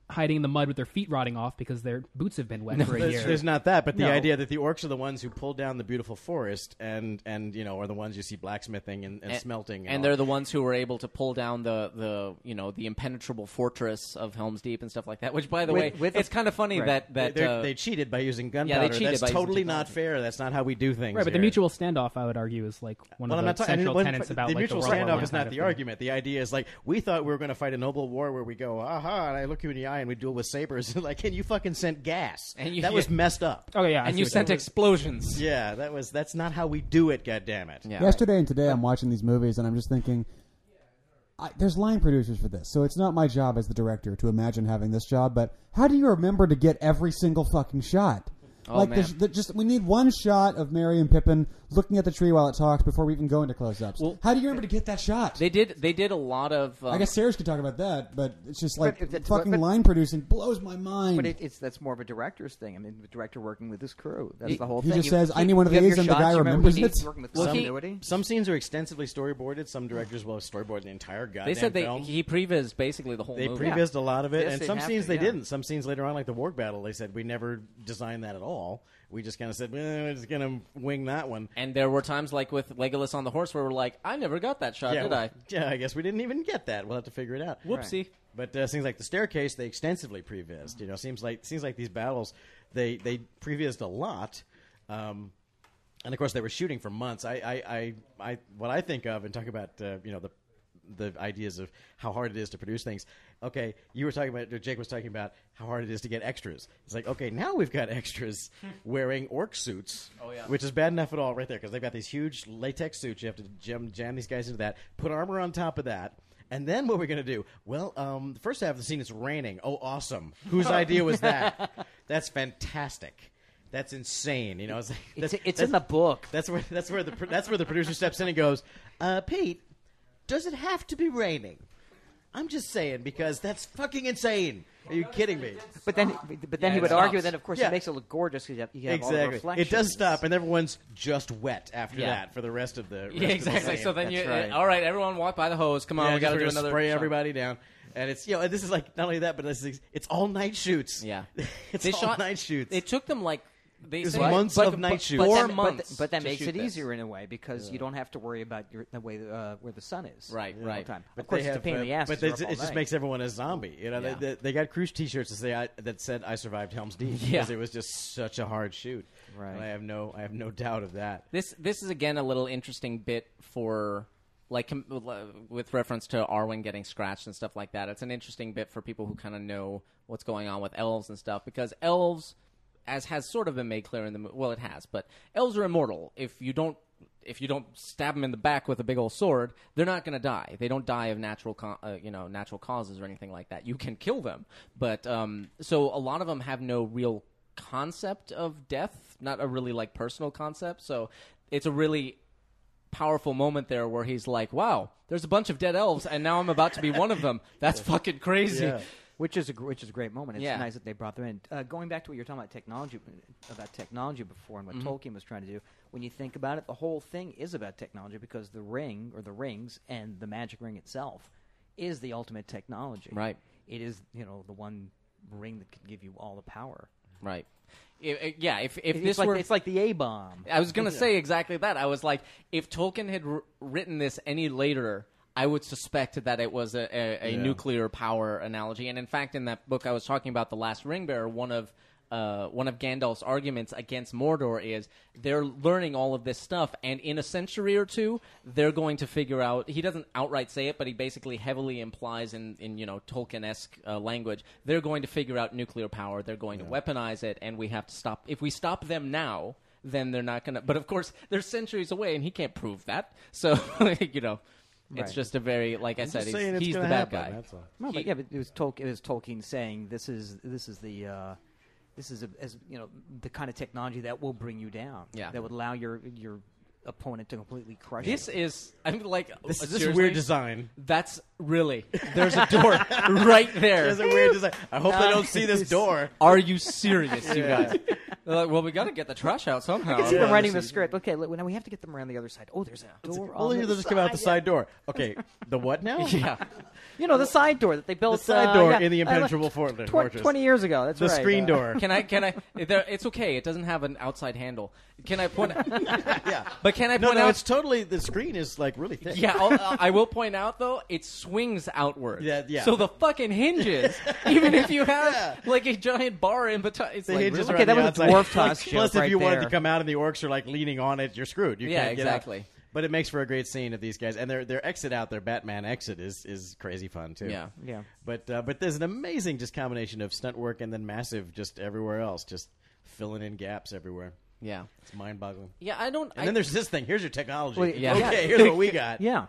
hiding in the mud with their feet rotting off because their boots have been wet for a there's, year. there's not that, but the No. idea that the orcs are the ones who pull down the beautiful forest, and and you know are the ones you see blacksmithing and, and, smelting, and, and, all. they're the ones who were able to pull down the, the you know the impenetrable fortress of Helm's Deep and stuff like that. Which, by the way, it's kind of funny that that they, uh, they cheated by using gunpowder. Yeah, they cheated That's by using totally not fair. That's not how we do things. Right, but the here. mutual standoff, I would argue, is like one well, of I'm the not ta- I mean, central one- tenets about the like mutual the World War standoff One is kind not of the thing. argument. The idea is like we thought we were going to fight a noble war where we go, aha, and I look you in the eye and we duel with sabers. like, and you fucking sent gas. And you- that was messed up. Oh yeah, I and see you what sent you mean. explosions. Yeah, that was that's not how we do it. God damn it. Yeah. Yesterday and today, I'm watching these movies, and I'm just thinking, I, there's line producers for this, so it's not my job as the director to imagine having this job. But how do you remember to get every single fucking shot? Oh, like man. there's- there- just we need one shot of Mary and Pippin looking at the tree while it talks before we even go into close-ups. how do you remember to get that shot? They did they did a lot of. Um, I guess Sarah's could talk about that, but it's just like But it's- fucking but- line producing blows my mind. But it, it's that's more of a director's thing. I mean, the director working with his crew. That's He- the whole he thing. just You- says, you- "I need one of you have these," your and the shots, guy you remember remembers what you need, it. you're Working with Well, he- continuity. Some scenes are extensively storyboarded. Some directors will storyboard the entire goddamn they said they film. he prevised basically the whole. They movie. prevised a lot of it, Yes, and they'd some have scenes to, they yeah. didn't. Some scenes later on, like the Warg battle, they said we never designed that at all. we just kind of said, well, we're just going to wing that one. And there were times like with Legolas on the horse where we're like, I never got that shot, yeah, did well, I? Yeah, I guess we didn't even get that. We'll have to figure it out. Whoopsie. Right. But uh, things like the staircase, they extensively prevised. You know, seems like seems like these battles, they they prevised a lot. Um, and of course, they were shooting for months. I, I, I, I what I think of and talk about, uh, you know, the the ideas of how hard it is to produce things. Okay, you were talking about, or Jake was talking about how hard it is to get extras. It's like, okay, now we've got extras wearing orc suits, Oh, yeah. which is bad enough at all right there because they've got these huge latex suits. You have to jam, jam these guys into that, put armor on top of that. And then what are we going to do? Well, um, the first half of the scene, it's raining. Oh, awesome. Whose idea was that? That's fantastic. That's insane. You know, it's, like, that's, it's in the book. That's where that's where the pro- that's where the producer steps in and goes, uh, Pete, does it have to be raining? I'm just saying because that's fucking insane. Are you kidding me? But then, but then he would argue. Then of course it makes it look gorgeous because you have, you have all the exactly. reflections. it does stop, and everyone's just wet after Yeah. that for the rest of the. Rest Yeah, of the exactly. scene. So then That's you, right. all right, everyone walk by the hose. Come on, Yeah, we got just to do we're gonna another. spray shot. everybody down. And it's you know, and this is like not only that, but this is it's all night shoots. Yeah, it's They all shot- night shoots. It took them like they It was said months but- of but- night but shoots. then- Four but- months But that to makes shoot it this. easier in a way because you don't have to worry about your, the way uh, where the sun is. Right, the right. whole Time. But of course, they it's a have, pain in uh, the ass. But to they, stay up it all just night. makes everyone a zombie. You know, Yeah. they, they, they got cruise T-shirts that say I, that said "I survived Helm's Deep" Yeah. because it was just such a hard shoot. Right. And I have no, I have no doubt of that. This this is again a little interesting bit for like com- uh, with reference to Arwen getting scratched and stuff like that. It's an interesting bit for people who kind of know what's going on with elves and stuff because elves, as has sort of been made clear in the mo- well, it has, but elves are immortal. If you don't if you don't stab them in the back with a big old sword, they're not going to die. They don't die of natural, co- uh, you know, natural causes or anything like that. You can kill them, but um, so a lot of them have no real concept of death, not a really like personal concept. So it's a really powerful moment there where he's like, "Wow, there's a bunch of dead elves, and now I'm about to be one of them. That's fucking crazy." Which is a gr- which is a great moment. It's Yeah. nice that they brought them in. Uh, going back to what you were talking about technology about technology before and what Mhm. Mm-hmm. Tolkien was trying to do. When you think about it, the whole thing is about technology because the ring or the rings and the magic ring itself is the ultimate technology. Right. It is you know the one ring that can give you all the power. Right. If- if- yeah, if, if It's this like- were it's like the A bomb. I was gonna say exactly that. I was like, if Tolkien had r- written this any later, I would suspect that it was a, a, a Yeah. nuclear power analogy. And in fact, in that book I was talking about, the Last Ringbearer, one of uh, one of Gandalf's arguments against Mordor is they're learning all of this stuff, and in a century or two, they're going to figure out. He doesn't outright say it, but he basically heavily implies in, in you know Tolkien esque uh, language, they're going to figure out nuclear power. They're going to weaponize it, and we have to stop. If we stop them now, then they're not going to. But of course, they're centuries away, and he can't prove that. So you know, Right. it's just a very like I I'm said, just he's, saying it's he's the gonna bad happen, guy. that's all. No, but yeah, but it was Tolkien. It was Tolkien saying this is this is the uh, this is a, as you know the kind of technology that will bring you down. Yeah. that would allow your your opponent to completely crush This you. is I'm like This- uh, this is seriously? weird design. That's really there's a door right there. Uh, There's a weird design. I hope they don't see this door. Are you serious, you Yeah. guys? They're like, well, we got to get the trash out somehow. I can see them writing the script. Okay, look, now we have to get them around the other side. Oh, there's a door. on Well, here the they just come out the side. side door. Okay, the what now? Yeah. You know the side door that they built. The side uh, door yeah, in the uh, like impenetrable tw- fortress. tw- Twenty years ago. That's right. uh, Can I? Can I? There, it's okay. It doesn't have an outside handle. Can I point? yeah. But can I No, point no, out? it's totally the screen is like really thick. Yeah, I'll, uh, I will point out though, it swings outward. Yeah, yeah. So the fucking hinges, even if you have like a giant bar in between, it's The like hinges really- are on the outside. Plus, plus if you wanted to come out and the orcs are like leaning on it, you're screwed. You Yeah, can't get out. exactly. But it makes for a great scene of these guys, and their their exit out, their Batman exit is is crazy fun too. Yeah. Yeah. But uh, but there's an amazing just combination of stunt work and then massive just everywhere else, just filling in gaps everywhere. Yeah, it's mind boggling. Yeah, I don't. And then I- there's this thing. Here's your technology. Well, yeah. Okay, Yeah. here's what we got. Yeah.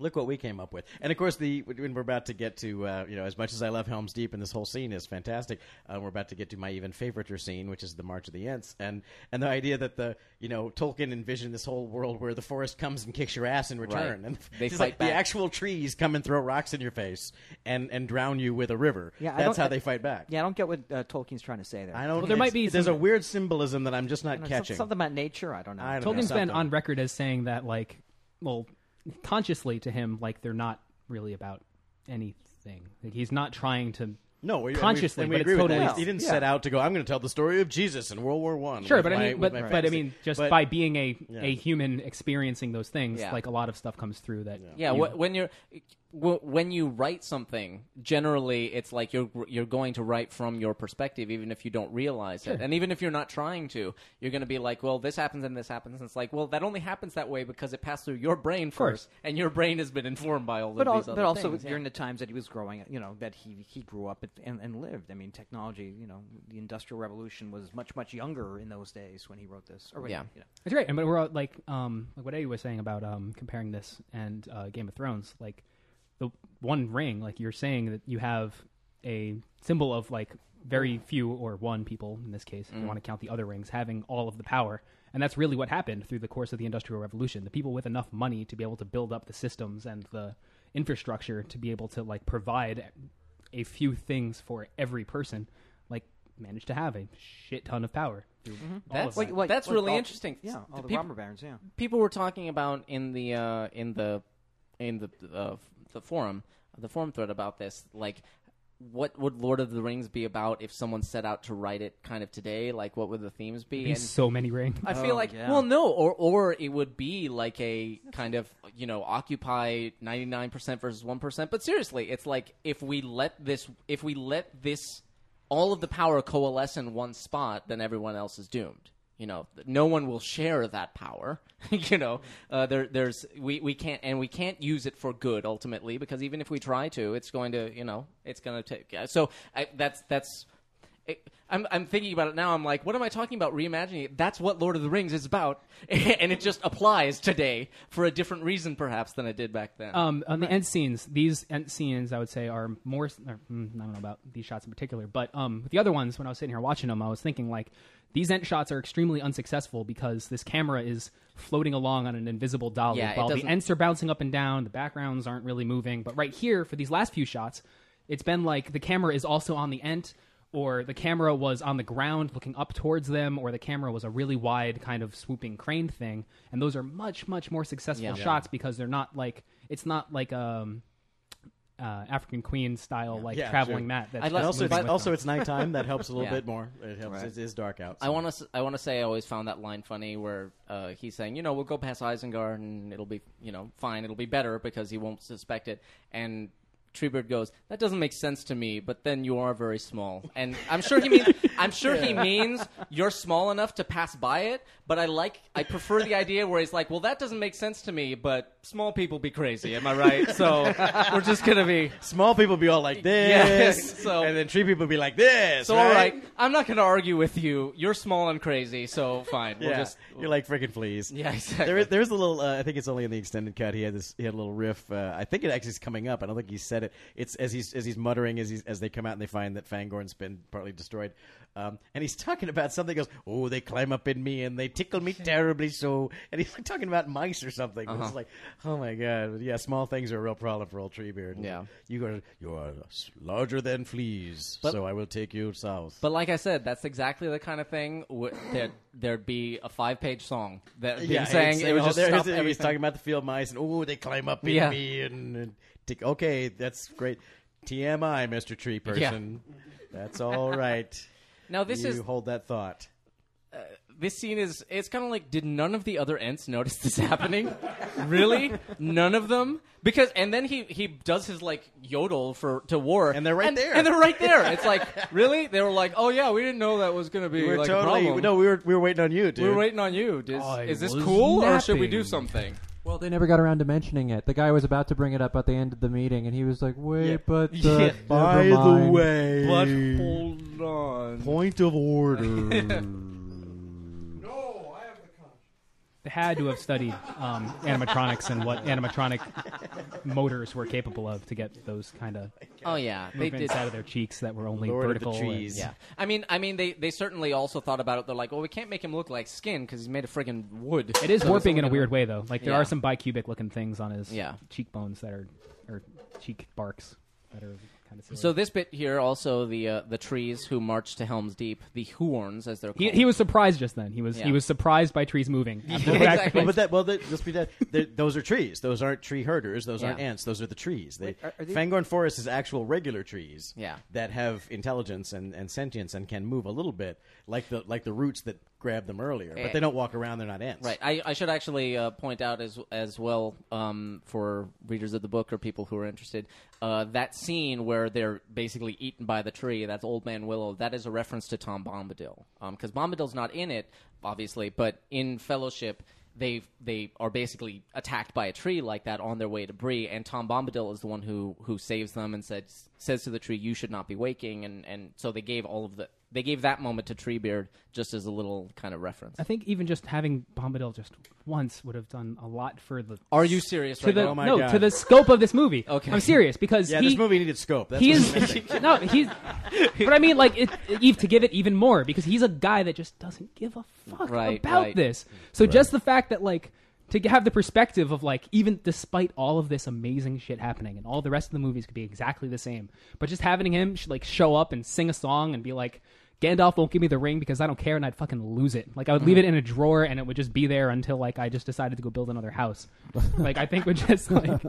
Look what we came up with. And of course, the when we're about to get to uh, you know as much as I love Helm's Deep and this whole scene is fantastic, uh, we're about to get to my even favoriter scene, which is the March of the Ents, and and the idea that the you know Tolkien envisioned this whole world where the forest comes and kicks your ass in return, Right. and They it's fight like back. the actual trees come and throw rocks in your face and and drown you with a river. Yeah, I that's don't- how they fight back. Yeah, I don't get what uh, Tolkien's trying to say there. I don't. it's- There's a weird symbolism that I'm just not you know, some- catching. something about nature. I don't know. I don't know, Tolkien's been something. on record as saying that, like, well, consciously to him, like they're not really about anything. Like he's not trying to No, we, and we- consciously, and we but agree it's with that. totally He didn't set out to go. I'm going to tell the story of Jesus in World War One. Sure, with but my- I mean, with but, my but I fantasy." mean, just But- by being a Yeah. a human experiencing those things, Yeah. like a lot of stuff comes through that. Yeah, you- wh- when you're wh- when you write something, generally it's like you're you're going to write from your perspective, even if you don't realize Sure. it, and even if you're not trying to, you're going to be like, well, this happens and this happens, and it's like, well, that only happens that way because it passed through your brain course. first, and your brain has been informed by all But, of al- these other but also things. yeah. during the times that he was growing, you know, that he, he grew up at- and, and lived. I mean, technology, you know, the Industrial Revolution was much, much younger in those days when he wrote this. Or when, You know. It's great. And but we're all, like um like what Eddie was saying about um comparing this and uh, Game of Thrones, like the one ring, like you're saying that you have a symbol of like very few or one people in this case, if you Mm. want to count the other rings, having all of the power. And that's really what happened through the course of the Industrial Revolution. The people with enough money to be able to build up the systems and the infrastructure to be able to like provide a few things for every person, like managed to have a shit ton of power. through all of Mm-hmm. That's that. that's like really all- interesting. yeah, S- all the peop- robber barons, yeah. people were talking about in the uh, in the in the uh, f- the forum the forum thread about this. Like, what would Lord of the Rings be about if someone set out to write it kind of today? Like, what would the themes be? Be so many rings. I feel Oh, like yeah. well, no, or or it would be like a kind of you know occupy ninety nine percent versus one percent. But seriously, it's like if we let this if we let this all of the power coalesce in one spot, then everyone else is doomed. You know, no one will share that power. you know, uh, there, there's we, we can't and we can't use it for good ultimately because even if we try to, it's going to you know it's going to take. yeah, So I, that's that's it- I'm, I'm thinking about it now. I'm like, what am I talking about? Reimagining it. That's what Lord of the Rings is about, and it just applies today for a different reason, perhaps, than it did back then. Um, on the end scenes, these end scenes I would say are more. Or, mm, I don't know about these shots in particular, but um, the other ones when I was sitting here watching them, I was thinking like these end shots are extremely unsuccessful because this camera is floating along on an invisible dolly Yeah, it while the doesn't- ends are bouncing up and down, the backgrounds aren't really moving. But right here for these last few shots, it's been like the camera is also on the end. Or the camera was on the ground looking up towards them, or the camera was a really wide kind of swooping crane thing. And those are much, much more successful Yeah. Yeah. shots because they're not like it's not like um uh, African Queen style like Yeah, traveling sure. mat. That's I love- just also moving it's- with also them. it's nighttime. That helps a little bit more. It helps. It's- it's dark out, I so- want to. I want to say I always found that line funny, where uh, he's saying, you know, we'll go past Isengard and it'll be, you know, fine. It'll be better because he won't suspect it. And Treebird goes, that doesn't make sense to me. But then you are very small, and I'm sure he means. I'm sure he Yeah. means you're small enough to pass by it. But I like. I prefer the idea where he's like, well, that doesn't make sense to me. But small people be crazy. Am I right? So we're just gonna be small people be all like this, Yeah, so- and then tree people be like this. So all right, I'm not going to argue with you. You're small and crazy, so fine. We'll yeah, just you're like freaking fleas. Yeah, exactly. There is, there's a little. Uh, I think it's only in the extended cut. He had this. He had a little riff. Uh, I think it actually is coming up. I don't think he said it. It's as he's as he's muttering as he's as they come out and they find that Fangorn's been partly destroyed, um, and he's talking about something. He goes, "Oh, they climb up in me and they tickle me terribly." So, and he's like talking about mice or something. It's Uh-huh. like, oh my god, But yeah. Small things are a real problem for old Treebeard. Yeah, you are you are larger than fleas, But- so I will take you south. But like I said, that's exactly the kind of thing w- that there'd be a five-page song that being saying it would just oh, there, stop he's, he's everything. talking about the field mice and oh they climb up in Yeah. me and, and tick- okay that's great TMI Mr. Tree person that's all right Now, this You is- hold that thought Uh, this scene is it's kind of like did none of the other ents notice this happening really none of them because and then he he does his like yodel for to war and they're right there. and they're right there it's like really they were like oh yeah we didn't know that was going to be we were like a totally problem no we were we were waiting on you dude we were waiting on you is, I is this was cool or should we napping. do something Well, they never got around to mentioning it. The guy was about to bring it up at the end of the meeting, and he was like, "Wait, but the, Yeah. never By the mind." way- But- hold on point of order They had to have studied um, animatronics and what animatronic motors were capable of to get those kind of Oh, yeah. They movements did- out of their cheeks that were only Lord of the vertical. and- trees. Yeah, I mean, I mean, they they certainly also thought about it. They're like, well, we can't make him look like skin because he's made of friggin' wood. It is So warping it's in a gonna- weird way though. Like there Yeah. are some bicubic looking things on his Yeah. cheekbones that are or cheek barks that are kind of silly. So this bit here, also the uh, the trees who march to Helm's Deep, the Huorns as they're called. he, he was surprised just then. He was Yeah. he was surprised by trees moving. after the fact. Well, but that, well, that, let's be that. there- Those are trees. Those aren't tree herders. Those aren't Yeah. ants. Those are the trees. They, Wait, are- are they- Fangorn Forest is actual regular trees. Yeah. That have intelligence and, and sentience and can move a little bit, like the like the roots that grabbed them earlier. Eh. But they don't walk around. They're not ants. Right. I, I should actually uh, point out as as well um, for readers of the book or people who are interested uh, that scene where they're basically eaten by the tree. That's Old Man Willow. That is a reference to Tom Bombadil because Bombadil's not in it, obviously, but in Fellowship. They they are basically attacked by a tree like that on their way to Bree, and Tom Bombadil is the one who who saves them and says says to the tree, "You should not be waking." And, and so they gave all of the they gave that moment to Treebeard just as a little kind of reference. I think even just having Bombadil just once would have done a lot for the. Are you serious To right the, now? Oh my no, God. to the scope of this movie. Okay. I'm serious because Yeah, he, this movie needed scope. That's he what is was missing. no, he's. But I mean, like, it, Eve to give it even more because he's a guy that just doesn't give a fuck Right, about right. this. So Right. just the fact that like to have the perspective of like even despite all of this amazing shit happening and all the rest of the movies could be exactly the same, but just having him sh- like show up and sing a song and be like. Gandalf won't give me the ring because I don't care and I'd fucking lose it. Like I would leave it in a drawer and it would just be there until like I just decided to go build another house. like I think would just like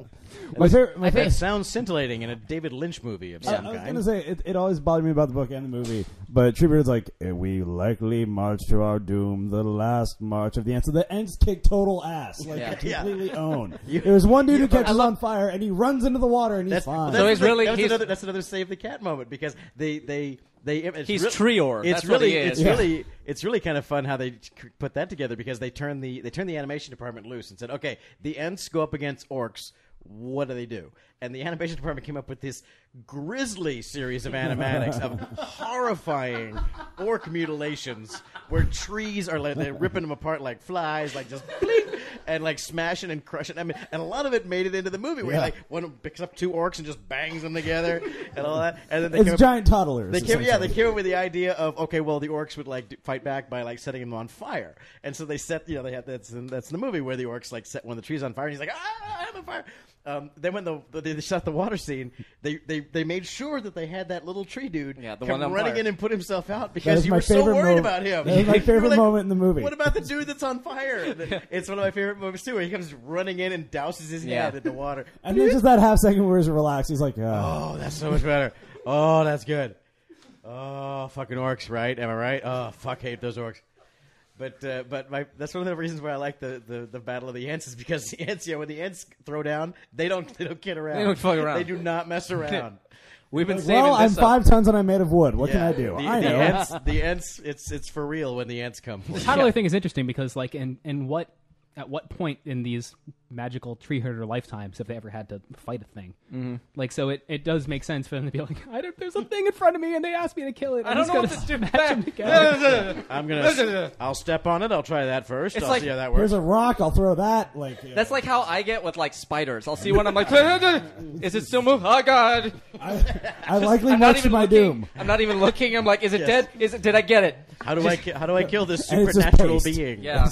My favorite- my I think favorite- it sounds scintillating in a David Lynch movie of I, some I was kind. gonna say it, it always bothered me about the book and the movie, but Treebeard's like "Eh, we likely march to our doom, the last march of the ants. So the ants kick total ass, like Yeah. they completely Yeah. own. You- There's one dude you- who catches I love- on fire and he runs into the water and he's That's, fine. that's the thing. that was another, that's another save the cat moment because they they they it's He's real- Treor. It's That's what really he is. it's Yeah. really it's really kind of fun how they c- put that together because they turn the they turn the animation department loose and said okay the Ents go up against orcs. What do they do? And the animation department came up with this grisly series of animatics of horrifying orc mutilations where trees are like they're ripping them apart like flies, like just blink, and like smashing and crushing. I mean, and a lot of it made it into the movie where Yeah. like one picks up two orcs and just bangs them together and all that. And then they It's came up- giant toddlers, They came, yeah, essentially. they came up with the idea of okay, well, the orcs would like d- fight back by like setting them on fire, and so they set, you know, they had that's in, that's in the movie where the orcs like set one of the trees on fire, and he's like, ah, I'm on fire. Um, then when the, the they shot the water scene, they, they they made sure that they had that little tree dude yeah, the come one on running fire. in and put himself out That because is you my were so favorite worried moment. about him. That is my You were favorite like, moment in the movie. What about the dude that's on fire? it's one of my favorite moments too, where he comes running in and douses his Yeah. hand in the water. and there's just that half second where he's relaxed. He's like, "Ah." Oh, that's so much better. Oh, that's good. Oh, fucking orcs, right? Am I right? Oh, fuck, hate those orcs. But uh, but my, that's one of the reasons why I like the, the, the Battle of the Ants is because the ants, yeah, when the ants throw down, they don't they don't kid around. They don't fuck around. They do not mess around. We've been saving well, I'm this up. five tons and I'm made of wood. What can Yeah, I do? The, I the know. ants, the ants, it's it's for real when the ants come. For The you. toddler thing is interesting because, like, in, in what at what point in these magical tree herder lifetimes have they ever had to fight a thing? Mhm. Like, so it, it does make sense for them to be like, I don't, there's a thing in front of me, and they asked me to kill it. I I'm don't just gonna know what to do. smash Back. them together." I'm gonna. I'll step on it. I'll try that first. It's I'll like- see how that works. Here's a rock. I'll throw that. Like yeah. That's like how I get with like spiders. I'll see one, I'm like, is it still moving? Oh God! I likely I'm not march to even my doom. I'm not even looking. I'm like, is it Yes. dead? Is it? Did I get it? How do I ki- how do I kill this And it's just supernatural paste. being? Yeah.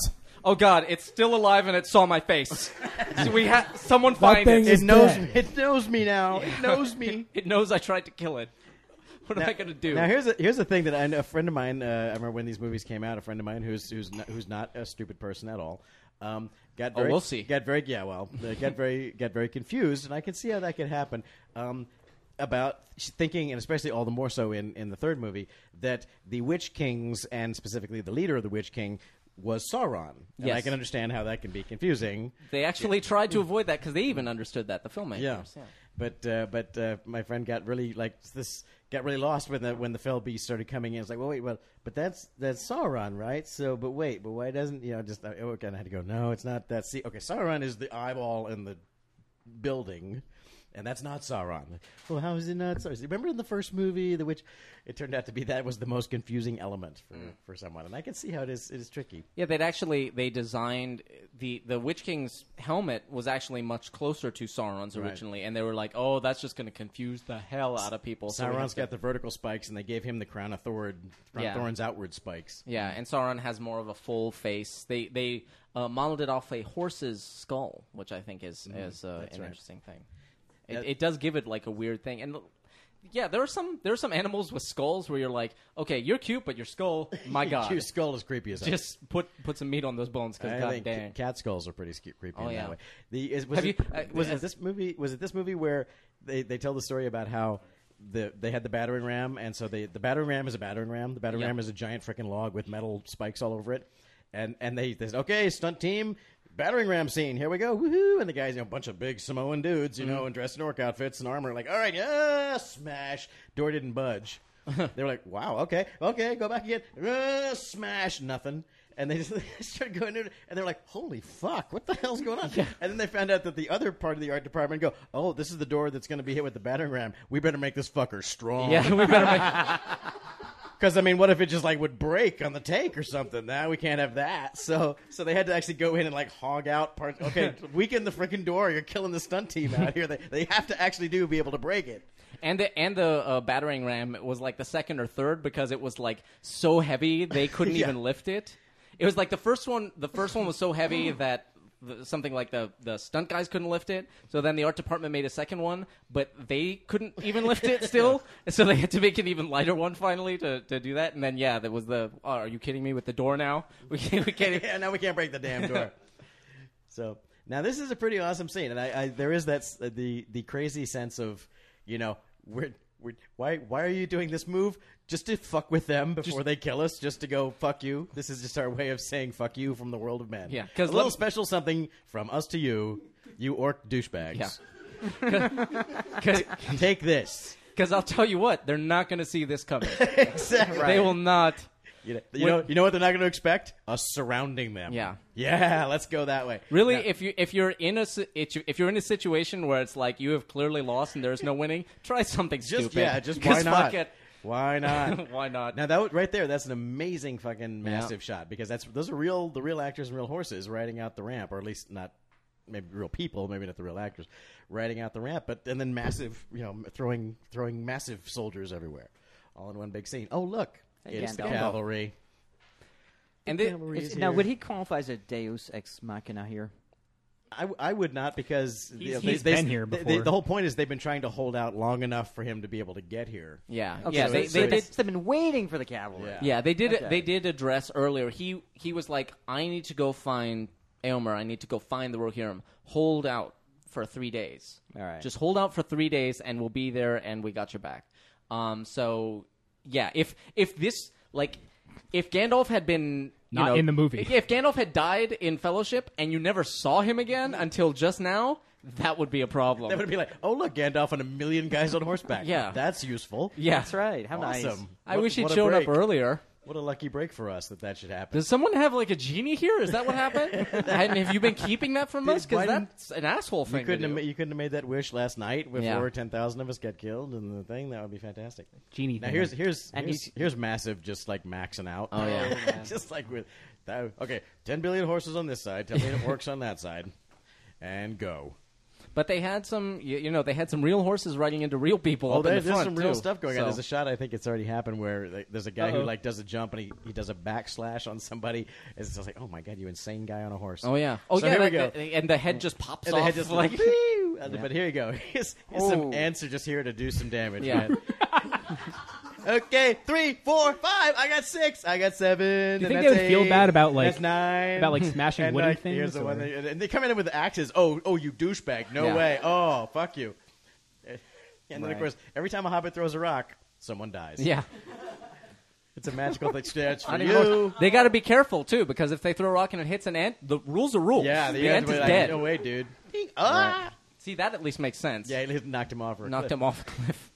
Oh God! It's still alive and it saw my face. so we ha- someone find thing it. is It knows dead. It knows me now. It knows me. it knows I tried to kill it. What am Now- I gonna do? Now here's a, here's the thing that I, know- a friend of mine. Uh, I remember when these movies came out. A friend of mine who's who's not, who's not a stupid person at all. Um, got Oh, very, we'll see. Got very yeah. Well, uh, got very got very confused, and I can see how that could happen. Um, about sh- thinking, and especially all the more so in in the third movie, that the Witch Kings and specifically the leader of the Witch King was Sauron. And I Yes. can understand how that can be confusing. they actually tried to avoid that because they even understood that the filmmakers. Yeah. But uh, but uh, my friend got really like this got really lost when the when the fell beast started coming in. It's like, well, wait, well, but that's that's Sauron, right? So, but wait, but why doesn't you know? Just I oh, kind of had to go. No, it's not that. See, okay, Sauron is the eyeball in the building. And that's not Sauron. Well, how is it not Sauron? Remember in the first movie, the witch? It turned out to be that was the most confusing element for, Mm. for someone, and I can see how it is. It is tricky. Yeah, they'd actually they designed the the Witch King's helmet was actually much closer to Sauron's Right. originally, and they were like, "Oh, that's just going to confuse the hell out of people." so we have Sauron's to- got the vertical spikes, and they gave him the crown of thorn, crown Yeah. of thorns outward spikes. Mm-hmm. yeah, and Sauron has more of a full face. They they uh, modeled it off a horse's skull, which I think is Mhm, is uh, that's an right. interesting thing. It, Yeah. it does give it like a weird thing, and yeah, there are some there are some animals with skulls where you're like, okay, you're cute, but your skull, my god, Your skull is creepy as hell. Just put put some meat on those bones because I god think dang. cat skulls are pretty sca- creepy Oh, in yeah. that way. The, is, was Have it, you- uh, was uh, it this movie? Was it this movie where they, they tell the story about how the they had the battering ram, and so they the battering ram is a battering ram. The battering Yeah. ram is a giant freaking log with metal spikes all over it, and and they, they said, okay, stunt team. Battering ram scene. Here we go. Woohoo! And the guys, you know, a bunch of big Samoan dudes, you Mm-hmm. know, and dressed in orc outfits and armor. Like, all right, yeah, smash. Door didn't budge. they were like, wow, okay, okay, go back again. Uh, smash, nothing. And they just started going in, and they're like, holy fuck, what the hell's going on? And then they found out that the other part of the art department go, oh, this is the door that's going to be hit with the battering ram. We better make this fucker strong. Yeah, we better make. Because I mean, what if it just like would break on the take or something? Now we can't have that. So, so they had to actually go in and like hog out parts. Okay, weaken the freaking door. You're killing the stunt team out here. They they have to actually do be able to break it. And the and the uh, battering ram was like the second or third because it was like so heavy they couldn't Yeah. even lift it. It was like the first one. The first one was so heavy that the, something like the the stunt guys couldn't lift it. So then the art department made a second one, but they couldn't even lift it still. So they had to make an even lighter one finally to, to do that. And then yeah, that was the. Oh, are you kidding me with the door now? We can't. We can't. yeah, now we can't break the damn door. so now this is a pretty awesome scene, and I, I there is that s- the the crazy sense of you know we're. We're, why? Why are you doing this move? Just to fuck with them before they kill us? Just to go fuck you? This is just our way of saying fuck you from the world of men. Yeah, 'cause because a little lem- special something from us to you, you orc douchebags. Yeah. Take this. Because I'll tell you what, they're not going to see this coming. Exactly. They will not. You know, you know, you know what they're not going to expect? Us surrounding them. Yeah. Yeah. Let's go that way. Really, if you if you're in a si- it- if you're in a situation where it's like you have clearly lost and there's no winning, try something just stupid. yeah, just 'Cause why not? Fuck it. Why not? Why not? Now that would- right there, that's an amazing fucking Yeah. massive shot because that's those are real the real actors and real horses riding out the ramp, or at least not maybe real people, maybe not the real actors riding out the ramp, but and then massive you know throwing throwing massive soldiers everywhere, all in one big scene. Oh look, Hey, it's the Gandalf. cavalry. And The cavalry Is- is now, here. would he qualify as a Deus ex machina here? I, w- I would not because He's- you know, he's they, been they, here they- they- before. the whole point is they've been trying to hold out long enough for him to be able to get here. Yeah, Okay, yeah. so They, it's- they so did. it's- they've been waiting for the cavalry. Yeah, they did. Okay. They did address earlier. He he was like, I need to go find Aylmer. I need to go find the Rohirrim. Hold out for three days. All right. just hold out for three days, and we'll be there, and we got your back. Um. So yeah, if if this like. If Gandalf had been you Not know- in the movie. if Gandalf had died in Fellowship and you never saw him again until just now, that would be a problem. That would be like, oh look, Gandalf and a million guys on horseback. Yeah. that's useful. Yeah. That's right. How nice. awesome. I What- wish he'd what a shown up break. earlier. What a lucky break for us that that should happen. Does someone have like a genie here? Is that what happened? and have you been keeping that from us? Why Because didn't- that's an asshole thing. You couldn't, to have, do. ma- you couldn't have made that wish last night before Yeah. ten thousand of us got killed and the thing. That would be fantastic. Genie. Now thing. here's here's And here's, you- here's massive, just like maxing out. Oh, yeah. Oh, man. just like with that. Okay, ten billion horses on this side, ten billion orcs on that side, and go. But they had some, you, you know, they had some real horses riding into real people. Oh, up in there, the there's front, some real too. stuff going So- on. There's a shot I think it's already happened where like, there's a guy Uh-oh. who like does a jump and he, he does a backslash on somebody. And it's just like, oh my god, you insane guy on a horse. Oh, yeah. Oh, So yeah, Here we go. that- that- and the head just pops And the head off, just like- like, "Pew!" And- Yeah. But here you go. Here's, here's some Oh. ants are just here to do some damage. Yeah. man. okay, three, four, five. I got six. I got seven. Do you and think they that's would feel eight, bad about, like- that's nine about, like, smashing and, wooden like, things, Here's the one. or- They, and they come in with axes. Oh, oh, you douchebag! No Yeah. way. Oh, fuck you. Eh. And then Right. of course, every time a hobbit throws a rock, someone dies. Yeah. it's a magical thing. That's for I you. don't know. They got to be careful too, because if they throw a rock and it hits an ant, the rules are rules. Yeah, the, the ant ant's is like, dead. "No way, dude." Ah! See, that at least makes sense. Yeah, he knocked him off. Or Knocked him off a cliff.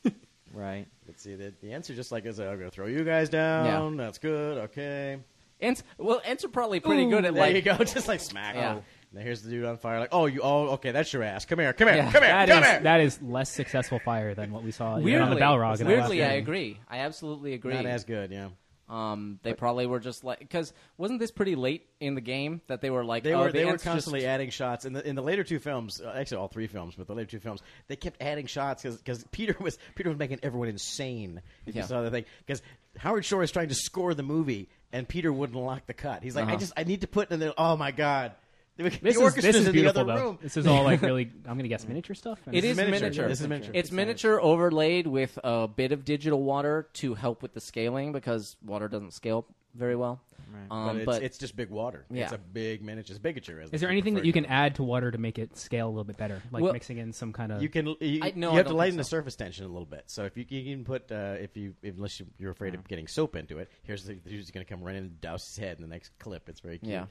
right. Let's see. The, the answer just like is, I'm gonna throw you guys down. That's good. Okay. Ants. Well, ants are probably pretty Ooh, good at there like you go, just like smack. Yeah. Oh. Now here's the dude on fire. Like, oh, you. Oh, okay, that's your ass. Come here. Come here. Yeah. Come here. That come is- here. that is less successful fire than what we Uh, saw even on the Weirdly- Balrog. in the last Weirdly, I game. agree. I absolutely agree. Not as good, yeah. Um, they probably were just like because wasn't this pretty late in the game that they were like They oh, were the they were ants just- constantly adding shots in the in the later two films. Uh, actually, all three films, but the later two films, they kept adding shots because Peter was Peter was making everyone insane. If Yeah. You saw the thing because Howard Shore is trying to score the movie and Peter wouldn't lock the cut. He's like, Uh-huh. I just I need to put in there. Oh my god. The, the This is, orchestra's this is in beautiful, the other though. room. This is all like really. I'm gonna guess miniature stuff. It is miniature. It's miniature overlaid with a bit of digital water to help with the scaling because water doesn't scale very well. Right. Um, but, but, it's, it's just big water. Yeah. It's a big miniature. It's bigature. As they Is there anything refer that you to can add to water to make it scale a little bit better, like Well, mixing in some kind of? You can. You, I- no, you I don't have to think lighten the so. surface tension a little bit. So if you, you can put, uh, if you, if, unless you, you're afraid of getting soap into it, here's the here's going to come running and douse his head in the next clip. It's very cute. Yeah.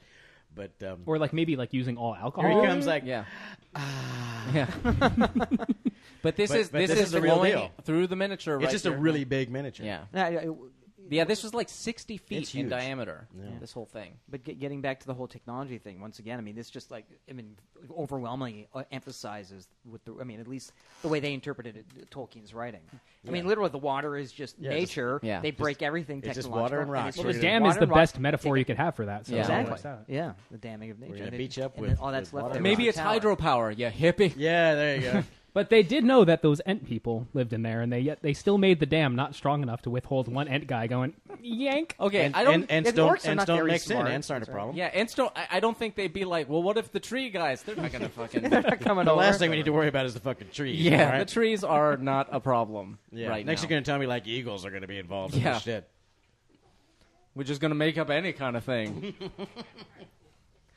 But um, Or like maybe like using all alcohol. Here he comes, like yeah, ah. Yeah. But this is- this is the real going deal. through the miniature It's right just a here. really big miniature. Yeah. yeah, this was like 60 It's feet in huge. diameter. This whole thing. But get, getting back to the whole technology thing once again, I mean, this just like I mean, overwhelmingly uh, emphasizes with the I mean, at least the way they interpreted it, uh, Tolkien's writing. I mean, Yeah. literally, the water is just Yeah, just- nature. yeah. they Just- break everything. it's just technological. water and rocks. it's Well, just the dam is water the and rock. best metaphor you could have for that. So Yeah. Like Exactly. that. Yeah, the damming of nature. gonna and beach it- up and with- then all that's left. with water. over. Maybe it's Tower. hydropower. Yeah, hippie. Yeah, there you go. But they did know that those Ent people lived in there, and they yet they still made the dam not strong enough to withhold one Ent guy going. Yank. Okay, And- I don't. and- and Yeah, the don't- orcs are and not don't very mix in. smart. Ants aren't a That's right. problem. Yeah, ants don't. I, I don't think they'd be like, well, what if the tree guys? They're not gonna fucking. They're not coming The over. last thing we need to worry about is the fucking trees, Yeah, right? the trees are not a problem Yeah. right Next, now. you're going to tell me like eagles are going to be involved in Yeah. this shit. We're just gonna make up any kind of thing.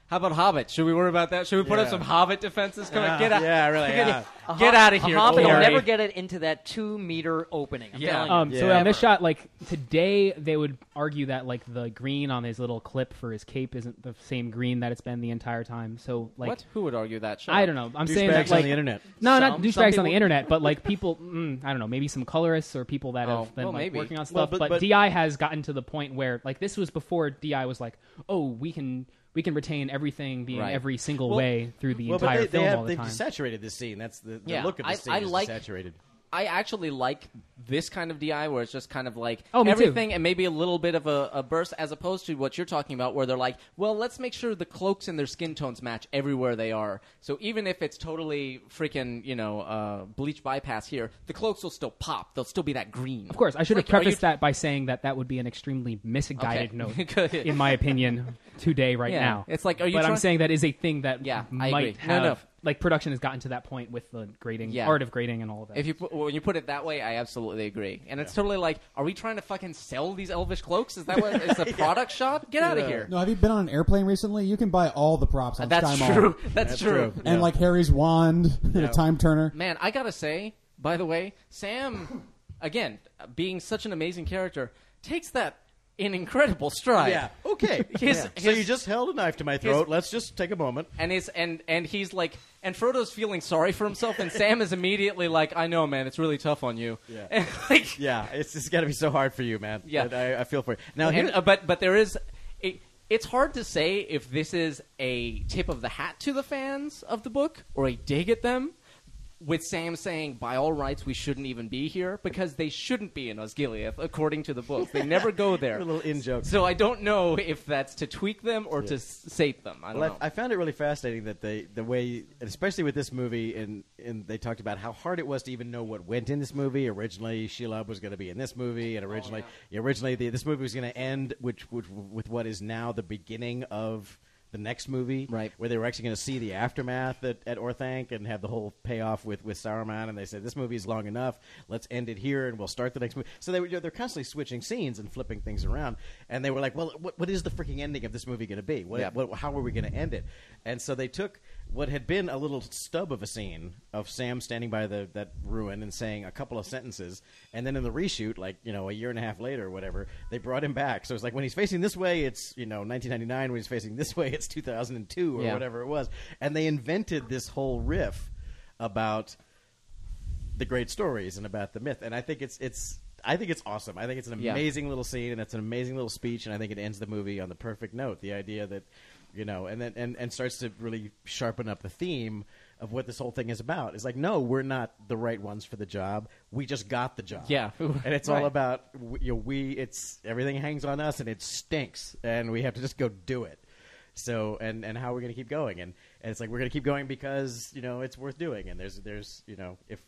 How about Hobbit? Should we worry about that? Should we put up Yeah. some Hobbit defenses? Come Yeah. on, get out! Yeah, really, Get, yeah. A hob- get out of a here! hobbit will Corey. never get it into that two meter opening. I'm telling you. Um, So on this shot, like today, they would argue that like the green on his little clip for his cape isn't the same green that it's been the entire time. So like, What? Who would argue that? Show I don't know. I'm saying Douchebags that, on like, the internet. No, not Some- douchebags some on the people- internet, but like people. Mm, I don't know. Maybe some colorists or people that have been Oh, well, like maybe. working on stuff. Well, but, but- but- Di has gotten to the point where like this was before Di was like, oh, we can we can retain everything being Right. every single Well- way through the well, but entire they- they film have- all the they've time. saturated this scene. That's the, the look of the I, scene I is like, saturated. I actually like this kind of DI where it's just kind of like Oh, me too. everything and maybe a little bit of a, a burst as opposed to what you're talking about where they're like, well, let's make sure the cloaks and their skin tones match everywhere they are. So even if it's totally freaking, you know, uh, bleach bypass here, the cloaks will still pop. They'll still be that green. Of course, I should have Like, are you prefaced that by saying that that would be an extremely misguided Okay. note, Good. in my opinion, today, right Yeah. now. It's like, are you But I'm trying- saying that is a thing that yeah, I might agree. No, have. no. Like production has gotten to that point with the grading, Yeah. art of grading, and all of that. If you put, when you put it that way, I absolutely agree. And it's totally like, are we trying to fucking sell these elvish cloaks? Is that what? Is the product shop? Get out of here. No, have you been on an airplane recently? You can buy all the props on That's Sky Mall. true. That's That's true. true. And Yeah. like Harry's wand and Yeah. a time turner. Man, I gotta say, by the way, Sam, again, being such an amazing character, takes that in incredible stride. Yeah. Okay. His- so you just held a knife to my throat. Let's just take a moment. and his and and he's like, and Frodo's feeling sorry for himself, and Sam is immediately like, "I know, man, it's really tough on you." Yeah. And, like, yeah. It's, it's got to be so hard for you, man. Yeah. But I, I feel for you. Now, And- here, uh, but but there is. It, it's hard to say if this is a tip of the hat to the fans of the book or a dig at them. With Sam saying, "By all rights, we shouldn't even be here because they shouldn't be in Osgiliath, according to the books. They never go there." A little in joke. So I don't know if that's to tweak them or to Yeah. s- sate them. I don't Well, know. I, I found it really fascinating that they the way, and especially with this movie, and and they talked about how hard it was to even know what went in this movie. Originally, Shelob was going to be in this movie, and originally, Oh, originally the, this movie was going to end, which, which with what is now the beginning of the next movie, right? Where they were actually going to see the aftermath at, at Orthanc and have the whole payoff with with Saruman, and they said this movie is long enough. Let's end it here, and we'll start the next movie. So they were, they're constantly switching scenes and flipping things around, and they were like, well, what, what is the freaking ending of this movie going to be? What, Yeah. what, how are we going to end it? And so they took what had been a little stub of a scene of Sam standing by the that ruin and saying a couple of sentences, and then in the reshoot, like you know, a year and a half later or whatever, they brought him back. So it's like when he's facing this way, it's you know 1999. When he's facing this way, it's 2002 or Yeah. whatever it was. And they invented this whole riff about the great stories and about the myth. And I think it's it's I think it's awesome. I think it's an Yeah. amazing little scene and it's an amazing little speech. And I think it ends the movie on the perfect note. The idea that you know, and then and, and starts to really sharpen up the theme of what this whole thing is about. It's like, no, we're not the right ones for the job. We just got the job. Yeah. and it's all Right. about w- you know, we. It's everything hangs on us, and it stinks, and we have to just go do it. So and and how we're going to keep going, and and it's like we're going to keep going because you know it's worth doing, and there's there's you know if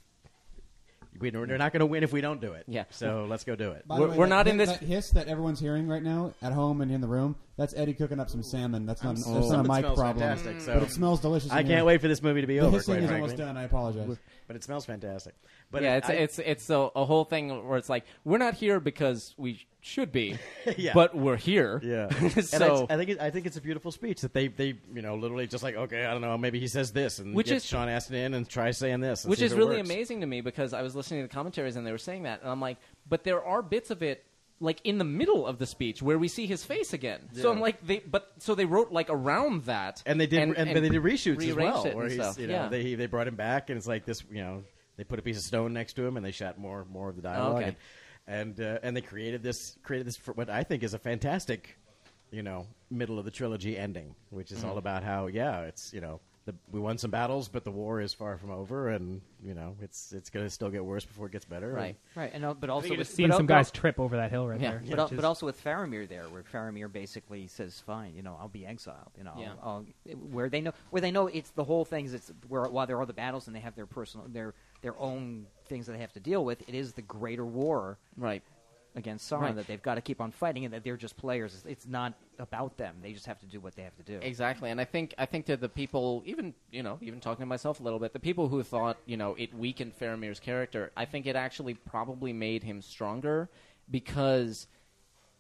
we we're not going to win if we don't do it. Yeah. So let's go do it. By the way, that- that- That hiss that everyone's hearing right now at home and in the room That's Eddie cooking up some salmon. That's not, I'm- that's oh. not a It mic smells problem. fantastic, so- But it smells delicious. I in can't here. wait for this movie to be the over, hissing quite is frankly. almost done. I apologize. But it smells fantastic. But But yeah, it's I- it's it's a, a whole thing where it's like we're not here because we should be, Yeah. but we're here. Yeah. and I, so I think it, I think it's a beautiful speech that they they you know literally just like okay I don't know maybe he says this and Which get is- Sean Astin in and try saying this and which see if is it really works. amazing to me because I was listening to the commentaries and they were saying that, and I'm like, but there are bits of it like in the middle of the speech where we see his face again. So Yeah. I'm like, they but so they wrote like around that, and they did and, but they did reshoots as rearranged well it where and he's stuff. you know yeah. they they brought him back and it's like this you know they put a piece of stone next to him and they shot more more of the dialogue Okay. and and, uh, and they created this created this for what I think is a fantastic you know middle of the trilogy ending which Mhm. is Mm-hmm. all about how yeah it's you know the, we won some battles but the war is far from over and you know it's it's gonna still get worse before it gets better Right, right, and uh, but I also think you're with, but just seeing al- some but al- guys trip over that hill right yeah, there, But, which al- is- but also with Faramir there, where Faramir basically says, "Fine, you know, I'll be exiled." You know, Yeah. I'll- I'll- where they know where they know it's the whole thing is it's where while there are the battles and they have their personal their their own things that they have to deal with. It is the greater war, right, against Sauron Right. that they've got to keep on fighting, and that they're just players. It's- It's not about them. They just have to do what they have to do. Exactly, and I think I think that the people, even you know, even talking to myself a little bit, the people who thought you know it weakened Faramir's character, I think it actually probably made him stronger because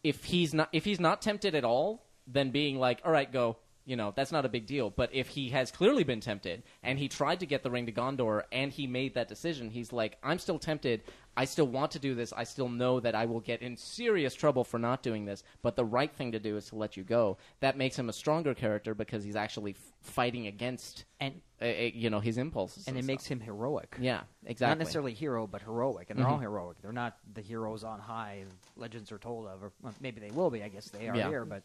if he's not if he's not tempted at all, then being like, all right, go, you know, that's not a big deal. But if he has clearly been tempted and he tried to get the ring to Gondor and he made that decision, he's like, I'm still tempted. I still want to do this. I still know that I will get in serious trouble for not doing this. But the right thing to do is to let you go. That makes him a stronger character because he's actually f- fighting against and uh, uh, you know his impulses, and it makes him heroic. Yeah, exactly. Not necessarily hero, but heroic, and they're all Mhm. heroic. They're not the heroes on high. Legends are told of, or well, maybe they will be. I guess they are Yeah. here, but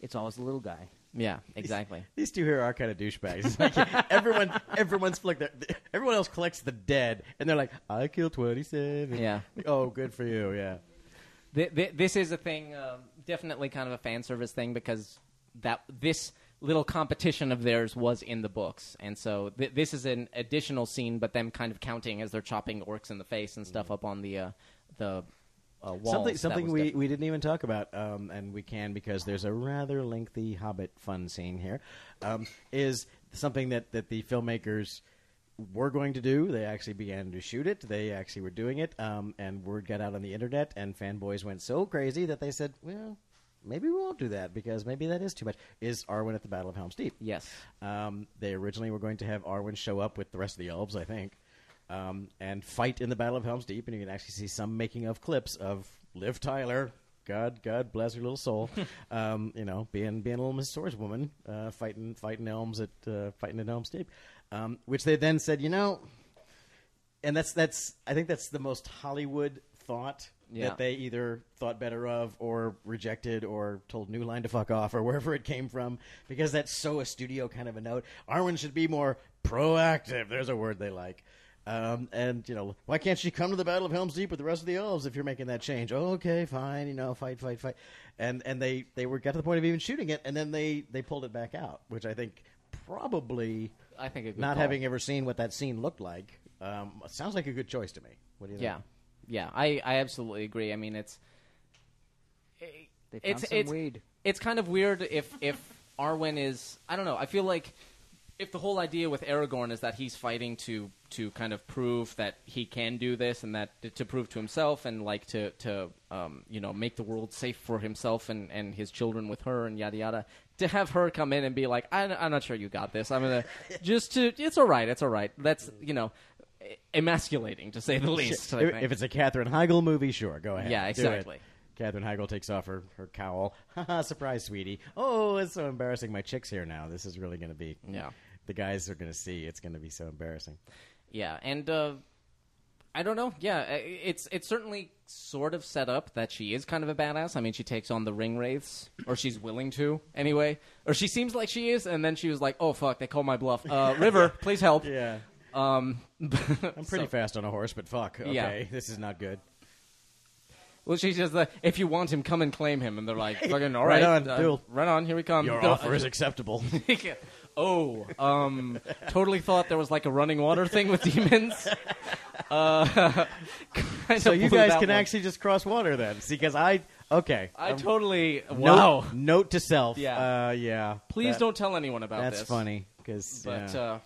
it's always the little guy. Yeah, exactly. These two here are kind of douchebags. It's like everyone, everyone's like, they're- they- everyone else collects the dead, and they're like, "I killed twenty-seven. Yeah. Oh, good for you. Yeah. Th- th- this is a thing, um, definitely kind of a fan service thing because that this little competition of theirs was in the books, and so th- this is an additional scene, but them kind of counting as they're chopping orcs in the face and stuff up on the uh, the uh, wall. Mm-hmm. Something, something we, we didn't even talk about, um, and we can because there's a rather lengthy Hobbit fun scene here, um, is something that, that the filmmakers were going to do. They actually began to shoot it. They actually were doing it, um, and word got out on the internet, and fanboys went so crazy that they said, well, maybe we won't do that because maybe that is too much. Is Arwen at the Battle of Helm's Deep? Yes. Um, they originally were going to have Arwen show up with the rest of the elves, I think um, and fight in the Battle of Helm's Deep, and you can actually see some making of clips of Liv Tyler. God, God bless her little soul. um, you know, being being a little Miss Swordswoman, uh, fighting fighting elms at uh, fighting at Helm's Deep, um, which they then said, you know, and that's that's I think that's the most Hollywood thought Yeah. that they either thought better of or rejected or told New Line to fuck off or wherever it came from because that's so a studio kind of a note. Arwen should be more proactive. There's a word they like. Um, and you know why can't she come to the Battle of Helm's Deep with the rest of the elves if you're making that change? Oh, okay, fine. You know, fight, fight, fight. And and they they were got to the point of even shooting it, and then they they pulled it back out, which I think probably I think a good not call. having ever seen what that scene looked like um, sounds like a good choice to me. What do you think? yeah, yeah. I I absolutely agree. I mean, it's They found it's some it's, weed. it's kind of weird if if Arwen is I don't know I feel like if the whole idea with Aragorn is that he's fighting to to kind of prove that he can do this and that to prove to himself and like to to um, you know make the world safe for himself and and his children with her and yada yada to have her come in and be like I, I'm not sure you got this I'm gonna just to it's all right it's all right that's you know e-, emasculating to say the least I If, think. if it's a Katherine Heigl movie, sure, go ahead. Yeah, Do it. exactly. Katherine Heigl takes off her, her cowl. Haha, surprise, sweetie. Oh, it's so embarrassing. My chick's here now. This is really going to be. Yeah. The guys are going to see. It's going to be so embarrassing. Yeah, and uh, I don't know. Yeah, i- it's it's certainly sort of set up that she is kind of a badass. I mean, she takes on the ring wraiths, or she's willing to anyway, or she seems like she is. And then she was like, "Oh fuck, they call my bluff. Uh, River, please help." Yeah. Um, I'm pretty fast on a horse, but fuck. Okay, Yeah. this is not good. Well, she says that if you want him, come and claim him, and they're like, "Fucking all Right right, on, uh, duel." right on, here we come." Your They're- offer is acceptable. Yeah. Oh, um, totally thought there was like a running water thing with demons. Uh, kind so of you blew guys that can one. actually just cross water then, see? Because I okay. I Um, totally- note- wow. Note, to self. Yeah. Uh, yeah. Please That- don't tell anyone about that's this. funny because. But uh,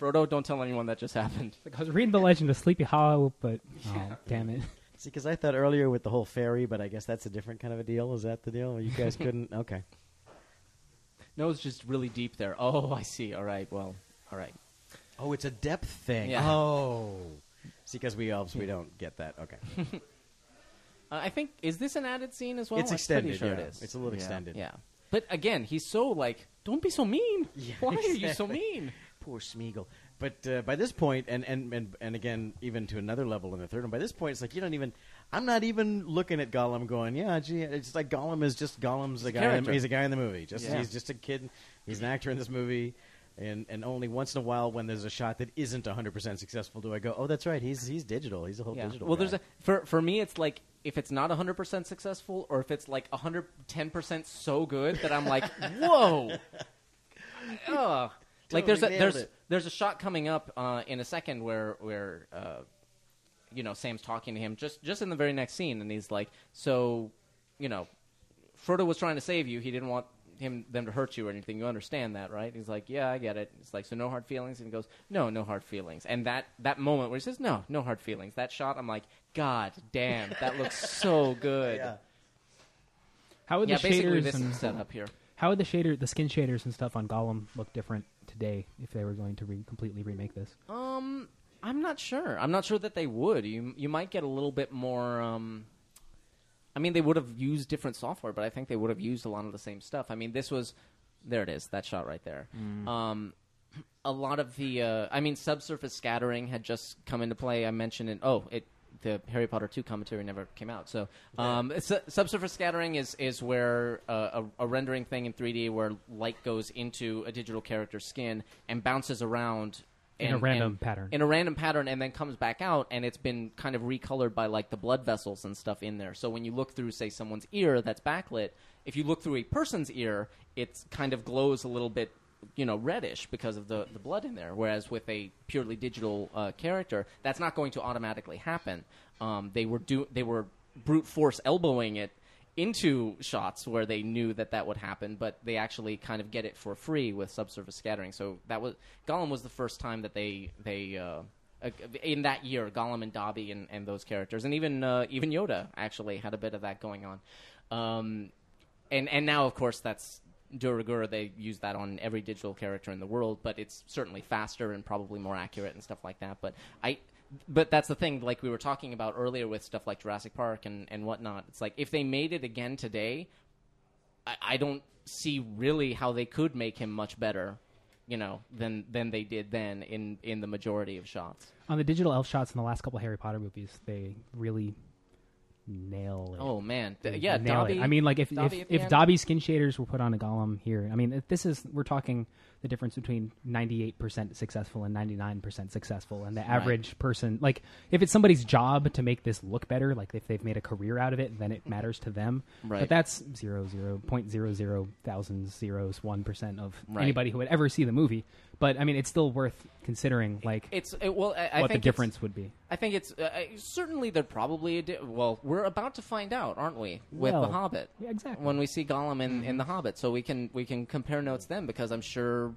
Frodo, don't tell anyone that just happened. Like I was reading the Legend of Sleepy Hollow, but oh, damn it. See, because I thought earlier with the whole fairy, but I guess that's a different kind of a deal. Is that the deal? You guys couldn't. Okay. No, it's just really deep there. Oh, I see. All right. Well, all right. Oh, it's a depth thing. Yeah. Oh. See, because we elves, we don't get that. Okay. Uh, I think is this an added scene as well? It's I'm extended, Pretty sure yeah. it is. It's a little Yeah, extended. Yeah. But again, he's so like, don't be so mean. Why are you so exactly. mean? Poor Smeagol. But uh, by this point, and, and, and, and again, even to another level in the third one, by this point, it's like you don't even. I'm not even looking at Gollum going, yeah, gee. It's like Gollum is just He's Gollum's a a guy. in- character. he's a guy in the movie. Just Yeah. he's just a kid. He's an actor in this movie, and and only once in a while, when there's a shot that isn't 100 percent successful, do I go, oh, that's right. He's he's digital. He's a whole Yeah. digital. Well, guy. there's a for for me, it's like if it's not 100 percent successful, or if it's like 110 percent so good that I'm like, whoa. Ugh. Like there's a Totally nailed there's it. there's a shot coming up uh, in a second where where uh, you know Sam's talking to him just just in the very next scene, and he's like, so you know, Frodo was trying to save you. He didn't want him them to hurt you or anything. You understand that, right? He's like, yeah, I get it. It's like so no hard feelings, and he goes, no, no hard feelings. And that that moment where he says, no, no hard feelings. That shot, I'm like, God damn, that looks so good. Yeah. How would yeah, the basically shaders this and is set up here? How would the shader, the skin shaders and stuff on Gollum look different today if they were going to re- completely remake this? Um, I'm not sure. I'm not sure that they would. You you might get a little bit more. Um, I mean, they would have used different software, but I think they would have used a lot of the same stuff. I mean, this was there. It is that shot right there. Mm. Um, a lot of the. Uh, I mean, subsurface scattering had just come into play. I mentioned it. Oh, it. The Harry Potter two commentary never came out, so um, su- subsurface scattering is is where uh, a, a rendering thing in 3D where light goes into a digital character's skin and bounces around In a and- random and- pattern. in a random pattern and then comes back out and it's been kind of recolored by like the blood vessels and stuff in there so when you look through say someone's ear that's backlit if you look through a person's ear it kind of glows a little bit you know reddish because of the, the blood in there whereas with a purely digital uh, character that's not going to automatically happen um, they were do they were brute force elbowing it into shots where they knew that that would happen, but they actually kind of get it for free with subsurface scattering. So that was Gollum was the first time that they they uh, uh, in that year Gollum and Dobby and, and those characters, and even uh, even Yoda actually had a bit of that going on. Um, and and now of course that's de rigueur they use that on every digital character in the world but it's certainly faster and probably more accurate and stuff like that but i but that's the thing like we were talking about earlier with stuff like jurassic park and and whatnot it's like if they made it again today i, I don't see really how they could make him much better you know than than they did then in in the majority of shots On the digital elf shots in the last couple Harry Potter movies, they really nail it. Oh, man. They Yeah, nail it. Dobby- I mean, like if Dobby at if, the if end. Dobby skin shaders were put on a Gollum here, I mean, if this is we're talking the difference between ninety eight percent successful and ninety nine percent successful, and the Right. average person, like if it's somebody's job to make this look better, like if they've made a career out of it, then it matters to them. Right. But that's zero zero point zero zero thousand zeros one percent of Right. anybody who would ever see the movie. But I mean, it's still worth considering. Like it's it, well, I, I what the think difference it's- would be. I think it's uh, uh, certainly they're probably a di- well. We're about to find out, aren't we, with Well, the Hobbit? yeah, exactly. Mm-hmm. When we see Gollum in, in the Hobbit, so we can we can compare notes then because I'm sure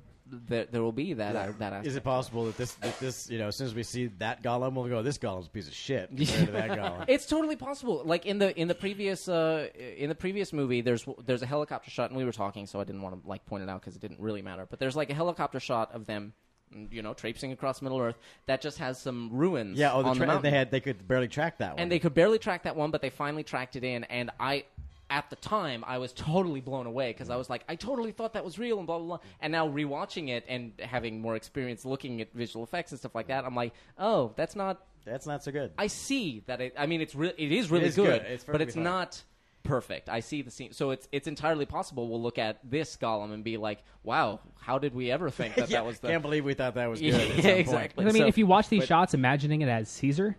that there will be that uh, Yeah. that aspect. Is it possible that this that this you know as soon as we see that Gollum, we'll go, this Gollum's a piece of shit compared to that Gollum. it's totally possible. Like in the in the previous uh, in the previous movie, there's there's a helicopter shot, and we were talking, so I didn't want to like point it out because it didn't really matter. But there's like a helicopter shot of them, you know, traipsing across Middle Earth that just has some ruins. Yeah, oh, the on tra- the mountain. they had they could barely track that one. and they could barely track that one, but they finally tracked it in. And I, at the time, I was totally blown away because I was like, I totally thought that was real and blah blah blah. And now rewatching it and having more experience looking at visual effects and stuff like that, I'm like, oh, that's not. That's not so good. I see that. It, I mean, it's real. It is really is good, good. It's but perfectly it's fine. not perfect. I see the scene, so it's it's entirely possible we'll look at this Gollum and be like, wow, how did we ever think that Yeah, that was? the... can't believe we thought that was good Yeah, at some point. exactly. I mean, So- if you watch these but- shots, imagining it as Caesar,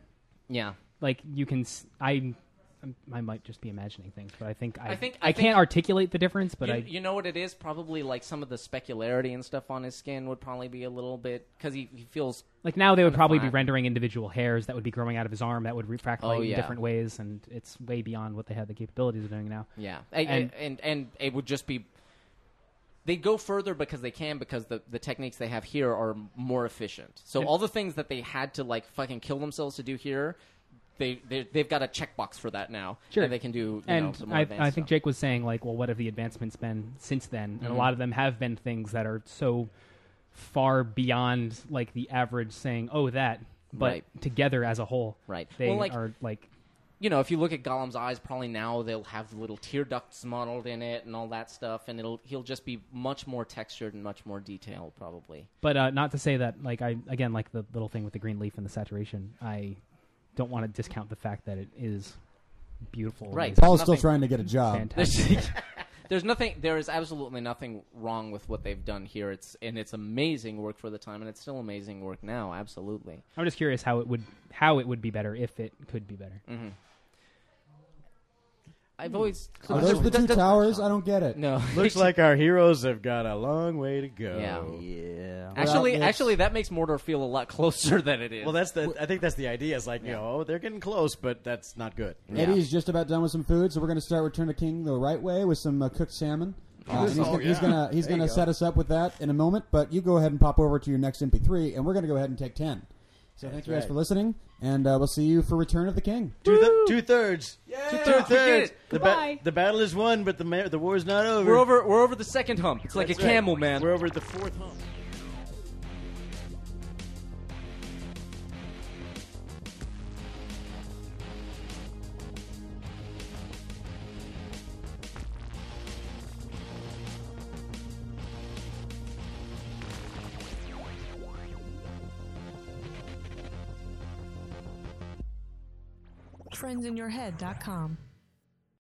Yeah. like you can. s- I I'm, I might just be imagining things, but I think I, I think- I, I can't think- articulate the difference, but you, I you know what it is? Probably like some of the specularity and stuff on his skin would probably be a little bit because he, he feels like now they would kinda probably be flat. rendering individual hairs that would be growing out of his arm that would refract Oh, light yeah. in different ways, and it's way beyond what they have the capabilities of doing now. Yeah, and and and, and, it would just be they go further because they can because the, the techniques they have here are more efficient. So And- all the things that they had to like fucking kill themselves to do here, they, they they've got a checkbox for that now, Sure. and they can do you and know, some more I, advanced I think Jake was saying like, well, what have the advancements been since then? And a Mhm. lot of them have been things that are so far beyond like the average saying, oh, that. But Right. together as a whole, Right. They Well, like- are like you know, if you look at Gollum's eyes, probably now they'll have little tear ducts modeled in it and all that stuff, and it'll he'll just be much more textured and much more detailed, probably. But uh, not to say that, like I again, like the little thing with the green leaf and the saturation. I don't want to discount the fact that it is beautiful. and Right. it's Paul's still Nothing- trying to get a job. There's, there's nothing. There is absolutely nothing wrong with what they've done here. It's and it's amazing work for the time, and it's still amazing work now. Absolutely. I'm just curious how it would how it would be better if it could be better. Mm-hmm. I've always. Are those the two towers? I don't get it. No. Looks like our heroes have got a long way to go. Yeah. yeah. Actually, actually, that makes Mordor feel a lot closer than it is. Well, that's the. I think that's the idea. Is like, you know, oh, they're getting close, but that's not good. Eddie's just about done with some food, so we're going to start Return to King the right way with some uh, cooked salmon. Uh, and he's Oh, gonna, he's yeah. gonna he's There you gonna go. set us up with that in a moment. But you go ahead and pop over to your next MP3, and we're gonna go ahead and take ten. So thank That's you guys right. for listening, and uh, we'll see you for Return of the King. Two, th- two thirds. Two We did thirds. it. The, ba- the battle is won, but the ma- the war's not over. We're over. We're over the second hump. It's like That's a right. camel, man. We're over the fourth hump. Friendsinyourhead.com.